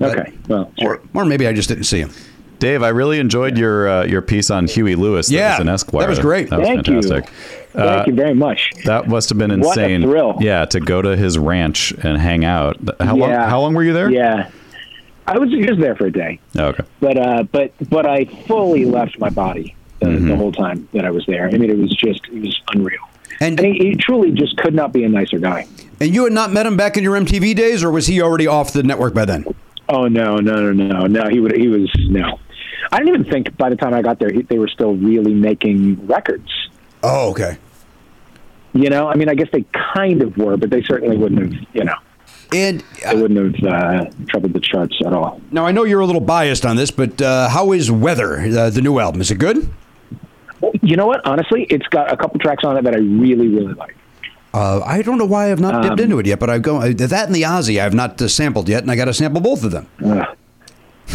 Speaker 22: Okay. Well,
Speaker 2: or, or maybe I just didn't see him.
Speaker 3: Dave, I really enjoyed your uh, your piece on Huey Lewis. that
Speaker 2: Yeah,
Speaker 3: was in Esquire.
Speaker 2: that was great.
Speaker 3: That was
Speaker 2: Thank you.
Speaker 3: fantastic. Uh,
Speaker 22: Thank you very much.
Speaker 3: That must have been
Speaker 22: What a
Speaker 3: insane.
Speaker 22: thrill.
Speaker 3: Yeah, to go to his ranch and hang out. How long?
Speaker 22: Yeah.
Speaker 3: How long were you there?
Speaker 22: Yeah, I was just there for a day,
Speaker 3: Oh, okay.
Speaker 22: but uh, but but I fully left my body the,
Speaker 2: Mm-hmm.
Speaker 22: the whole time that I was there. I mean, it was just it was unreal,
Speaker 2: and,
Speaker 22: he, he truly just could not be a nicer guy.
Speaker 2: And you had not met him back in your MTV days, or was he already off the network by then?
Speaker 22: Oh no, no, no, no, no! He would he was no. I didn't even think by the time I got there he, they were still really making records.
Speaker 2: Oh, okay.
Speaker 22: You know, I mean, I guess they kind of were, but they certainly wouldn't have. You know,
Speaker 2: and
Speaker 22: they wouldn't have uh, troubled the charts at all.
Speaker 2: Now I know you're a little biased on this, but uh, how is Weather, uh, the new album? Is it good?
Speaker 22: You know what? Honestly, it's got a couple tracks on it that I really, really like.
Speaker 2: Uh, I don't know why I've not dipped
Speaker 22: Um,
Speaker 2: into it yet, but I've gone that and the Aussie I've not uh, sampled yet, and I got to sample both of them.
Speaker 22: Uh,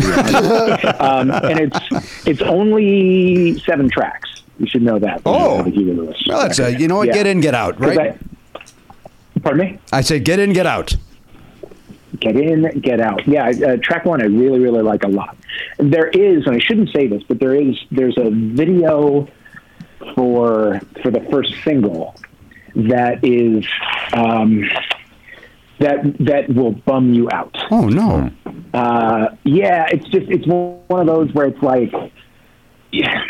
Speaker 22: um, and it's it's only seven tracks. You should know that. Oh,
Speaker 2: Well, that's a, you know what, get in, get out, right?
Speaker 22: pardon me.
Speaker 2: I said get in, get out.
Speaker 22: Get in, get out. Yeah, uh, track one I really really like a lot. And there is, and I shouldn't say this, but there is there's a video for for the first single that is um, that that will bum you out.
Speaker 2: Oh no.
Speaker 22: Uh, yeah, it's just it's one of those where it's like, yeah.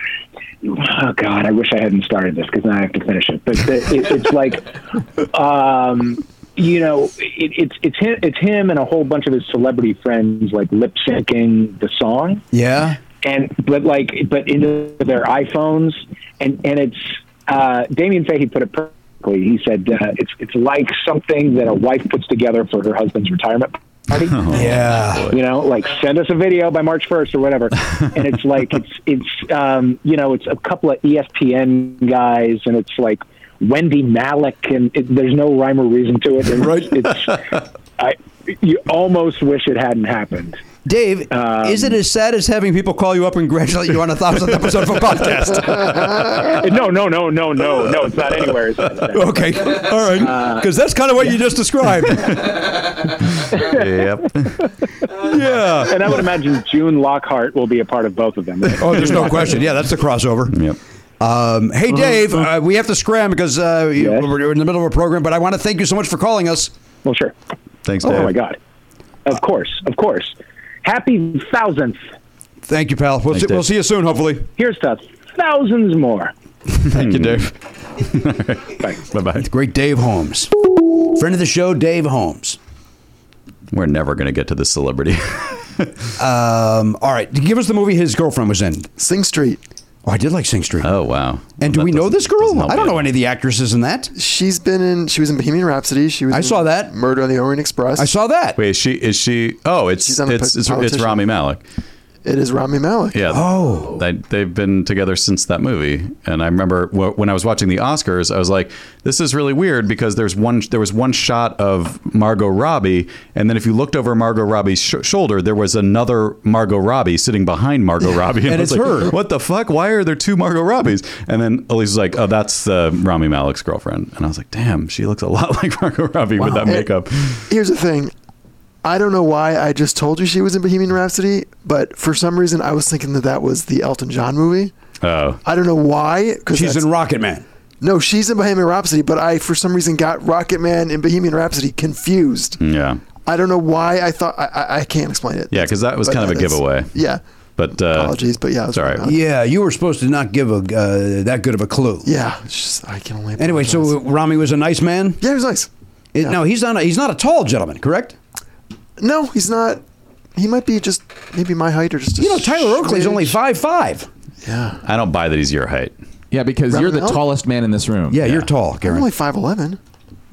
Speaker 22: Oh God, I wish I hadn't started this because now I have to finish it. But the, it, it's like, um, you know, it, it's it's him, it's him and a whole bunch of his celebrity friends like lip syncing the song
Speaker 2: Yeah.
Speaker 22: and but like but into their iPhones and and it's uh, Damien Fahey put it per-
Speaker 9: perfectly. He said uh, it's it's like something that a wife puts together for her husband's retirement
Speaker 2: [LAUGHS]
Speaker 9: party.
Speaker 2: Oh, yeah,
Speaker 9: you know, like send us a video by March first or
Speaker 2: [LAUGHS]
Speaker 9: whatever. and it's like it's it's um, you know it's a couple of E ESPN guys, and it's like Wendy Malick, and it, there's no rhyme or reason to it. And right? It's I you almost wish it hadn't happened.
Speaker 2: Dave,
Speaker 9: Um,
Speaker 2: is it as sad as having people call you up and congratulate you on a thousandth episode of a podcast?
Speaker 9: [LAUGHS]
Speaker 22: [LAUGHS]
Speaker 2: [LAUGHS]
Speaker 9: no, no, no, no, no, no. It's not anywhere. as bad as that.
Speaker 2: Okay, all right, because that's kind of what you just described. [LAUGHS]
Speaker 3: yep.
Speaker 9: yeah. And I would imagine June Lockhart will be a part of both of them.
Speaker 2: Oh,
Speaker 9: [LAUGHS]
Speaker 2: there's no question. Yeah, that's the crossover. Yep. Um, hey, Dave, uh, we have to scram because uh, you- we're we're in the middle of a program, but I want to thank you so much for calling us.
Speaker 9: Well, sure.
Speaker 3: Thanks,
Speaker 9: Oh my God. Of course, of course. Happy thousandth.
Speaker 2: Thank you, pal. We'll,
Speaker 9: Thanks,
Speaker 2: see,
Speaker 9: Dave.
Speaker 2: we'll see you soon, hopefully.
Speaker 9: Here's to thousands more.
Speaker 3: Thank you,
Speaker 2: [LAUGHS]
Speaker 3: Dave. Bye bye.
Speaker 2: Hmm. It's great Dave Holmes. Friend of the show, Dave Holmes.
Speaker 3: We're never going to get to this celebrity. [LAUGHS]
Speaker 2: Um, all right, give us the movie his girlfriend was in
Speaker 5: Sing Street.
Speaker 2: Oh, I did like Sing Street.
Speaker 3: Oh, wow.
Speaker 2: And do we know this girl? I don't know any of the actresses in that.
Speaker 5: She's been in. She was in Bohemian Rhapsody. She was. I saw
Speaker 2: that.
Speaker 5: Murder on the Orient Express.
Speaker 2: I saw that.
Speaker 3: Wait, is she is she? Oh, it's
Speaker 5: She's on the
Speaker 3: it's
Speaker 5: po-
Speaker 3: it's, it's
Speaker 5: politician.
Speaker 3: Rami Malek.
Speaker 5: It is Rami Malek.
Speaker 3: Yeah.
Speaker 2: Oh.
Speaker 3: They, they've been together since that movie, and I remember wh- when I was watching the Oscars, I was like, "This is really weird" because there's one there was one shot of Margot Robbie, and then if you looked over Margot Robbie's sh- shoulder, there was another Margot Robbie sitting behind
Speaker 2: [LAUGHS]
Speaker 3: Margot Robbie,
Speaker 2: And
Speaker 3: I was
Speaker 2: it's
Speaker 3: like,
Speaker 2: her.
Speaker 3: What the fuck? Why are there two Margot Robbies? And then Elise was like, "Oh, that's uh, Rami Malek's girlfriend," and I was like, "Damn, she looks a lot [LAUGHS] like Margot Robbie with that
Speaker 5: And
Speaker 3: makeup."
Speaker 5: Here's the thing. I don't know why I just told you she was in Bohemian Rhapsody, but for some reason I was thinking that that was the Elton John movie.
Speaker 3: Oh,
Speaker 5: I don't know why. Cause
Speaker 2: She's
Speaker 5: that's-
Speaker 2: in Rocket Man.
Speaker 5: No, she's in Bohemian Rhapsody, but I for some reason got Rocket Man and Bohemian Rhapsody confused.
Speaker 3: yeah,
Speaker 5: I don't know why I thought I, I, I can't explain it.
Speaker 3: yeah, because that was
Speaker 5: But
Speaker 3: kind of a
Speaker 5: that is-
Speaker 3: giveaway.
Speaker 5: Yeah.
Speaker 3: But uh,
Speaker 5: Apologies, but yeah, it was
Speaker 3: it's all right.
Speaker 2: Yeah, you were supposed to not give a uh, that good of a clue.
Speaker 5: Yeah. It's just, I can only.
Speaker 2: Anyway, so uh, Rami was a nice man.
Speaker 5: Yeah, he was nice.
Speaker 2: It, No, he's not. A, he's not a tall gentleman, correct?
Speaker 5: No, he's not. He might be just maybe my height or just. You know,
Speaker 2: Tyler Oakley's only five five.
Speaker 5: Yeah.
Speaker 3: I don't buy that he's your height.
Speaker 4: Yeah, because
Speaker 5: Rami
Speaker 4: you're the
Speaker 5: Malek?
Speaker 4: tallest man in this room.
Speaker 2: Yeah, you're tall,
Speaker 5: I'm
Speaker 2: Garen.
Speaker 5: only five eleven.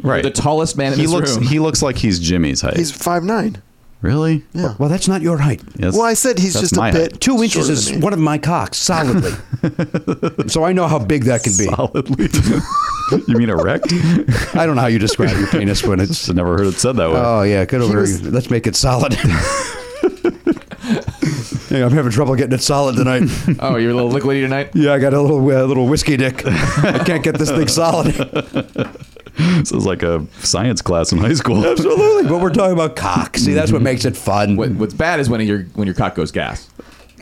Speaker 3: Right.
Speaker 4: The tallest man in
Speaker 3: he
Speaker 4: this
Speaker 3: looks
Speaker 4: room.
Speaker 3: he looks like he's Jimmy's height.
Speaker 5: He's five nine.
Speaker 3: really?
Speaker 5: Yeah.
Speaker 2: Well, that's not your height.
Speaker 3: Yes.
Speaker 5: well, I said he's
Speaker 3: that's
Speaker 5: just a
Speaker 3: my
Speaker 5: bit.
Speaker 3: height.
Speaker 2: Two inches
Speaker 5: shorter
Speaker 2: is
Speaker 5: than me.
Speaker 2: one of my cocks
Speaker 3: [LAUGHS]
Speaker 2: solidly. so I know how big that can be.
Speaker 3: solidly. [LAUGHS] you mean erect?
Speaker 2: I don't know how you describe your penis when
Speaker 3: [LAUGHS]
Speaker 2: it's.
Speaker 3: I never heard it said that way.
Speaker 2: Oh yeah, good over.
Speaker 5: was-
Speaker 2: Let's make
Speaker 3: [LAUGHS]
Speaker 2: it solid. Yeah, I'm having trouble getting it solid tonight.
Speaker 4: oh, you're a little liquidy tonight.
Speaker 2: Yeah, I got a little uh, little whiskey dick. I can't [LAUGHS] get this thing solid.
Speaker 3: [LAUGHS] this is like a science class in high school.
Speaker 2: Absolutely, but we're talking about cock.
Speaker 3: [LAUGHS]
Speaker 2: See, that's what makes it fun.
Speaker 4: What, what's bad is when your when your cock goes gas.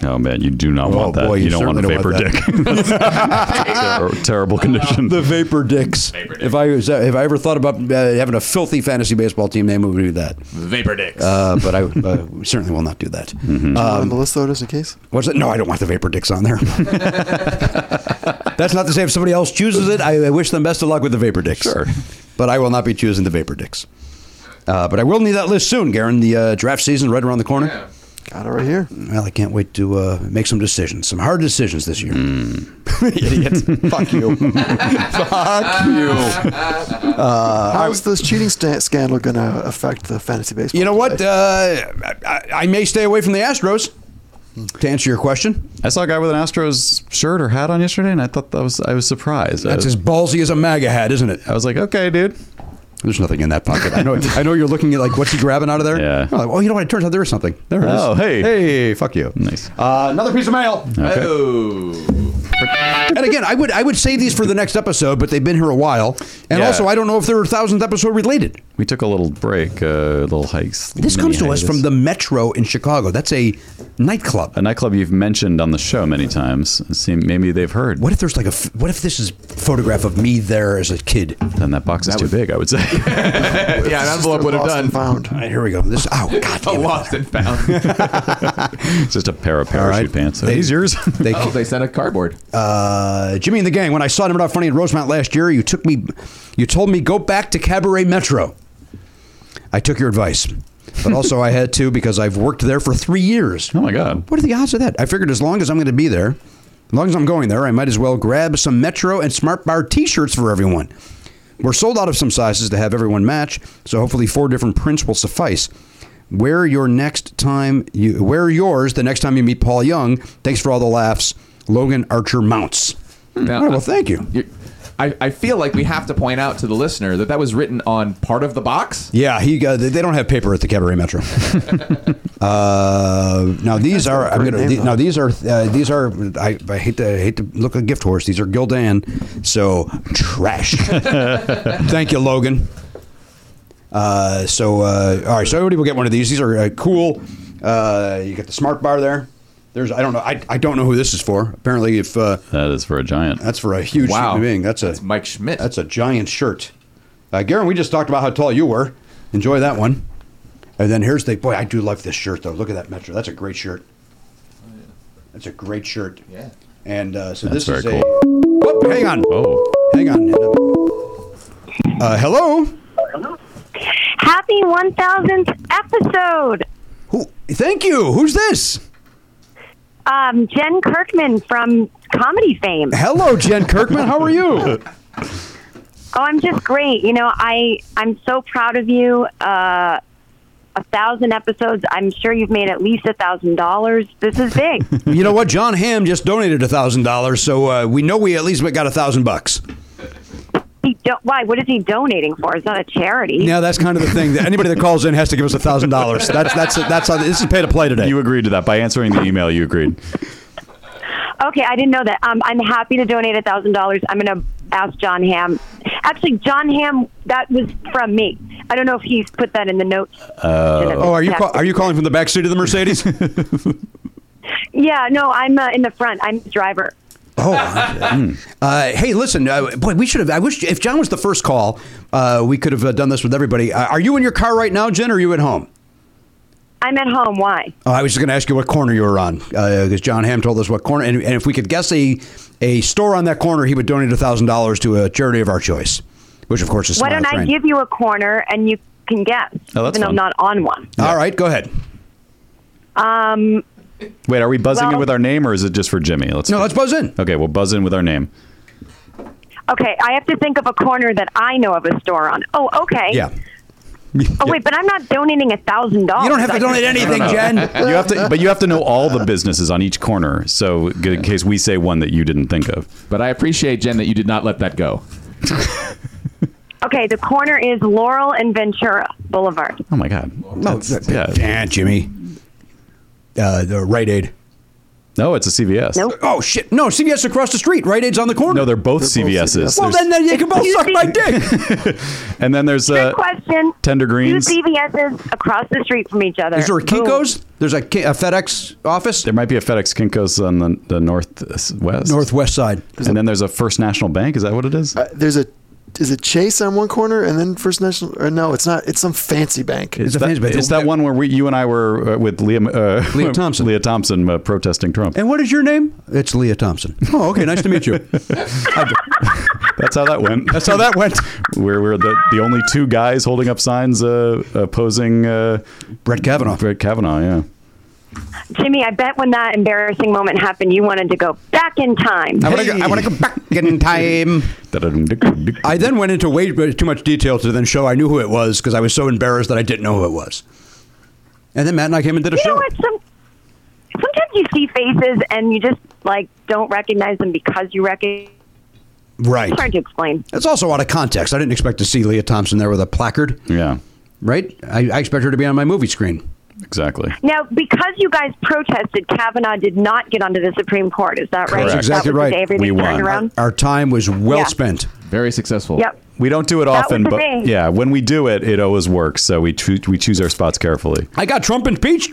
Speaker 3: Oh man, you do not
Speaker 2: Oh,
Speaker 3: want that.
Speaker 2: boy,
Speaker 3: you,
Speaker 2: you
Speaker 3: don't want a
Speaker 2: certainly
Speaker 3: vapor
Speaker 2: don't want
Speaker 3: dick. [LAUGHS]
Speaker 2: [LAUGHS]
Speaker 3: Ter- terrible condition.
Speaker 2: The vapor dicks. If I was, if I ever thought about uh, having a filthy fantasy baseball team name, it would be that.
Speaker 4: Vapor dicks.
Speaker 2: Uh, but I uh, certainly will not do that. Um,
Speaker 5: On the list though, just in case.
Speaker 2: What's it? No, I don't want the vapor dicks
Speaker 5: [LAUGHS]
Speaker 2: on there. That's not to say if somebody else chooses it, I, I wish them best of luck with the vapor dicks. Sure, but I will not be choosing the vapor dicks. Uh, but I will need that list soon, Garen. The uh, draft season right around the corner.
Speaker 5: Got it right here.
Speaker 2: Well, I can't wait to uh, make some decisions, some hard decisions this year. [LAUGHS]
Speaker 3: [LAUGHS]
Speaker 2: Idiots. Fuck you. Fuck you.
Speaker 5: How's this cheating sta- scandal going to affect the fantasy baseball?
Speaker 2: You know what?
Speaker 5: play?
Speaker 2: Uh, I, I- I may stay away from the Astros. To answer your question,
Speaker 3: I saw a guy with an Astros shirt or hat on yesterday, and I thought that was I was surprised.
Speaker 2: that's
Speaker 3: I,
Speaker 2: as ballsy as a MAGA hat, isn't it?
Speaker 3: I was like, okay, dude.
Speaker 2: There's nothing in that pocket. I know. I know you're looking at like what's he grabbing out of there?
Speaker 3: Yeah.
Speaker 2: You're like, oh, you know what? It turns out there is something. There it is.
Speaker 3: Oh, hey.
Speaker 2: Hey, fuck you.
Speaker 3: Nice.
Speaker 2: Uh, another piece of mail. And again, I would I would say these for the next episode, but they've been here a while. And
Speaker 3: Yeah.
Speaker 2: also, I don't know if they're a thousandth episode
Speaker 3: [LAUGHS]
Speaker 2: related.
Speaker 3: We took a little break, uh, a little hikes.
Speaker 2: This comes to us from the Metro in Chicago. That's a nightclub.
Speaker 3: a nightclub you've mentioned on the show many times. It seem- maybe they've heard.
Speaker 2: What if there's like a f- what if this is a photograph of me there as a kid?
Speaker 3: Then that box is too big, I would say.
Speaker 4: yeah, an envelope would have
Speaker 5: Lost and
Speaker 4: done.
Speaker 5: Found.
Speaker 2: All right, here we go. This oh god
Speaker 4: Oh,
Speaker 2: damn it.
Speaker 4: lost and
Speaker 2: [LAUGHS]
Speaker 4: found.
Speaker 3: it's just a pair of
Speaker 2: All
Speaker 3: parachute
Speaker 2: right.
Speaker 3: pants. Are
Speaker 2: They-
Speaker 3: these yours?
Speaker 2: They,
Speaker 4: oh, they sent a cardboard.
Speaker 2: uh, Jimmy and the gang. When I saw them not funny in Rosemount last year, you took me, you told me go back to Cabaret Metro. I took your advice, but also I had to because I've worked there for three years.
Speaker 3: oh my god.
Speaker 2: What are the odds of that? I figured as long as I'm going to be there, as long as I'm going there, I might as well grab some Metro and Smart Bar T-shirts for everyone. We're sold out of some sizes to have everyone match, so hopefully four different prints will suffice. Wear your next time you wear yours the next time you meet Paul Young. Thanks for all the laughs. Logan Archer mounts.
Speaker 3: Hmm.
Speaker 2: All right, well, thank you.
Speaker 4: I, I feel like we have to point out to the listener that that was written on part of the box.
Speaker 2: Yeah, he. Uh, they they don't have paper at the Cabaret Metro. [LAUGHS] uh, now these are. I'm gonna. the- now these are. Uh, these are. I, I hate to I hate to look a gift horse. These are Gildan, so trash. Thank you, Logan. Uh, so uh, all right, so everybody will get one of these. These are uh, cool. Uh, you got the smart bar there. There's. I don't know. I, I don't know who this is for. Apparently, if uh,
Speaker 3: That is for a giant.
Speaker 2: that's for a huge
Speaker 3: Wow.
Speaker 2: human being. That's a
Speaker 4: Mike Schmidt.
Speaker 2: That's a giant shirt. Uh, Garen, we just talked about how tall you were. Enjoy that one. And then here's the boy. I do love this shirt though. Look at that Metro. That's a great shirt. That's a great shirt. Yeah. And uh, so
Speaker 3: That's
Speaker 2: this is
Speaker 3: very
Speaker 2: a. Whoop, hang on.
Speaker 3: Oh.
Speaker 2: Hang on. Uh, hello.
Speaker 10: Happy 1000th episode.
Speaker 2: Who? Thank you. Who's this?
Speaker 10: Um, Jen Kirkman from comedy fame.
Speaker 2: Hello, Jen Kirkman. How are you?
Speaker 10: Oh, I'm just great. You know, I I'm so proud of you. Uh, a thousand episodes. I'm sure you've made at least a thousand dollars. This is
Speaker 2: [LAUGHS]
Speaker 10: big.
Speaker 2: [LAUGHS] you know what? John Hamm just donated a thousand dollars, so uh, we know we at least got a thousand bucks.
Speaker 10: he do- why? What is he donating for? It's not a charity.
Speaker 2: Yeah, that's kind of the thing. That anybody that calls in has to give us a thousand dollars. That's that's that's how this is pay to play today.
Speaker 3: You agreed to that by answering the email. You agreed.
Speaker 10: Okay, I didn't know that. Um, I'm happy to donate a thousand dollars. I'm gonna ask John Ham. Actually, John Ham, that was from me. I don't know if he's put that in the notes.
Speaker 2: oh, are you call, are you calling from the back seat of the Mercedes?
Speaker 10: Yeah, no, I'm uh, in the front. I'm the driver.
Speaker 2: [LAUGHS] oh, uh, hey, listen, uh, boy, we should have. I wish if John was the first call, uh, we could have uh, done this with everybody. Uh, are you in your car right now, Jen? or Are you at home?
Speaker 10: I'm at home. Why?
Speaker 2: Oh, I was just going to ask you what corner you were on because John Hamm told us what corner, and, and if we could guess a a store on that corner, he would donate a thousand dollars to a charity of our choice, which of course is.
Speaker 10: Why
Speaker 2: Smile
Speaker 10: don't I
Speaker 2: Train.
Speaker 10: give you a corner and you can guess?
Speaker 3: Oh, that's
Speaker 10: even though
Speaker 3: fun.
Speaker 10: I'm not on one.
Speaker 2: All right, go ahead.
Speaker 10: Um,
Speaker 3: Wait, are we buzzing in
Speaker 10: Well-
Speaker 3: with our name, or is it just for Jimmy? Let's
Speaker 2: no, let's buzz in.
Speaker 3: Okay, we'll buzz in with our name.
Speaker 10: okay, I have to think of a corner that I know of a store on. Oh, okay.
Speaker 3: Yeah.
Speaker 10: Oh wait, but I'm not donating a thousand dollars.
Speaker 2: You don't have to donate anything, Jen.
Speaker 3: [LAUGHS] You have to, but you have to know all the businesses on each corner, so g- in case we say one that you didn't think of.
Speaker 4: But I appreciate Jen that you did not let that go.
Speaker 10: [LAUGHS] Okay, the corner is Laurel and Ventura Boulevard.
Speaker 3: Oh my God.
Speaker 2: No, that- yeah, Jimmy. Uh, the Rite Aid.
Speaker 3: No, it's a CVS.
Speaker 10: Nope.
Speaker 2: Oh shit! No, CVS across the street. Rite Aid's on the corner.
Speaker 3: No, they're both CVSs.
Speaker 2: Well, then, then you can both suck my dick.
Speaker 3: [LAUGHS] and then there's uh,
Speaker 10: Question:
Speaker 3: Tender Greens.
Speaker 10: Two CVS's across the street from each other.
Speaker 3: Is there a Kinko's?
Speaker 2: There's a, Ki- a FedEx office.
Speaker 3: There might be a FedEx Kinko's on the, the northwest.
Speaker 2: Northwest side.
Speaker 3: And then there's a First National Bank. Is that what it is?
Speaker 5: Uh, There's a is it Chase on one corner and then First National? Or no, it's not. It's some fancy bank.
Speaker 3: It's that, it's that one where we, you and I were uh, with Liam, uh, Leah Thompson, [LAUGHS] Leah Thompson uh, protesting Trump.
Speaker 2: And what is your name? It's Leah Thompson. Oh, okay. Nice to
Speaker 3: [LAUGHS]
Speaker 2: meet you.
Speaker 3: That's how that went. That's
Speaker 2: how that went.
Speaker 3: [LAUGHS] We're, we're the, the only two guys holding up signs uh, opposing uh,
Speaker 2: Brett Kavanaugh.
Speaker 3: Brett Kavanaugh, yeah.
Speaker 10: Jimmy, I bet when that embarrassing moment happened, you wanted to go back in time.
Speaker 2: I want to go, I wanna go back
Speaker 3: [LAUGHS]
Speaker 2: in time. I then went into way too much detail to then show I knew who it was because I was so embarrassed that I didn't know who it was. And then Matt and I came and did a
Speaker 10: you know
Speaker 2: show.
Speaker 10: what? Some, sometimes you see faces and you just like don't recognize them because you recognize.
Speaker 2: Right.
Speaker 10: It's hard to explain.
Speaker 2: It's also out of context. I didn't expect to see Leah Thompson there with a placard.
Speaker 3: Yeah.
Speaker 2: Right? I, I expect her to be on my movie screen.
Speaker 3: Exactly.
Speaker 10: Now, because you guys protested, Kavanaugh did not get onto the Supreme Court. Is that right?
Speaker 2: That's exactly
Speaker 10: that was the day
Speaker 2: right.
Speaker 10: everything turned around.
Speaker 2: Our time was well
Speaker 10: Yeah.
Speaker 2: spent.
Speaker 4: Very successful.
Speaker 10: Yep.
Speaker 3: We don't do it
Speaker 10: That
Speaker 3: often,
Speaker 10: was the
Speaker 3: but
Speaker 10: thing.
Speaker 3: yeah, when we do it, it always works. So we choo- we choose our spots carefully.
Speaker 2: I got Trump impeached.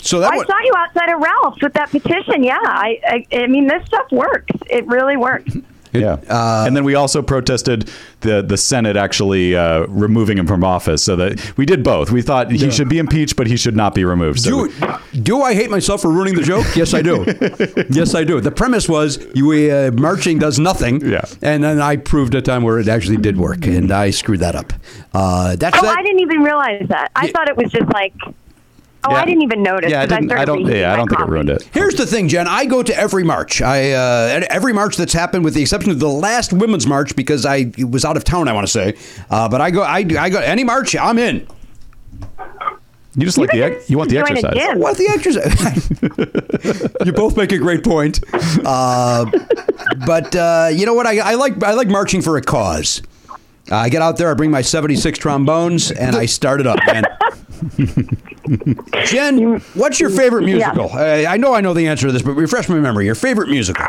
Speaker 2: so that
Speaker 10: I
Speaker 2: was,
Speaker 10: saw you outside of Ralph's with that petition. Yeah, I, I, I mean, this stuff works. It really works.
Speaker 3: yeah.
Speaker 2: uh,
Speaker 3: and then we also protested the the Senate actually uh, removing him from office. So that we did both. We thought he should be impeached, but he should not be removed. So we-
Speaker 2: do I hate myself for ruining the joke? Yes, I
Speaker 3: [LAUGHS]
Speaker 2: do. yes, I do. The premise was you uh, marching does nothing. Yeah. And then I proved a time where it actually did work, and I screwed that up. Uh, that's
Speaker 10: oh,
Speaker 2: that.
Speaker 10: I didn't even realize that. I thought it was just like, Oh, I didn't even notice.
Speaker 3: Yeah, I
Speaker 10: 'cause
Speaker 3: didn't. I
Speaker 10: started
Speaker 3: don't.
Speaker 10: reheating
Speaker 3: Yeah, I
Speaker 10: my
Speaker 3: don't think it ruined it.
Speaker 2: Here's the thing, Jen. I go to every march. I uh, and every march that's happened, with the exception of the last women's march because I was out of town. I want to say, uh, but I go. I, I go any march. I'm in.
Speaker 3: You just like the ex- you want the exercise.
Speaker 2: What the exercise? you both make a great point. [LAUGHS] Uh, but uh, you know what? I, I like I like marching for a cause. Uh, I get out there. I bring my '76 trombones and I start it up,
Speaker 10: [LAUGHS]
Speaker 2: man. Jen, what's your favorite
Speaker 1: Yeah.
Speaker 2: musical? Uh, I know I know the answer to this, but refresh my memory. Your favorite musical?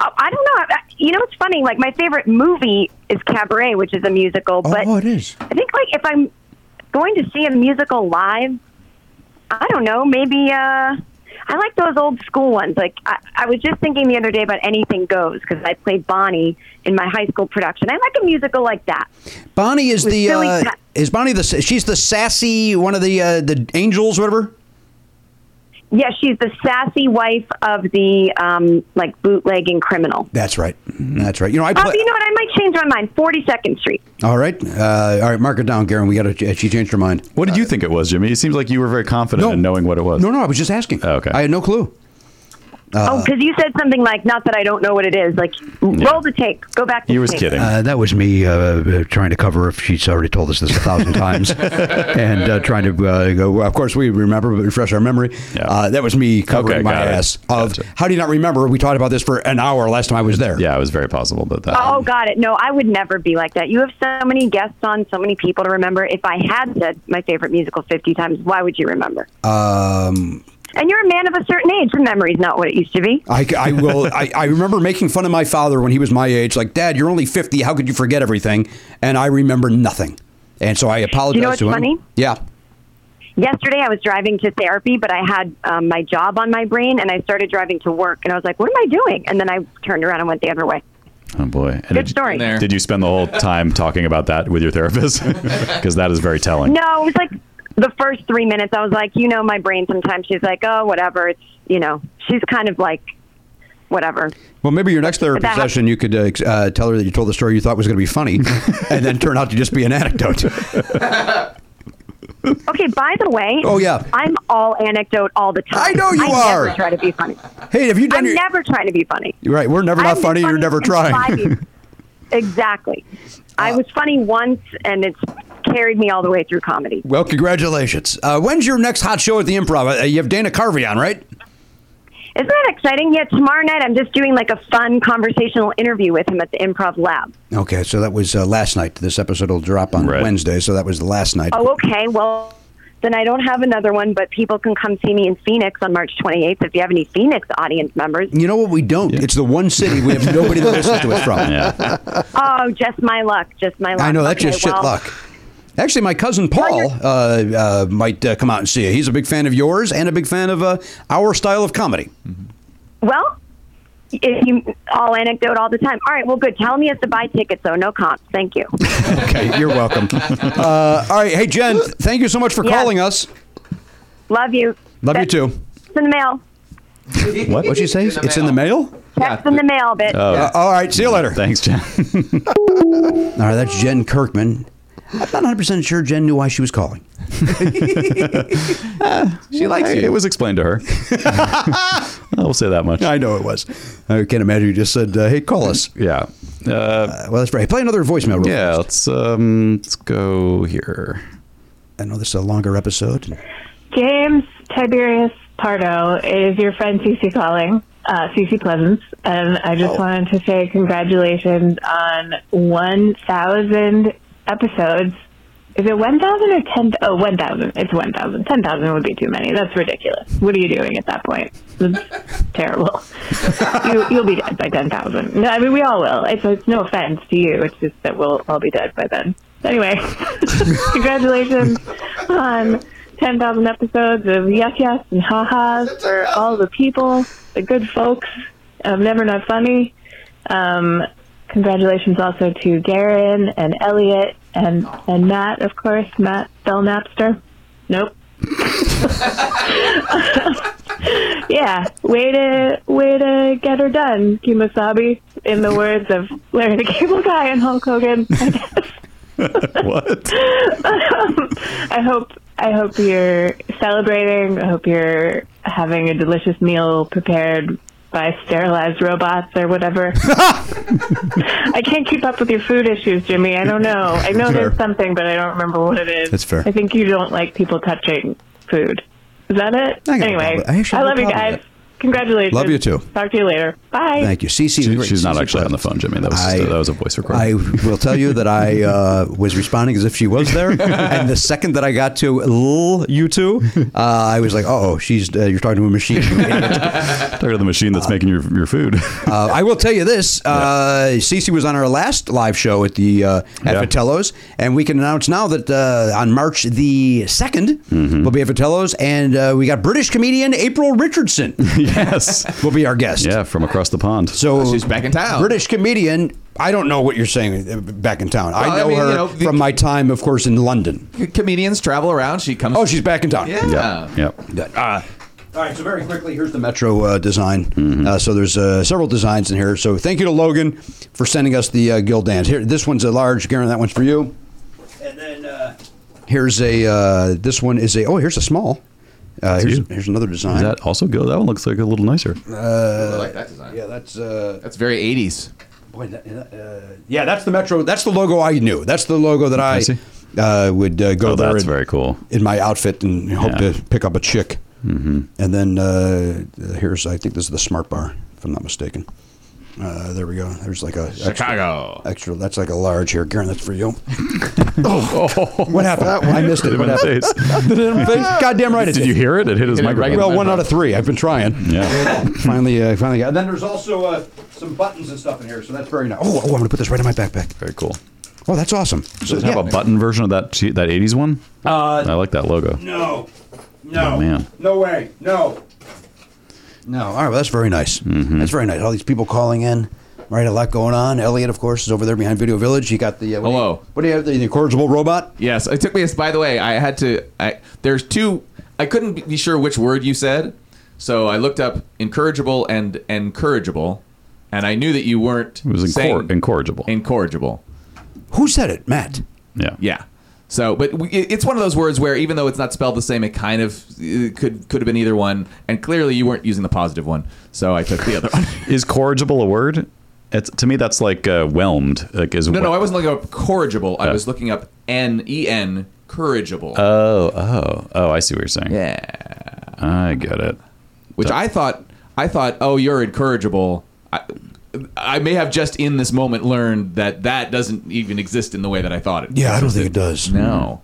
Speaker 10: Oh, I don't know. I- You know, it's funny. Like my favorite movie is Cabaret, which is a musical. But
Speaker 2: oh, it is.
Speaker 10: I think like if I'm going to see a musical live, I don't know. Maybe uh, I like those old school ones. Like I, I was just thinking the other day about Anything Goes because I played Bonnie in my high school production. I like a musical like that.
Speaker 2: Bonnie is
Speaker 10: With
Speaker 2: the
Speaker 10: Billy
Speaker 2: uh,
Speaker 10: Pat-
Speaker 2: is Bonnie the she's the sassy one of the uh, the angels, whatever.
Speaker 10: Yeah, she's the sassy wife of the um, like bootlegging criminal.
Speaker 2: That's right. That's right. You know I
Speaker 10: Oh,
Speaker 2: play.
Speaker 10: you know what? I might change my mind. Forty Second Street.
Speaker 2: All right, uh, all right. Mark it down, Garen. We got to. She changed her mind.
Speaker 3: What did you think it was, Jimmy? It seems like you were very confident in knowing what it was.
Speaker 2: No, no, I was just asking.
Speaker 3: okay.
Speaker 2: I had no clue.
Speaker 10: Oh, 'cause oh, because you said something like, "Not that I don't know what it is." Like, roll the tape. Go back. To the tape.
Speaker 2: Uh, that was me uh, uh, trying to cover if she's already told us this a [LAUGHS] thousand times, and uh, trying to uh, go. Well, of course, we remember, but refresh our memory. Uh, that was me covering
Speaker 3: Okay,
Speaker 2: my
Speaker 3: got it.
Speaker 2: ass. Of how do you not remember? We talked about this for an hour last time I was there.
Speaker 3: Yeah, it was very possible that that.
Speaker 10: oh, got it. No, I would never be like that. You have so many guests on, so many people to remember. If I had said my favorite musical fifty times, why would you remember?
Speaker 2: Um,
Speaker 10: And you're a man of a certain age. Your memory's not what it used to be.
Speaker 2: I, I will. I, I remember making fun of my father when he was my age. Like, Dad, you're only 50. How could you forget everything? And I remember nothing. And so I apologize
Speaker 10: You know what's
Speaker 2: to him.
Speaker 10: funny?
Speaker 2: Yeah.
Speaker 10: Yesterday, I was driving to therapy, but I had um, my job on my brain, and I started driving to work, and I was like, "What am I doing?" And then I turned around and went the other way.
Speaker 3: Oh boy. And
Speaker 10: Good
Speaker 3: did you-
Speaker 10: story. In there.
Speaker 3: Did you spend the whole time talking about that with your therapist? [LAUGHS] Because that is very telling.
Speaker 10: No, it was like the first three minutes. I was like, you know, my brain sometimes she's like, oh, whatever. It's, you know, she's kind of like, whatever.
Speaker 2: Well, maybe your next therapy
Speaker 10: That-
Speaker 2: session, you could uh, ex- uh, tell her that you told the story you thought was going to be
Speaker 10: [LAUGHS]
Speaker 2: funny and then turn out to just be an anecdote.
Speaker 10: Okay, by the way.
Speaker 2: Oh, yeah.
Speaker 10: I'm all anecdote all the time.
Speaker 2: I know you are.
Speaker 10: never try to be funny.
Speaker 2: Hey, have you done
Speaker 10: I'm
Speaker 2: your-
Speaker 10: never trying to be funny.
Speaker 2: You're right. We're never
Speaker 10: I'm
Speaker 2: not
Speaker 10: the
Speaker 2: funny. You're never
Speaker 10: funniest since five
Speaker 2: trying.
Speaker 10: years. exactly.
Speaker 2: Uh,
Speaker 10: I was funny once, and it's carried me all the way through comedy.
Speaker 2: [LAUGHS] well, congratulations. Uh, when's your next hot show at the improv? Uh, you have Dana Carvey on, right?
Speaker 10: Isn't that exciting? Yeah, tomorrow night I'm just doing like a fun conversational interview with him at the Improv Lab.
Speaker 2: Okay, so that was uh, last night. This episode will drop on Wednesday, so that was last night.
Speaker 10: Oh, okay. Well, then I don't have another one, but people can come see me in Phoenix on March 28th if you have any Phoenix audience
Speaker 2: [LAUGHS]
Speaker 10: members.
Speaker 2: You know what we don't? It's the one city we have nobody to listen to us [LAUGHS] from.
Speaker 10: Oh, just my luck. Just my luck.
Speaker 2: I know that's
Speaker 10: Okay,
Speaker 2: just shit
Speaker 10: well,
Speaker 2: luck. Actually, my cousin Paul uh, uh, might uh, come out and see you. He's a big fan of yours and a big fan of uh, our style of comedy.
Speaker 10: Well, if you all anecdote all the time. All right. Well, good. Tell me has to buy tickets, though. No comps. Thank you.
Speaker 2: Okay, you're welcome. [LAUGHS] Uh, all right, hey Jen, th- thank you so much for
Speaker 10: Yeah.
Speaker 2: calling us.
Speaker 10: Love you.
Speaker 2: Love you too.
Speaker 10: It's in the mail.
Speaker 2: What? What'd you say? it's in the mail.
Speaker 10: It's in the mail, bitch.
Speaker 2: Uh, all right, see you later.
Speaker 3: Oh. Thanks, Jen.
Speaker 2: [LAUGHS] all right, that's Jen Kirkman. I'm not 100 percent sure Jen knew why she
Speaker 3: [LAUGHS]
Speaker 2: was calling. Uh,
Speaker 3: She likes you. It was explained to
Speaker 2: [LAUGHS]
Speaker 3: her. I will say that much.
Speaker 2: I know it was. I can't imagine you just said, uh, "Hey, call us."
Speaker 3: Yeah. Uh,
Speaker 2: well, that's right. Play another voicemail. Real
Speaker 3: yeah. Let's um. Let's go here.
Speaker 2: I know this is a longer episode.
Speaker 12: James Tiberius Pardo is your friend Cece calling, uh, Cece Pleasance, and I just wanted to say congratulations on 1,000 episodes. Is it 1,000 or 10? Oh, 1,000. It's 1,000. 10,000 would be too many. That's ridiculous. What are you doing at that point? That's terrible. you, you'll be dead by 10,000. No, I mean, we all will. It's, it's no offense to you. It's just that we'll all be dead by then. Anyway, [LAUGHS] congratulations on 10,000 episodes of Yes Yes and Ha Ha's for all the people, the good folks of Never Not Funny. Um, congratulations also to Darren and Elliot and, and Matt, of course, Matt Bell Napster. Nope. [LAUGHS] yeah, way to way to get her done, Kimosabi. In the words of Larry the Cable Guy and Hulk Hogan. I guess.
Speaker 3: what?
Speaker 12: [LAUGHS] I hope I hope you're celebrating. I hope you're having a delicious meal prepared by sterilized robots or whatever. I can't keep up with your food issues, Jimmy. I don't know. I know
Speaker 2: Fair.
Speaker 12: there's something, but I don't remember what it is.
Speaker 2: That's fair.
Speaker 12: I think you don't like people touching food. Is that it?
Speaker 2: got no
Speaker 12: anyway,
Speaker 2: problem. I actually have no
Speaker 12: love you
Speaker 2: problem with
Speaker 12: guys. Congratulations.
Speaker 2: Love you too.
Speaker 12: Talk to you later. Bye.
Speaker 2: Thank you, Cece.
Speaker 3: She-
Speaker 2: great.
Speaker 3: she's not
Speaker 2: Cece
Speaker 3: actually on the phone, Jimmy. That was just a- that was a voice recording.
Speaker 2: I will tell you that I uh, was responding as if she was
Speaker 3: [LAUGHS]
Speaker 2: there, and the second that I got to "L you two, uh, I was like, "Oh, she's uh, you're talking to a
Speaker 3: [LAUGHS]
Speaker 2: machine."
Speaker 3: Talking to the machine that's making your your food.
Speaker 2: uh, I will tell
Speaker 3: [LAUGHS]
Speaker 2: you this: uh, Cece was on our last live show at the uh, at Vitello's, and we can announce now that uh, on March the 2nd
Speaker 3: Mm-hmm.
Speaker 2: we'll be at Vitello's, and uh, we got British comedian April Richardson.
Speaker 3: [LAUGHS] yes,
Speaker 2: will be our guest.
Speaker 3: Yeah, from across the pond.
Speaker 2: So
Speaker 3: she's back in town.
Speaker 2: British comedian. I don't know what you're saying. uh, Back in town,
Speaker 4: Well,
Speaker 2: I
Speaker 4: I
Speaker 2: know
Speaker 4: mean,
Speaker 2: her
Speaker 4: you know, the-
Speaker 2: from my time, of course, in London.
Speaker 4: [LAUGHS] Comedians travel around. She comes.
Speaker 2: Oh, she's back in town.
Speaker 4: Yeah.
Speaker 3: Yep.
Speaker 2: Uh, All right, so very quickly, here's the Metro uh, design.
Speaker 3: Mm-hmm.
Speaker 2: Uh, so there's uh, several designs in here. So thank you to Logan for sending us the uh, Gil Dance. Here, this one's a large, Garen. That one's for you. And then uh, here's a. Uh, this one is a. Oh, here's a small. Uh,
Speaker 3: That's
Speaker 2: here's,
Speaker 3: you.
Speaker 2: here's another design.
Speaker 3: Does that also go? That one looks like a little nicer.
Speaker 2: Uh,
Speaker 4: like that design.
Speaker 2: Yeah, that's uh,
Speaker 4: that's very '80s.
Speaker 2: Boy, that, uh, yeah, that's the Metro. That's the logo I knew. That's the logo that I, uh, would uh, go
Speaker 3: Oh,
Speaker 2: there
Speaker 3: that's
Speaker 2: in-
Speaker 3: very cool.
Speaker 2: in my outfit and hope
Speaker 3: Yeah.
Speaker 2: to pick up a chick.
Speaker 3: Mm-hmm.
Speaker 2: And then uh, here's, I think this is the Smart Bar, if I'm not mistaken. Uh, there we go. There's like a extra-
Speaker 4: Chicago.
Speaker 2: Extra, that's like a large here, Garen. That's for you. oh,
Speaker 3: [LAUGHS]
Speaker 2: what happened? I missed it.
Speaker 3: Hit him
Speaker 2: What
Speaker 3: in the
Speaker 2: happened?
Speaker 3: face.
Speaker 2: [LAUGHS] Did it hit him
Speaker 3: [LAUGHS]
Speaker 2: in the face? Goddamn right. it
Speaker 3: Did you hear it? It hit his
Speaker 2: Hit it
Speaker 3: microphone.
Speaker 2: Well, one out of three. I've been trying.
Speaker 3: Yeah.
Speaker 2: [LAUGHS] finally, uh, finally got. And then there's also uh, some buttons and stuff in here, so that's very nice. Oh, oh, I'm gonna put this right in my backpack.
Speaker 3: Very cool.
Speaker 2: Oh, that's awesome.
Speaker 3: Does it have a button version of that che- that '80s one?
Speaker 2: Uh,
Speaker 3: I like that logo.
Speaker 2: No,
Speaker 3: no, Oh, man.
Speaker 2: no way, no, no. All right, well, that's very nice.
Speaker 4: Mm-hmm.
Speaker 2: That's very nice. All these people calling in. Right, a lot going on. Elliot, of course, is over there behind Video Village. You got the uh, what
Speaker 4: Hello.
Speaker 2: Do you, what do you have? The, the incorrigible robot.
Speaker 4: Yes, it took me. By the way, I had to. I there's two. I couldn't be sure which word you said, so I looked up incorrigible and incorrigible, and I knew that you weren't.
Speaker 3: It was incor-
Speaker 4: saying
Speaker 3: incorrigible.
Speaker 4: Incorrigible.
Speaker 2: Who said it, Matt?
Speaker 3: Yeah.
Speaker 4: Yeah. So, but we, it- it's one of those words where even though it's not spelled the same, it kind of it could could have been either one, and clearly you weren't using the positive one, so I took the other one.
Speaker 3: [LAUGHS] Is corrigible a word? It's, to me, that's like uh, whelmed. Like is
Speaker 4: No, no, I wasn't looking up corrigible. I
Speaker 3: Oh.
Speaker 4: was looking up n e n courageable.
Speaker 3: Oh, oh, oh! I see what you're saying.
Speaker 4: Yeah,
Speaker 3: I get it.
Speaker 4: which I thought I thought, oh, you're incorrigible. I, I may have just in this moment learned that that doesn't even exist in the way that I thought it.
Speaker 2: Yeah, I don't think it does.
Speaker 4: No,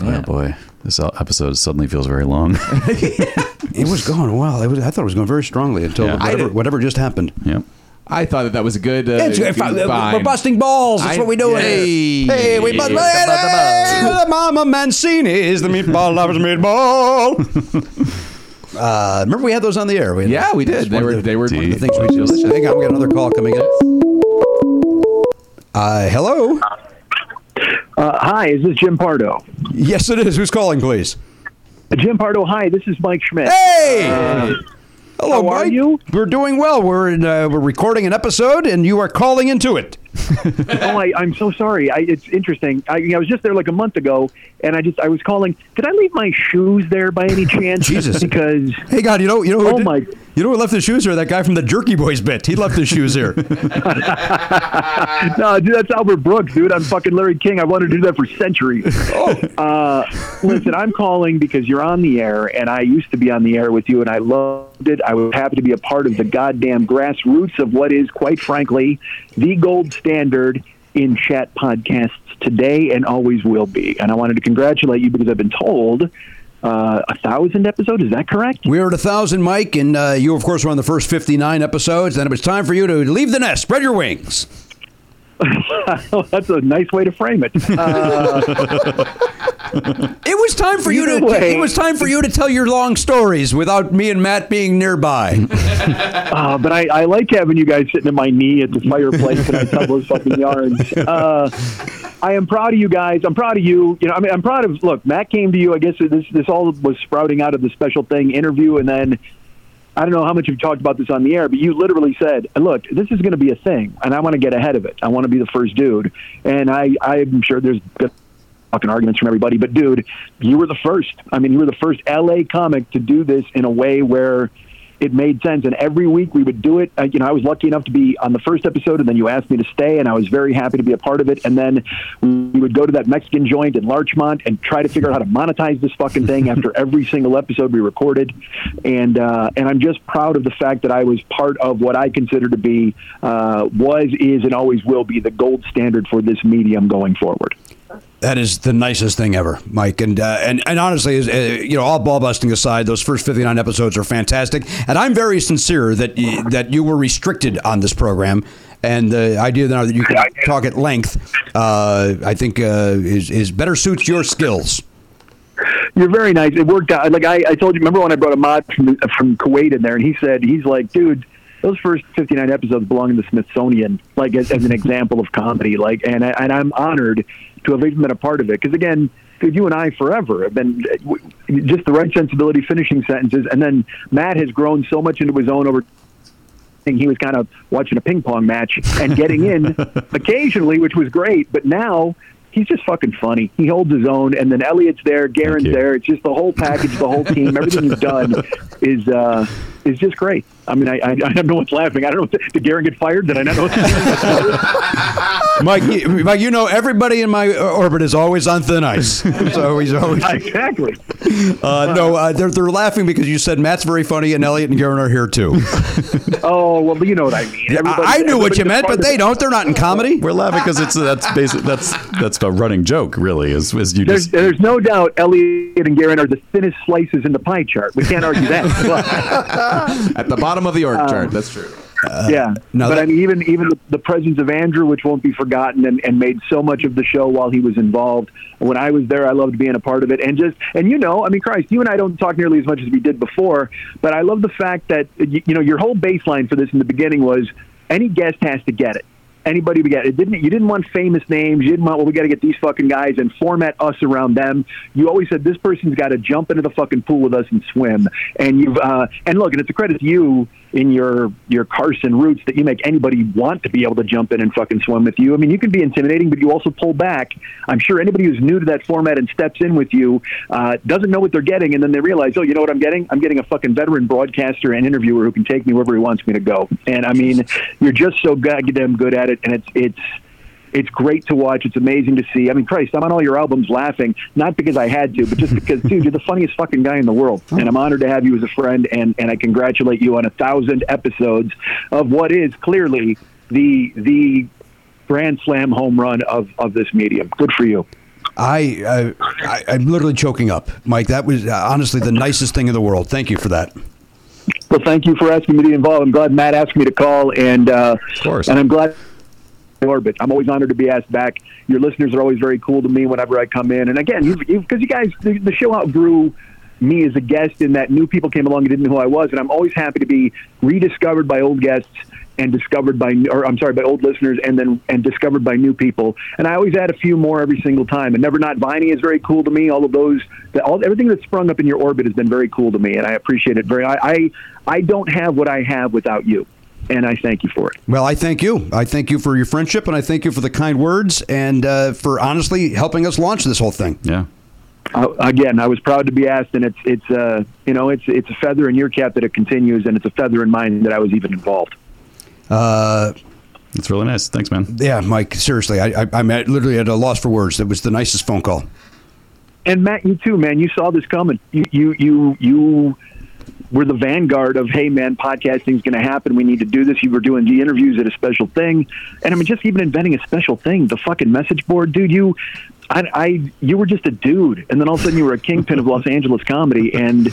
Speaker 3: Oh boy, this episode suddenly feels very long.
Speaker 2: It was going well. It was, I thought it was going very strongly until
Speaker 3: Yeah. I
Speaker 2: whatever,
Speaker 3: did-
Speaker 2: whatever just happened.
Speaker 3: yep.
Speaker 4: I thought that that was a good. Uh,
Speaker 2: It's-
Speaker 4: good
Speaker 2: we're
Speaker 4: find.
Speaker 2: busting balls. That's
Speaker 4: I-
Speaker 2: what we do.
Speaker 4: Hey.
Speaker 2: hey, we
Speaker 4: Bust
Speaker 2: bust.
Speaker 4: the- bust the
Speaker 2: Hey, Mama Mancini is the meatball
Speaker 4: [LAUGHS]
Speaker 2: lover's meatball. Uh, remember we had those on the air. We had-
Speaker 4: Yeah, we did. They
Speaker 2: one of
Speaker 4: were
Speaker 2: the-
Speaker 4: they were
Speaker 2: one of the things we do. Hang on, we got another call coming in. Uh, hello.
Speaker 11: Uh, hi, is this Jim Pardo?
Speaker 2: Yes, it is. Who's calling, please?
Speaker 11: Jim Pardo, hi. This is Mike Schmidt.
Speaker 2: Hey.
Speaker 11: Uh, how
Speaker 2: Hello, Mike.
Speaker 11: are you?
Speaker 2: We're doing well. We're in, uh, we're recording an episode, and you are calling into it.
Speaker 11: oh, I, I'm so sorry. I, it's interesting. I, I was just there like a month ago, and I just I was calling. Did I leave my shoes there by any chance?
Speaker 2: Jesus.
Speaker 11: because
Speaker 2: Hey, God, you know, you know, who
Speaker 11: Oh,
Speaker 2: did-
Speaker 11: my-
Speaker 2: you know who left his shoes here? That guy from the Jerky Boys bit. He left his shoes
Speaker 11: [LAUGHS]
Speaker 2: here.
Speaker 11: no, dude, that's Albert Brooks, dude. I'm fucking Larry King. I wanted to do that for centuries. Uh, listen, I'm calling because you're on the air, and I used to be on the air with you, and I loved it. I was happy to be a part of the goddamn grassroots of what is, quite frankly, the gold standard in chat podcasts today and always will be. And I wanted to congratulate you because I've been told uh, a thousand episodes. Is that correct?
Speaker 2: We were at a thousand, Mike, and uh, you, of course, were on the first fifty-nine episodes. Then it was time for you to leave the nest, spread
Speaker 11: [LAUGHS]
Speaker 2: your wings.
Speaker 11: that's a nice way to frame it. Uh,
Speaker 2: [LAUGHS] It was time for you to.
Speaker 11: Either way-
Speaker 2: It was time for you to tell your long stories without me and Matt being nearby.
Speaker 11: [LAUGHS] Uh, but I, I like having you guys sitting at my knee at the fireplace and I tell those fucking yarns. Uh, I am proud of you guys. I'm proud of you. You know, I mean, I'm proud of. Look, Matt came to you. I guess this this all was sprouting out of the special thing interview, and then I don't know how much you've talked about this on the air, but you literally said, "Look, this is going to be a thing, and I want to get ahead of it. I want to be the first dude." And I, I'm sure there's fucking arguments from everybody. But dude, you were the first. I mean, you were the first LA comic to do this in a way where it made sense. And every week we would do it. Uh, you know, I was lucky enough to be on the first episode, and then you asked me to stay, and I was very happy to be a part of it. And then we would go to that Mexican joint in Larchmont and try to figure out how to monetize this fucking thing after every single episode we recorded. And uh, and I'm just proud of the fact that I was part of what I consider to be uh, was, is, and always will be the gold standard for this medium going forward.
Speaker 2: That is the nicest thing ever, Mike. And uh, and and honestly, is, uh, you know, all ball busting aside, those first fifty nine episodes are fantastic. And I'm very sincere that y- that you were restricted on this program, and the idea now that you can talk at length, uh, I think uh, is is better suits your skills.
Speaker 11: You're very nice. It worked out. Like I, I told you, remember when I brought Ahmad from, from Kuwait in there, and he said he's like, dude, those first 59 episodes belong in the Smithsonian, like as, as an example of comedy. Like, and I, and I'm honored to have even been a part of it because again, dude, you and I forever have been uh, just the right sensibility, finishing sentences, and then Matt has grown so much into his own over thing. He was kind of watching a ping pong match and getting in occasionally, which was great. But now he's just fucking funny. He holds his own, and then Elliot's there, Garen's there. It's just the whole package, the whole team, everything he's done is uh, is just great. I mean, I, I, I don't know what's laughing. I don't know. What did Garen get fired? Did I not know? What
Speaker 2: Mike, you, Mike, you know everybody in my orbit is always on thin ice, so he's always
Speaker 11: exactly.
Speaker 2: Uh, no, uh, they're they're laughing because you said Matt's very funny, and Elliot and Garen are here too.
Speaker 11: oh well, you know what I mean. Everybody-
Speaker 2: I knew what you
Speaker 11: everybody's part
Speaker 2: meant, but
Speaker 11: of
Speaker 2: they
Speaker 11: it.
Speaker 2: don't. They're [LAUGHS] not in comedy.
Speaker 3: We're laughing because it's that's basic. That's that's a running joke, really. Is is you
Speaker 11: There's,
Speaker 3: just
Speaker 11: there's no doubt Elliot and Garen are the thinnest slices in the pie chart. We can't argue that.
Speaker 4: [LAUGHS] At the [LAUGHS] bottom of the org
Speaker 11: Um,
Speaker 4: chart. That's true.
Speaker 11: yeah, but I mean, even even the, the presence of Andrew, which won't be forgotten, and, and made so much of the show while he was involved. When I was there, I loved being a part of it, and just and you know, I mean, Christ, you and I don't talk nearly as much as we did before, but I love the fact that you, you know your whole baseline for this in the beginning was any guest has to get it. Anybody we got it didn't you didn't want famous names you didn't want well we got to get these fucking guys and format us around them you always said this person's got to jump into the fucking pool with us and swim and you've uh, and look and it's a credit to you in your your Carson roots that you make anybody want to be able to jump in and fucking swim with you I mean you can be intimidating but you also pull back I'm sure anybody who's new to that format and steps in with you uh, doesn't know what they're getting and then they realize oh you know what I'm getting I'm getting a fucking veteran broadcaster and interviewer who can take me wherever he wants me to go and I mean you're just so goddamn good at it and it's it's it's great to watch. It's amazing to see. I mean, Christ, I'm on all your albums laughing, not because I had to, but just because, [LAUGHS] dude, you're the funniest fucking guy in the world. And I'm honored to have you as a friend, and, and I congratulate you on a thousand episodes of what is clearly the the grand slam home run of, of this medium. Good for you.
Speaker 2: I, I, I I'm literally choking up, Mike. That was uh, honestly the nicest thing in the world. Thank you for that.
Speaker 11: Well, thank you for asking me to be involved. I'm glad Matt asked me to call, and uh, of course, and I'm glad orbit. I'm always honored to be asked back. Your listeners are always very cool to me whenever I come in. And again, because you, 'cause you guys, the, the show outgrew me as a guest in that new people came along and didn't know who I was, and I'm always happy to be rediscovered by old guests and discovered by, or I'm sorry, by old listeners, and then and discovered by new people. And I always add a few more every single time. And Never Not Viney is very cool to me. All of those, the, all everything that's sprung up in your orbit has been very cool to me, and I appreciate it very. I, I, I don't have what I have without you, and I thank you for it.
Speaker 2: Well, I thank you. I thank you for your friendship, and I thank you for the kind words and uh, for honestly helping us launch this whole thing.
Speaker 3: Yeah.
Speaker 11: Uh, again, I was proud to be asked, and it's it's uh, you know it's it's a feather in your cap that it continues, and it's a feather in mine that I was even involved.
Speaker 2: Uh,
Speaker 3: it's really nice. Thanks, man.
Speaker 2: Yeah, Mike. Seriously, I, I, I'm at, literally at a loss for words. That was the nicest phone call.
Speaker 11: And Matt, you too, man. You saw this coming. You you you you were the vanguard of hey, man, podcasting's going to happen. We need to do this. You were doing the interviews at a special thing, and I mean, just even inventing a special thing, the fucking message board, dude. You. I, I you were just a dude, and then all of a sudden you were a kingpin of Los Angeles comedy, and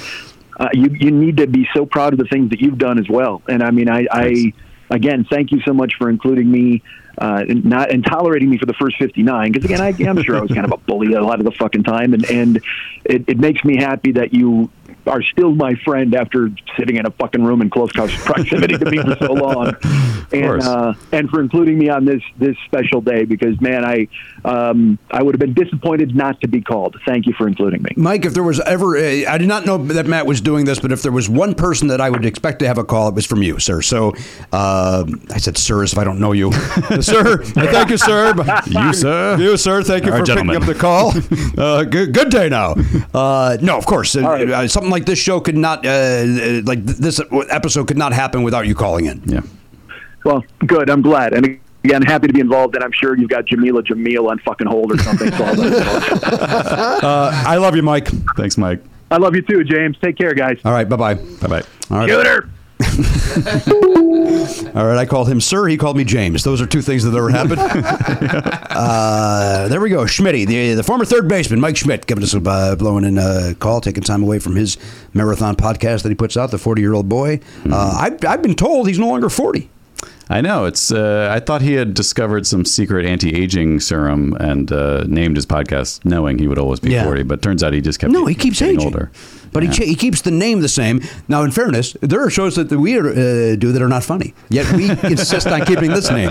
Speaker 11: uh, you you need to be so proud of the things that you've done as well. And I mean, I, I again thank you so much for including me, uh, and not and tolerating me for the first fifty nine. Because again, I, I'm sure I was kind of a bully a lot of the fucking time, and and it, it makes me happy that you are still my friend after sitting in a fucking room in close proximity to me for so long, and
Speaker 13: course.
Speaker 11: uh, and for including me on this this special day because man, I um, I would have been disappointed not to be called. Thank you for including me.
Speaker 2: Mike, if there was ever, a, I did not know that Matt was doing this, but if there was one person that I would expect to have a call, it was from you, sir. So uh, I said, sir, as if I don't know you. [LAUGHS] sir, thank you, sir.
Speaker 3: You, sir.
Speaker 2: [LAUGHS] You, sir. Thank you
Speaker 3: Our
Speaker 2: for
Speaker 3: gentleman.
Speaker 2: picking up the [LAUGHS] call. Uh, good, good day now. Uh, no, of course. Uh, something like this show could not, uh, uh, like th- this episode could not happen without you calling in.
Speaker 3: Yeah.
Speaker 11: Well, good. I'm glad. And again, happy to be involved. And I'm sure you've got Jamila Jamil on fucking hold or something. So I'll let you know.
Speaker 2: Uh, I love you, Mike.
Speaker 3: Thanks, Mike.
Speaker 11: I love you too, James. Take care, guys.
Speaker 2: All right. Bye bye. Bye
Speaker 3: bye.
Speaker 2: All right. [LAUGHS] All right, I called him sir. He called me James. Those are two things that ever happened. [LAUGHS] uh, there we go. Schmitty, the, the former third baseman, Mike Schmidt, giving us a uh, blowing in a call, taking time away from his marathon podcast that he puts out, The 40 Year Old Boy. Uh, I've, I've been told he's no longer 40.
Speaker 3: I know it's. Uh, I thought he had discovered some secret anti-aging serum and uh, named his podcast knowing he would always be
Speaker 2: Yeah.
Speaker 3: forty. But turns out he just kept.
Speaker 2: No, he keeps
Speaker 3: getting
Speaker 2: aging.
Speaker 3: older.
Speaker 2: But
Speaker 3: Yeah.
Speaker 2: he, ch- he keeps the name the same. Now, in fairness, there are shows that we are, uh, do that are not funny, yet we [LAUGHS] insist on
Speaker 3: [LAUGHS]
Speaker 2: keeping this name.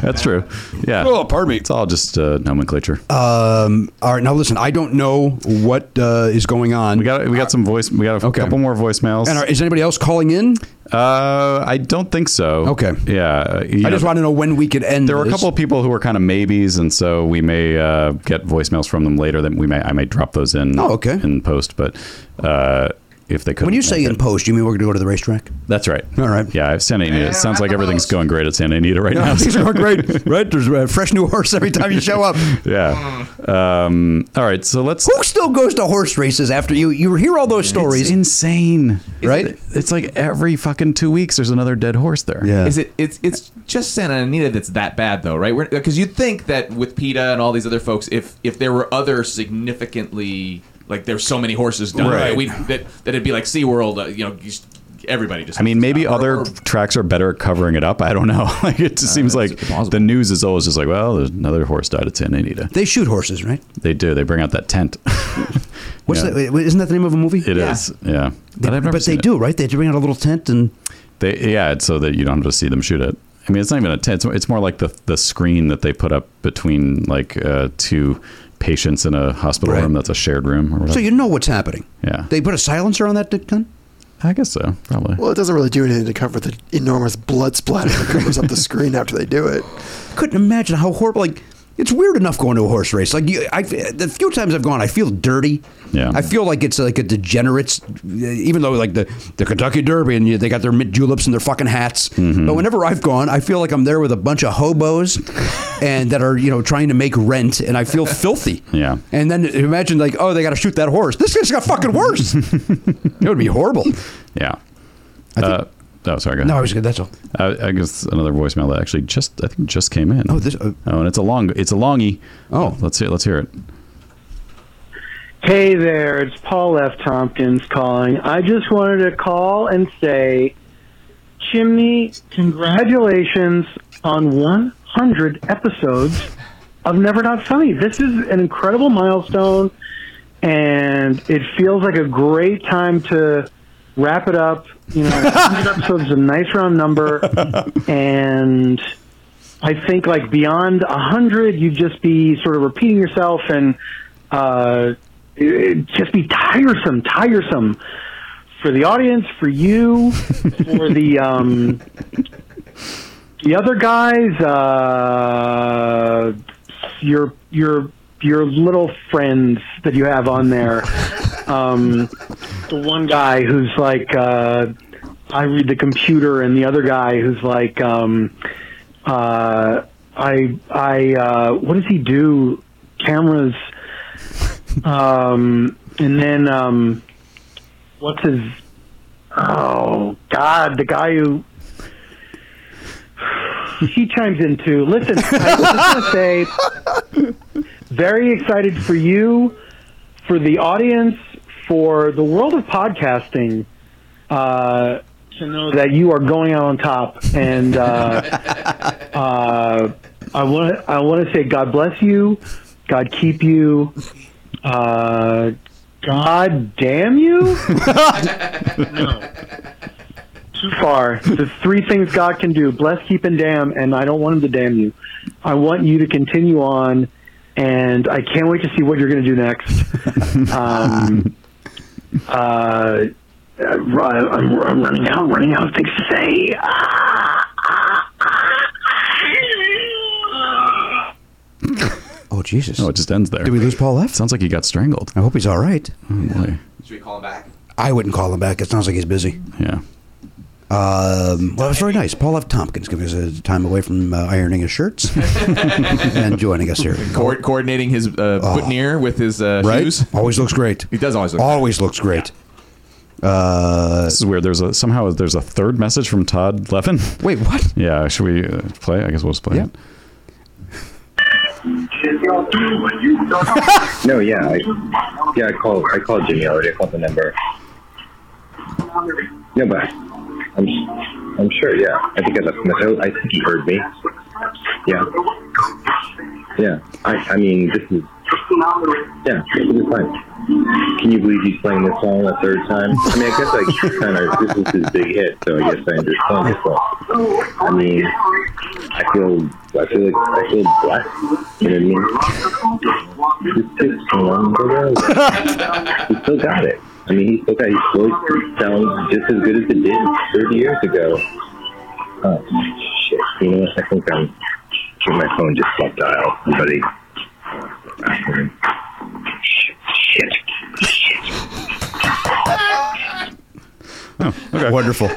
Speaker 3: That's true. Yeah.
Speaker 2: Oh, pardon me.
Speaker 3: It's all just uh, nomenclature.
Speaker 2: Um, all right, now listen, I don't know what uh, is going on. We
Speaker 3: got we got some voice. We got a couple more voicemails.
Speaker 2: And are, is anybody else calling in?
Speaker 3: Uh, I don't think so. Okay. Yeah. I
Speaker 2: I just want to know when we could end.
Speaker 3: There were a
Speaker 2: this.
Speaker 3: couple of people who were kind of maybes, and so we may uh, get voicemails from them later. That we may I may drop those in.
Speaker 2: Oh, okay.
Speaker 3: In post, but uh, if they could.
Speaker 2: When you say in post, you mean we're going to go to the racetrack?
Speaker 3: That's right.
Speaker 2: All right.
Speaker 3: Yeah, Santa Anita. It sounds like everything's going great at Santa Anita right
Speaker 2: Yeah, [LAUGHS]
Speaker 3: now. [LAUGHS]
Speaker 2: things are great, right? There's a fresh new horse every time you show up.
Speaker 3: yeah. Um, all right. So let's.
Speaker 2: Who still goes to horse races after you? You hear all those stories.
Speaker 3: It's insane,
Speaker 2: right?
Speaker 3: It's like every fucking two weeks, there's another dead horse there. Yeah.
Speaker 4: Is it? It's it's just Santa Anita that's that bad though, right? Because you'd think that with PETA and all these other folks, if if there were other significantly like there's so many horses done,
Speaker 3: Right.
Speaker 4: right? We that that it'd be like SeaWorld, uh, you know, you just, everybody just.
Speaker 3: I mean, maybe other tracks are better at covering it up. I don't know. [LAUGHS] Like it
Speaker 2: Uh,
Speaker 3: just seems like the news is always just like, well, there's another horse died at Santa Anita.
Speaker 2: They shoot horses, right?
Speaker 3: They do. They bring out that tent.
Speaker 2: What's
Speaker 3: Yeah.
Speaker 2: that? Isn't that the name of a movie?
Speaker 3: It is. Yeah.
Speaker 2: They-
Speaker 3: I've never
Speaker 2: but they
Speaker 3: seen it.
Speaker 2: do, right? They bring out a little tent and
Speaker 3: They yeah, it's so that you don't have to see them shoot it. I mean, it's not even a tent. It's, it's more like the the screen that they put up between like uh, two patients in a hospital room. That's a shared room. Or
Speaker 2: so
Speaker 3: whatever.
Speaker 2: you know what's happening.
Speaker 3: yeah,
Speaker 2: They put a silencer on that gun.
Speaker 3: I guess so. Probably.
Speaker 5: Well, it doesn't really do anything to cover the enormous blood splatter that covers
Speaker 2: [LAUGHS]
Speaker 5: up the screen after they do it.
Speaker 2: couldn't imagine how horrible. Like, it's weird enough going to a horse race. Like, you, I, the few times I've gone, I feel dirty.
Speaker 3: Yeah.
Speaker 2: I feel like it's like a degenerate's, even though like the, the Kentucky Derby and you, they got their mint juleps and their fucking hats.
Speaker 3: Mm-hmm.
Speaker 2: But whenever I've gone, I feel like I'm there with a bunch
Speaker 3: [LAUGHS]
Speaker 2: of hobos and that are, you know, trying to make rent and I feel filthy.
Speaker 3: Yeah.
Speaker 2: And then imagine like, oh, they got to shoot that horse. This just got
Speaker 3: [LAUGHS]
Speaker 2: fucking worse. it would be horrible.
Speaker 3: Yeah. uh, oh, sorry. Go ahead. Uh,
Speaker 2: No, I was good. That's all.
Speaker 3: I, I guess another voicemail that actually just I think just came in.
Speaker 2: Oh, this.
Speaker 3: oh, and it's a long. It's a longy. Oh, let's hear. Let's hear it.
Speaker 23: Hey there, it's Paul F. Tompkins calling. I just wanted to call and say, Chimney, congratulations on 100 episodes of Never Not Funny. This is an incredible milestone, and it feels like a great time to wrap it up. You know, 100 episodes is a nice round number, and I think like beyond 100, you'd just be sort of repeating yourself and uh, it- it'd just be tiresome, tiresome for the audience, for you, for the um, the other guys, uh, your your your little friends that you have on there. Um, the one guy who's like, uh, I read the computer, and the other guy who's like, um, uh, I I uh, what does he do? Cameras. Um, and then um, what's his? Oh God, the guy who he chimes in too. Listen, I was just gonna say, very excited for you, for the audience, for the world of podcasting. Uh, to know that you are going out on top, and uh, [LAUGHS] uh, I want I want to say God bless you, God keep you, uh, God damn you! [LAUGHS] no. Too far. There's three things God can do bless, keep, and damn, and I don't want Him to damn you. I want you to continue on, and I can't wait to see what you're going to do next. um, uh, I'm, I'm running out, running out of things to say. Ah,
Speaker 2: Oh Jesus!
Speaker 3: No, it just ends there.
Speaker 2: Did we lose Paul left?
Speaker 3: Sounds like he got strangled. Oh,
Speaker 2: I hope he's all right.
Speaker 4: Should we call him back?
Speaker 2: I wouldn't call him back. It sounds like he's busy.
Speaker 3: Yeah.
Speaker 2: Um, well, it was very nice. Paul F. Tompkins giving us a time away from uh, ironing his shirts and joining us here.
Speaker 4: Co- coordinating his uh, boutonniere with his uh,
Speaker 2: Oh. Right?
Speaker 4: shoes.
Speaker 2: Always looks great.
Speaker 4: He does always look.
Speaker 2: Always looks great.
Speaker 3: Uh, this is weird. There's a somehow there's a third message from Todd Levin.
Speaker 2: [LAUGHS] Wait, what?
Speaker 3: Yeah, should we uh, play? I guess we'll just play it.
Speaker 8: [LAUGHS] no, yeah, I, yeah. I called. I called Jimmy already. I called the number. No, but I'm, I'm sure. Yeah, I think I left him. a note. I think he heard me. Yeah, yeah. I, I mean, this is. Yeah, this is fine. Can you believe he's playing this song a third time? I mean, I guess [LAUGHS] I kind of this is his big hit, so I guess I understand this one. I mean, I feel, I feel like I feel blessed. You know what I mean? It's just one little- he still got it. I mean, he still got his voice sounds just as good as it did 30 years ago. Oh, shit. You know what? I think I'm. Shit, my phone just bumped dial. Somebody. Shit.
Speaker 3: Oh,
Speaker 2: Wonderful.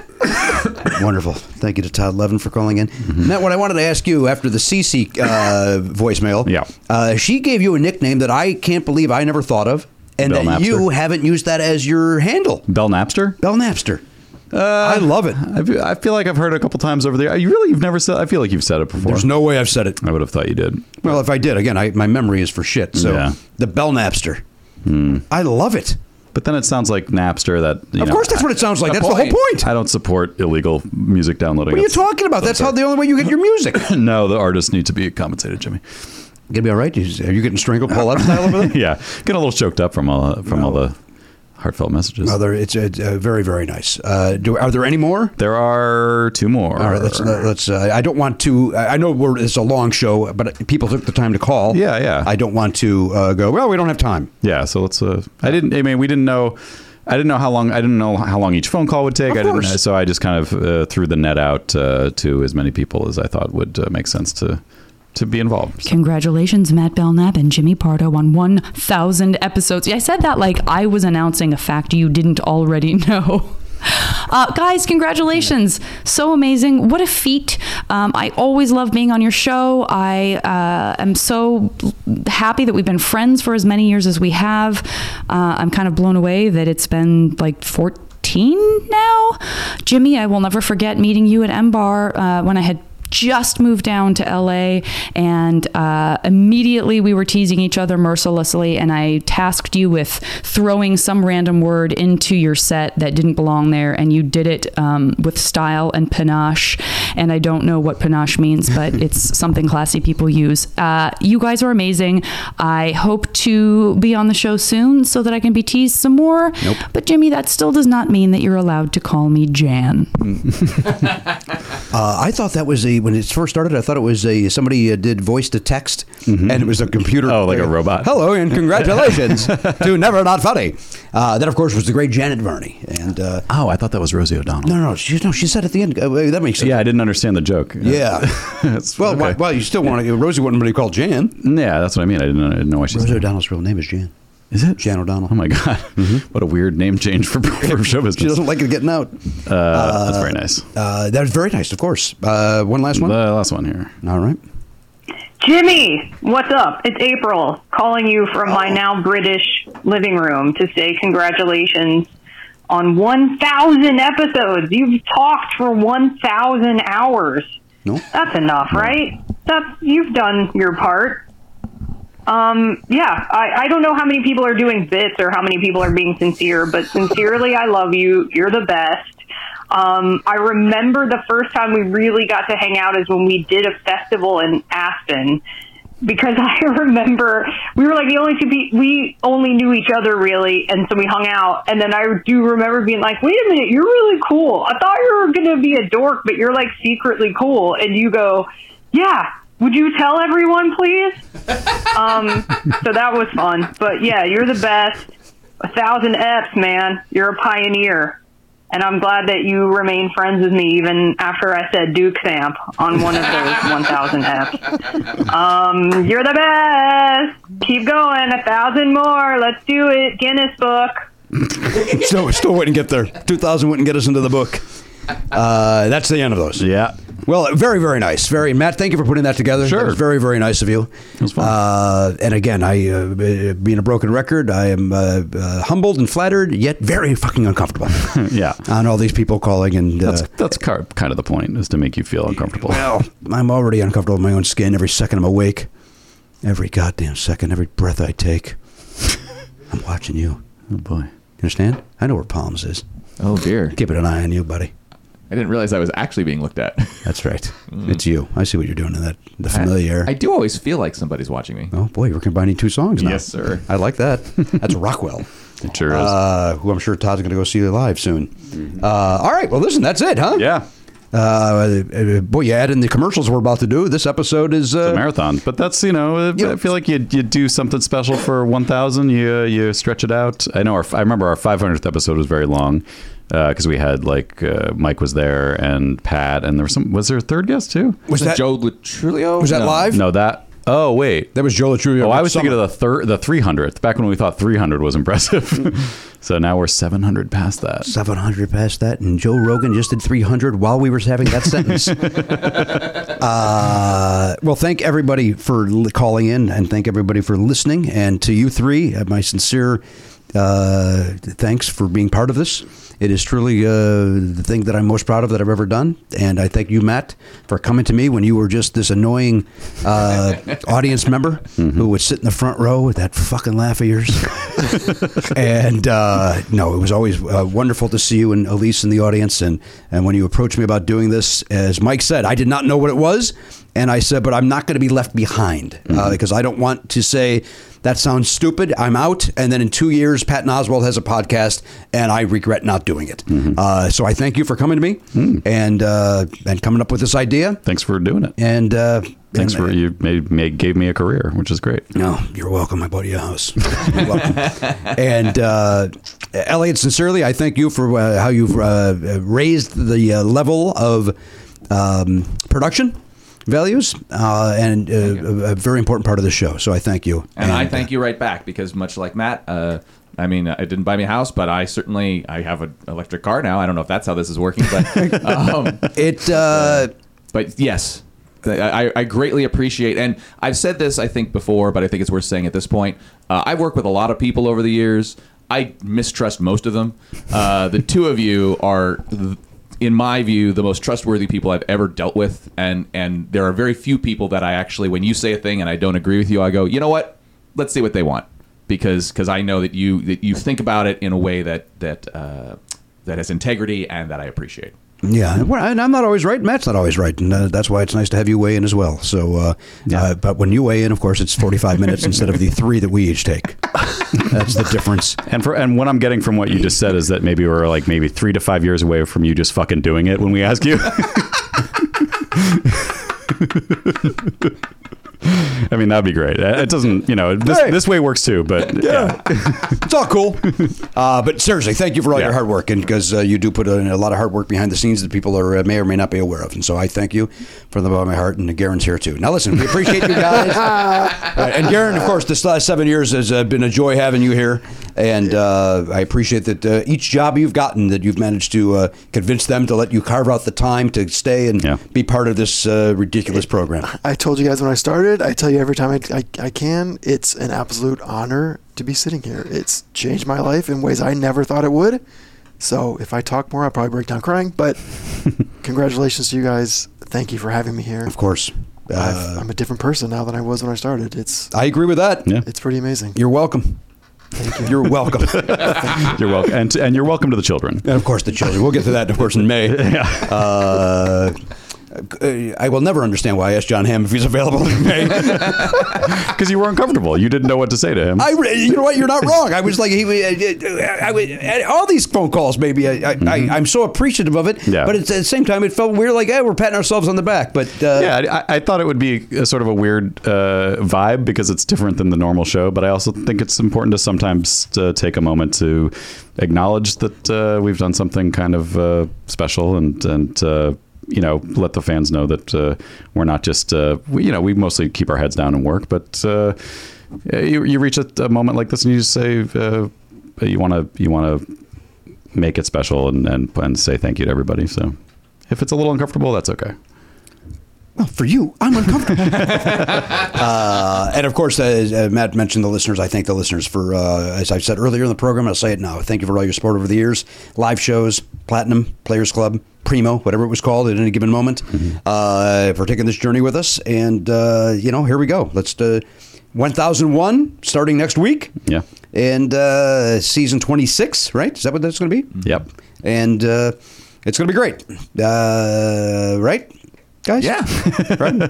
Speaker 2: Wonderful. Thank you to Todd Levin for calling in.
Speaker 3: Mm-hmm.
Speaker 2: Matt, what I wanted to ask you after the CC uh, voicemail, yeah. uh, she gave you a nickname that I can't believe I never thought of, and
Speaker 3: Bell
Speaker 2: that
Speaker 3: Napster.
Speaker 2: you haven't used that as your handle.
Speaker 3: Bell Napster?
Speaker 2: Bell Napster.
Speaker 3: I
Speaker 2: love it.
Speaker 3: I feel, I feel like I've heard it a couple times over there. You really, you've never said. I feel like you've said it before. There's
Speaker 2: no way I've said it.
Speaker 3: I would have thought you did.
Speaker 2: Well, if I did, again, I, my memory is for shit. So
Speaker 3: Yeah. Hmm.
Speaker 2: the Bell Napster. I love it.
Speaker 3: But then it sounds like Napster. That you
Speaker 2: Of
Speaker 3: know,
Speaker 2: course that's what it sounds like.
Speaker 3: A
Speaker 2: That's the whole
Speaker 3: I don't support illegal music downloading.
Speaker 2: What are you
Speaker 3: That's-
Speaker 2: talking about? That's how the only way you get your music.
Speaker 3: [LAUGHS] no, the artists need to be compensated, Jimmy.
Speaker 2: Gonna be all right. Is- Are you getting strangled pull up style over
Speaker 3: [LAUGHS]
Speaker 2: there?
Speaker 3: yeah, getting a little choked up from all uh, from all the heartfelt messages.
Speaker 2: No, there, it's uh, uh, very, very nice. Uh, do, are there any more?
Speaker 3: There are two more.
Speaker 2: All right, let's let's. Uh, I don't want to. I I know we're, it's a long show, but people took the time to call. Yeah, yeah. I don't want to uh, go. Well, we don't have time.
Speaker 3: Yeah, so let's. Uh, I didn't. I mean, we didn't know. I didn't know how long. I didn't know how long each phone call would take. I didn't.
Speaker 2: course.
Speaker 3: So I just kind of uh, threw the net out uh, to as many people as I thought would uh, make sense to to be involved.
Speaker 6: Congratulations, Matt Belknap and Jimmy Pardo, on 1,000 episodes. Yeah, I said that like I was announcing a fact you didn't already [LAUGHS] know. Uh, guys, congratulations. So amazing. What a feat. Um, I always love being on your show. I uh, am so happy that we've been friends for as many years as we have. Uh, I'm kind of blown away that it's been like 14 now. Jimmy, I will never forget meeting you at M Bar uh, when I had just moved down to LA and uh, immediately we were teasing each other mercilessly and I tasked you with throwing some random word into your set that didn't belong there and you did it um, with style and panache and I don't know what panache means but it's something classy people use. Uh, you guys are amazing. I hope to be on the show soon so that I can be teased some more.
Speaker 3: Nope.
Speaker 6: But Jimmy, that still does not mean that you're allowed to call me Jan.
Speaker 2: Uh, I thought that was a when it first started. I thought it was a somebody uh, did voice to text, and it was a computer. Oh, like a
Speaker 3: robot.
Speaker 2: Hello and congratulations to Never Not Funny. Uh, that of course was the great Janet Varney. And uh,
Speaker 3: oh, I thought that was Rosie O'Donnell.
Speaker 2: No, no, she, no. She said at the end. Uh, that makes sense.
Speaker 3: Yeah, I didn't understand the joke.
Speaker 2: Yeah.
Speaker 3: [LAUGHS]
Speaker 2: [LAUGHS] well, why- well, you still want to. Rosie wouldn't really call Jan.
Speaker 3: Yeah, that's what I mean. I didn't, I didn't know why she.
Speaker 2: Rosie O'Donnell's real name is Jan.
Speaker 3: Is it
Speaker 2: Jan O'Donnell? Mm-hmm.
Speaker 3: Oh my [LAUGHS] God! What a weird name change for, [LAUGHS] for show business.
Speaker 2: She doesn't like it getting out.
Speaker 3: Uh, that's very nice.
Speaker 2: Uh, that was very nice, of course. Uh, one last one.
Speaker 3: The last one here.
Speaker 2: All right.
Speaker 13: Jimmy, what's up? It's April calling you from
Speaker 2: Oh.
Speaker 13: my now British living room to say congratulations on 1,000 episodes. You've talked for 1,000 hours.
Speaker 2: No.
Speaker 13: That's enough, right? That's, you've done your part. Um, yeah, I, I don't know how many people are doing bits or how many people are being sincere, but sincerely, I love you. You're the best. Um, I remember the first time we really got to hang out is when we did a festival in Aspen because [LAUGHS] I remember we were like the only two people we only knew each other really, and so we hung out. And then I do remember being like, "Wait a minute, you're really cool. I thought you were gonna be a dork, but you're like secretly cool." And you go, "Yeah." Would you tell everyone, please? um, so that was fun. But yeah, you're the best. A thousand F's, man. You're a pioneer. And I'm glad that you remain friends with me even after I said Duke Samp on one of those 1,000 apps. Um, you're the best. Keep going. A thousand more. Let's do it. Guinness Book.
Speaker 2: [LAUGHS] still, still wouldn't get there. 2000 wouldn't get us into the book. Uh, that's the end of those. Yeah. Well, very, very nice. Very Matt, thank you for putting that together. Sure. That was very, very nice of you. It was fun. Uh, and again, I uh, being a broken record, I am uh, uh, humbled and flattered, yet very fucking uncomfortable. [LAUGHS] yeah. On all these people calling and uh,
Speaker 3: That's that's car- kind of the point is to make you feel uncomfortable.
Speaker 2: well, I'm already uncomfortable in my own skin. Every second I'm awake, every goddamn second, every breath
Speaker 3: [LAUGHS]
Speaker 2: I take, I'm watching you. Oh boy, you understand? I know where Palms is.
Speaker 4: Oh dear,
Speaker 2: keeping an eye on you, buddy.
Speaker 4: I didn't realize I was actually being looked at.
Speaker 2: That's right. It's you. I see what you're doing in that the familiar.
Speaker 4: Mm. I, do always feel like somebody's watching me.
Speaker 2: oh boy, we're combining two songs now.
Speaker 4: Yes, sir.
Speaker 2: I like that. That's Rockwell. It sure is. Uh, who I'm sure Todd's going to go see live soon. Uh, all right. Well, listen, that's it, huh? Yeah. Uh, uh, boy, you add in the commercials we're about to do. This episode is uh,
Speaker 3: a marathon, but that's you know, I feel like you you do something special for one thousand. You you stretch it out. I know. Our, I remember our five hundredth episode was very long because we had like uh, Mike was there and Pat, and there was some. Was there a third guest too?
Speaker 4: Was that Joe Latrulio?
Speaker 3: no, No, that. Oh wait, that
Speaker 2: was Joe Latrulio.
Speaker 3: Oh, I was thinking of the third, the three hundredth. Back when we thought three hundred was impressive, [LAUGHS] so now we're seven hundred past that.
Speaker 2: 700 past that, and Joe Rogan just did 300 while we were having that sentence. uh, well, thank everybody for li- calling in, and thank everybody for listening. And to you three, uh, my sincere uh, thanks for being part of this. It is truly uh, the thing that I'm most proud of that I've ever done. And I thank you, Matt, for coming to me when you were just this annoying uh, [LAUGHS] audience member who would sit in the front row Oh, with that fucking laugh
Speaker 3: [LAUGHS]
Speaker 2: of yours and uh, no, it was always uh, wonderful to see you and Elise in the audience. And and when you approached me about doing this, as Mike said, I did not know what it was, and I said, but I'm not going to be left behind
Speaker 3: Mm-hmm.
Speaker 2: uh, because I don't want to say that sounds stupid. I'm out, and then in two years, Patton Oswald has a podcast, and I regret not doing it.
Speaker 3: Mm-hmm.
Speaker 2: Uh, so I thank you for coming to me and uh, and coming up with this idea.
Speaker 3: Thanks for Mm. doing it.
Speaker 2: And uh,
Speaker 3: Thanks
Speaker 2: and-
Speaker 3: for you made, made, gave me a career, which is great.
Speaker 2: No, you're welcome. I bought you a house. You're
Speaker 3: [LAUGHS]
Speaker 2: welcome. and uh, Elliot, sincerely, I thank you for uh, how you've uh, raised the uh, level of um, production values uh, and uh, a, a very important part of the show. So I thank you.
Speaker 4: And, I
Speaker 2: uh,
Speaker 4: thank you right back because much like Matt, uh, I mean, it didn't buy me a house, but I certainly I have an electric car now. I don't know if that's how this is working,
Speaker 2: [LAUGHS]
Speaker 4: but um,
Speaker 2: it. Uh,
Speaker 4: but yes, th- I, I greatly appreciate, and I've said this I think before, but I think it's worth saying at this point. Uh, I've worked with a lot of people over the years. I mistrust most of them. Uh, the two of you are. th- in my view, the most trustworthy people I've ever dealt with, and and there are very few people that I actually, when you say a thing and I don't agree with you, I go, you know what? let's see what they want because because I know that you that you think about it in a way that that uh, that has integrity and that I appreciate.
Speaker 2: Yeah, and we're- and I'm not always right. Matt's not always right, and uh, that's why it's nice to have you weigh in as well. So, uh, uh, but when you weigh in, of course, it's 45 minutes instead of the three that we each take. That's the difference.
Speaker 3: And for and what I'm getting from what you just said is that maybe we're like maybe three to five years away from you just fucking doing it when we ask you. [LAUGHS] I mean that'd be great. Uh, It doesn't, you know, this
Speaker 2: Hey.
Speaker 3: this way works too, but yeah,
Speaker 2: it's all cool. Uh, but seriously, thank you for all your hard work, and because uh, you do put in a lot of hard work behind the scenes that people are uh, may or may not be aware of. And so I thank you from the bottom of my heart, and Garen's here too. Now listen, we appreciate you guys.
Speaker 22: [LAUGHS]
Speaker 2: Uh, and Garen, of course, this last seven years has uh, been a joy having you here, and uh, I appreciate that uh, each job you've gotten that you've managed to uh, convince them to let you carve out the time to stay and be part of this uh, ridiculous program.
Speaker 5: I told you guys when I started. I tell you every time I, I, I can. It's an absolute honor to be sitting here. It's changed my life in ways I never thought it would. So if I talk more, I'll probably break down crying. But
Speaker 2: [LAUGHS]
Speaker 5: congratulations to you guys. Thank you for having me here. Of
Speaker 2: course. Uh,
Speaker 5: I've, I'm a different person now than I was when I started. It's
Speaker 2: I agree with that. Yeah.
Speaker 5: it's pretty amazing.
Speaker 2: You're welcome. [LAUGHS] You're welcome.
Speaker 3: you're welcome, and and you're welcome to the children.
Speaker 2: [LAUGHS] And of course, the children. We'll get to that, of course, in May. Uh, uh, I will never understand why I asked John Hamm if he's available today.
Speaker 3: [LAUGHS] Because you were uncomfortable. You didn't know what to say to him.
Speaker 2: I, re- you know what? [LAUGHS] You're not wrong. I was like, he, uh, I, I, I, all these phone calls. Maybe I, I, I, I'm so appreciative of it.
Speaker 3: Yeah.
Speaker 2: But it's, at the same time, it felt weird. Like, hey, we're patting ourselves on the back. But uh,
Speaker 3: yeah, I, I thought it would be a sort of a weird uh, vibe because it's different than the normal show, but I also think it's important to sometimes uh, take a moment to acknowledge that uh, we've done something kind of uh, special and and uh, you know let the fans know that uh, we're not just uh, we, you know we mostly keep our heads down and work, but uh, you, you reach a, a moment like this and you just say uh, you want to you want to make it special and, and and say thank you to everybody. So if it's a little uncomfortable, that's okay.
Speaker 2: Well, for you, I'm uncomfortable. [LAUGHS] uh, and of course, as uh, Matt mentioned the listeners. I thank the listeners for, uh, as I said earlier in the program, I'll say it now. Thank you for all your support over the years. Live shows, Platinum, Players Club, Primo, whatever it was called at any given moment, uh, for taking this journey with us. And, uh, you know, here we go. Let's uh, 1001 starting next week.
Speaker 3: Yeah.
Speaker 2: And uh, season 26, right? Is that what that's going to be?
Speaker 3: Yep.
Speaker 2: And uh, it's going to be great. Uh, right? Guys? Yeah. [LAUGHS] Right,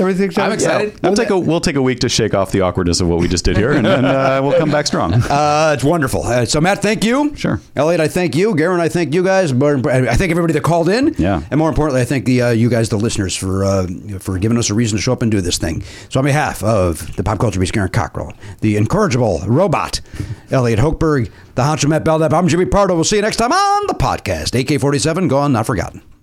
Speaker 2: everything's
Speaker 3: Yeah. We'll take a we'll take a week to shake off the awkwardness of what we just did here, and then uh, we'll come back strong.
Speaker 2: [LAUGHS] Uh, it's wonderful. Uh, so Matt, thank you. Sure. Elliot, I thank you. Garen, I thank you guys. But I thank everybody that called in.
Speaker 3: Yeah.
Speaker 2: And more importantly, I thank the uh, you guys, the listeners, for uh, for giving us a reason to show up and do this thing. So on behalf of the pop culture beast Garen Cockrell, the incorrigible robot, Elliot Hochberg, the honcho Matt Belknap, I'm Jimmy Pardo. We'll see you next time on the podcast. AK forty seven, gone, not forgotten.